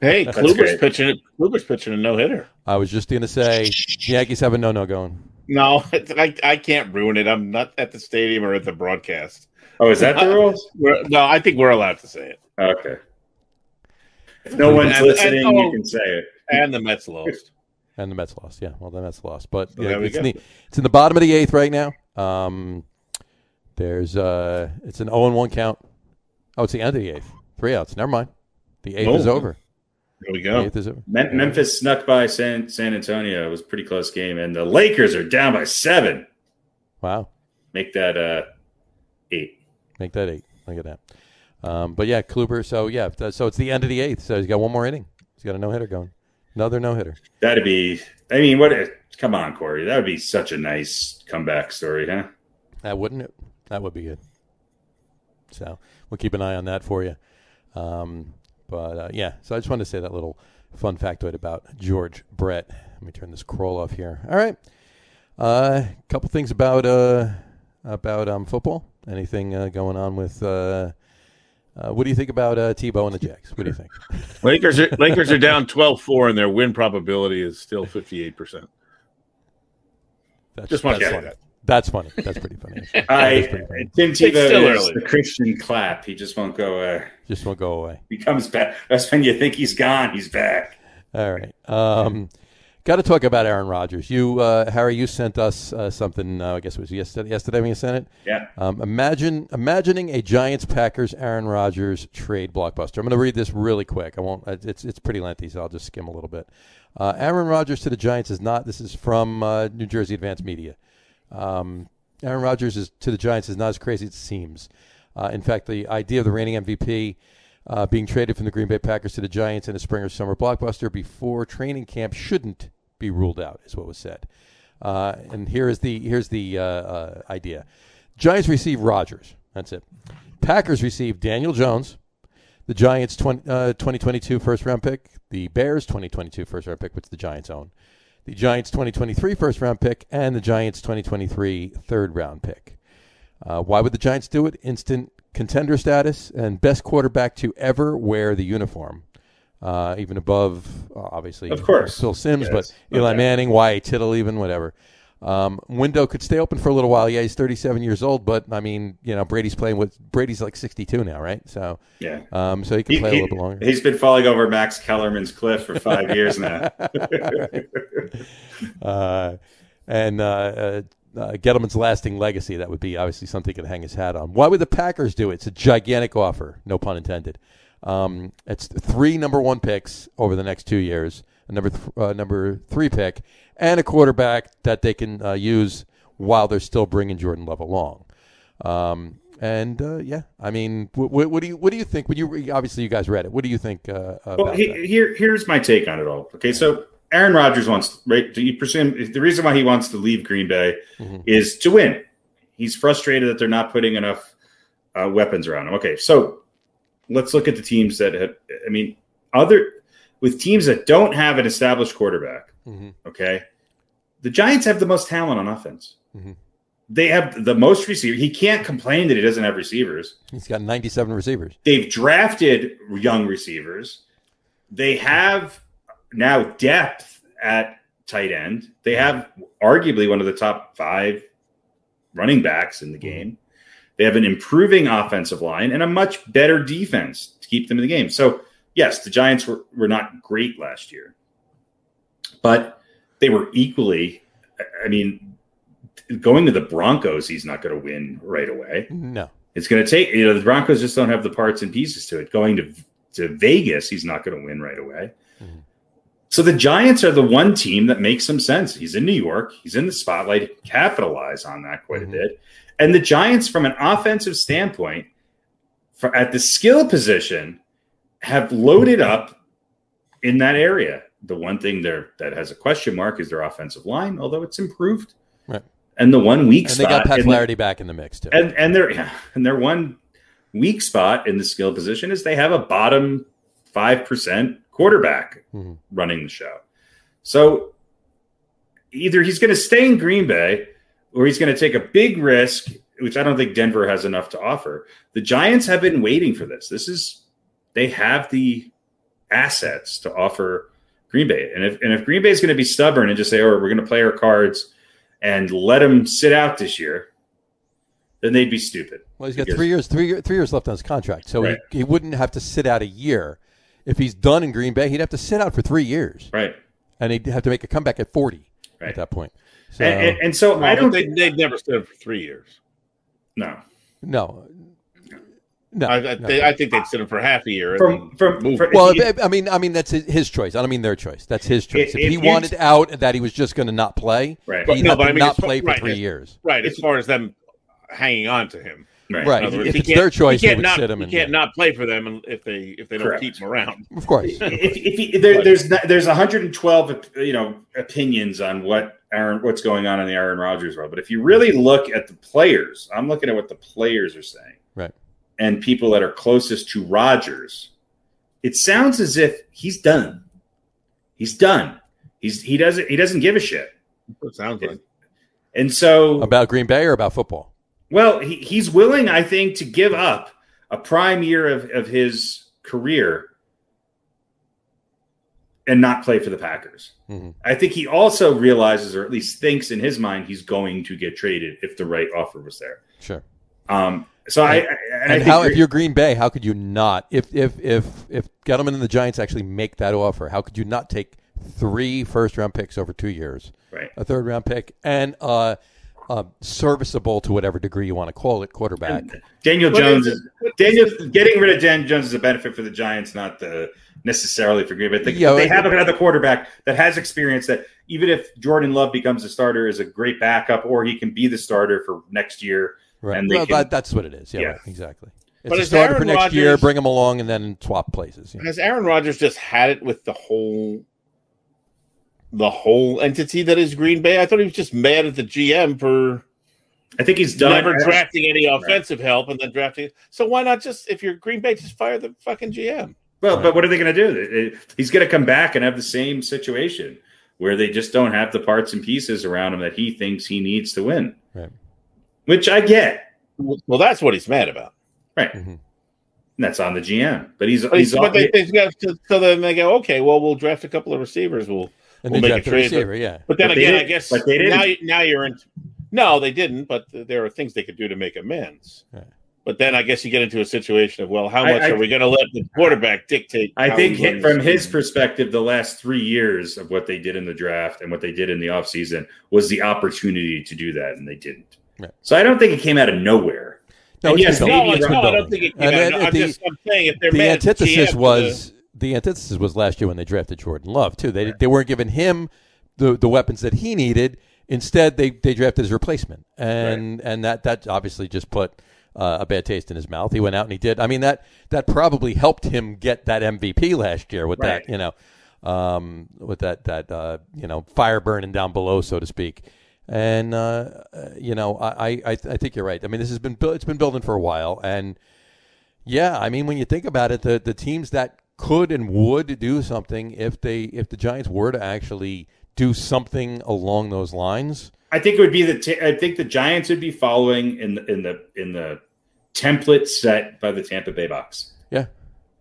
Speaker 5: Hey,
Speaker 3: great.
Speaker 5: Kluber's pitching it. Kluber's pitching a no hitter.
Speaker 4: I was just going to say, Yankees have a no no going.
Speaker 5: No, I, I can't ruin it. I'm not at the stadium or at the broadcast.
Speaker 3: Oh, is that
Speaker 4: Uh,
Speaker 3: the rules?
Speaker 5: We're, no, I think we're allowed to say it.
Speaker 3: Okay. If
Speaker 4: Mm-hmm.
Speaker 3: no one's
Speaker 5: And-
Speaker 3: listening,
Speaker 5: and-
Speaker 3: you
Speaker 5: oh.
Speaker 3: can say it.
Speaker 5: And the Mets lost.
Speaker 4: And the Mets lost. Yeah, well, the Mets lost. But
Speaker 5: So
Speaker 4: yeah,
Speaker 5: there we
Speaker 4: it's, in
Speaker 5: go.
Speaker 4: the, it's in the bottom of the eighth right now. Um, there's uh, it's an 0 and 1 count. Oh, it's the end of the eighth. Three outs. Never mind. The eighth is
Speaker 5: Oh.
Speaker 4: over.
Speaker 5: There we
Speaker 4: The
Speaker 5: go.
Speaker 4: eighth is over.
Speaker 3: Mem- Memphis snuck by San San Antonio. It was a pretty close game, and the Lakers are down by seven.
Speaker 4: Wow.
Speaker 3: Make that uh eight.
Speaker 4: Make that eight. Look at that. Um, but yeah, Kluber. So yeah, th- so it's the end of the eighth. So he's got one more inning. He's got a no hitter going. Another no hitter.
Speaker 3: That'd be. I mean, what? a- Come on, Corey. That would be such a nice comeback story, huh?
Speaker 4: That wouldn't it? That would be good. So we'll keep an eye on that for you. Um, but uh, yeah, so I just wanted to say that little fun factoid about George Brett. Let me turn this crawl off here. All right, a uh, couple things about uh, about um, football. Anything uh, going on with? Uh, uh, what do you think about uh, Tebow and the Jags? What do you think?
Speaker 5: Lakers are, Lakers are down 12-4, and their win probability is still 58%.
Speaker 4: That's,
Speaker 5: Just wanted to
Speaker 4: that's
Speaker 5: say
Speaker 4: funny.
Speaker 5: that.
Speaker 4: That's funny. That's pretty funny. actually.
Speaker 3: I
Speaker 4: That is pretty funny.
Speaker 3: Tim
Speaker 5: still
Speaker 3: Tebow is
Speaker 5: early.
Speaker 3: the Christian Clapp. He just won't go. Uh,
Speaker 4: Just won't go away.
Speaker 3: he comes back. That's when you think he's gone. He's back.
Speaker 4: All right. Um, got to talk about Aaron Rodgers. You, uh, Harry, you sent us uh, something. Uh, I guess it was yesterday. Yesterday when you sent it.
Speaker 3: Yeah.
Speaker 4: Um, imagine imagining a Giants Packers Aaron Rodgers trade blockbuster. I'm going to read this really quick. I won't. It's it's pretty lengthy, so I'll just skim a little bit. Uh, Aaron Rodgers to the Giants is not. This is from uh, New Jersey Advanced Media. Um, Aaron Rodgers is to the Giants is not as crazy as it seems. Uh, in fact, the idea of the reigning MVP uh, being traded from the Green Bay Packers to the Giants in a spring or summer blockbuster before training camp shouldn't be ruled out, is what was said. Uh, and here is the here's the uh, uh, idea: Giants receive Rodgers. That's it. Packers receive Daniel Jones. The Giants 20, uh, 2022 first round pick, the Bears 2022 first round pick, which the Giants own, the Giants 2023 first round pick, and the Giants 2023 third round pick. Uh, why would the Giants do it? Instant contender status and best quarterback to ever wear the uniform. Uh, even above, uh, obviously,
Speaker 3: Of course.
Speaker 4: Phil Sims,
Speaker 3: Yes.
Speaker 4: but Eli
Speaker 3: Okay.
Speaker 4: Manning, Y.A. Tittle, even whatever. Um, window could stay open for a little while. Yeah, he's 37 years old, but I mean, you know, Brady's playing with Brady's like 62 now, right? So,
Speaker 3: Yeah.
Speaker 4: um, so he can
Speaker 3: He,
Speaker 4: play a little bit
Speaker 3: he,
Speaker 4: longer.
Speaker 3: he's been falling over Max Kellerman's cliff for five years now.
Speaker 4: uh, and uh, uh, uh, Gettleman's lasting legacy. That would be obviously something he could hang his hat on. Why would the Packers do it? It's a gigantic offer, no pun intended. Um, it's three number one picks over the next two years, a number th- uh, number three pick, and a quarterback that they can uh, use while they're still bringing Jordan Love along. Um, and uh, yeah, I mean, wh- wh- what do you what do you think? When you re- obviously you guys read it, what do you think uh, about
Speaker 3: Well, he,
Speaker 4: that?
Speaker 3: here here's my take on it all. Okay, so Aaron Rodgers wants right. Do you presume the reason why he wants to leave Green Bay
Speaker 4: Mhm.
Speaker 3: is to win? He's frustrated that they're not putting enough uh, weapons around him. Okay, so let's look at the teams that have. I mean, other with teams that don't have an established quarterback.
Speaker 4: Mhm.
Speaker 3: Okay, the Giants have the most talent on offense.
Speaker 4: Mhm.
Speaker 3: They have the most receivers. He can't complain that he doesn't have receivers
Speaker 4: He's got ninety seven receivers.
Speaker 3: they've drafted young receivers. They have now depth at tight end. They have arguably one of the top five running backs in the game. They have an improving offensive line and a much better defense to keep them in the game. So, yes, the Giants were, were not great last year, but they were equally. I- I mean, going to the Broncos, he's not going to win right away
Speaker 4: No,
Speaker 3: It's going to take, you know, the Broncos just don't have the parts and pieces to it. Going to, to Vegas, he's not going to win right away.
Speaker 4: Mhm.
Speaker 3: So the Giants are the one team that makes some sense. He's in New York, he's in the spotlight, capitalize on that quite
Speaker 4: Mhm.
Speaker 3: a bit. And the Giants, from an offensive standpoint, for, at the skill position, have loaded up in that area. The one thing there that has a question mark is their offensive line, although it's improved.
Speaker 4: Right.
Speaker 3: And the one weak
Speaker 4: And they
Speaker 3: spot
Speaker 4: got Pat
Speaker 3: in the-
Speaker 4: Flaherty back in the mix too.
Speaker 3: and and their yeah, and their one weak spot in the skill position is they have a bottom five percent quarterback
Speaker 4: Mhm.
Speaker 3: running the show. So either he's going to stay in Green Bay or he's going to take a big risk, which I don't think Denver has enough to offer. The Giants have been waiting for this. This is they have the assets to offer Green Bay, and if and if Green Bay is going to be stubborn and just say, "Oh, we're going to play our cards." And let him sit out this year then they'd be stupid.
Speaker 4: Well, he's got
Speaker 3: Because-
Speaker 4: three years, three year- three years left on his contract, so
Speaker 3: Right.
Speaker 4: he, he wouldn't have to sit out a year. If he's done in Green Bay, he'd have to sit out for three years,
Speaker 3: Right.
Speaker 4: and he'd have to make a comeback at forty
Speaker 3: Right.
Speaker 4: at that point. So
Speaker 3: and, and, and so I don't
Speaker 5: They,
Speaker 3: think
Speaker 5: they'd never stood for three years.
Speaker 3: no.
Speaker 4: no, no,
Speaker 5: I, I,
Speaker 4: no.
Speaker 5: they, I think they'd sit him for half a year. and
Speaker 3: From from,
Speaker 5: Move.
Speaker 3: from
Speaker 4: well,
Speaker 3: if you-
Speaker 4: I- I mean, I mean that's his- his choice. I don't mean their choice. That's his choice. If,
Speaker 3: if
Speaker 4: he
Speaker 3: you-
Speaker 4: wanted out and that he was just going to not play,
Speaker 3: right,
Speaker 5: But
Speaker 4: he'd
Speaker 5: no,
Speaker 4: have
Speaker 5: but
Speaker 4: to
Speaker 5: I mean,
Speaker 4: not
Speaker 5: it's-
Speaker 4: play for
Speaker 5: right,
Speaker 4: three
Speaker 5: it's-
Speaker 4: years.
Speaker 5: right, as far as them hanging on to him.
Speaker 3: right,
Speaker 4: Right.
Speaker 5: In other words,
Speaker 4: If
Speaker 5: he
Speaker 4: it's their
Speaker 5: can't-
Speaker 4: choice,
Speaker 5: he
Speaker 4: they
Speaker 5: can't
Speaker 4: would
Speaker 5: not,
Speaker 4: sit him
Speaker 5: He
Speaker 4: and-
Speaker 5: can't not play for them and if they if they don't
Speaker 3: Correct.
Speaker 5: keep him around.
Speaker 4: Of course,
Speaker 3: If, if, if there, there's not, there's 112 you know opinions on what Aaron what's going on in the Aaron Rodgers world, but if you really look at the players, I'm looking at what the players are saying,
Speaker 4: Right.
Speaker 3: and people that are closest to Rodgers, it sounds as if he's done. He's done. He's he doesn't he doesn't give a shit,
Speaker 5: It sounds like
Speaker 3: and so
Speaker 4: about Green Bay or about football.
Speaker 3: Well, he, he's willing, I think, to give up a prime year of, of his career and not play for the Packers.
Speaker 4: Mhm.
Speaker 3: I think he also realizes, or at least thinks in his mind, he's going to get traded if the right offer was there.
Speaker 4: Sure.
Speaker 3: Um, so I, I and, I
Speaker 4: And
Speaker 3: think
Speaker 4: how, if
Speaker 3: you're-
Speaker 4: you're Green Bay, how could you not? If if if if Gettleman and the Giants actually make that offer, how could you not take three first round picks over two years,
Speaker 3: right,
Speaker 4: a third round pick, and uh, uh, serviceable to whatever degree you want to call it, quarterback?
Speaker 3: Daniel
Speaker 5: But
Speaker 3: Jones
Speaker 5: it's-
Speaker 3: is Daniel getting rid of Dan Jones is a benefit for the Giants, not the necessarily for Green Bay. They,
Speaker 4: Yeah,
Speaker 3: they
Speaker 4: well,
Speaker 3: have another quarterback that has experience that even if Jordan Love becomes a starter, is a great backup, or he can be the starter for next year.
Speaker 4: Right.
Speaker 3: And they
Speaker 4: Well,
Speaker 3: can-
Speaker 4: that, that's what it is. Yeah,
Speaker 3: Yeah.
Speaker 4: right, exactly. It's
Speaker 5: But
Speaker 4: a
Speaker 5: is
Speaker 4: starter
Speaker 5: Aaron
Speaker 4: for next year.
Speaker 5: Rodgers-
Speaker 4: Bring them along and then swap places. you know.
Speaker 5: has Aaron Rodgers just had it with the whole the whole entity that is Green Bay? I thought he was just mad at the GM for
Speaker 3: I think he's done.
Speaker 5: never
Speaker 3: I-
Speaker 5: drafting any offensive help and then drafting. So why not just if you're Green Bay, just fire the fucking GM?
Speaker 3: Well, but what are they going to do? It- it- He's going to come back and have the same situation where they just don't have the parts and pieces around him that he thinks he needs to win.
Speaker 4: Right.
Speaker 3: Which I get.
Speaker 5: Well, that's what he's mad about.
Speaker 3: Right.
Speaker 4: Mhm.
Speaker 3: And that's on the GM. But he's
Speaker 5: But,
Speaker 3: he's,
Speaker 5: he's, but they, they've got to, so then they go, okay, well, we'll draft a couple of receivers. We'll,
Speaker 4: And
Speaker 5: We'll make
Speaker 4: then you
Speaker 5: a
Speaker 4: have to
Speaker 5: trade, but-
Speaker 4: receiver. Yeah.
Speaker 5: but then
Speaker 3: But they
Speaker 5: again, I
Speaker 3: didn't-
Speaker 5: guess
Speaker 3: but they didn't.
Speaker 5: now now you're in. No, they didn't. But there are things they could do to make amends.
Speaker 4: Right.
Speaker 5: But then I guess you get into a situation of well, how
Speaker 3: I-
Speaker 5: much
Speaker 3: I-
Speaker 5: are we going to let the quarterback dictate?
Speaker 3: I
Speaker 5: how
Speaker 3: think
Speaker 5: we run
Speaker 3: hi-
Speaker 5: the
Speaker 3: from his
Speaker 5: season?
Speaker 3: perspective, the last three years of what they did in the draft and what they did in the offseason was the opportunity to do that, and they didn't.
Speaker 4: Right.
Speaker 3: So I don't think it came out of nowhere. And
Speaker 4: it's
Speaker 3: yes,
Speaker 4: been
Speaker 3: maybe
Speaker 5: No, no,
Speaker 3: Maybe
Speaker 4: building. It's been
Speaker 5: I
Speaker 4: building.
Speaker 5: don't think it.
Speaker 4: And
Speaker 5: yeah,
Speaker 4: then
Speaker 5: no,
Speaker 4: at
Speaker 5: I'm
Speaker 4: the-
Speaker 5: just I'm saying if they're
Speaker 4: the
Speaker 5: mad at the
Speaker 4: antithesis
Speaker 5: GM,
Speaker 4: was the antithesis was last year when they drafted Jordan Love too. They they weren't giving him the the weapons that he needed. Instead, they they drafted his replacement, and and that that obviously just put. Uh, a bad taste in his mouth. He went out and he did. I mean that that probably helped him get that MVP last year with
Speaker 3: Right.
Speaker 4: that you know, um, with that that uh, you know fire burning down below, so to speak. And uh, uh, you know, I I, I I think you're right. I mean, this has been built. It's been building for a while, and yeah, I mean, when you think about it, the the teams that could and would do something if they if the Giants were to actually do something along those lines.
Speaker 3: I think it would be the t- I think the Giants would be following in the, in the in the template set by the Tampa Bay box.
Speaker 4: Yeah.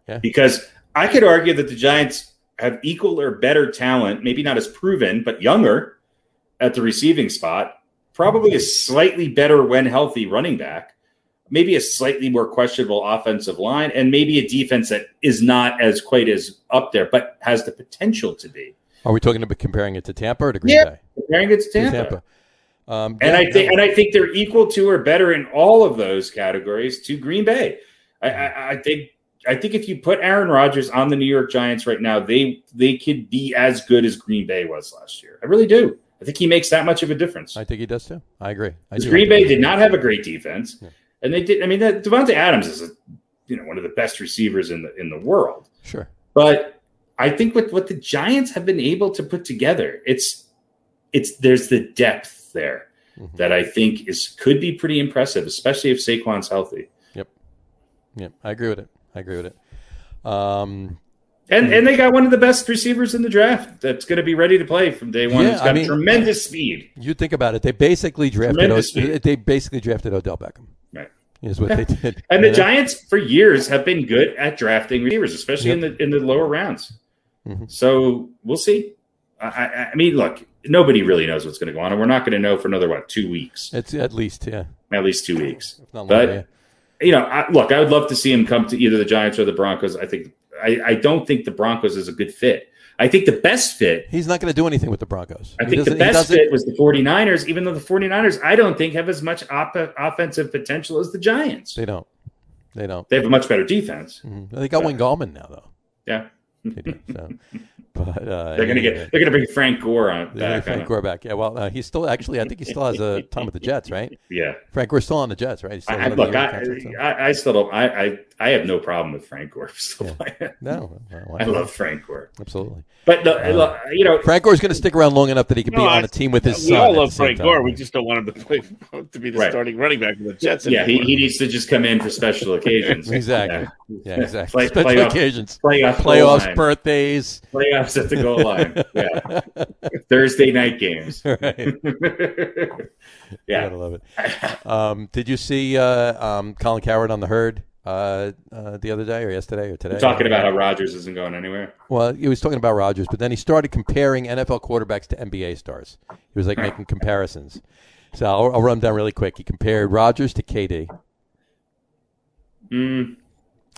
Speaker 4: Yeah.
Speaker 3: Because I could argue that the Giants have equal or better talent, maybe not as proven, but younger at the receiving spot, probably a slightly better when healthy running back, maybe a slightly more questionable offensive line and maybe a defense that is not as quite as up there but has the potential to be.
Speaker 4: Are we talking about comparing it to Tampa or to Green
Speaker 3: Yeah.
Speaker 4: Bay?
Speaker 3: Comparing it to
Speaker 4: To
Speaker 3: Tampa.
Speaker 4: Um,
Speaker 3: And
Speaker 4: yeah,
Speaker 3: I think and I think they're equal to or better in all of those categories to Green Bay. I, I, I think I think if you put Aaron Rodgers on the New York Giants right now, they they could be as good as Green Bay was last year. I really do. I think he makes that much of a difference.
Speaker 4: I think he does too. I agree. I
Speaker 3: Because
Speaker 4: do.
Speaker 3: Green Bay did not have a great defense,
Speaker 4: Yeah.
Speaker 3: and they did. I mean, that, Devontae Adams is a, you know one of the best receivers in the in the world.
Speaker 4: Sure.
Speaker 3: But I think with what the Giants have been able to put together, it's it's there's the depth there
Speaker 4: Mhm.
Speaker 3: that I think is could be pretty impressive, especially if Saquon's healthy.
Speaker 4: Yeah, I agree with it. I agree with it. Um,
Speaker 3: And and they got one of the best receivers in the draft that's going to be ready to play from day one.
Speaker 4: Yeah,
Speaker 3: He's got
Speaker 4: I mean-
Speaker 3: tremendous speed.
Speaker 4: you think about it. They basically drafted.
Speaker 3: Tremendous
Speaker 4: O-
Speaker 3: speed.
Speaker 4: they basically drafted Odell Beckham.
Speaker 3: Right.
Speaker 4: Is what they did.
Speaker 3: And the
Speaker 4: You know?
Speaker 3: Giants for years have been good at drafting receivers, especially in the in the lower rounds.
Speaker 4: Mhm.
Speaker 3: So we'll see. I, I, I mean, look, nobody really knows what's going to go on, and we're not going to know for another what two weeks,
Speaker 4: It's at least yeah.
Speaker 3: at least two weeks.
Speaker 4: If not
Speaker 3: But-
Speaker 4: longer, yeah.
Speaker 3: You know, I, look, I would love to see him come to either the Giants or the Broncos. I think I, I don't think the Broncos is a good fit. I think the best fit.
Speaker 4: he's not going to do anything with the Broncos.
Speaker 3: I
Speaker 4: He
Speaker 3: think the
Speaker 4: doesn't- he
Speaker 3: best
Speaker 4: doesn't-
Speaker 3: fit was the 49ers, even though the 49ers, I don't think, have as much op- offensive potential as the Giants.
Speaker 4: They don't. They don't.
Speaker 3: They have a much better defense.
Speaker 4: Mhm. They got Wayne Gallman now though.
Speaker 3: Yeah.
Speaker 4: They do, so. But uh,
Speaker 3: They're gonna get. They're gonna bring Frank Gore on
Speaker 4: They're gonna
Speaker 3: back.
Speaker 4: get Frank
Speaker 3: on.
Speaker 4: Gore back. Yeah, well, uh, he's still actually. I think he still has a time with the Jets, right?
Speaker 3: Yeah.
Speaker 4: Frank, we're still on the Jets, right? He's still
Speaker 3: I,
Speaker 4: on
Speaker 3: I,
Speaker 4: another
Speaker 3: look,
Speaker 4: year
Speaker 3: I,
Speaker 4: of contract, so-
Speaker 3: I, I still don't. I, I, I have no problem with Frank Gore. Still playing.
Speaker 4: no, no,
Speaker 3: I love Frank Gore,
Speaker 4: absolutely.
Speaker 3: but the, look, you know,
Speaker 4: Frank Gore's going to stick around long enough that he can
Speaker 5: No,
Speaker 4: be
Speaker 5: I-
Speaker 4: on a team with his
Speaker 5: we
Speaker 4: son.
Speaker 5: all
Speaker 4: at
Speaker 5: love
Speaker 4: the same
Speaker 5: Frank
Speaker 4: time.
Speaker 5: Gore. We just don't want him to play to be the
Speaker 3: Right.
Speaker 5: starting running back for the Jets.
Speaker 3: yeah, he,
Speaker 5: anymore.
Speaker 3: he needs to just come in for special occasions.
Speaker 4: Exactly. yeah, exactly.
Speaker 3: Play-
Speaker 4: Special
Speaker 3: playoff-
Speaker 4: occasions,
Speaker 3: Yeah. Playoff,
Speaker 4: playoffs,
Speaker 3: playoffs,
Speaker 4: birthdays.
Speaker 3: playoffs at the goal line. Yeah, Thursday night games.
Speaker 4: right. You
Speaker 3: yeah,
Speaker 4: gotta love it. Um, did you see uh, um, Colin Coward on the herd uh, uh, the other day, or yesterday, or today?
Speaker 3: talking about how Rogers isn't going anywhere.
Speaker 4: Well, he was talking about Rodgers, but then he started comparing NFL quarterbacks to NBA stars. He was like making comparisons. So I'll, I'll run them down really quick. He compared Rodgers to KD.
Speaker 3: Mm,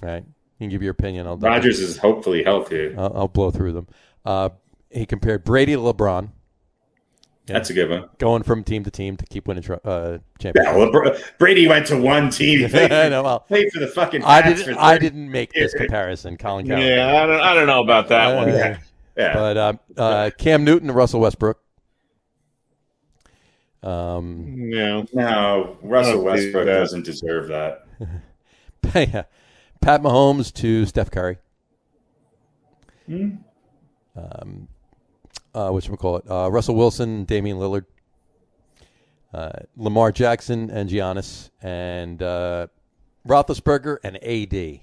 Speaker 4: Right? You can give your opinion. I'll
Speaker 3: Rogers is hopefully healthy.
Speaker 4: I'll, I'll blow through them. Uh, he compared Brady to LeBron,
Speaker 3: That's a good one.
Speaker 4: going from team to team to keep winning tro- uh,
Speaker 3: Yeah,
Speaker 4: championships.
Speaker 3: well, Br- Brady went to one team. He played,
Speaker 4: I know, well,
Speaker 3: played for the fucking.
Speaker 4: I
Speaker 3: Pats
Speaker 4: didn't.
Speaker 3: for
Speaker 4: I
Speaker 3: 30
Speaker 4: didn't make this comparison, Colin Coward.
Speaker 5: yeah, I don't, I don't know about that one.
Speaker 4: Uh,
Speaker 3: Yeah.
Speaker 4: But uh, uh, Cam Newton to Russell Westbrook. Um,
Speaker 5: No,
Speaker 3: No, Russell
Speaker 5: Oh,
Speaker 3: Westbrook
Speaker 5: dude, that-
Speaker 3: doesn't deserve that.
Speaker 4: yeah. Pat Mahomes to Steph Curry.
Speaker 3: Hmm.
Speaker 4: Um, uh, which we call it? Uh, Russell Wilson, Damian Lillard, uh, Lamar Jackson, and Giannis, and uh, Roethlisberger and AD.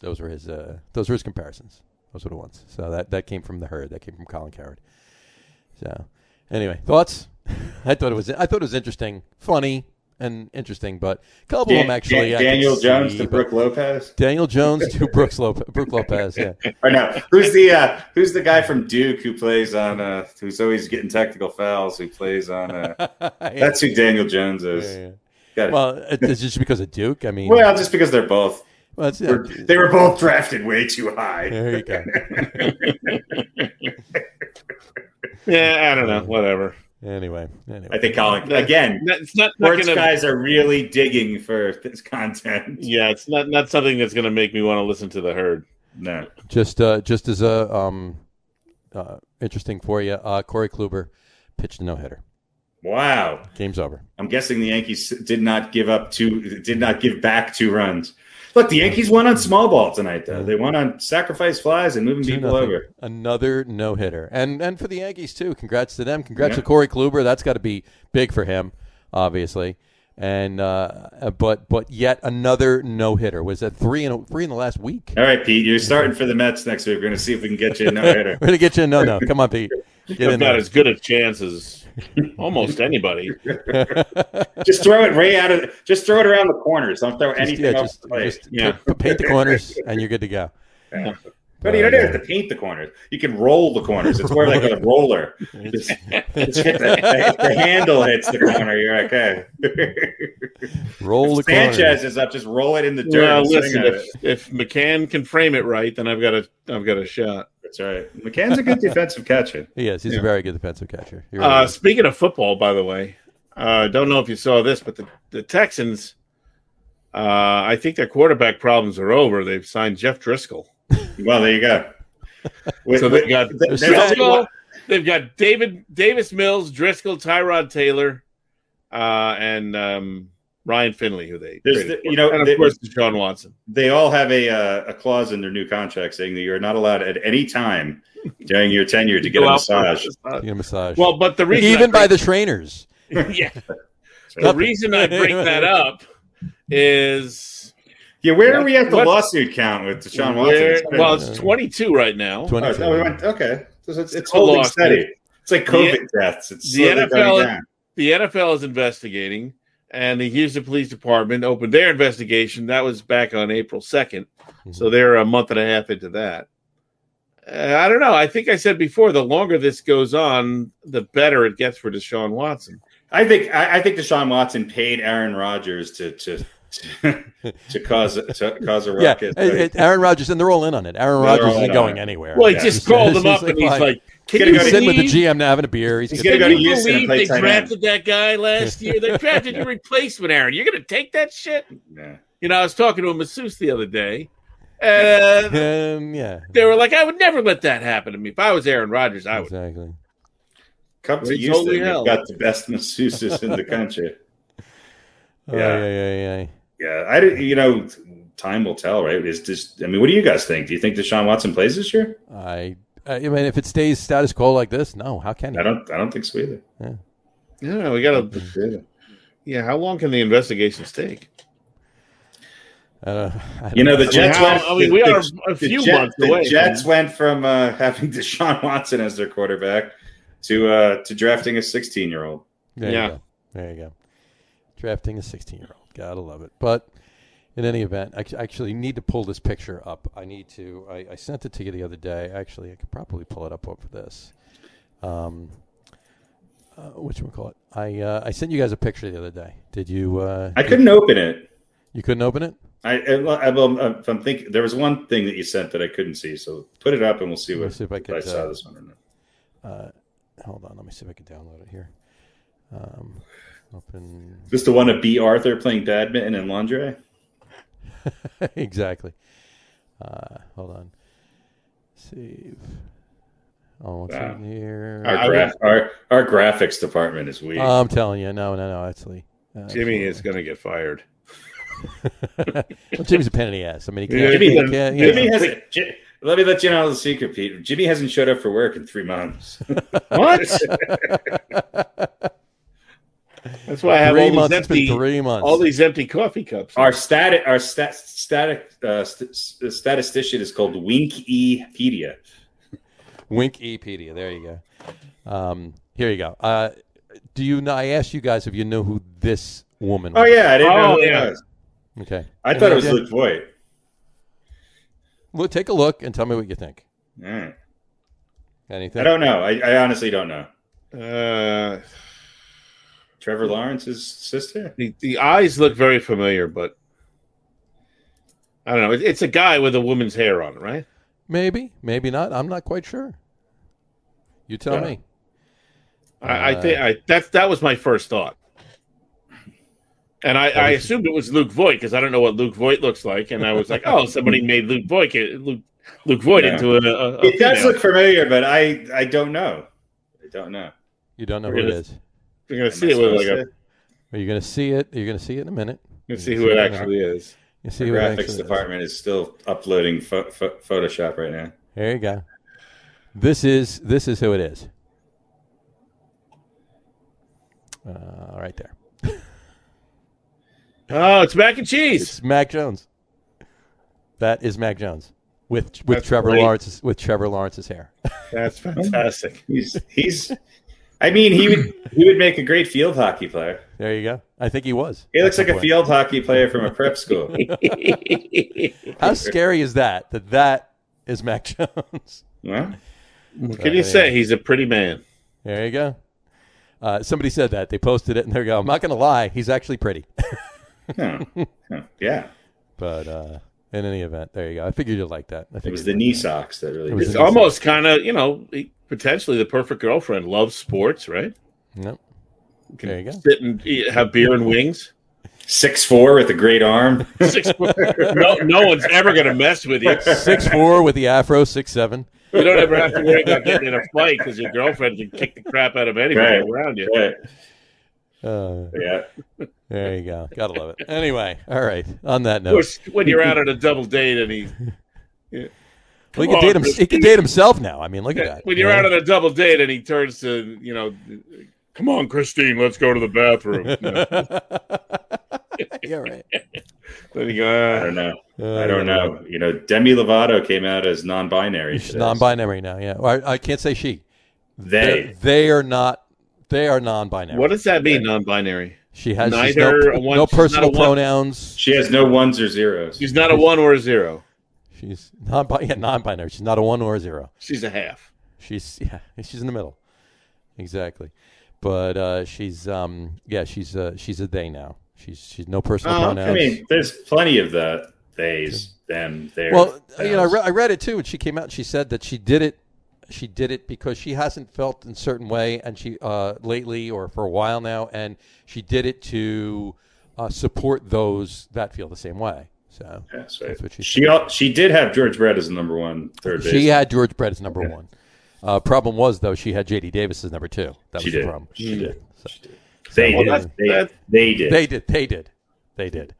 Speaker 4: Those were his. Uh, those were his comparisons. Those were the ones. So that that came from the herd. That came from Colin Coward. So, anyway, thoughts? I thought it was I thought it was interesting, funny, and interesting. But a couple of them
Speaker 3: Dan-
Speaker 4: Oh, actually.
Speaker 3: Dan-
Speaker 4: I could
Speaker 3: Daniel Jones
Speaker 4: see,
Speaker 3: to
Speaker 4: but-
Speaker 3: Brooke Lopez.
Speaker 4: Daniel Jones to Brooks Lopez. Brooke Lopez. Yeah,
Speaker 3: Or no, who's the uh, who's the guy from Duke who plays on uh, who's always getting technical fouls? Who plays on uh, that's who Daniel Jones
Speaker 4: Yeah,
Speaker 3: is.
Speaker 4: yeah.
Speaker 3: Got it. Well,
Speaker 4: Well, it- it's just because of Duke. I mean,
Speaker 3: just because they're both
Speaker 4: well, it's-
Speaker 3: were, they were both drafted way too high.
Speaker 4: there you go.
Speaker 5: yeah, I don't know. Whatever.
Speaker 4: Anyway, anyway.
Speaker 3: I think Colin again.
Speaker 5: Not- It's not, not
Speaker 3: Sports
Speaker 5: gonna.
Speaker 3: guys are really digging for this content.
Speaker 5: Yeah, it's not not something that's gonna make me want to listen to the herd.
Speaker 3: No,
Speaker 4: just uh, just as a um, uh, interesting for you, uh, Corey Kluber pitched a no hitter.
Speaker 3: wow.
Speaker 4: Game's over.
Speaker 3: I'm guessing the Yankees did not give up two, did not give back two runs. Look, the Yankees won on small ball tonight, though. They won on sacrifice flies and moving
Speaker 4: Two
Speaker 3: people
Speaker 4: nothing.
Speaker 3: over.
Speaker 4: Another no hitter, and and for the Yankees too. Congrats to them. Congrats
Speaker 3: Yeah.
Speaker 4: to Corey Kluber. That's got to be big for him, obviously. And uh, uh, but but yet another no hitter. Was that three in three in the last week?
Speaker 3: All right, Pete, you're starting for the Mets next week. We're going to see if we can get you a no hitter.
Speaker 4: We're gonna get you a no no. Come on, Pete. Get
Speaker 5: They're
Speaker 4: in
Speaker 5: not
Speaker 4: there.
Speaker 5: as good a chance as almost anybody.
Speaker 3: just throw it right out of, just throw it around the corners. Don't throw
Speaker 4: Just,
Speaker 3: anything
Speaker 4: yeah,
Speaker 3: else.
Speaker 4: just,
Speaker 3: Just, play.
Speaker 4: just
Speaker 5: Yeah.
Speaker 4: pa- paint the corners, and you're good to go.
Speaker 3: but you don't have to paint the corners. You can roll the corners. It's more like a roller. Just, just hit the, if the handle hits the corner. You're okay.
Speaker 4: Roll the
Speaker 3: Sanchez
Speaker 4: corners.
Speaker 3: is up. Just roll it in the dirt.
Speaker 5: Well,
Speaker 3: and swing
Speaker 5: listen,
Speaker 3: at
Speaker 5: if, if McCann can frame it right, then I've got a I've got a shot.
Speaker 3: it. That's right. McCann's a good defensive catcher.
Speaker 4: He is. He's a very good defensive catcher. He really
Speaker 2: Uh,
Speaker 4: is.
Speaker 2: speaking of football, by the way, uh, don't know if you saw this, but the, the Texans, uh, I think their quarterback problems are over. They've signed Jeff Driscoll.
Speaker 3: Well, there you go. With-
Speaker 2: So
Speaker 3: with-
Speaker 2: they've got
Speaker 3: th-
Speaker 4: Driscoll.
Speaker 3: that's
Speaker 2: Driscoll,
Speaker 3: what-
Speaker 2: they've got David Davis Mills, Driscoll, Tyrod Taylor, uh, and um, Ryan Finley, who they
Speaker 3: There's
Speaker 2: traded
Speaker 3: the-
Speaker 2: for.
Speaker 3: you know,
Speaker 2: and of
Speaker 3: they-
Speaker 2: course John Watson.
Speaker 3: they all have a uh, a clause in their new contract saying that you are not allowed at any time during your tenure to get a
Speaker 2: Go out for
Speaker 3: massage.
Speaker 2: a massage.
Speaker 4: Get a massage.
Speaker 2: Well, but the reason
Speaker 4: even
Speaker 2: I
Speaker 4: by the trainers.
Speaker 2: bring- yeah, the
Speaker 4: Nothing.
Speaker 2: reason I bring that up is
Speaker 3: Yeah, where are we at the
Speaker 2: What-
Speaker 3: lawsuit count with Deshaun Watson?
Speaker 2: where-
Speaker 3: It's been-
Speaker 2: well, it's 22 right now.
Speaker 3: Oh,
Speaker 4: 22.
Speaker 3: oh, we went- okay, So it's, it's
Speaker 2: Still
Speaker 3: holding
Speaker 2: lost,
Speaker 3: steady. It's like COVID deaths. It's
Speaker 2: the
Speaker 3: slowly
Speaker 2: NFL
Speaker 3: going down.
Speaker 2: the NFL is investigating, and the Houston Police Department opened their investigation. That was back on April 2nd. So they're a month and a half into that. Uh, I don't know. I think I said before the longer this goes on, the better it gets for Deshaun Watson.
Speaker 3: I think I, I think Deshaun Watson paid Aaron Rodgers to to to, to cause to cause a
Speaker 4: yeah,
Speaker 3: ruckus.
Speaker 4: it- it- Aaron Rodgers, and they're all in on it. Aaron
Speaker 3: They're all
Speaker 4: Rodgers
Speaker 3: in
Speaker 4: isn't
Speaker 3: on
Speaker 4: going
Speaker 3: it.
Speaker 4: anywhere.
Speaker 2: Well, he
Speaker 3: Yeah.
Speaker 2: just called
Speaker 4: He's
Speaker 2: him up
Speaker 4: like,
Speaker 2: and he's
Speaker 4: like,
Speaker 2: like, "Can
Speaker 3: gonna
Speaker 2: you
Speaker 3: go to
Speaker 4: He's sitting with the
Speaker 2: believe-
Speaker 4: GM now having a beer. He's
Speaker 3: He's
Speaker 4: gonna-
Speaker 3: gonna go
Speaker 2: Can
Speaker 3: to
Speaker 2: you
Speaker 3: Houston and
Speaker 2: believe
Speaker 3: play
Speaker 2: they
Speaker 3: tight end.
Speaker 2: drafted that guy last year? They drafted your replacement, Aaron. You're going to take that shit?
Speaker 3: Yeah.
Speaker 2: You know, I was talking to a masseuse the other day, and
Speaker 4: Um, yeah,
Speaker 2: they were like, "I would never let that happen to me. If I was Aaron Rodgers, I would."
Speaker 4: exactly.
Speaker 3: Come to
Speaker 2: Wait,
Speaker 3: Houston,
Speaker 2: holy
Speaker 3: you've
Speaker 2: hell.
Speaker 3: got the best masseuses in the country.
Speaker 4: Oh, Yeah,
Speaker 3: Yeah.
Speaker 4: yeah, yeah, yeah.
Speaker 3: Yeah, I did. You know, time will tell, right? Is this? I mean, what do you guys think? Do you think Deshaun Watson plays this year?
Speaker 4: I, I mean, if it stays status quo like this, no. How can
Speaker 3: I
Speaker 4: it?
Speaker 3: don't. I don't think so either.
Speaker 2: Yeah, we got to. Yeah, how long can the investigations take?
Speaker 4: Uh, I
Speaker 3: You know, the Jets
Speaker 2: How-
Speaker 3: went.
Speaker 2: I mean, we
Speaker 3: the-
Speaker 2: are a
Speaker 3: the
Speaker 2: few
Speaker 3: Jet-
Speaker 2: months away.
Speaker 3: The Jets went from uh, having Deshaun Watson as their quarterback to uh, to drafting a 16 year old.
Speaker 4: There
Speaker 2: Yeah.
Speaker 4: You go. There you go. Drafting a 16 year old. Gotta love it. But in any event, I act- actually need to pull this picture up. I need to. I, I sent it to you the other day. Actually, I could probably pull it up over this. Um, uh, what you call it? I uh, I sent you guys a picture the other day. Did you? Uh,
Speaker 3: I couldn't open it.
Speaker 4: You couldn't open it.
Speaker 3: I, I, I will, if I'm thinking, there was one thing that you sent that I couldn't see, so put it up and we'll see
Speaker 4: Let me
Speaker 3: what
Speaker 4: see if I
Speaker 3: if
Speaker 4: could,
Speaker 3: I saw
Speaker 4: uh,
Speaker 3: this one or not.
Speaker 4: Hold on. Let me see if I can download it here. Um, open.
Speaker 3: Is this the one of B. Arthur playing badminton in lingerie?
Speaker 4: exactly. Uh, hold on. Save. Oh,
Speaker 2: Ah.
Speaker 4: what's
Speaker 3: Wow.
Speaker 4: in here? Oh,
Speaker 3: Our, gra- our our graphics department is weak.
Speaker 4: I'm telling you, no, no, no. Actually, uh,
Speaker 2: Jimmy is going to get fired.
Speaker 4: well, Jimmy's a pain in the ass. I mean, he
Speaker 2: Yeah,
Speaker 4: can't.
Speaker 3: Jimmy,
Speaker 4: he can't, you
Speaker 3: Jimmy
Speaker 4: know.
Speaker 3: hasn't. Ji- let me let you know the secret, Pete. Jimmy hasn't showed up for work in three months.
Speaker 2: What? That's why I have
Speaker 4: three
Speaker 2: all these
Speaker 4: months. It's been
Speaker 2: empty,
Speaker 4: three months.
Speaker 2: all these empty coffee cups.
Speaker 3: our static, our stat, static, uh, st- st- statistician is called Winkypedia.
Speaker 4: Wink Epedia. There you go. Um, here you go. Uh, do you know? I asked you guys if you knew who this woman.
Speaker 3: Oh
Speaker 4: was.
Speaker 3: yeah, I didn't know
Speaker 2: Oh,
Speaker 3: who it
Speaker 2: yeah.
Speaker 3: was.
Speaker 4: Okay.
Speaker 3: I thought it was
Speaker 4: Yeah.
Speaker 3: Luke Voigt.
Speaker 4: Well, take a look and tell me what you think.
Speaker 3: All right.
Speaker 4: Anything?
Speaker 3: I don't know. I, I honestly don't know.
Speaker 2: Uh,
Speaker 3: Trevor Lawrence's sister.
Speaker 2: the, the eyes look very familiar, but I don't know. It, it's a guy with a woman's hair on it, right?
Speaker 4: Maybe, maybe not. I'm not quite sure. You tell
Speaker 3: Yeah.
Speaker 4: me.
Speaker 2: I, I think I that's that was my first thought, and I, I assumed it was Luke Voigt because I don't know what Luke Voigt looks like, and I was like, oh, somebody made Luke Voigt eh, Luke Luke Voigt
Speaker 3: Yeah.
Speaker 2: into a. a, a
Speaker 3: It does
Speaker 2: female.
Speaker 3: look familiar, but I I don't know. I don't know.
Speaker 4: You don't know who
Speaker 2: We're
Speaker 4: it
Speaker 2: gonna-
Speaker 4: is.
Speaker 2: You're gonna
Speaker 3: I'm
Speaker 2: see
Speaker 3: not
Speaker 2: it with like
Speaker 3: supposed
Speaker 2: a.
Speaker 3: to-
Speaker 4: Are you going to see it? You're going to see it in a minute.
Speaker 2: You're gonna see who it actually is.
Speaker 4: You see
Speaker 3: The
Speaker 4: who it
Speaker 3: graphics
Speaker 4: actually is.
Speaker 3: department is still uploading pho- pho- Photoshop right now.
Speaker 4: There you go. This is this is who it is. Uh, right there.
Speaker 2: Oh, it's mac and cheese.
Speaker 4: It's Mac Jones. That is Mac Jones with with
Speaker 2: That's
Speaker 4: Trevor
Speaker 2: great.
Speaker 4: Lawrence's with Trevor Lawrence's hair.
Speaker 2: That's fantastic.
Speaker 3: He's he's. I mean, he would he would make a great field hockey player.
Speaker 4: There you go. I think he was.
Speaker 3: He looks
Speaker 4: At
Speaker 3: like
Speaker 4: some
Speaker 3: a
Speaker 4: point.
Speaker 3: field hockey player from a prep school.
Speaker 4: How scary is that? That that is Mac Jones.
Speaker 3: Well,
Speaker 2: Can you say he's a pretty man?
Speaker 4: There you go. Uh, somebody said that. They posted it and they go, I'm not going to lie. He's actually pretty.
Speaker 3: huh, huh, yeah.
Speaker 4: but uh, In any event, there you go. I figured you'd like that. I
Speaker 3: It
Speaker 4: figured
Speaker 3: was
Speaker 4: you'd
Speaker 3: the
Speaker 4: like
Speaker 3: knee
Speaker 4: that.
Speaker 3: socks that really.
Speaker 4: It was
Speaker 2: It's
Speaker 3: did
Speaker 4: the
Speaker 3: it.
Speaker 4: knee
Speaker 2: almost kind of, you know, potentially the perfect girlfriend. Loves sports, right?
Speaker 4: Yep.
Speaker 2: Can
Speaker 4: There you go.
Speaker 2: Sit and eat, have beer and wings.
Speaker 3: Oh, Six four with a great arm.
Speaker 2: Six, no, no one's ever going to mess with you.
Speaker 4: Six four with the afro, six seven.
Speaker 2: You don't ever have to worry about getting in a fight because your girlfriend can kick the crap out of anybody
Speaker 3: Right.
Speaker 2: around you.
Speaker 3: Yeah,
Speaker 4: Uh,
Speaker 3: yeah.
Speaker 4: there you go. Gotta love it. Anyway, all right. On that
Speaker 2: Of
Speaker 4: note,
Speaker 2: course, when you're out on a double date and he,
Speaker 4: well,
Speaker 2: come
Speaker 4: he can date
Speaker 2: on,
Speaker 4: him.
Speaker 2: Bruce.
Speaker 4: He can date himself now. I mean, look at that.
Speaker 2: when you're
Speaker 4: you
Speaker 2: out
Speaker 4: know?
Speaker 2: on a double date and he turns to, you know, come on, Christine, let's go to the bathroom. No.
Speaker 4: yeah, right.
Speaker 2: Then you go,
Speaker 3: I
Speaker 2: "Ah."
Speaker 3: don't know.
Speaker 4: Uh,
Speaker 3: I don't know. You know, Demi Lovato came out as non-binary.
Speaker 4: She's
Speaker 3: today.
Speaker 4: non-binary now. Yeah, Well, I, I can't say she.
Speaker 3: They.
Speaker 4: they are not. They are non-binary.
Speaker 2: what does that mean? No,
Speaker 10: non-binary.
Speaker 4: she has she's
Speaker 2: Neither
Speaker 4: no,
Speaker 2: one-
Speaker 4: no
Speaker 2: she's not a
Speaker 4: personal
Speaker 2: one-
Speaker 4: pronouns.
Speaker 3: She has no ones or zeros.
Speaker 2: She's not a one or a zero.
Speaker 4: She's non yeah, non-binary. She's not a one or a zero.
Speaker 2: She's a half.
Speaker 4: She's yeah, she's in the middle. Exactly. But uh, she's um yeah, she's uh, she's a they now. She's she's no personal
Speaker 2: Oh, I
Speaker 4: pronouns.
Speaker 3: I mean, there's plenty of the theys, them, theirs.
Speaker 4: well, you know, I,
Speaker 3: thous.
Speaker 4: re- I read it too, and she came out and she said that she did it. She did it because she hasn't felt in certain way, and she uh, lately or for a while now, and she did it to uh, support those that feel the same way. So
Speaker 3: Yeah, so
Speaker 4: that's what she
Speaker 3: she al- she did have George Brett as the number one third base.
Speaker 4: She had George Brett as number one. Uh, problem was though she had J.D. Davis as number two. That
Speaker 3: She
Speaker 4: was
Speaker 3: did.
Speaker 4: the problem.
Speaker 3: She did. She did. They,
Speaker 2: Well,
Speaker 3: did.
Speaker 2: that's-
Speaker 3: They,
Speaker 2: that's-
Speaker 3: they did.
Speaker 4: They did. They did. They did.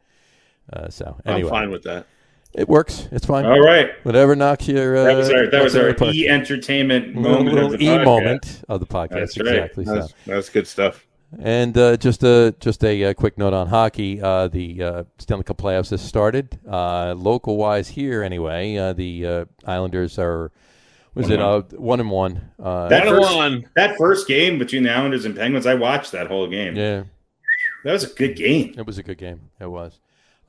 Speaker 4: Uh, so
Speaker 2: I'm
Speaker 4: anyway,
Speaker 2: fine with that.
Speaker 4: it works. It's fine.
Speaker 3: All right.
Speaker 4: Whatever knocks your uh,
Speaker 3: That was our that was our
Speaker 4: knocks your
Speaker 3: e entertainment
Speaker 4: little,
Speaker 3: moment. of
Speaker 4: little
Speaker 3: the
Speaker 4: e
Speaker 3: podcast.
Speaker 4: moment of the podcast.
Speaker 3: That's right.
Speaker 4: exactly. So.
Speaker 2: That's, that's good stuff.
Speaker 4: And uh, just a just a, uh quick note on hockey. Uh, the uh, Stanley Cup playoffs has started. Uh, local wise here, anyway, uh, the uh, Islanders are was it uh, one and one. Uh,
Speaker 3: That
Speaker 2: One
Speaker 3: first-
Speaker 2: one.
Speaker 3: That first game between the Islanders and Penguins, I watched that whole game.
Speaker 4: yeah,
Speaker 3: That was a good game.
Speaker 4: it was a good game. It was.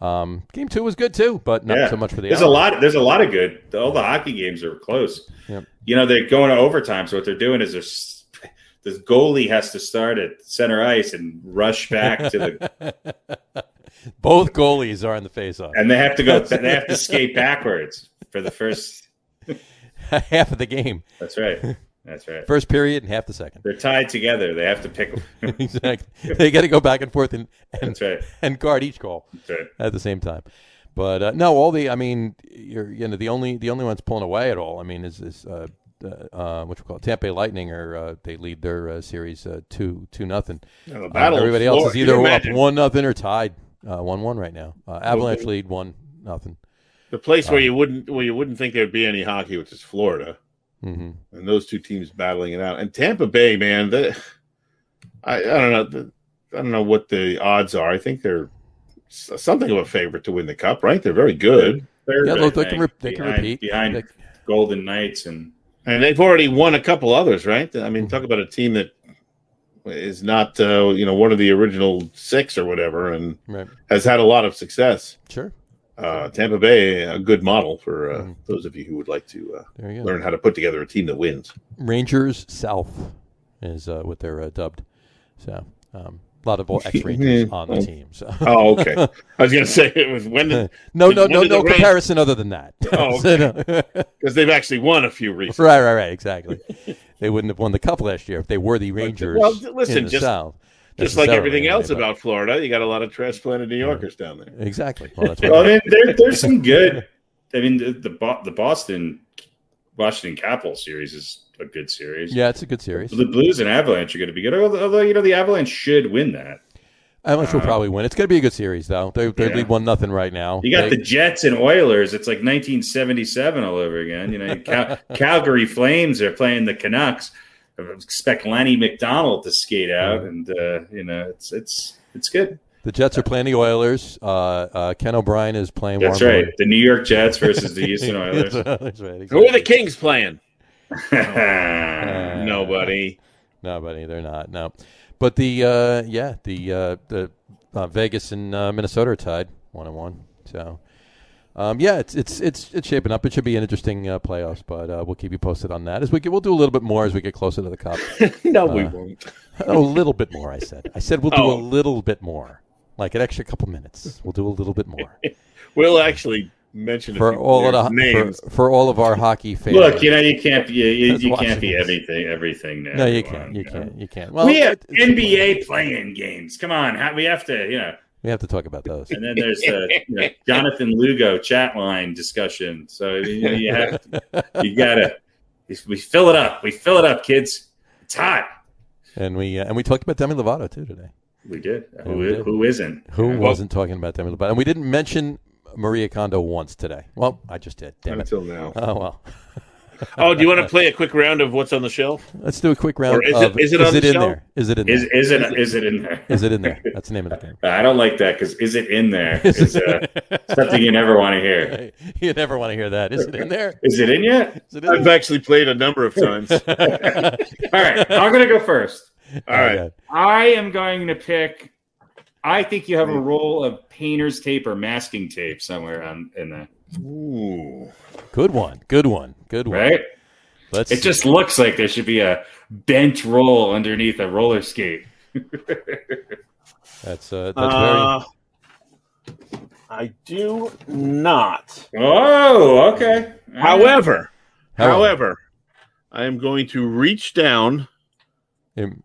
Speaker 4: Um, game two was good too, but not
Speaker 3: Yeah.
Speaker 4: so much for the.
Speaker 3: There's a
Speaker 4: Islanders.
Speaker 3: lot. There's a lot of good. All the hockey games are close.
Speaker 4: Yep.
Speaker 3: You know they're going to overtime. So what they're doing is they're s- the goalie has to start at center ice and rush back to the,
Speaker 4: Both goalies are in the face-off.
Speaker 3: and they have to go. They have to skate backwards for the first.
Speaker 4: half of the game,
Speaker 3: That's right. That's right.
Speaker 4: first period and half the second.
Speaker 3: They're tied together. They have to pick.
Speaker 4: exactly. They got to go back and forth and and,
Speaker 3: That's right.
Speaker 4: and guard each goal
Speaker 3: That's right.
Speaker 4: at the same time. But uh, no, all the I mean, you're you know the only the only ones pulling away at all. I mean, is is uh, uh, uh, what you call it, Tampa Bay Lightning, or uh, they lead their uh, series uh, two two nothing.
Speaker 2: Now, the
Speaker 4: Uh,
Speaker 2: battle of
Speaker 4: everybody else is
Speaker 2: Florida.
Speaker 4: either
Speaker 2: Can you
Speaker 4: up
Speaker 2: imagine?
Speaker 4: one nothing or tied uh, one one right now. Uh, Avalanche lead one nothing.
Speaker 2: The place where you wouldn't where you wouldn't think there'd be any hockey, which is Florida,
Speaker 4: Mm-hmm.
Speaker 2: and those two teams battling it out. And Tampa Bay, man, the, I I don't know, the, I don't know what the odds are. I think they're s- something of a favorite to win the cup, right? They're very good,
Speaker 3: Third,
Speaker 4: Yeah, look, they
Speaker 3: I
Speaker 4: can
Speaker 3: think,
Speaker 4: re- they can
Speaker 3: behind-
Speaker 4: repeat.
Speaker 3: behind
Speaker 4: They-
Speaker 3: Golden Knights and
Speaker 2: and they've already won a couple others, right? I mean, talk about a team that is not uh, you know one of the original six or whatever, and
Speaker 4: Right.
Speaker 2: has had a lot of success.
Speaker 4: Sure.
Speaker 2: Uh, Tampa Bay, a good model for uh,
Speaker 4: Mhm.
Speaker 2: those of you who would like to uh,
Speaker 4: There you go.
Speaker 2: learn how to put together a team that wins.
Speaker 4: Rangers South is uh, what they're uh, dubbed. So um, a lot of ex Rangers
Speaker 2: Yeah.
Speaker 4: on the team. So
Speaker 2: Oh, okay. I was gonna say it was when the
Speaker 4: no, no,
Speaker 2: When
Speaker 4: no,
Speaker 2: did the
Speaker 4: no
Speaker 2: Rangers-
Speaker 4: comparison other than that.
Speaker 2: Oh,
Speaker 4: So, no.
Speaker 2: because they've actually won a few recently.
Speaker 4: right, right, right. Exactly. they wouldn't have won the cup last year if they were the Rangers.
Speaker 2: well, listen,
Speaker 4: in the
Speaker 2: just-
Speaker 4: South,
Speaker 2: Just like
Speaker 4: necessarily,
Speaker 2: everything else
Speaker 4: but-
Speaker 2: about Florida, you got a lot of transplanted New Yorkers down there.
Speaker 4: exactly. Well, that's
Speaker 3: well, I
Speaker 4: what
Speaker 3: mean, there, there's some good. I mean, the the, Bo- the Boston Washington Capitol series is a good series.
Speaker 4: yeah, it's a good series.
Speaker 3: The Blues and Avalanche are going to be good. Although, although, you know the Avalanche should win that.
Speaker 4: Avalanche will probably win. It's going to be a good series, though. They they
Speaker 3: Yeah.
Speaker 4: lead one nothing right now.
Speaker 3: You got
Speaker 4: They-
Speaker 3: the Jets and Oilers. It's like 1977 all over again. You know, Cal- Calgary Flames are playing the Canucks. I expect Lenny McDonald to skate out, and uh, you know it's it's it's good.
Speaker 4: the Jets are playing the Oilers. Uh, uh, Ken O'Brien is playing.
Speaker 3: That's
Speaker 4: Warren
Speaker 3: right. The New York Jets versus the Houston
Speaker 4: Moore.
Speaker 3: Oilers.
Speaker 4: That's right,
Speaker 2: Who are the
Speaker 4: exactly.
Speaker 2: Kings playing?
Speaker 4: Uh,
Speaker 2: Nobody.
Speaker 4: Nobody, they're not. No, but the uh, yeah, the uh, the uh, Vegas and uh, Minnesota are tied one and one. So um, yeah, it's it's it's it's shaping up. It should be an interesting uh, playoffs, but uh, we'll keep you posted on that as we get, we'll do a little bit more as we get closer to the cup.
Speaker 2: No, we
Speaker 4: Uh,
Speaker 2: won't.
Speaker 4: a little bit more, I said. I said we'll do
Speaker 2: Oh.
Speaker 4: a little bit more, like an extra couple minutes. We'll do a little bit more.
Speaker 2: We'll actually mention a
Speaker 4: for
Speaker 2: few
Speaker 4: all of
Speaker 2: players'
Speaker 4: the,
Speaker 2: names.
Speaker 4: for, for all of our hockey fans.
Speaker 3: Look, you know, you can't be you,
Speaker 4: That's
Speaker 3: you can't be
Speaker 4: Washington.
Speaker 3: everything everything. to
Speaker 4: no, you
Speaker 3: everyone,
Speaker 4: can't. You
Speaker 3: know?
Speaker 4: can't. You can't. Well,
Speaker 3: we have
Speaker 4: it- it's-
Speaker 3: NBA playing games. Come on, how, we have to, you know.
Speaker 4: We have to talk about those.
Speaker 3: And then there's the you know, Jonathan Lugo chat line discussion. So you, know, you have to, you gotta we fill it up. We fill it up, kids. It's hot.
Speaker 4: and we uh, and we talked about Demi Lovato too today.
Speaker 3: We did. Who,
Speaker 4: we did.
Speaker 3: who isn't?
Speaker 4: Who
Speaker 3: Yeah.
Speaker 4: wasn't talking about Demi Lovato? And we didn't mention Maria Kondo once today. Well, I just did. Damn it.
Speaker 11: until now.
Speaker 4: Oh well.
Speaker 2: Oh, do you want to play a quick round of what's on the shelf?
Speaker 4: Let's do a quick round.
Speaker 2: Or is it-
Speaker 4: of,
Speaker 2: is it on
Speaker 4: it
Speaker 2: the
Speaker 4: in
Speaker 2: shelf?
Speaker 4: there? Is it in
Speaker 3: Is
Speaker 4: there?
Speaker 3: is it is it in there?
Speaker 4: Is it in there? That's the name of the game.
Speaker 3: I don't like that because is it in there? Is uh, something you never want to hear.
Speaker 4: you never want to hear that. Is it in there?
Speaker 3: Is it in yet?
Speaker 4: Is it in
Speaker 2: I've actually played a number of times.
Speaker 4: there?
Speaker 3: All right, I'm gonna go first.
Speaker 4: Oh,
Speaker 2: All right.
Speaker 3: I am going to pick. I think you have a roll of painter's tape or masking tape somewhere on in there,
Speaker 2: Ooh.
Speaker 4: Good one. Good one. Good one.
Speaker 3: right?
Speaker 4: Let's
Speaker 3: It just looks like there should be a bent roll underneath a roller skate.
Speaker 4: that's uh, that's
Speaker 2: Uh, I do not.
Speaker 3: Oh, okay.
Speaker 4: Mm.
Speaker 2: However,
Speaker 4: very
Speaker 2: however, I am going to reach down.
Speaker 4: However,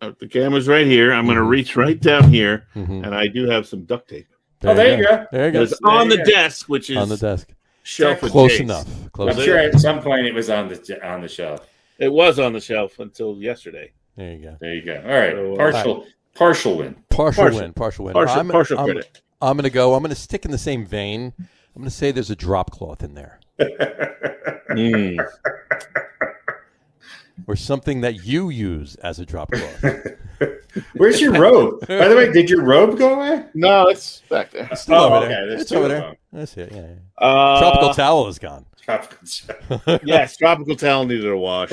Speaker 2: uh, The camera's right here. I'm going to
Speaker 4: Mhm.
Speaker 2: reach right down here,
Speaker 4: mhm.
Speaker 2: and I do have some duct tape.
Speaker 3: Oh, there you go.
Speaker 4: There you go.
Speaker 2: It's on the
Speaker 3: Yeah.
Speaker 2: desk, which is
Speaker 4: On the desk.
Speaker 2: shelf.
Speaker 4: Close
Speaker 2: adjacent.
Speaker 4: enough. Close
Speaker 3: I'm
Speaker 4: enough.
Speaker 3: sure at some point it was on the on the shelf.
Speaker 2: It was on the shelf until yesterday.
Speaker 4: There you go.
Speaker 3: There you go. All right,
Speaker 2: So, uh,
Speaker 3: partial partial win.
Speaker 4: Partial,
Speaker 2: Partial.
Speaker 4: win. Partial win.
Speaker 2: Partial,
Speaker 4: I'm,
Speaker 2: partial
Speaker 4: I'm,
Speaker 2: credit.
Speaker 4: I'm going to go. I'm going to stick in the same vein. I'm going to say there's a drop cloth in there
Speaker 2: Mm.
Speaker 4: or something that you use as a drop cloth.
Speaker 3: Where's your robe? By the way, did your robe go away?
Speaker 2: No, it's back there.
Speaker 4: It's still
Speaker 3: Oh,
Speaker 4: over
Speaker 3: okay,
Speaker 4: there.
Speaker 3: there's
Speaker 4: It's
Speaker 3: two
Speaker 4: over
Speaker 3: of
Speaker 4: there.
Speaker 3: them.
Speaker 4: That's it. Yeah. yeah.
Speaker 2: Uh,
Speaker 4: Tropical towel is gone.
Speaker 2: yes, tropical towel needed a wash.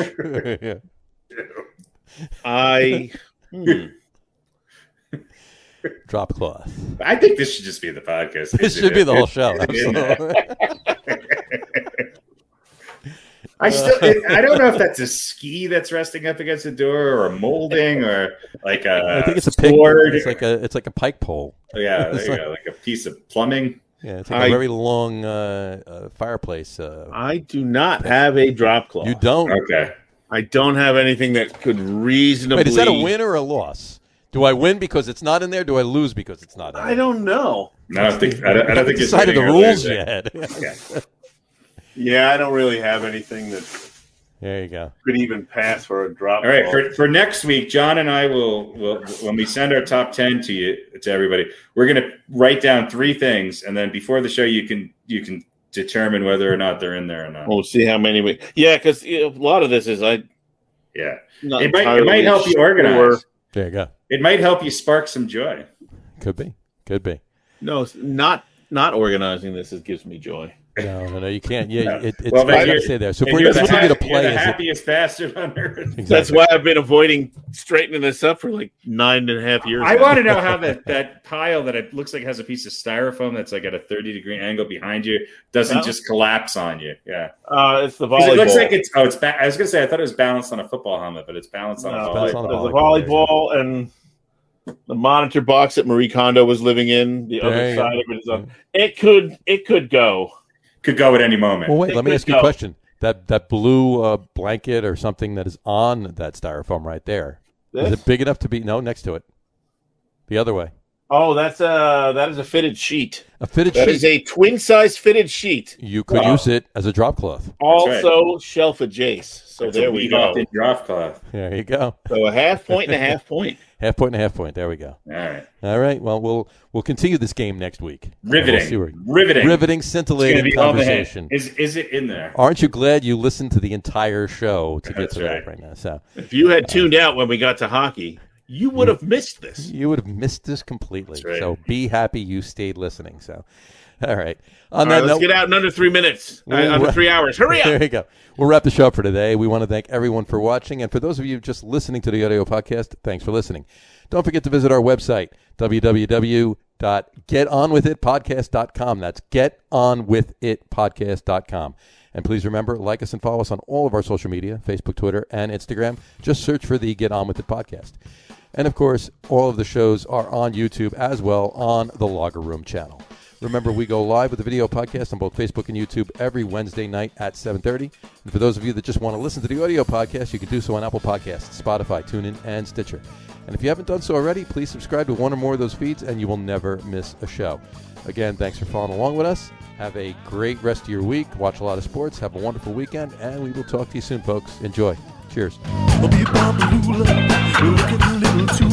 Speaker 4: yeah.
Speaker 2: I hmm,
Speaker 4: Drop cloth.
Speaker 3: I think this should just be the podcast.
Speaker 4: This should be the whole show. Absolutely. Uh.
Speaker 3: I still, it, I don't know if that's a ski that's resting up against the door, or a molding, or like a.
Speaker 4: I think it's a pig.
Speaker 3: sword.
Speaker 4: It's like a it's like a pike pole.
Speaker 3: yeah, there you go, like a piece of plumbing.
Speaker 4: Yeah, it's like a
Speaker 2: I-
Speaker 4: very long uh, uh, fireplace. Uh,
Speaker 2: I do not have a drop cloth.
Speaker 4: you don't.
Speaker 3: Okay,
Speaker 2: I don't have anything that could reasonably.
Speaker 4: Wait, is that a win or a loss? Do I win because it's not in there? Do I lose because it's not in there?
Speaker 2: I don't know.
Speaker 3: No, I don't think I don't, I don't think it's
Speaker 4: decided the
Speaker 3: winning or
Speaker 4: rules
Speaker 3: losing.
Speaker 4: yet.
Speaker 3: Okay.
Speaker 2: Yeah, I don't really have anything that
Speaker 4: there you go.
Speaker 2: could even pass for a drop.
Speaker 3: All right,
Speaker 2: cloth.
Speaker 3: for, for next week, John and I will, will when we send our top ten to you to everybody, we're going to write down three things, and then before the show, you can you can determine whether or not they're in there or not.
Speaker 2: we'll see how many we. Yeah, because a lot of this is I.
Speaker 3: Yeah,
Speaker 2: Not
Speaker 3: it might it
Speaker 2: entirely
Speaker 3: might help you
Speaker 2: sure.
Speaker 3: organize.
Speaker 4: There you go.
Speaker 3: It might help you spark some joy.
Speaker 4: Could be. Could be.
Speaker 2: No, it's not not organizing this is, gives me joy.
Speaker 4: No, no, no. You can't. Yeah,
Speaker 3: No.
Speaker 4: it, it's
Speaker 3: Well, then
Speaker 4: not going
Speaker 3: you're-
Speaker 4: to stay there. So if
Speaker 3: And
Speaker 4: we're
Speaker 3: you're
Speaker 4: going to
Speaker 3: the
Speaker 4: continue to
Speaker 3: hap- you're
Speaker 4: play
Speaker 3: the
Speaker 4: as it.
Speaker 3: happiest bastard on earth.
Speaker 2: That's
Speaker 4: Exactly.
Speaker 2: why I've been avoiding straightening this up for like nine and a half years.
Speaker 3: I
Speaker 2: now.
Speaker 3: want to know how that, that pile that it looks like has a piece of styrofoam that's like at a 30 degree angle behind you doesn't
Speaker 2: Well-
Speaker 3: just collapse on you. Yeah.
Speaker 2: Uh, it's the
Speaker 3: 'Cause
Speaker 2: volleyball.
Speaker 3: It looks like it's, oh, it's, ba- I was going to say, I thought it was balanced on a football helmet, but it's balanced on
Speaker 2: No,
Speaker 3: a
Speaker 2: it's
Speaker 4: balanced
Speaker 3: volleyball.
Speaker 4: on
Speaker 2: the
Speaker 4: a volleyball,
Speaker 2: volleyball and the monitor box that Marie Kondo was living in. The
Speaker 4: There
Speaker 2: other
Speaker 4: you
Speaker 2: side
Speaker 4: go.
Speaker 2: of it is up. It could it could go.
Speaker 3: Could go at any moment.
Speaker 4: Well, wait. Let me
Speaker 2: Good
Speaker 4: ask you a
Speaker 2: go.
Speaker 4: question. That that blue uh, blanket or something that is on that styrofoam right there is
Speaker 2: This?
Speaker 4: it big enough to be no next to it? The other way.
Speaker 2: Oh, that's a that is a fitted sheet.
Speaker 4: A fitted
Speaker 2: That
Speaker 4: sheet.
Speaker 2: is a twin size fitted sheet.
Speaker 4: you could
Speaker 3: Wow.
Speaker 4: use it as a drop cloth.
Speaker 3: That's right.
Speaker 2: Also shelf adjacent. So
Speaker 3: It's a
Speaker 2: there we
Speaker 3: weed
Speaker 2: go.
Speaker 3: off in your off cloth.
Speaker 4: There you go.
Speaker 2: So a half point and a half point.
Speaker 4: Half point and a half point. There we go.
Speaker 3: All right.
Speaker 4: All right. Well, we'll we'll continue this game next week. And we'll
Speaker 3: Riveting.
Speaker 4: see where-
Speaker 3: riveting.
Speaker 4: riveting,
Speaker 3: It's going to
Speaker 4: scintillating
Speaker 3: be all the
Speaker 4: conversation.
Speaker 3: head. Is, is it in there?
Speaker 4: Aren't you glad you listened to the entire show to get
Speaker 3: That's
Speaker 4: to that
Speaker 3: right.
Speaker 4: right now? So
Speaker 2: If you had tuned out when we got to hockey, you would
Speaker 4: Mm.
Speaker 2: have missed this.
Speaker 4: you would have missed this completely.
Speaker 3: That's right.
Speaker 4: So be happy you stayed listening. So, all right. On
Speaker 2: All
Speaker 4: that
Speaker 2: right, let's
Speaker 4: note,
Speaker 2: get out in under three minutes. Uh,
Speaker 4: Ooh.
Speaker 2: under three hours. Hurry up.
Speaker 4: There you go. We'll wrap the show up for today. We want to thank everyone for watching. And for those of you just listening to the audio podcast, thanks for listening. Don't forget to visit our website, www.getonwithitpodcast.com. That's getonwithitpodcast.com. And please remember, like us and follow us on all of our social media Facebook, Twitter, and Instagram. Just search for the Get On With It podcast. And of course, all of the shows are on YouTube as well on the Logger Room channel. Remember, we go live with the video podcast on both Facebook and YouTube every Wednesday night at 7.30. And for those of you that just want to listen to the audio podcast, you can do so on Apple Podcasts, Spotify, TuneIn, and Stitcher. And if you haven't done so already, please subscribe to one or more of those feeds, and you will never miss a show. Again, thanks for following along with us. Have a great rest of your week. Watch a lot of sports. Have a wonderful weekend, and we will talk to you soon, folks. Enjoy. Cheers.
Speaker 12: Be a Babalula, look at a little too Oh,